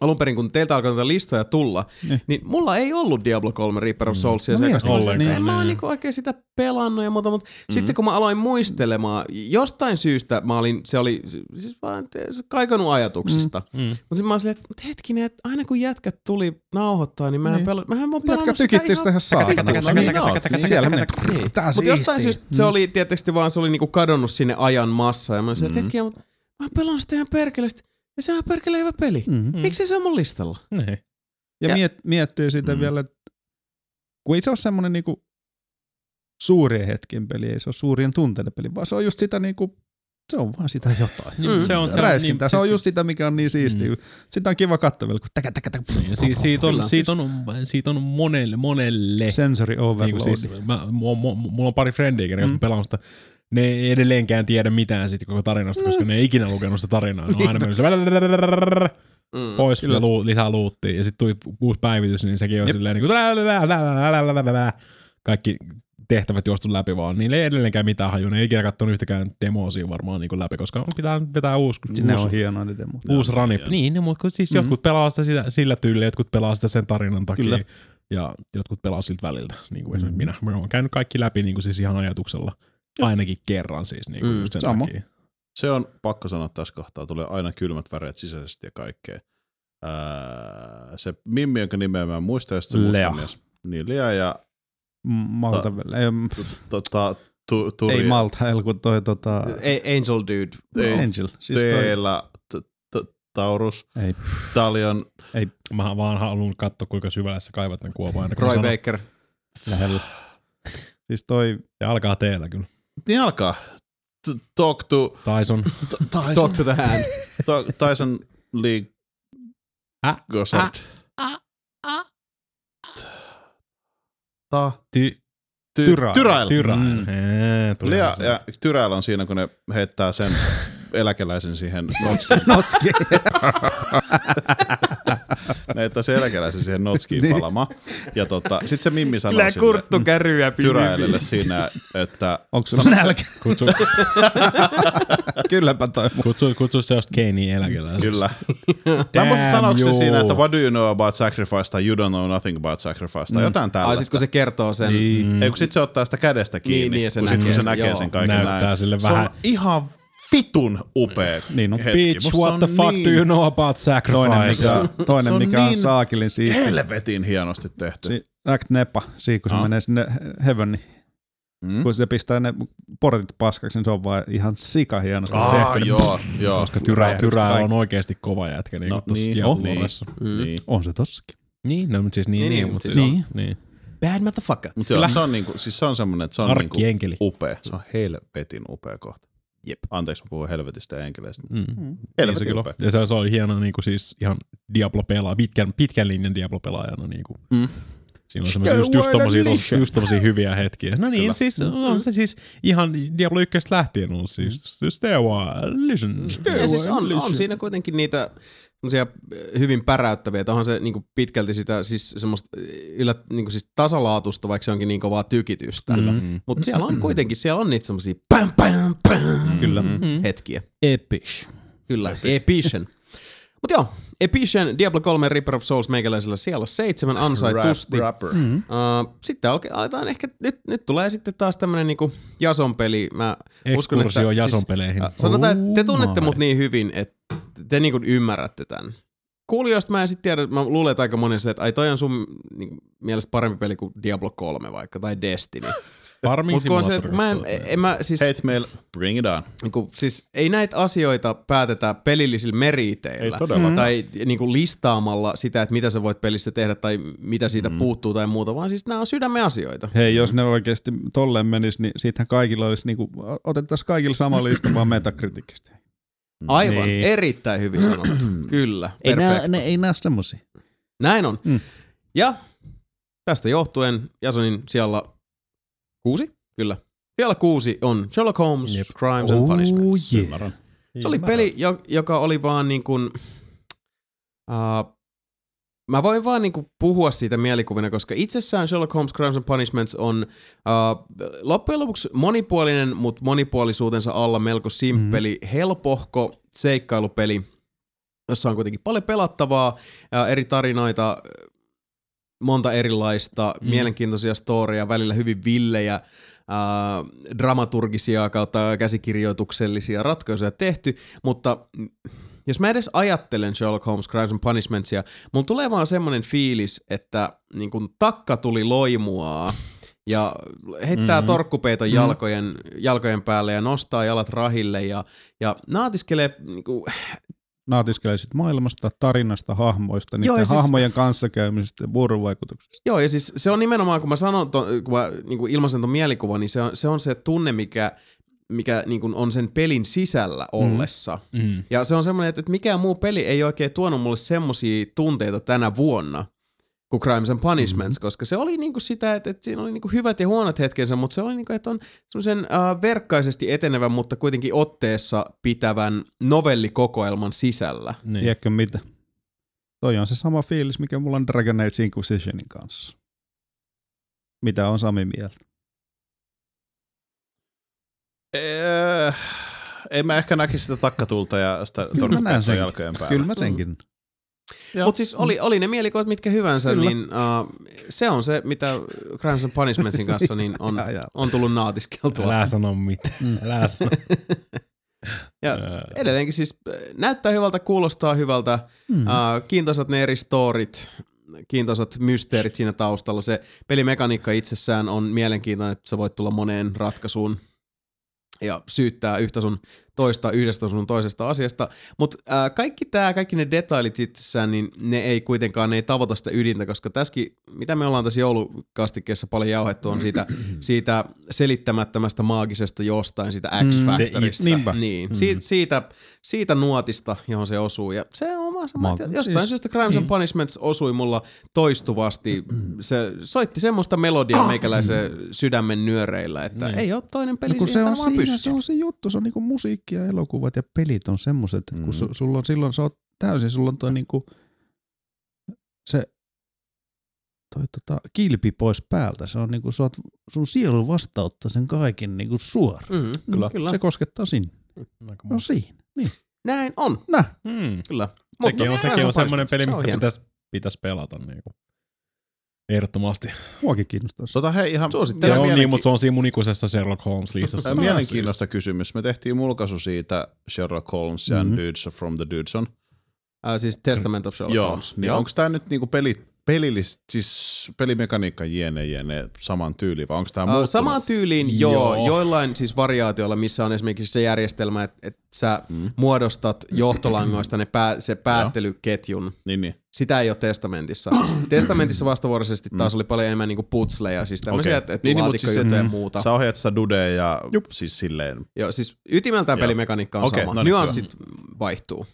A: alun perin kun teiltä alkoi näitä listoja tulla,
C: Niin.
A: niin mulla ei ollut Diablo 3 Reaper of Soulsia.
C: No
A: sen
C: niin,
A: kanssa, kun mä-
D: ollenkaan.
A: En mä oon
D: Niin.
A: niinku oikein sitä pelannut ja muuta, mutta mm-hmm. sitten kun mä aloin muistelemaan, jostain syystä mä olin, se oli siis vaan te- se kaikonut ajatuksista. Mm-hmm. Mutta sitten mä olin silleen, että mut hetkinen, että aina kun jätkät tuli nauhoittaa, niin mähän, niin.
C: Niin.
A: Pel- mähän mä oon
C: Jatka
A: pelannut sitä
C: tykittiin
A: ihan
C: sitä ihan saa.
B: taka, taka, taka, taka, taka, taka,
C: Niin, Siellä
B: taka,
C: menee. Tää
A: mutta jostain
C: siistiä.
A: syystä se oli tietysti vaan, se oli niinku kadonnut sinne ajan massa. Ja mä sanoin, että hetkiä, mutta mä pelaan sitä ihan perkeleesti. Ja se on ihan perkele hyvä peli. Mm.
C: Mm.
A: Miksi se on mun listalla?
D: Niin.
C: Ja,
A: Ja-
C: ja miet, miettii sitä
B: Mm.
C: mm. vielä, että kun ei se ole semmoinen niinku suurien hetken peli, ei se ole suurien tunteiden peli, vaan se on just sitä niinku, se on vaan sitä jotain.
D: Niin,
A: Mm.
D: se on, se on,
C: Räiskintää.
D: niin,
C: se on
D: siis-
C: just sitä, mikä on niin siistiä. Mm. Sitä on kiva katsoa vielä, kun täkä, täkä, täkä.
D: Niin, Ja siis- si- siitä,
A: Kyllä.
D: on, siitä, on, siitä on monelle, monelle.
C: Sensory
D: Niin
C: overload.
D: kuin siis, mä, mu- mu- mulla on pari frendiä, jotka mm. pelaamista. Ne ei edelleenkään tiedä mitään siitä koko tarinasta, koska ne ei ikinä lukenut sitä tarinaa. Ne on aina mennyt se-
A: Mm.
D: pois, kun luu, lisää luuttia. Ja sitten tuli uusi päivitys, niin sekin on silleen niin kuin kaikki tehtävät juostu läpi vaan. Niillä ei edelleenkään mitään haju. Ne ei ikinä katsonut yhtäkään demoa siinä varmaan niin kuin läpi, koska pitää vetää uusi,
C: ne
D: uusi
C: on hienoja ne demot.
D: uusi
B: Joo,
D: rani.
B: joo.
D: Niin, no, mutta kun siis mm-hmm. jotkut pelaa sitä sitä- sillä tyylillä, jotkut pelaa sitä sen tarinan takia.
C: Kyllä.
D: Kyllä. Ja jotkut pelaa siltä väliltä, niin kuin esimerkiksi minä. Mä oon käynyt kaikki läpi niin kuin siis ihan ajatuksella. Ainakin kerran siis niin kuin
A: Mm,
D: mm, sen
C: sama.
D: takia.
B: Se on pakko sanoa tässä kohtaa, tulee aina kylmät väreet sisäisesti ja kaikkea. Öö, se Mimmi, jonka nimeä mä en muista, ja sit se
C: Lea.
B: mustamies. Niin, Lea ja
C: Mm, Malta vielä. Ei, mm,
B: tota, tu, Turi.
C: ei Malta, ei kun toi tota,
A: A- Angel Dude.
B: ei.
C: Angel. Siis toi,
B: Teela, t- t- Taurus,
C: ei,
B: Talion,
D: Mä vaan haluan katsoa, kuinka syvälle sä kaivat tämän kuopan. aina kun mä
A: Roy
D: sanon.
A: Baker.
C: lähellä. Siis toi,
D: Se alkaa teillä kyllä.
B: niin alkaa. T- Talk to
D: Tyson.
B: t- Tyson,
A: Talk to the [laughs] hand.
B: Talk- Tyson Lee
D: Ah,
B: Gossard. Ta,
D: Ty-
B: ty,
C: Tyrail.
B: Tyrail.
D: Tyra.
C: Mm.
D: Mm. Ee, tuli
B: Lea
D: se.
B: ja Tyrail on siinä, kun ne heittää sen eläkeläisen siihen notskiin.
C: Notski.
B: [laughs] Ne heittää sen eläkeläisen siihen notskiin
C: Niin.
B: palamaan. Ja tota, sit se Mimmi sanoo sille
A: kärryä
B: Tyrailille siinä, että
C: Onko
B: Sano
C: sun
B: se-
C: nälkä?
D: Kutsu,
C: Kylläpä toi mu-
D: kutsu, kutsu sellaista Keiniä eläkeläistä.
B: Kyllä. Mä en muista
D: Damn,
B: sanoiko se
D: juu.
B: siinä, että what do you know about sacrifice tai you don't know nothing about sacrifice tai jotain
A: Ai
B: tällaista.
A: sit kun se kertoo sen.
C: Niin.
B: Mm. Ei, kun sit se ottaa sitä kädestä kiinni,
A: Niin, niin, ja se
B: kun, sit, kun
A: näkee
B: se
A: sen,
B: näkee
A: joo.
B: sen kaiken
D: Näyttää
B: näin.
D: sille
B: se
D: vähän-
B: on ihan vitun upea
C: Niin on.
B: hetki.
D: Bitch,
B: Musta se
D: what
B: on
D: the fuck
B: niin,
D: do you know about
C: Toinen,
D: sacrifice?
B: Se
C: mikä, toinen,
B: se on
C: on, mikä
B: niin
C: on saakelin siisti.
D: Siis-
B: Helvetin hienosti tehty.
C: Si- Act Nepa, siinä kun se
B: Aa.
C: menee sinne heaveniin.
B: Mm?
C: Kun se pistää ne portit paskaksi, niin se on vaan ihan sika hienosti
B: Aa,
C: tehty.
B: joo, joo.
D: Koska Tyrä,
C: Räjähdys
D: Tyrä on
C: kaikki.
D: oikeasti kova jätkä, niin
B: No
D: kuin tuossa
B: niin,
D: Diablo
B: niin.
D: Loressa.
A: Mm.
B: Niin.
C: On se tossakin.
D: Niin, no, mutta siis niin,
A: Niin,
D: niin,
A: niin,
D: niin, mutta
A: siis
D: siis
C: on.
D: on. Niin.
A: Bad motherfucker.
B: Mut joo, se on, niinku, siis se on semmonen, että se on niinku
D: Arkkienkeli.
B: upea. Se on helvetin upea kohta.
A: Jep.
B: Anteeksi, mä puhun helvetistä ja enkeleistä.
D: Mm. Niin, se
B: Helvetin
D: kyllä.
B: upea.
D: Ja se, se oli hieno niin kuin siis ihan Diablo pelaa, pitkän, pitkän linjan Diablo pelaajana. Niin kuin.
B: Mm.
D: Siinä on semmoisia just, just, tommosia, tos, just tommosia hyviä hetkiä. No
B: Kyllä.
D: niin, kyllä. siis
A: Mm.
D: on se siis ihan Diablo 1 lähtien ollut siis stay a while, listen.
A: Ja siis on, on siinä kuitenkin niitä semmosia eh, hyvin päräyttäviä, että onhan se niinku pitkälti sitä siis semmoista yllä, niinku siis tasalaatusta, vaikka se onkin niin kovaa tykitystä. Mm-hmm. Mutta siellä on kuitenkin, siellä on niitä semmosia pam, pam, pam
C: Mm.
A: Kyllä.
C: Hmm.
A: hetkiä.
C: Epish.
A: Kyllä, Epician. Mutta joo, Epician, Diablo 3, Reaper of Souls meikäläisellä siellä seitsemän ansaitusti.
B: rapper.
D: Mm.
A: Uh, sitten alke, aletaan ehkä, nyt, nyt tulee sitten taas tämmönen niinku Jason peli. Mä uskon, että,
D: Ekskursio
A: siis-
D: Jason peleihin.
A: Äh, Sanotaan, että te
D: Oh
A: tunnette
D: my.
A: mut niin hyvin, että te niinku ymmärrätte tämän. Kuulijoista mä en sit tiedä, mä luulen, että aika moni on se, että ai toi on sun niin, mielestä parempi peli kuin Diablo 3 vaikka, tai Destiny.
D: Farming
A: Mutta niin kun on se, että
D: Simulator
A: mä en,
D: 2000.
A: en mä, siis,
B: Hate mail, bring it on.
A: niin kuin, siis ei näitä asioita päätetä pelillisillä meriteillä.
B: Ei todellakaan.
D: Mm.
A: Tai niin kuin listaamalla sitä, että mitä sä voit pelissä tehdä tai mitä siitä mm. puuttuu tai muuta, vaan siis nämä on sydämen asioita.
C: Hei, jos ne oikeasti tolleen menis, niin siitähän kaikilla olisi niinku, otettaisiin kaikilla sama lista vaan metakritiikistä.
A: Aivan,
C: Niin.
A: erittäin hyvin sanottu.
C: [clears throat]
A: Kyllä,
C: Ei
A: perfekto.
C: nää, ne, ei nää semmosia.
A: Näin on. Mm.
C: Mm.
A: Ja tästä johtuen Jasonin siellä kuusi, kyllä. Siellä kuusi on Sherlock Holmes,
D: Jep.
A: yep. Crimes and Punishments.
D: Niin,
C: yeah.
D: Ymmärrän.
A: niin Se oli peli, jo- joka oli vaan niin kuin, Uh, mä voin vaan niinku puhua siitä mielikuvina, koska itsessään Sherlock Holmes Crimes and Punishments on uh, loppujen lopuksi monipuolinen, mutta monipuolisuutensa alla melko simppeli, mm. helpohko seikkailupeli, jossa on kuitenkin paljon pelattavaa, uh, eri tarinoita, monta erilaista, mm. mielenkiintoisia storia, välillä hyvin villejä, äh, dramaturgisia kautta käsikirjoituksellisia ratkaisuja tehty, mutta jos mä edes ajattelen Sherlock Holmes Crimes and Punishmentsia, mulla tulee vaan semmoinen fiilis, että niin kun takka tuli loimuaa ja heittää mm. torkkupeita jalkojen, jalkojen päälle ja nostaa jalat rahille ja, ja naatiskelee niin kuin,
C: Naatiskelee sit maailmasta, tarinasta, hahmoista,
A: Joo,
C: niiden
A: ja
C: Joo,
A: siis-
C: siis... hahmojen kanssakäymisestä ja vuorovaikutuksesta.
A: Joo, ja siis se on nimenomaan, kun mä sanon, to, kun mä niin kuin ilmaisen ton mielikuvan, niin se on se, on se tunne, mikä, mikä niin kuin on sen pelin sisällä ollessa. Mm.
D: Mm.
A: Ja se on semmoinen, että, että mikään muu peli ei oikein tuonut mulle semmosia tunteita tänä vuonna kuin Crimes and Punishments, mm. koska se oli niinku sitä, että, että siinä oli niinku hyvät ja huonot hetkensä, mutta se oli niinku, että on semmoisen äh, verkkaisesti etenevän, mutta kuitenkin otteessa pitävän novellikokoelman sisällä.
D: Niin.
C: Tiedätkö mitä? Toi on se sama fiilis, mikä mulla on Dragon Age Inquisitionin kanssa. Mitä on Sami mieltä?
B: Eh, en mä ehkä näkisi sitä takkatulta ja sitä
C: Kyllä mä näen
B: torkkupeittoa
C: sen.
B: jalkojen päällä.
C: Kyllä mä senkin.
A: Mutta siis oli, oli ne mielikuvat mitkä hyvänsä, Kyllä. niin uh, se on se, mitä Crimes and Punishmentsin kanssa niin on,
C: Ja, ja.
A: on tullut naatiskeltua.
D: Älä Mm. sano mitään. Älä [laughs] sano.
A: Ja edelleenkin siis äh, näyttää hyvältä, kuulostaa hyvältä, mm. uh, kiintoisat ne eri storit, kiintoisat mysteerit siinä taustalla. Se pelimekaniikka itsessään on mielenkiintoinen, että sä voit tulla moneen ratkaisuun ja syyttää yhtä sun toista yhdestä sun toisesta asiasta. Mutta äh, kaikki tämä, kaikki ne detailit itsessään, niin ne ei kuitenkaan, ne ei tavoita sitä ydintä, koska tässäkin, mitä me ollaan tässä joulukastikkeessa paljon jauhettu, on
C: [clears throat]
A: siitä, siitä selittämättömästä maagisesta jostain, siitä X-Factorista.
C: Mm, niinpä.
A: niin, siitä, siitä, siitä nuotista, johon se osuu. Ja se on vaan sama, että
C: Maaginen.
A: jostain
C: Siis-
A: syystä Crimes and Punishments osui mulla toistuvasti. Se soitti semmoista melodiaa meikäläisen sydämen nyöreillä, että ei ole toinen peli
C: No kun se on,
A: vaan
C: siinä,
A: pystyy.
C: se on se juttu, se on niinku musiikki ja elokuvat ja pelit on semmoiset, että kun su, sulla on silloin, sä oot täysin, sulla on toi niinku, se toi tota, kilpi pois päältä, se on niinku, sä oot, sun sielu vastauttaa sen kaiken niinku suoraan.
A: Mm,
C: Kyllä. Kyllä. Se koskettaa sinne. No siinä. Niin.
A: Näin on,
C: Nä.
D: Hmm.
A: kyllä.
D: Sekin on, sekin on semmoinen peli, mikä
A: pitää...
D: pitäisi, pitäisi pelata. Niin kuin. Ehdottomasti.
C: Muakin kiinnostaa. se.
B: Tota hei, ihan
A: Suosittelen.
D: Se
B: ihan
D: on niin,
B: mielenki-
D: mutta se on siinä mun ikuisessa Sherlock Holmes-listassa.
B: Tää on Mielenkiintoista kysymys. Me tehtiin mulkaisu siitä Sherlock Holmes ja
C: Mhm.
B: mm-hmm. Dudes from the Dudeson.
A: Äh, siis Testament of Sherlock
B: Joo,
A: Holmes.
B: niin onko tämä nyt niinku peli, pelillis, siis pelimekaniikka jene jene saman tyyli vai onko tämä
A: Äh,
B: muuttunut?
A: Samaan tyyliin joo,
D: Joo.
A: joillain siis variaatioilla, missä on esimerkiksi se järjestelmä, että et sä mm. muodostat johtolangoista ne pää, se päättelyketjun.
B: Niin, niin.
A: Sitä ei ole testamentissa. testamentissa vastavuoroisesti taas oli paljon enemmän niinku putsleja, siis tämmöisiä, okay. että
B: Okei.
A: et
B: Niin,
A: niin,
B: niin, mut
A: laatikkoja
B: siis
A: siis
B: se-
A: ja muuta.
B: Sä ohjaat sitä dudea ja Jup. siis silleen
A: Joo, siis ytimeltään
B: Joo.
A: pelimekaniikka on
B: Okei,
A: sama.
B: no niin,
A: Nyanssit vaihtuu.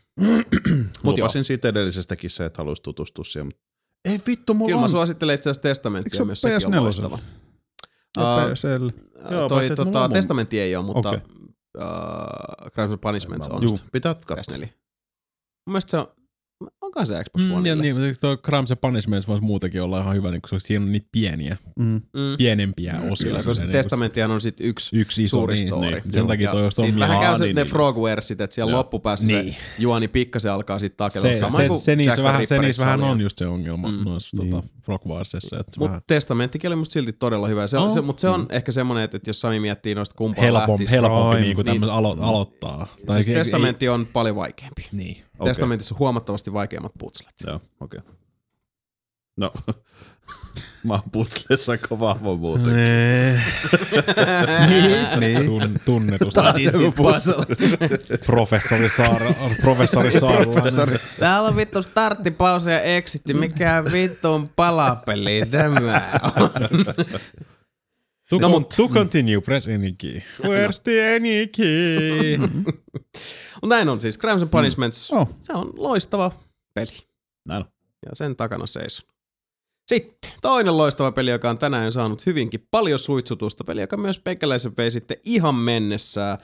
A: Mut joo,
B: lupasin siitä edellisestäkin se, että haluaisi tutustua siihen. Mutta... Ei vittu, mulla
A: kyllä mä
B: on.
A: suosittelen itse asiassa testamenttia
C: Eikö se ole
A: myös, sekin on
C: PS4?
A: loistava.
C: Ja
A: Äh,
C: PSL.
A: Joo,
B: Joo,
A: toi,
B: paitsi, että mulla
A: tota,
B: on
A: mun...
B: mun-
A: Testamentti ei ole, mutta okay.
C: Okei.
A: uh, Crimes and Punishments on
B: Juu, pitää katsoa.
A: PS4. Mun mielestä se on, onkohan se Xbox
D: Mm,
A: One?
D: ja niin, mutta tuo Crimes and Punishments voisi muutenkin olla ihan hyvä, niin koska siinä on niitä pieniä,
C: Mm.
A: mm.
D: pienempiä osia.
A: Kyllä,
D: Se
A: koska
D: on
A: testamenttihan on sit yksi
D: niin, yksi iso,
A: suuri
D: niin,
A: story.
D: niin, sen takia toi
A: Ja
D: olisi tuon
A: siitä vähän
D: mieleen.
A: käy
B: Aa,
A: sit
B: niin,
A: ne
B: niin.
A: Frogwaresit, että siellä
B: Joo.
A: loppupäässä se
D: Niin.
A: juoni pikkasen alkaa sit takella.
D: Se, se,
A: Samoin kuin
D: se, niissä
A: Jack
D: vähän, se
A: Ripperissa
D: niissä vähän
A: oli.
D: on just se ongelma
A: Mm.
D: mm. noissa
C: Niin.
D: tota, Rock Warsissa, että
A: Mut
D: vähän
A: testamenttikin oli musta silti todella hyvä. Se, on,
D: Oh.
A: se, mutta se on ehkä semmoinen, että, että jos Sami miettii noista kumpaa
D: helpompi,
A: lähtisi.
D: helpompi
C: Aivan.
D: niin kuin tämmöisen alo- aloittaa.
A: Siis
D: ei- ei-
A: testamentti on paljon vaikeampi.
D: Niin.
B: Okei.
A: Testamentissa on huomattavasti vaikeammat putslet.
B: Joo, okei. Okay. No, [laughs] mä oon putlessa vahva muuten.
C: Niin.
D: Tun, tunnetusta
A: niin-
D: professori Saara, professori Saarlainen.
A: Täällä on vittu starttipause ja exitti. Mikä vittu on palapeli tämä
D: [laughs]
A: on?
D: To,
A: No
D: no,
A: mut-
D: to continue, press any key. Where's the any key?
A: Mut näin on siis. Crimes and Punishments.
D: Mm.
C: Oh.
A: Se on loistava peli.
B: Näin.
A: Ja sen takana seison. Sitten toinen loistava peli, joka on tänään jo saanut hyvinkin paljon suitsutusta. Peli, joka myös pekäläisen vei sitten ihan mennessään.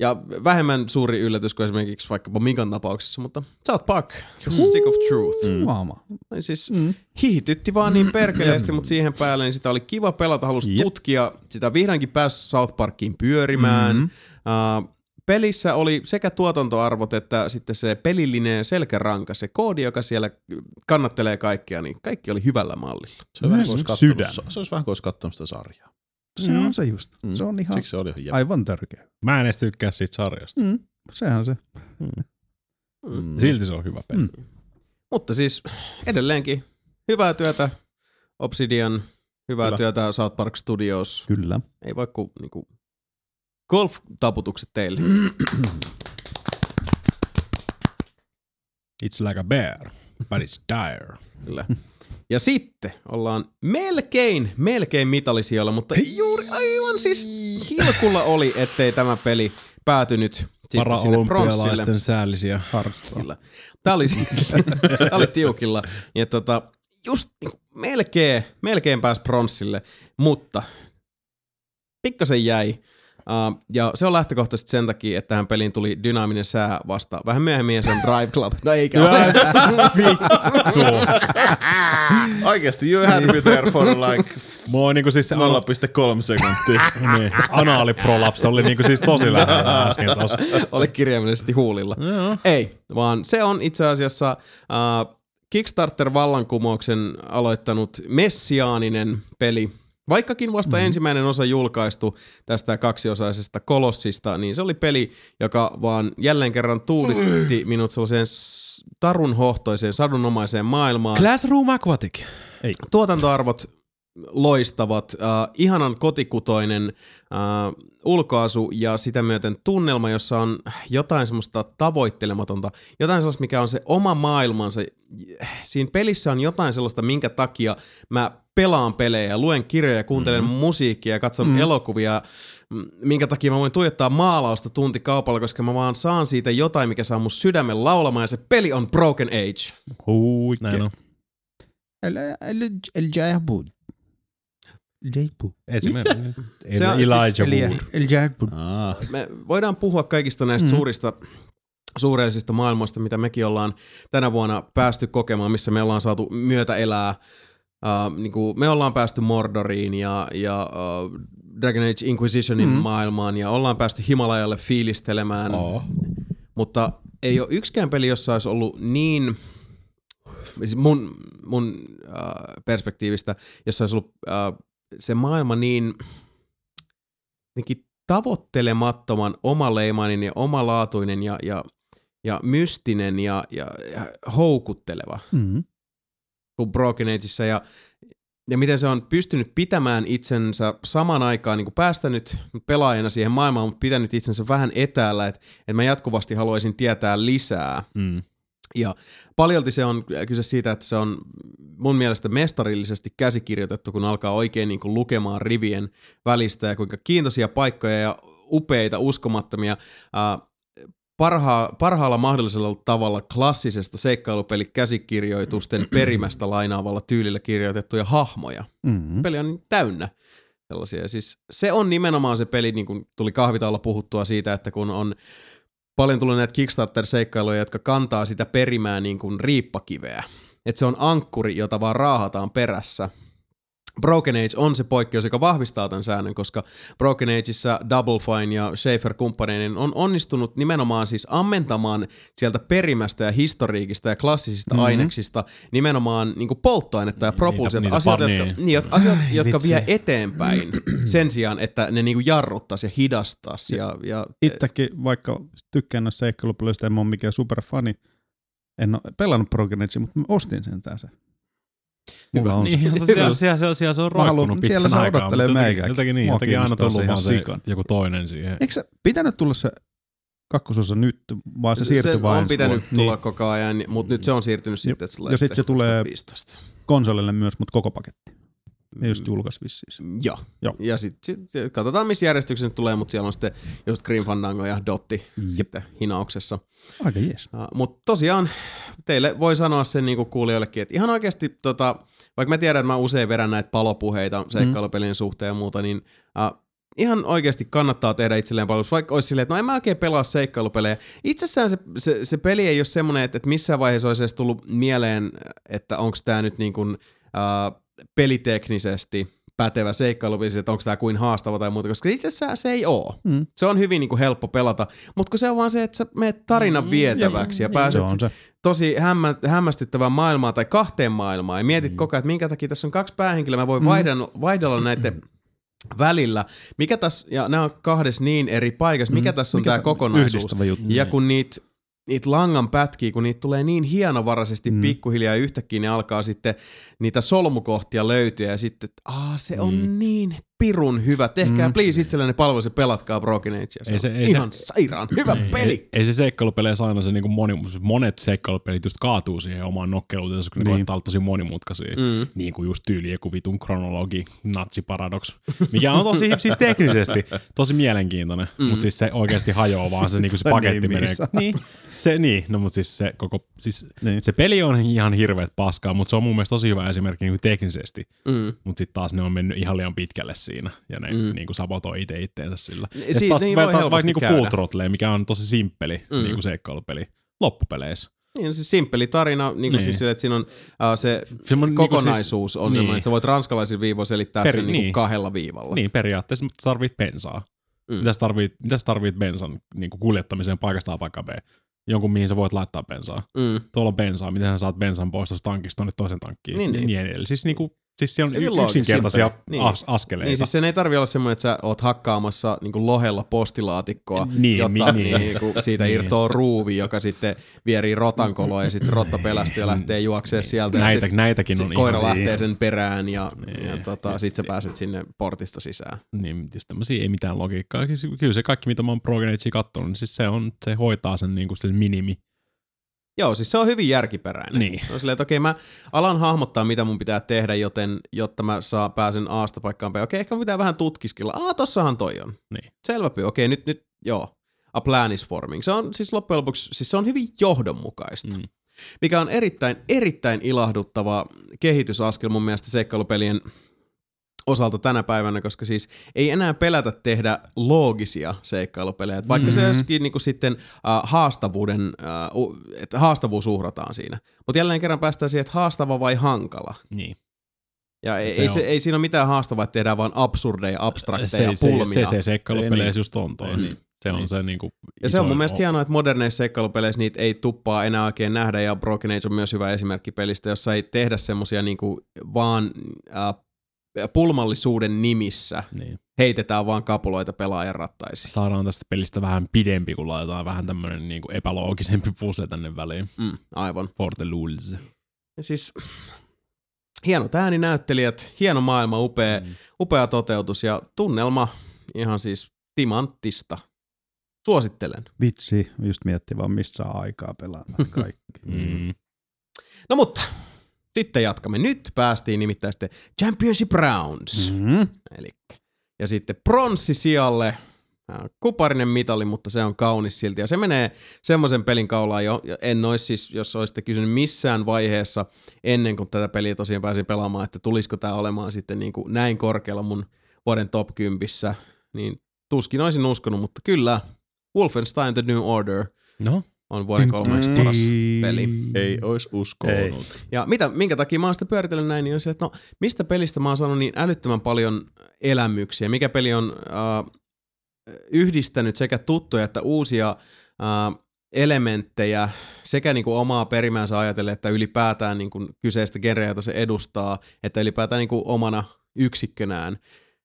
A: Ja vähemmän suuri yllätys kuin esimerkiksi vaikkapa Mikan tapauksessa, mutta South Park, The Stick of Truth. Mm.
C: Juoma.
A: Niin Siis mm. hiihdytti vaan niin perkeleesti, mutta siihen päälle niin sitä oli kiva pelata, halusi yep. tutkia. Sitä vihdoinkin pääsi South Parkiin pyörimään. Mm-hmm. Uh, pelissä oli sekä tuotantoarvot että sitten se pelillinen selkäranka, se koodi, joka siellä kannattelee kaikkea, niin kaikki oli hyvällä mallilla.
B: Se, on vähän kuin olisi
C: sydän.
B: kattonut- se olisi vähän kuin olisi kattonut sitä sarjaa.
C: Se on se just. Se on ihan
B: Siksi se oli ihan jäbä.
C: aivan törkeä.
D: Mä en edes tykkää siitä sarjasta.
C: Mm. Sehän on se.
D: Mm. Silti se on hyvä peli.
C: Mm.
D: Mm.
A: Mutta siis edelleenkin hyvää työtä Obsidian, hyvää Kyllä.
B: Kyllä.
A: työtä South Park Studios.
C: Kyllä.
A: Ei voi kuin niinku, golf-taputukset teille.
D: It's like a bear, but it's dire.
A: Kyllä. Ja sitten ollaan melkein, melkein mitalisijoilla, mutta juuri aivan siis hilkulla oli, ettei tämä peli päätynyt sitten sinne pronssille.
D: Para-olympialaisten säällisiä.
C: Harstoa.
A: Kyllä. Tämä oli, siis, [laughs] tää oli tiukilla. Ja tota, just niinku melkein, melkein pääsi pronssille, mutta pikkasen jäi. Uh, ja se on lähtökohtaisesti sen takia, että tähän peliin tuli dynaaminen sää vasta vähän myöhemmin ja se on Drive Club. No eikä ole.
B: Oikeesti, you had me there for like
D: Mulla on niinku siis se
B: 0,3
D: ana-
B: sekuntia.
D: niin, anaaliprolapsi oli niinku siis tosi lähellä äsken taas.
A: ole kirjaimellisesti huulilla.
D: Joo.
A: Ei, vaan se on itse asiassa äh, Kickstarter-vallankumouksen aloittanut messiaaninen peli. Vaikkakin vasta mm. ensimmäinen osa julkaistu tästä kaksiosaisesta kolossista, niin se oli peli, joka vaan jälleen kerran tuulitti minut sellaiseen s- tarunhohtoiseen, sadunomaiseen maailmaan.
D: Classroom Aquatic.
A: Tuotantoarvot loistavat, äh, ihanan kotikutoinen äh, ulkoasu ja sitä myöten tunnelma, jossa on jotain semmoista tavoittelematonta, jotain sellaista, mikä on se oma maailmansa. Siinä pelissä on jotain sellaista, minkä takia mä pelaan pelejä, luen kirjoja, kuuntelen mm-hmm. musiikkia, katson mm-hmm. elokuvia, m, minkä takia mä voin tuijottaa maalausta tunti kaupalla, koska mä vaan saan siitä jotain, mikä saa mun sydämen laulamaan ja se peli on Broken Age.
D: Huikea.
C: Näin
D: on.
C: El, el, el Jaibud. Jaibud.
D: Esimerkiksi.
A: Se on siis-
D: Elijah
C: Eli
D: Wood.
C: el Jaibud.
B: Ah,
A: me voidaan puhua kaikista näistä mm. suurista suureellisista maailmoista, mitä mekin ollaan tänä vuonna päästy kokemaan, missä me ollaan saatu myötä elää. Uh, niin kuin me ollaan päästy Mordoriin ja, ja uh, Dragon Age Inquisitionin mm. maailmaan ja ollaan päästy Himalajalle fiilistelemään,
B: oh.
A: mutta ei ole yksikään peli, jossa olisi ollut niin siis mun, mun äh, perspektiivistä, jossa olisi ollut äh, se maailma niin jotenkin tavoittelemattoman omaleimainen ja omalaatuinen ja, ja, ja mystinen ja, ja, ja houkutteleva
C: Mm.
A: kuin Broken Ageissa ja, ja miten se on pystynyt pitämään itsensä saman aikaan, niin kuin päästänyt pelaajana siihen maailmaan, mutta pitänyt itsensä vähän etäällä, että, että mä jatkuvasti haluaisin tietää lisää.
D: Mm.
A: Ja paljolti se on kyse siitä, että se on mun mielestä mestarillisesti käsikirjoitettu, kun alkaa oikein niin kuin lukemaan rivien välistä ja kuinka kiintoisia paikkoja ja upeita, uskomattomia, ää, parhaa, parhaalla mahdollisella tavalla klassisesta seikkailupelikäsikirjoitusten perimästä lainaavalla tyylillä kirjoitettuja hahmoja
C: Mm.
A: peli on niin täynnä sellaisia. Ja Siis se on nimenomaan se peli, niin kuin tuli kahvitaalla puhuttua siitä, että kun on paljon tullut näitä Kickstarter-seikkailuja, jotka kantaa sitä perimää niin kuin riippakiveä. Että se on ankkuri, jota vaan raahataan perässä. Broken Age on se poikkeus, joka vahvistaa tämän säännön, koska Broken Ageissa Double Fine ja Schaefer kumppaneinen on onnistunut nimenomaan siis ammentamaan sieltä perimästä ja historiikista ja klassisista mm-hmm. aineksista nimenomaan niin polttoainetta ja propulsiota,
D: niitä
A: asioita,
D: panee.
A: jotka, niin, jotka, asiat, jotka
C: vitsi.
A: vie eteenpäin sen sijaan, että ne niinku jarruttaisi ja hidastaisi. Ja, ja,
C: Itsekin, vaikka tykkään noista seikkailupeleistä, en ole mikään superfani, en ole pelannut Broken Age, mutta mä ostin sen tässä. Mulla on se.
D: Niin,
C: Hyvä.
D: se, se, se, siellä, siellä, siellä se on
C: Mä haluan-
D: roikkunut pitkän
C: siellä se
D: aikaa,
C: odottelee
D: mutta jotenkin-
C: meikääkin.
D: Jotenkin, niin,
C: Mua
D: jotenkin aina
C: kiinnostaa se
D: tullut
C: ihan
D: vaan se
C: sikan.
D: joku toinen siihen.
C: Eikö se pitänyt tulla se kakkososa nyt, vaan se siirtyi
A: sen
C: vain
A: on
C: ensi
A: pitänyt
C: vuonna?
A: tulla koko ajan, mutta nyt se on siirtynyt sitten. että
C: Ja sit se tulee-
A: 2015.
C: Niin, konsolille myös, mutta koko paketti. Ne
A: Mm.
C: just julkaisi vissiin. se.
A: Joo.
C: Joo.
A: Ja sitten sit, katsotaan, missä järjestyksessä nyt tulee, mutta siellä on sitten just Green Fandango ja Dotti sitten hinauksessa.
C: Aika jees.
A: Mutta tosiaan teille voi sanoa sen niinku kuulijoillekin, että ihan oikeasti, tota, vaikka mä tiedän, että mä usein vedän näitä palopuheita seikkailupelien suhteen ja muuta, niin äh, ihan oikeasti kannattaa tehdä itselleen palvelus, vaikka olisi silleen, että no en mä oikein pelaa seikkailupelejä. Itsessään se, se, se peli ei ole semmoinen, että, että missään vaiheessa olisi edes tullut mieleen, että onko tämä nyt niin kuin, äh, peliteknisesti pätevä seikkailupeli, että onko tämä kuin haastava tai muuta, koska itsessään se ei ole. Mm.
C: Mm.
A: Se on hyvin niin kuin helppo pelata, mutta kun se on vaan se, että sä menet
C: Mm,
A: tarinan vietäväksi ja
C: Se
A: pääset
C: on se.
A: tosi hämmä, hämmästyttävään maailmaan tai kahteen maailmaan ja mietit mm. koko ajan, että minkä takia tässä on kaksi päähenkilöä, mä voin mm. vaihdan, vaihdella näiden välillä. Mikä tässä, ja nämä on kahdessa niin eri paikassa, mikä tässä on mikä Niin. tämä kokonaisuus?
C: Yhdistävä juttu.
A: Ja kun niitä niitä langan pätkiä, kun niitä tulee niin hienovaraisesti mm. pikkuhiljaa ja yhtäkkiä ne alkaa sitten niitä solmukohtia löytyä ja sitten, että aah, se on mm. niin pirun hyvä. Tehkää mm. please itsellenne palvelus ja pelatkaa Broken Age. Se
D: Ei
A: ei
D: se-
A: se, on
D: ei se-
A: ihan sairaan hyvä ei, peli.
D: Ei, ei se seikkailupeleissä aina se niinku moni, monet seikkailupelit just kaatuu siihen omaan nokkeluuteensa, kun niin. ne
C: Niin.
D: koettaa olla tosi monimutkaisia.
A: Mm.
D: Mm. Niin kuin just tyyli joku vitun kronologi, natsiparadoks, mikä on tosi [laughs] siis teknisesti tosi mielenkiintoinen, mm. mutta siis se oikeasti hajoaa vaan se, [laughs] niinku se
C: Se
D: paketti
C: nimi
D: menee.
C: saa.
D: Niin, se, niin, no mutta siis se koko, siis niin.
C: Niin.
D: se peli on ihan hirveet paskaa, mutta se on mun mielestä tosi hyvä esimerkki niinku teknisesti,
A: Mm.
D: mutta sitten taas ne on mennyt ihan liian pitkälle siinä ja ne mm. niinku sabotoi itse itteensä sillä. Ja sit
A: Siitä
D: taas
A: niin voi
D: vertaa
A: helposti
D: vaikka niinku
A: käydä.
D: Full Throttle, mikä on tosi simppeli
A: Mm.
D: mm. niinku seikkailupeli loppupeleissä.
A: Niin, siis simppeli tarina, niin kuin
D: Niin.
A: siis sille, että siinä on äh, se
D: Semmoinen
A: kokonaisuus on
D: niin.
A: niin. semmoinen, että sä voit ranskalaisilla viivoilla selittää
D: Peri-
A: sen niin.
D: niin.
A: Niin kahdella viivalla.
D: Niin, periaatteessa mutta sä tarvit bensaa.
A: Mm.
D: Mm. Mitä, sä tarvit, mitä sä tarvit bensan niin kuljettamiseen paikasta A paikkaan B? Jonkun, mihin sä voit laittaa bensaa.
A: Mm.
D: Tuolla on bensaa, miten sä saat bensan pois tuosta tankista tonne toisen tankkiin.
A: Niin,
D: Niin,
A: niin.
D: niin. niin edelleen. Siis, niinku, siis siellä on
A: Hyvin
D: y-
A: loogista,
D: yksinkertaisia
A: simppeliä. Niin.
D: as- askeleita.
A: Niin siis sen ei tarvi olla semmoinen, että sä oot hakkaamassa niin lohella postilaatikkoa,
D: Niin,
A: jotta
D: mi-
A: niin,
D: niin.
A: niin, kun siitä
D: Niin.
A: irtoaa ruuvi, joka sitten vierii rotankoloa ja sitten rotta pelästyy ja lähtee juokseen sieltä. ja
D: Niin. Näitä,
A: sit-
D: näitäkin
A: sit
D: on
A: siis koira
D: ihan... siis-
A: lähtee sen perään ja, ja
D: Niin.
A: tota, sit sä pääset sinne portista sisään.
D: Niin, just tämmöisiä ei mitään logiikkaa. Siis, kyllä se kaikki, mitä mä oon Broken Agea kattonut, niin siis se, on, se hoitaa sen, niinku, sen minimi.
A: Joo, siis se on hyvin järkiperäinen.
D: Niin.
A: Se on silleen, että okei, mä alan hahmottaa, mitä mun pitää tehdä, joten, jotta mä saa, pääsen Aasta paikkaan B. Okei, ehkä mun pitää vähän tutkiskella. Aa, tossahan toi on.
D: Niin.
A: Selväpy, okei, nyt, nyt, joo. A plan is forming. Se on siis loppujen lopuksi, siis se on hyvin johdonmukaista. Mm.
D: Mm.
A: Mikä on erittäin, erittäin ilahduttava kehitysaskel mun mielestä seikkailupelien osalta tänä päivänä, koska siis ei enää pelätä tehdä loogisia seikkailupelejä. Et vaikka mm-hmm. se joskin niinku sitten äh, haastavuuden, äh, u- että haastavuus uhrataan siinä. Mutta jälleen kerran päästään siihen, että haastava vai hankala.
D: Niin.
A: Ja ei,
D: Se
A: se ei, se,
D: on.
A: ei siinä ole mitään haastavaa, että tehdään vaan absurdeja, abstrakteja,
D: se,
A: pulmia.
D: se, se
B: Ei
D: seikkailupeleissä niin.
B: niin.
D: just on toi.
B: Ei
D: Niin.
B: niin.
D: Se on niin.
B: Niin.
D: se niinku
A: Ja se on mun
D: isoin
A: mielestä
D: o-
A: hienoa, että moderneissa seikkailupeleissä niitä ei tuppaa enää oikein nähdä, ja Broken Age on myös hyvä esimerkki pelistä, jossa ei tehdä semmosia niinku vaan äh, pulmallisuuden nimissä,
D: Niin.
A: heitetään vaan kapuloita pelaajan rattaisiin.
D: Saadaan tästä pelistä vähän pidempi, kun laitetaan vähän tämmönen niinku epäloogisempi puzzle tänne väliin.
A: Mm, aivan.
D: For the lulz.
A: Ja siis hienot ääninäyttelijät, hieno maailma, upea, mm.
D: Mm.
A: upea toteutus ja tunnelma ihan siis timanttista. Suosittelen.
C: Vitsi, just mietti vaan missä saa aikaa
A: [laughs]
C: pelaamaan kaikki.
D: Mm.
A: No mutta, sitten jatkamme. Nyt päästiin nimittäin sitten Championship Rounds. Mm.
C: mm-hmm.
A: Eli, ja sitten pronssi sijalle. Tää on Kuparinen mitali, mutta se on kaunis silti. Ja se menee semmoisen pelin kaulaan jo. ja En olisi siis, jos olisitte kysynyt missään vaiheessa ennen kuin tätä peliä tosiaan pääsin pelaamaan, että tulisiko tämä olemaan sitten niin kuin näin korkealla mun vuoden top 10, niin tuskin olisin uskonut, mutta kyllä Wolfenstein The New Order
D: No,
A: on vuoden kolmanneksi paras peli.
B: Ei ois
C: Ei.
B: uskonut.
A: Ja mitä, minkä takia mä oon sitä pyöritellyt näin, niin on se, että no, mistä pelistä mä oon saanut niin älyttömän paljon elämyksiä? Mikä peli on äh, yhdistänyt sekä tuttuja että uusia äh, elementtejä sekä niin kuin omaa perimäänsä ajatellen, että ylipäätään niin kuin kyseistä genreä, jota se edustaa, että ylipäätään niin kuin omana yksikkönään.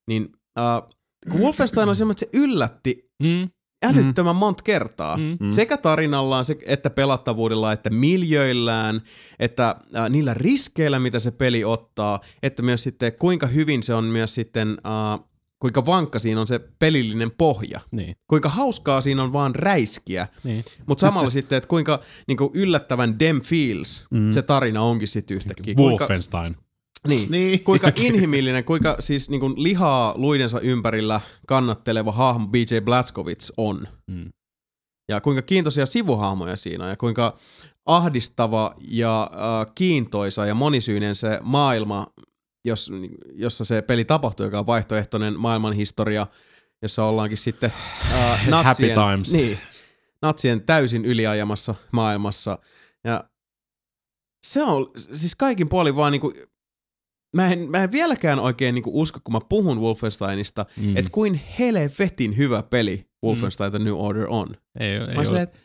A: Niin äh, kun Wolfenstein on semmoinen, että se yllätti
D: mm.
A: älyttömän mm. monta kertaa. Mm.
D: Mm.
A: Sekä tarinallaan, se- että pelattavuudella, että miljöillään, että äh, niillä riskeillä, mitä se peli ottaa, että myös sitten kuinka hyvin se on myös sitten, äh, kuinka vankka siinä on se pelillinen pohja.
D: niin.
A: Kuinka hauskaa siinä on vaan räiskiä,
D: Niin.
A: mutta samalla [laughs] sitten, että kuinka niin kuin yllättävän dem feels mm. se tarina onkin sitten yhtäkkiä. Kuinka,
D: Wolfenstein.
A: niin. niin. [laughs] Kuinka inhimillinen, kuinka siis niin kuin lihaa luidensa ympärillä kannatteleva hahmo BJ Blazkowicz on.
D: Mm.
A: Ja kuinka kiintoisia sivuhahmoja siinä on ja kuinka ahdistava ja äh, kiintoisa ja monisyinen se maailma, jos, jossa se peli tapahtuu, joka on vaihtoehtoinen maailmanhistoria, jossa ollaankin sitten äh, natsien,
D: [sighs] Happy times.
A: Niin, natsien täysin yliajamassa maailmassa. Ja se on siis kaikin puolin vaan niinku, mä en, mä en vieläkään oikein niinku usko, kun mä puhun Wolfensteinista,
D: Mm.
A: mm. että kuin helvetin hyvä peli Wolfenstein The New Order on.
D: ei, ei,
A: Mä oon silleen,
D: ole,
A: että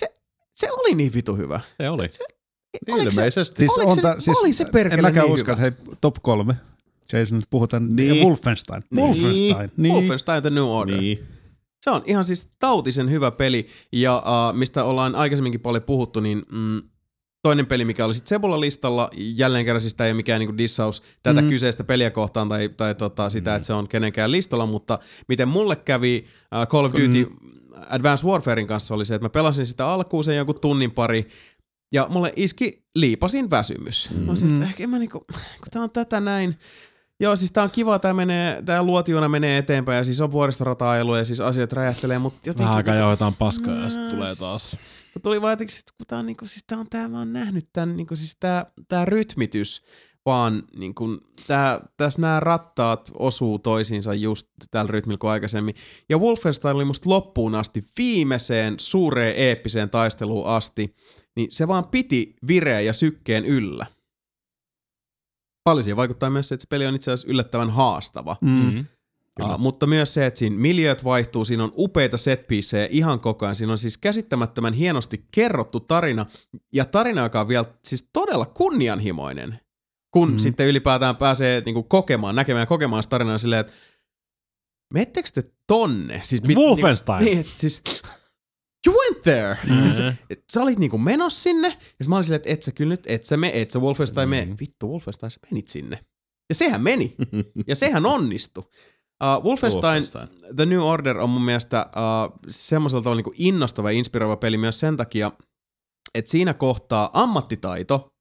A: se, se oli niin vitu hyvä.
D: ei oli.
B: Niin,
A: Oliko se,
B: Ilmeisesti.
C: Siis
A: Oliko
C: on
A: se-
C: tää- siis
A: oli se perkele
C: En mäkään
A: niin
C: usko,
A: hyvä?
C: että hei, top kolme. Jason, nyt puhutaan niin.
B: Niin.
C: Wolfenstein.
A: Niin.
C: Wolfenstein. Niin.
A: Wolfenstein The New Order.
B: Niin.
A: Se on ihan siis tautisen hyvä peli, ja uh, mistä ollaan aikaisemminkin paljon puhuttu, niin mm, toinen peli, mikä oli sitten Sebolla listalla, jälleen kerran siis tämä ei ole mikään niinku dissaus tätä
C: Mm.
A: mm. kyseistä peliä kohtaan tai, tai tota, sitä, mm. että se on kenenkään listalla, mutta miten mulle kävi uh, Call of Duty äh, Advanced Warfarein kanssa oli se, että mä pelasin sitä alkuun sen jonkun tunnin pari, ja mulle iski liipasin väsymys. Mm. Mä sanoin, että ehkä en mä niinku, kun tää on tätä näin. Joo, siis tää on kiva, tää, menee, tää luotiona menee eteenpäin ja siis on vuoristorata-ajelu ja siis asiat räjähtelee, mutta
D: Vähän
A: jotenkin...
D: aikaa jauhetaan paskaa ja sitten
A: Mä-
D: tulee taas.
A: Mut tuli vaan jotenkin, että kun tää on niinku, siis tää on tää, mä oon nähnyt tän niinku, siis tää, tää rytmitys, vaan niinku, tää, tässä nämä rattaat osuu toisiinsa just tällä rytmillä kuin aikaisemmin. Ja Wolfenstein oli musta loppuun asti viimeiseen suureen eeppiseen taisteluun asti, niin se vaan piti vireen ja sykkeen yllä. Paljon siihen vaikuttaa myös se, että se peli on itse asiassa yllättävän haastava.
C: Mm.
D: Mm.
A: [laughs]
D: Kyllä.
A: Uh, mutta myös se, että siinä miljööt vaihtuu, siinä on upeita setpiisejä ihan koko ajan. Siinä on siis käsittämättömän hienosti kerrottu tarina, ja tarina, joka on vielä siis todella kunnianhimoinen, kun
D: Mhm.
C: Mm.
A: mm. sitten ylipäätään pääsee niinku kokemaan, näkemään ja kokemaan sitä tarinaa silleen, että Mettekö te tonne? Siis, mit-
D: Wolfenstein.
A: Niinku, niin, että siis, you went there!
D: Mm.
A: Et sä olit niinku menossa sinne, ja sit mä olin silleen, että et sä kyllä nyt, et sä me, et sä Wolfenstein me.
D: Mm.
A: Vittu, Wolfenstein, sä menit sinne. Ja sehän meni. ja sehän onnistui. Uh, Wolfenstein, The New Order on mun mielestä uh, semmoisella tavalla niin innostava ja inspiroiva peli myös sen takia, että siinä kohtaa ammattitaito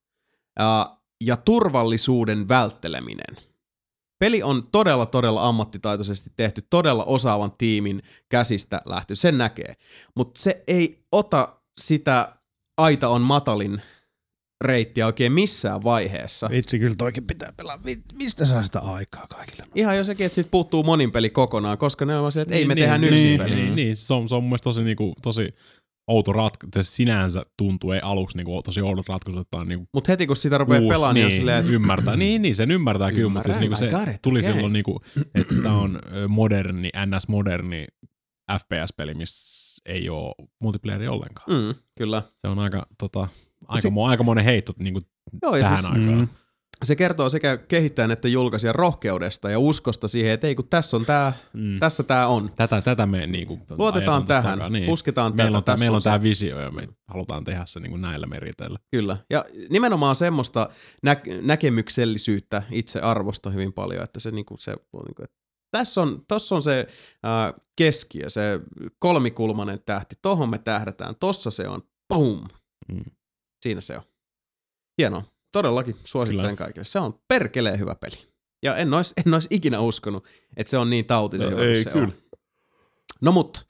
A: uh, ja turvallisuuden vältteleminen. Peli on todella, todella ammattitaitoisesti tehty, todella osaavan tiimin käsistä lähty, sen näkee. Mutta se ei ota sitä aita on matalin reittiä oikein missään vaiheessa.
C: Vitsi, kyllä toikin pitää pelaa. Vi- Mistä saa sitä aikaa kaikille?
A: Ihan jo sekin, että siitä puuttuu monin peli kokonaan, koska ne on vaan se, että ei me
D: Niin,
A: tehdään
D: niin,
A: yksin
D: niin,
A: peliä.
D: Niin, niin, se on, se on mun mielestä tosi, niinku, tosi outo ratkaisu. Se sinänsä tuntuu, ei aluksi niinku, tosi oudot ratkaisut, että on niinku,
A: Mutta heti kun sitä rupeaa
D: uusi,
A: pelaamaan, niin, on
D: niin,
A: silleen, että [clears throat]
D: ymmärtää. niin, niin, sen ymmärtää kyllä, mutta siis
A: Ymmärrän,
D: niinku,
A: I
D: se
A: got it,
D: tuli
A: okay.
D: silloin, niinku, että tämä on ö, moderni, ns. moderni FPS-peli, missä ei ole multiplayeria ollenkaan. Mm.
A: mm, kyllä.
D: Se on aika, tota, aika,
A: Se-
D: mo- aikamoinen heitto niinku,
A: Joo, ja
D: tähän
A: siis,
D: aikaan.
C: Mm.
A: se kertoo sekä kehittäjän että julkaisijan rohkeudesta ja uskosta siihen, että ei kun tässä on tää,
D: Mm.
A: tässä tää on.
D: Tätä, tätä me niinku,
A: Luotetaan
D: ajetaan tästä
A: tähän,
D: aikaan,
A: niin.
D: Niin.
A: pusketaan
D: Meillä on,
A: tätä,
D: tää,
A: tässä
D: meillä on
A: se.
D: tämä visio ja me halutaan tehdä se niinku näillä meriteillä.
A: Kyllä. Ja nimenomaan semmoista nä- näkemyksellisyyttä itse arvosta hyvin paljon, että se, niinku, se on niinku, että tässä on, tossa on se ää, keskiö, se kolmikulmanen tähti, tohon me tähdätään, tossa se on, boom.
D: Mm.
A: Mm. Siinä se on. Hienoa. Todellakin suosittelen
D: Kyllä.
A: Kyllä. kaikille. Se on perkeleen hyvä peli. Ja en ois, en ois ikinä uskonut, että se on niin tautisen
B: No
A: hyvä kuin
B: ei
A: se
B: kyllä.
A: on. No mut,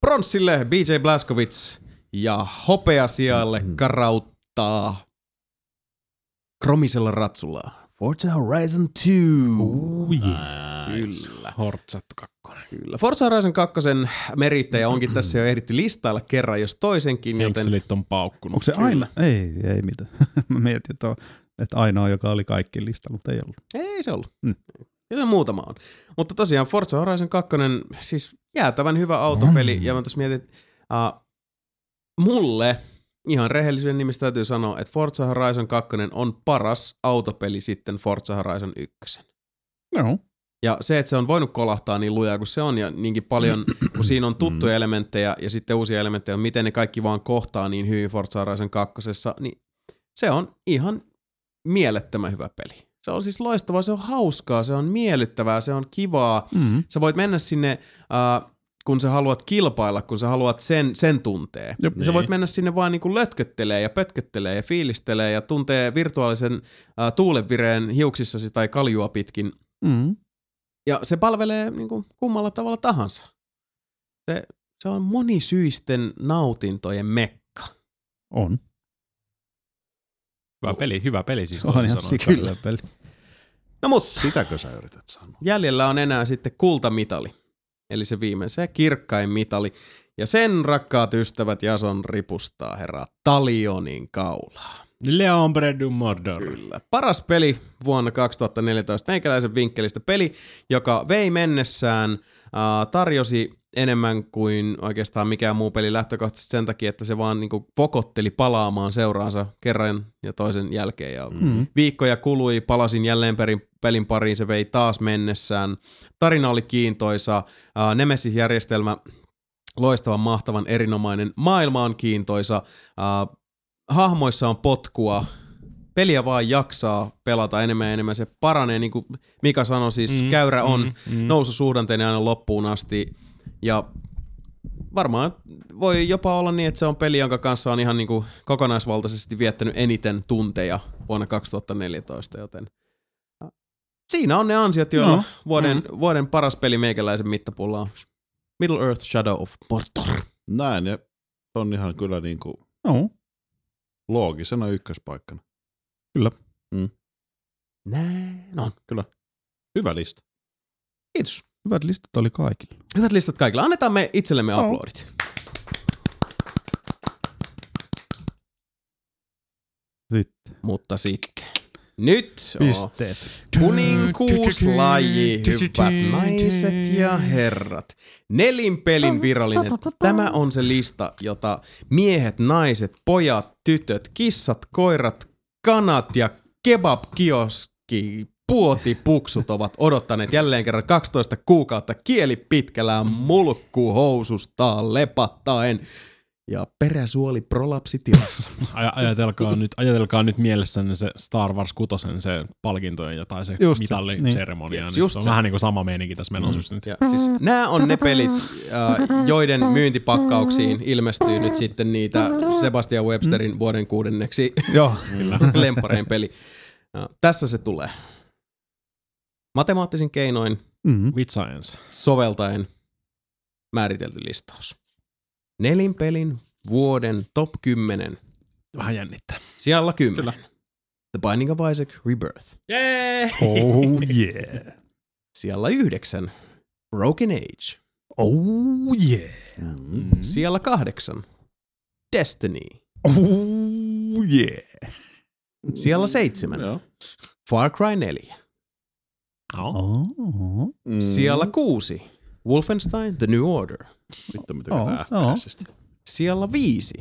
A: pronssille BJ Blaskovic ja hopeasijalle
B: Mm-hmm.
A: karauttaa kromisella ratsulla Forza Horizon 2. Kyllä.
D: Hortsat kakkonen.
A: Kyllä. Forza Horizon 2 merittäjä onkin tässä jo ehditty listailla kerran, jos toisenkin, joten
D: Henkselit on paukkunut.
C: Onko se aina? Ei, ei mitään. [laughs] Mä mietin, että, on, että ainoa, joka oli kaikki listalla, mutta ei ollut.
A: ei se ollut.
C: Mm.
A: Joten muutama on. Mutta tosiaan Forza Horizon 2, siis jäätävän hyvä autopeli, ja mä tässä mietin, että äh, mulle ihan rehellisyyden nimistä täytyy sanoa, että Forza Horizon 2 on paras autopeli sitten Forza Horizon 1.
C: No.
A: Ja se, että se on voinut kolahtaa niin lujaa kuin se on ja niinkin paljon, kun siinä on tuttuja elementtejä ja sitten uusia elementtejä, miten ne kaikki vaan kohtaa niin hyvin Forza Horizon 2, niin se on ihan mielettömän hyvä peli. Se on siis loistavaa, se on hauskaa, se on miellyttävää, se on kivaa.
C: Mm.
A: Sä voit mennä sinne, äh, kun sä haluat kilpailla, kun sä haluat sen, sen tuntee.
C: Jop.
A: Niin. Sä voit mennä sinne vaan niin lötköttelee ja pötköttelee ja fiilistelee ja tuntee virtuaalisen äh, tuulenvireen hiuksissasi tai kaljua pitkin
C: Mm.
A: ja se palvelee niin kuin, kummalla tavalla tahansa. Se, se on monisyisten nautintojen mekka.
C: On.
D: Hyvä peli, hyvä peli siis.
C: Se on ihan
D: toisin sanoen.
C: sikillä peli.
A: No mut,
B: Sitäkö sä yrität sanoa?
A: jäljellä on enää sitten kultamitali. eli se viimeinen, se kirkkain mitali. Ja sen rakkaat ystävät Jason ripustaa herra Talionin kaulaa.
D: Leombre du Mordor.
A: Kyllä. Paras peli vuonna 2014 meikäläisen vinkkelistä. Peli, joka vei mennessään, äh, tarjosi enemmän kuin oikeastaan mikään muu peli lähtökohtaisesti sen takia, että se vaan niinku vokotteli palaamaan seuraansa kerran ja toisen jälkeen. Ja mm. Viikkoja kului, palasin jälleen perin, pelin pariin, se vei taas mennessään. Tarina oli kiintoisa, äh, Nemesis-järjestelmä loistavan, mahtavan, erinomainen. Maailma on kiintoisa, äh, hahmoissa on potkua, peliä vaan jaksaa pelata enemmän ja enemmän. Se paranee, niin kuin Mika sanoi, siis mm, käyrä on mm, mm. noususuhdanteinen aina loppuun asti. Ja varmaan voi jopa olla niin, että se on peli, jonka kanssa on ihan niin kuin kokonaisvaltaisesti viettänyt eniten tunteja vuonna 2014, joten siinä on ne ansiot, joilla no. vuoden, mm. vuoden paras peli meikäläisen mittapuulla on Middle Earth Shadow of Mordor.
B: Näin, ja on ihan kyllä niin kuin
C: No,
B: loogisena ykköspaikkana.
A: Näin on.
B: Hyvä lista.
A: Kiitos.
C: hyvät listat oli kaikilla.
A: Hyvät listat kaikilla. Annetaan me itsellemme
C: Joo.
A: aplodit.
C: Sitten
A: Mutta sitten. Nyt on
C: pisteet.
A: kuninkuuslaji, hyvät naiset ja herrat. Nelinpelin virallinen. Tämä on se lista, jota miehet, naiset, pojat, tytöt, kissat, koirat, kanat ja kebabkioski puotipuksut ovat odottaneet jälleen kerran 12 kuukautta kieli pitkällään mulkkuhousustaan lepattaen ja peräsuoli prolapsitilassa.
D: Aj- ajatelkaa, nyt, ajatelkaa nyt mielessänne se Star Wars 6, se palkintojen ja tai se
C: Just se, niin.
D: mitalliseremonia. Niin.
A: just
D: Just on
A: se.
D: vähän niin kuin sama meininki tässä menossa mm. nyt.
A: Ja siis nämä on ne pelit, äh, joiden myyntipakkauksiin ilmestyy nyt sitten niitä Sebastian Websterin vuoden kuudenneksi
C: [laughs] Joo,
A: [laughs] lemparein peli. Äh, tässä se tulee. Matemaattisin keinoin
C: mm-hmm.
D: Vitsaensa.
A: soveltaen määritelty listaus. Nelin pelin vuoden top 10.
D: Vähän jännittää.
A: Siellä 10. Kyllä. The Binding of Isaac Rebirth.
D: Jee!
C: oh yeah.
A: Siellä 9. Broken Age.
C: Oh yeah.
B: Mm.
A: Siellä 8. Destiny.
C: Oh yeah.
A: Siellä 7.
B: Joo.
A: Far Cry 4.
C: Oh.
B: Mm.
A: Siellä 6. Wolfenstein The New Order.
B: Vittu, mitä oh,
C: Oo,
B: oh. FPSistä. [laughs]
A: Siellä 5.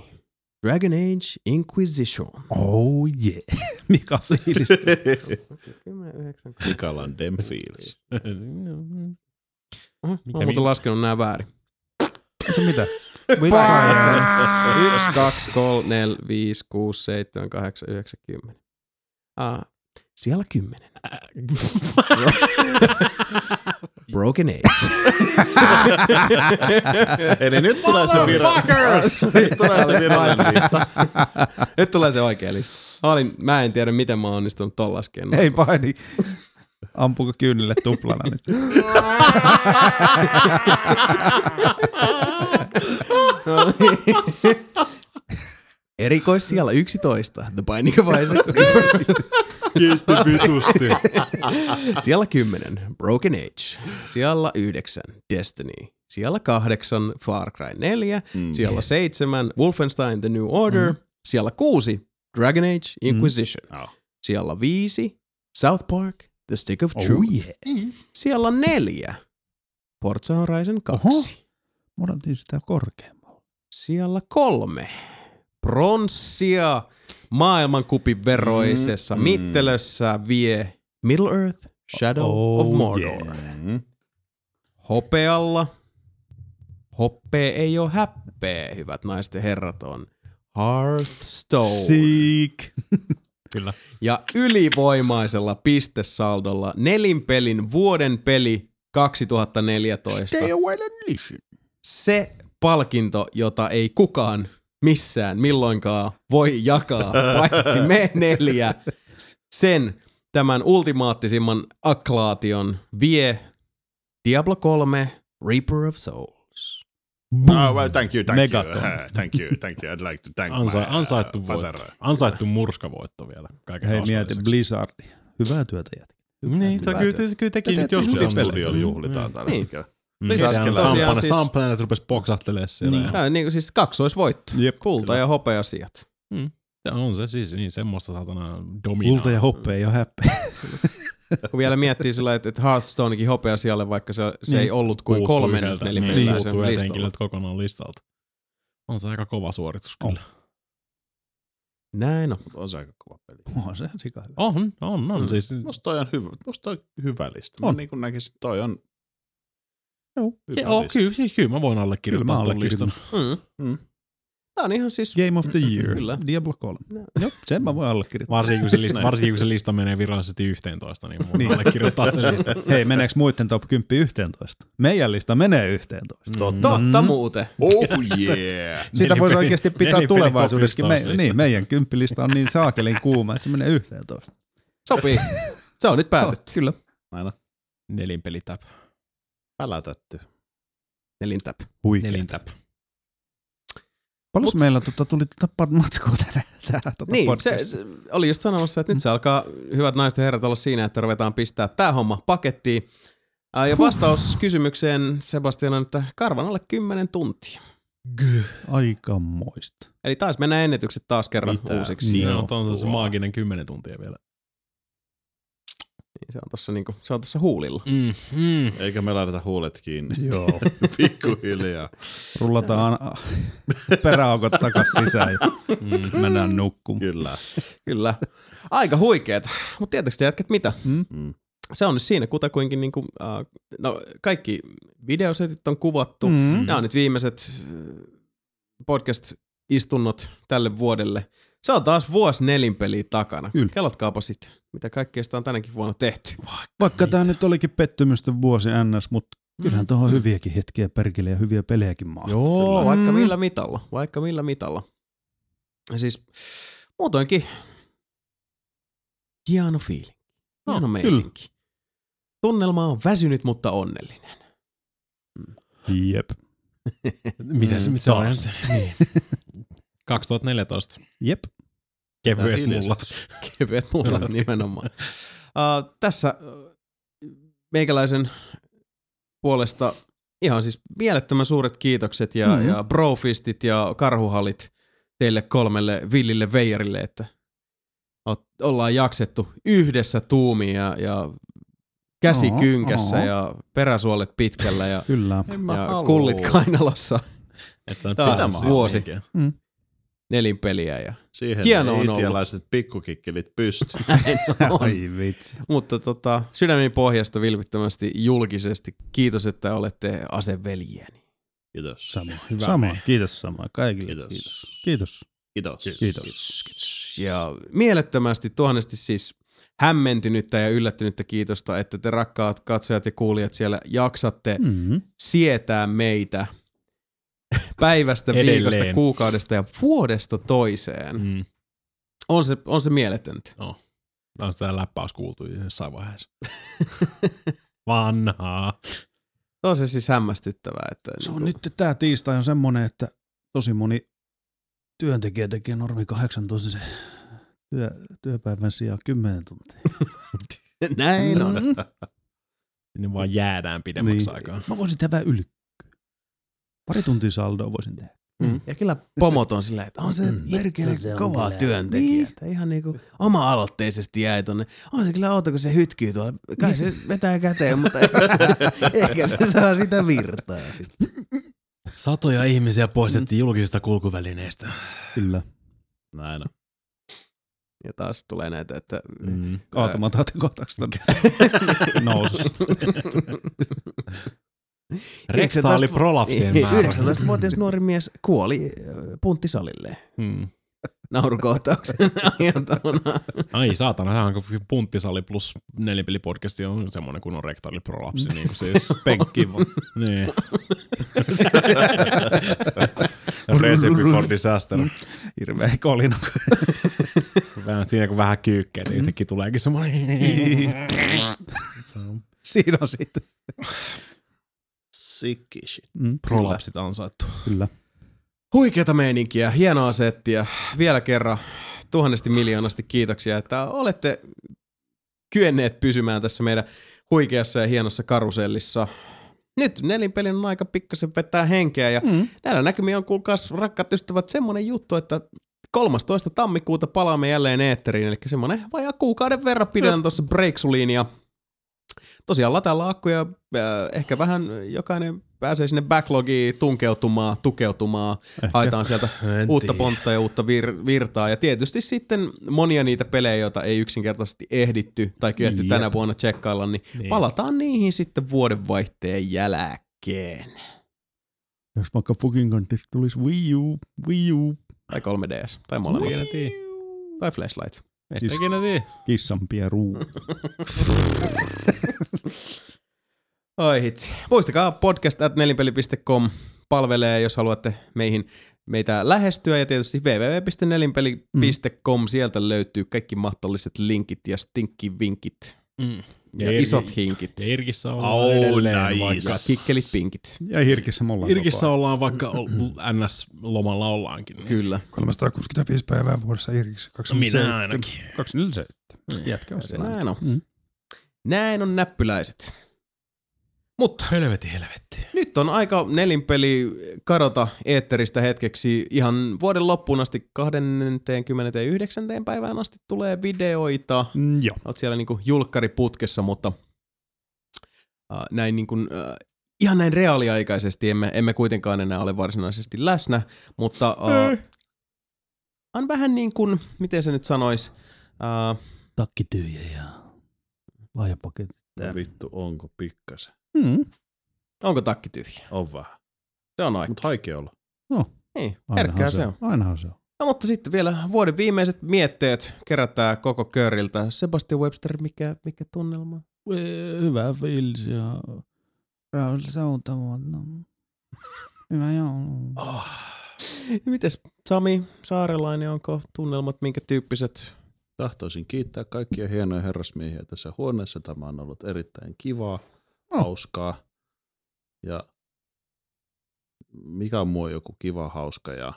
A: Dragon Age Inquisition.
C: Oh yeah. [laughs] Mikä fiilis?
B: Mikalla on dem feels.
A: Oho, Mä
D: Mikä
A: oon muuten
D: vi-
A: laskenut nää väärin.
C: Se mitä?
A: 1, 2, 3, 4, 5, 6, 7, 8, 9, 10. Uh, siellä 10. [laughs] Broken Age.
B: [laughs] Eli nyt tulee se virallinen. [laughs] nyt tulee se virallinen lista.
A: [laughs] Nyt tulee se oikea lista. Mä, olin, mä en tiedä, miten mä oon onnistunut ton laskeen.
C: Ei paini. Ampuuko kyynille tuplana nyt?
A: Erikois siellä 11. The Binding of Isaac.
D: Kiitti vitusti.
A: Siellä 10, Broken Age. Siellä 9, Destiny. Siellä 8, Far Cry 4. Mm. Siellä 7, Wolfenstein The New Order. Mm. Siellä 6, Dragon Age Inquisition. Mm. Siellä 5, South Park The Stick of Truth.
C: Oh, yeah.
A: Siellä 4, Forza Horizon 2. Oho.
C: Oho. Mä odotin sitä korkeammalla.
A: Siellä 3, Pronssia maailmankupin veroisessa mm. mittelössä vie Middle Earth Shadow oh, of Mordor. Yeah.
B: Mm.
A: hopealla. Hoppee ei ole häppee, hyvät naiset ja herrat, on Hearthstone. Si-
C: Sick.
A: ja ylivoimaisella pistesaldolla nelinpelin vuoden peli 2014.
C: away and listen.
A: Se palkinto, jota ei kukaan missään milloinkaan voi
D: [laughs]
A: jakaa, paitsi me neljä. Sen tämän ultimaattisimman aklaation vie Diablo 3 Reaper of Souls.
B: Oh, well, thank you, thank
C: Megaton.
B: you. Uh, [laughs] thank you, thank you. I'd like to thank
D: Ansa,
B: my, uh,
D: ansaittu
B: father.
D: voitto. Ansaittu murskavoitto vielä. Kaiken
C: Hei mieti,
D: taustalla lisäksi.
C: Blizzard. Hyvää työtä jätkä.
D: Niin, se on kyllä, se- kyllä tekin
B: Te
D: nyt
B: joskus
D: joskus
C: Mm.
B: on studiolla juhlitaan tällä
A: Niin.
B: hetkellä.
A: Lisäksi
D: Sehän
A: tosiaan
D: Sampana,
A: siis-
D: siis... Sampana rupesi boksahtelemaan siellä.
A: Niin.
D: Niin. Ja,
A: Tää, niin kuin siis kaksoisvoitto.
B: Jep,
A: Kulta ja hopea sijat.
D: ja on se siis niin semmoista satana dominaa.
C: Kulta ja hoppe ei ole [laughs] häppeä.
A: Kun vielä miettii sillä, että että Hearthstonekin hopea sijalle, vaikka se, se niin. ei ollut kuin
D: Puuttuu
A: kolmen
D: yhdeltä-
A: nelipelillä
D: niin,
A: sen
D: puuttuu yhdeltä
A: listalla.
D: henkilöltä kokonaan listalta. On se aika kova suoritus kyllä.
A: Näin on.
B: On se aika kova peli.
C: On se sika hyvä.
D: On, on, on. on. Siis,
B: Musta toi on hyvä, musta toi on hyvä lista. Mä
C: On.
B: niin kuin näkisin, toi on
C: Joo.
B: hyvä
D: joo,
B: lista.
D: kyllä, siis kyllä mä voin allekirjoittaa
C: Kyllä mä
D: tuon listan.
A: Mm.
B: Mm.
A: Tää on ihan siis...
C: Game of
A: [laughs]
C: the Year.
A: Kyllä.
C: Diablo 3.
A: No.
C: Joo, sen mä voin allekirjoittaa.
D: Varsinkin kun, se lista, varsinkin kun se lista menee virallisesti 11, niin mun niin. allekirjoittaa sen
C: [laughs]
D: listan.
C: Hei, meneekö muiden top 10 11? Meidän lista menee 11.
B: Totta.
D: Mm.
A: Totta muuten.
B: Mm. Oh yeah.
C: Sitä
D: Nelipeli-
C: voisi oikeasti pitää
D: nelipeli top
C: tulevaisuudessakin. Me,
D: 11 lista.
C: niin, meidän kymppilista on niin saakelin kuuma, että se menee 11.
D: [laughs]
A: Sopii. Se on nyt päätetty.
C: Oh, kyllä.
B: Aina
D: Nelinpelitap.
B: pälätetty.
A: Nelintäp.
C: Huikea.
D: Nelintap.
C: Paljon
A: Mut-
C: meillä tota, tuli tota pad- matskua tänään. Tää, tota
A: Niin, se,
C: podcast.
A: se, oli just sanomassa, että nyt se alkaa, hyvät naiset ja herrat, olla siinä, että ruvetaan pistää tämä homma pakettiin. Ää, Ja vastaus kysymykseen, Sebastian, on, että karvan alle 10 tuntia.
C: Aika moista.
A: Eli taas mennään ennätykset taas kerran
B: Mitä?
A: uusiksi.
D: Siinä
B: Joo.
D: on, on se maaginen 10 tuntia vielä.
A: Niin, Se on tossa, niinku, se on tossa huulilla.
D: Mm, mm.
B: Eikä me laiteta huulet kiinni.
C: Joo.
B: [laughs] Pikkuhiljaa.
C: Rullataan ah, [laughs] peräaukot takas sisään ja
D: Mm.
C: mennään nukkumaan.
B: Kyllä.
A: Kyllä. Aika huikeeta. Mutta tietääkö te jätket mitä?
B: Mm.
A: Se on nyt siinä kutakuinkin, niinku, äh, no kaikki videosetit on kuvattu. Mm.
C: Mm.
A: Nämä on nyt viimeiset äh, podcast-istunnot tälle vuodelle. Se on taas vuosi nelinpeliä takana.
C: Kyllä.
A: Kelotkaapa sitten, mitä kaikkea sitä on tänäkin vuonna tehty.
C: Vaikka tämä nyt olikin pettymysten vuosi NS, mutta
D: Mm.
C: kyllähän tuohon hyviäkin hetkiä perkele ja hyviä pelejäkin maa.
A: Joo,
C: Kyllä.
A: vaikka
C: Mm.
A: millä mitalla, vaikka millä mitalla. Ja siis muutoinkin hieno fiili. Hieno no, meisinki. Tunnelma on väsynyt, mutta onnellinen.
C: Jep.
D: [laughs] Mitä
C: Mm.
D: se, mitä se on? [laughs] Niin. 2014.
C: Jep.
D: Kevyet
B: Tää
D: mullat.
A: Kevyet mullat nimenomaan. Uh, tässä uh, meikäläisen puolesta ihan siis mielettömän suuret kiitokset ja, mm-hmm.
C: Mhm.
A: ja brofistit ja karhuhalit teille kolmelle villille veijarille, että oot- ollaan jaksettu yhdessä tuumiin ja, ja käsi
C: Oho,
A: kynkässä
C: oho.
A: ja peräsuolet pitkällä ja,
C: Kyllä.
B: En mä
A: ja
B: halua.
A: kullit kainalassa
D: Et sä nyt siis
A: Taas
D: pääse siihen
A: vuosi.
D: henkeen.
A: nelinpeliä. Ja,
B: Siihen
A: Hienoa on
B: Hienoa
A: ollut.
B: itialaiset pikkukikkelit pystyy.
C: [laughs]
A: on,
C: vitsi.
A: Mutta tota, sydämin pohjasta vilpittömästi julkisesti kiitos, että olette aseveljiäni.
B: Kiitos.
C: Sama.
D: Hyvä
C: sama.
D: meihin.
C: Kiitos sama kaikille.
B: Kiitos.
C: Kiitos. Kiitos.
B: Kiitos.
C: Kiitos.
A: Ja mielettömästi tuhannesti siis hämmentynyttä ja yllättynyttä kiitosta, että te rakkaat katsojat ja kuulijat siellä jaksatte
C: Mm-hmm.
A: sietää meitä päivästä, viikosta,
D: Edelleen.
A: kuukaudesta ja vuodesta toiseen.
D: Mm.
A: On se, on se mieletöntä.
D: Tää on sitä läppäys kuultu jossain [laughs] vaiheessa. Vanhaa.
A: On se siis hämmästyttävää. Että niinku
C: Se on nyt, tämä tiistai on semmoinen, että tosi moni työntekijä tekee normi 18 se työ, työpäivän sijaan 10 tuntia.
A: Näin on.
C: Mm.
D: Ne vaan jäädään pidemmäksi
C: Niin.
D: aikaa.
C: Mä voisin tehdä ylkkyä. Pari tuntia saldoa voisin tehdä.
A: Ja kyllä Mm. pomot on silleen, että on se
C: Mm.
A: merkille
C: Kyllä se on
A: kovaa
C: kyllä.
A: työntekijä.
C: Niin.
A: Että ihan niinku oma-aloitteisesti jäi tonne. On se kyllä outo, kun se hytkyy tuolla. Kai se vetää käteen, mutta eikä se saa sitä virtaa sit.
D: Satoja ihmisiä poistettiin julkisista kulkuvälineistä.
C: Kyllä.
B: Näin on.
A: Ja taas tulee näitä, että...
D: Mm.
C: Automaatio kohtaaks ton [laughs] nousus.
D: Rektaali prolapsien
A: [laughs]
D: määrä.
A: 19-vuotias nuori mies kuoli ö, punttisalille
D: Mm.
A: naurukohtauksen aiheuttamana.
D: Ai saatana, sehän on kun punttisali plus nelipelipodcasti on semmoinen kun on rektaali prolapsi. Niin kuin [laughs] siis.
C: Penkki vaan.
D: [laughs] niin. Recipe for disaster.
C: Hirveä kolina.
D: Vähän, siinä kun vähän kyykkeet, niin yhtäkkiä tuleekin semmoinen. Se on
C: Siinä on sitten.
B: Sikki shit.
C: Mm.
D: Prolapsit ansaittu.
C: Kyllä.
A: Huikeata meininkiä, hienoa settiä. Vielä kerran tuhannesti miljoonasti kiitoksia, että olette kyenneet pysymään tässä meidän huikeassa ja hienossa karusellissa. Nyt nelinpelin on aika pikkasen vetää henkeä ja mm. näillä näkymiä on kuulkaas rakkaat ystävät semmonen juttu, että 13. tammikuuta palaamme jälleen eetteriin, eli semmonen vajaa kuukauden verran pidän tuossa breaksuliin ja tosiaan latailla akkuja, äh, ehkä vähän jokainen pääsee sinne backlogiin tunkeutumaan, tukeutumaan,
C: Ehkä.
A: haetaan sieltä
D: En
A: uutta
D: tiedä.
A: pontta ja uutta vir- virtaa. Ja tietysti sitten monia niitä pelejä, joita ei yksinkertaisesti ehditty tai kyetty
D: Jep.
A: tänä vuonna tsekkailla, niin, niin
D: Niin.
A: palataan niihin sitten vuodenvaihteen jälkeen.
C: Jos vaikka fucking kantis tulisi Wii U, Wii U,
A: Tai 3DS, tai
D: Mä en
A: molemmat.
D: ikinä tiedä.
A: Tai Flashlight.
D: Ei sitä ikinä tiedä.
C: kissan pieruu.
A: Oi hitsi. Muistakaa podcast at nelinpeli.com palvelee, jos haluatte meihin meitä lähestyä ja tietysti www.nelinpeli.com
D: Mm.
A: sieltä löytyy kaikki mahdolliset linkit ja stinkkivinkit
D: Mm.
A: ja isot hinkit
D: Ja Irkissä ollaan
B: Oh,
D: edelleen
B: nice.
D: vaikka...
A: ja kikkelit pinkit.
C: Ja hirkissä mulla on koko
D: Irkissä
C: ajan.
D: ollaan vaikka ol- NS-lomalla ollaankin. Niin.
A: Kyllä.
G: 365 päivää vuodessa Irkissä.
C: No
D: Minä ainakin.
C: 247. Jätkä on
A: Se
C: siellä.
A: näin on.
C: Mm.
A: Näin on näppyläiset. Mutta
D: Helvetti, [laughs] helvetti.
A: nyt on aika nelinpeli kadota eetteristä hetkeksi. Ihan vuoden loppuun asti 29. päivään asti tulee videoita.
C: Mm, joo.
A: Oot siellä niinku julkkariputkessa, mutta äh, näin niinku, äh, ihan näin reaaliaikaisesti emme, emme kuitenkaan enää ole varsinaisesti läsnä, mutta äh, on vähän niin kuin, miten se nyt sanois, äh,
C: Takki tyhjä ja lahjapaketti.
B: No Vittu, onko pikkasen?
C: Mm.
A: onko takki tyhjä?
B: On vähän.
A: Se on oikein.
B: Mut haike olla.
A: Niin,
C: Ainahan
A: herkkää se on.
C: Ainahan se on.
A: No mutta sitten vielä vuoden viimeiset mietteet kerätään koko köriltä. Sebastian Webster, mikä, mikä tunnelma?
C: Ee, Hyvä fiilis ja Raul Sautavuonna. Hyvä joulu.
A: Oh. Mites Sami Saarelainen, onko tunnelmat minkä tyyppiset?
B: Tahtoisin kiittää kaikkia hienoja herrasmiehiä tässä huoneessa. Tämä on ollut erittäin kivaa, hauskaa ja mikä on muu joku kiva, hauska ja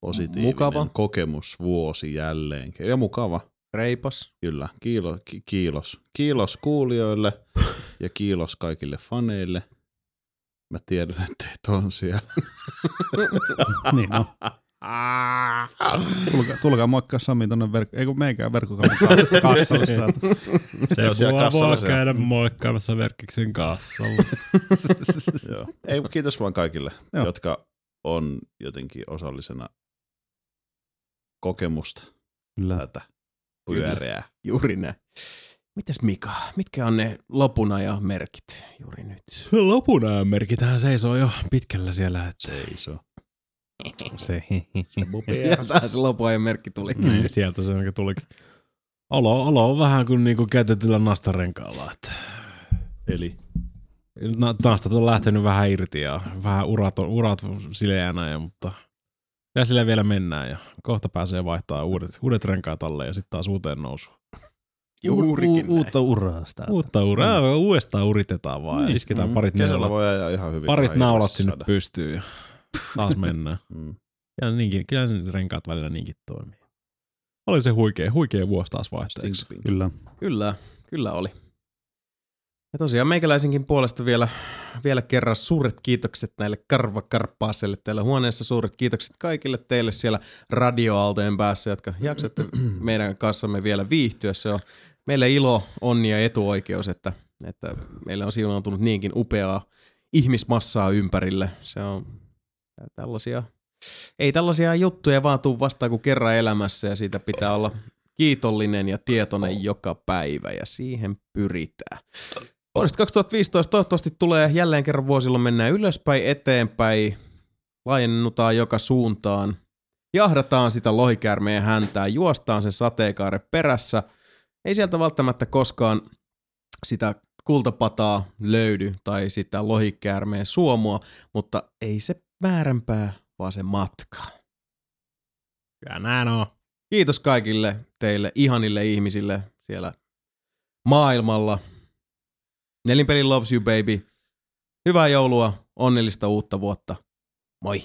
B: positiivinen
A: Mukava.
B: kokemus vuosi jälleen. Ja mukava,
A: Reipas.
B: kyllä. Kiilo, ki, kiilos. Kiilos kuulijoille ja kiilos kaikille faneille. Mä tiedän, että teitä on siellä.
C: [laughs] Niin no. Tulkaa, tulkaa moikkaa Sami tonne verk- ei kun meikään verkkokaupan kas- kassalle saatu.
B: Se on siellä kassalla siellä.
D: moikkaamassa verkkiksen kassalla.
B: Joo. Ei, kiitos vaan kaikille,
C: Joo.
B: Joo. jotka on jotenkin osallisena kokemusta
C: Kyllä.
B: tätä pyöreää.
A: Juuri näin. Mites Mika, mitkä on ne lopuna ja merkit juuri nyt?
D: Lopun ajan merkitään seisoo jo pitkällä siellä. Että
B: Se iso.
D: [laughs] se,
A: Sieltähän se lopuajan merkki tulikin.
D: niin, sieltä se ainakin tulikin. Olo, olo on vähän kuin niinku käytetyllä nastarenkaalla. Että
B: Eli
D: Na- nastat No, on lähtenyt vähän irti ja vähän urat, on, urat sileänä, ja, mutta ja sillä vielä mennään ja kohta pääsee vaihtaa uudet, uudet renkaat alle ja sitten taas uuteen nousuun.
A: Juurikin
C: U- uutta uraa sitä.
D: Uutta uraa, mm. uudestaan uritetaan vaan niin.
C: Niin.
D: ja isketään parit,
B: Mm. kesällä
D: neulat,
B: voi ajaa ihan hyvin.
D: parit
B: vähän
D: naulat
B: ilmassa
D: sinne
B: saada.
D: pystyyn ja taas mennään.
B: Mm.
D: Ja niinkin, kyllä ne renkaat välillä niinkin toimii. Oli se huikea, huikea vuosi taas vaihteeksi.
B: Stink, pink.
C: Kyllä.
A: Kyllä, kyllä oli. Ja tosiaan meikäläisenkin puolesta vielä, vielä kerran suuret kiitokset näille karvakarppaaselle täällä huoneessa. Suuret kiitokset kaikille teille siellä radioaaltojen päässä, jotka jaksatte [clears throat] meidän kanssamme vielä viihtyä. Se on meille ilo, onni ja etuoikeus, että, että meille on siunaantunut niinkin upeaa ihmismassaa ympärille. Se on tällaisia, ei tällaisia juttuja vaan tuu vastaan kuin kerran elämässä ja siitä pitää olla kiitollinen ja tietoinen joka päivä ja siihen pyritään. Vuodesta 2015 toivottavasti tulee jälleen kerran vuosilla mennään ylöspäin, eteenpäin, laajennutaan joka suuntaan, jahdataan sitä lohikäärmeen häntää, juostaan sen sateenkaaren perässä. Ei sieltä välttämättä koskaan sitä kultapataa löydy tai sitä lohikäärmeen suomua, mutta ei se määränpää, vaan se matka.
D: Kyllä näin on.
A: Kiitos kaikille teille ihanille ihmisille siellä maailmalla. Nelinpeli loves you baby. Hyvää joulua, onnellista uutta vuotta. Moi!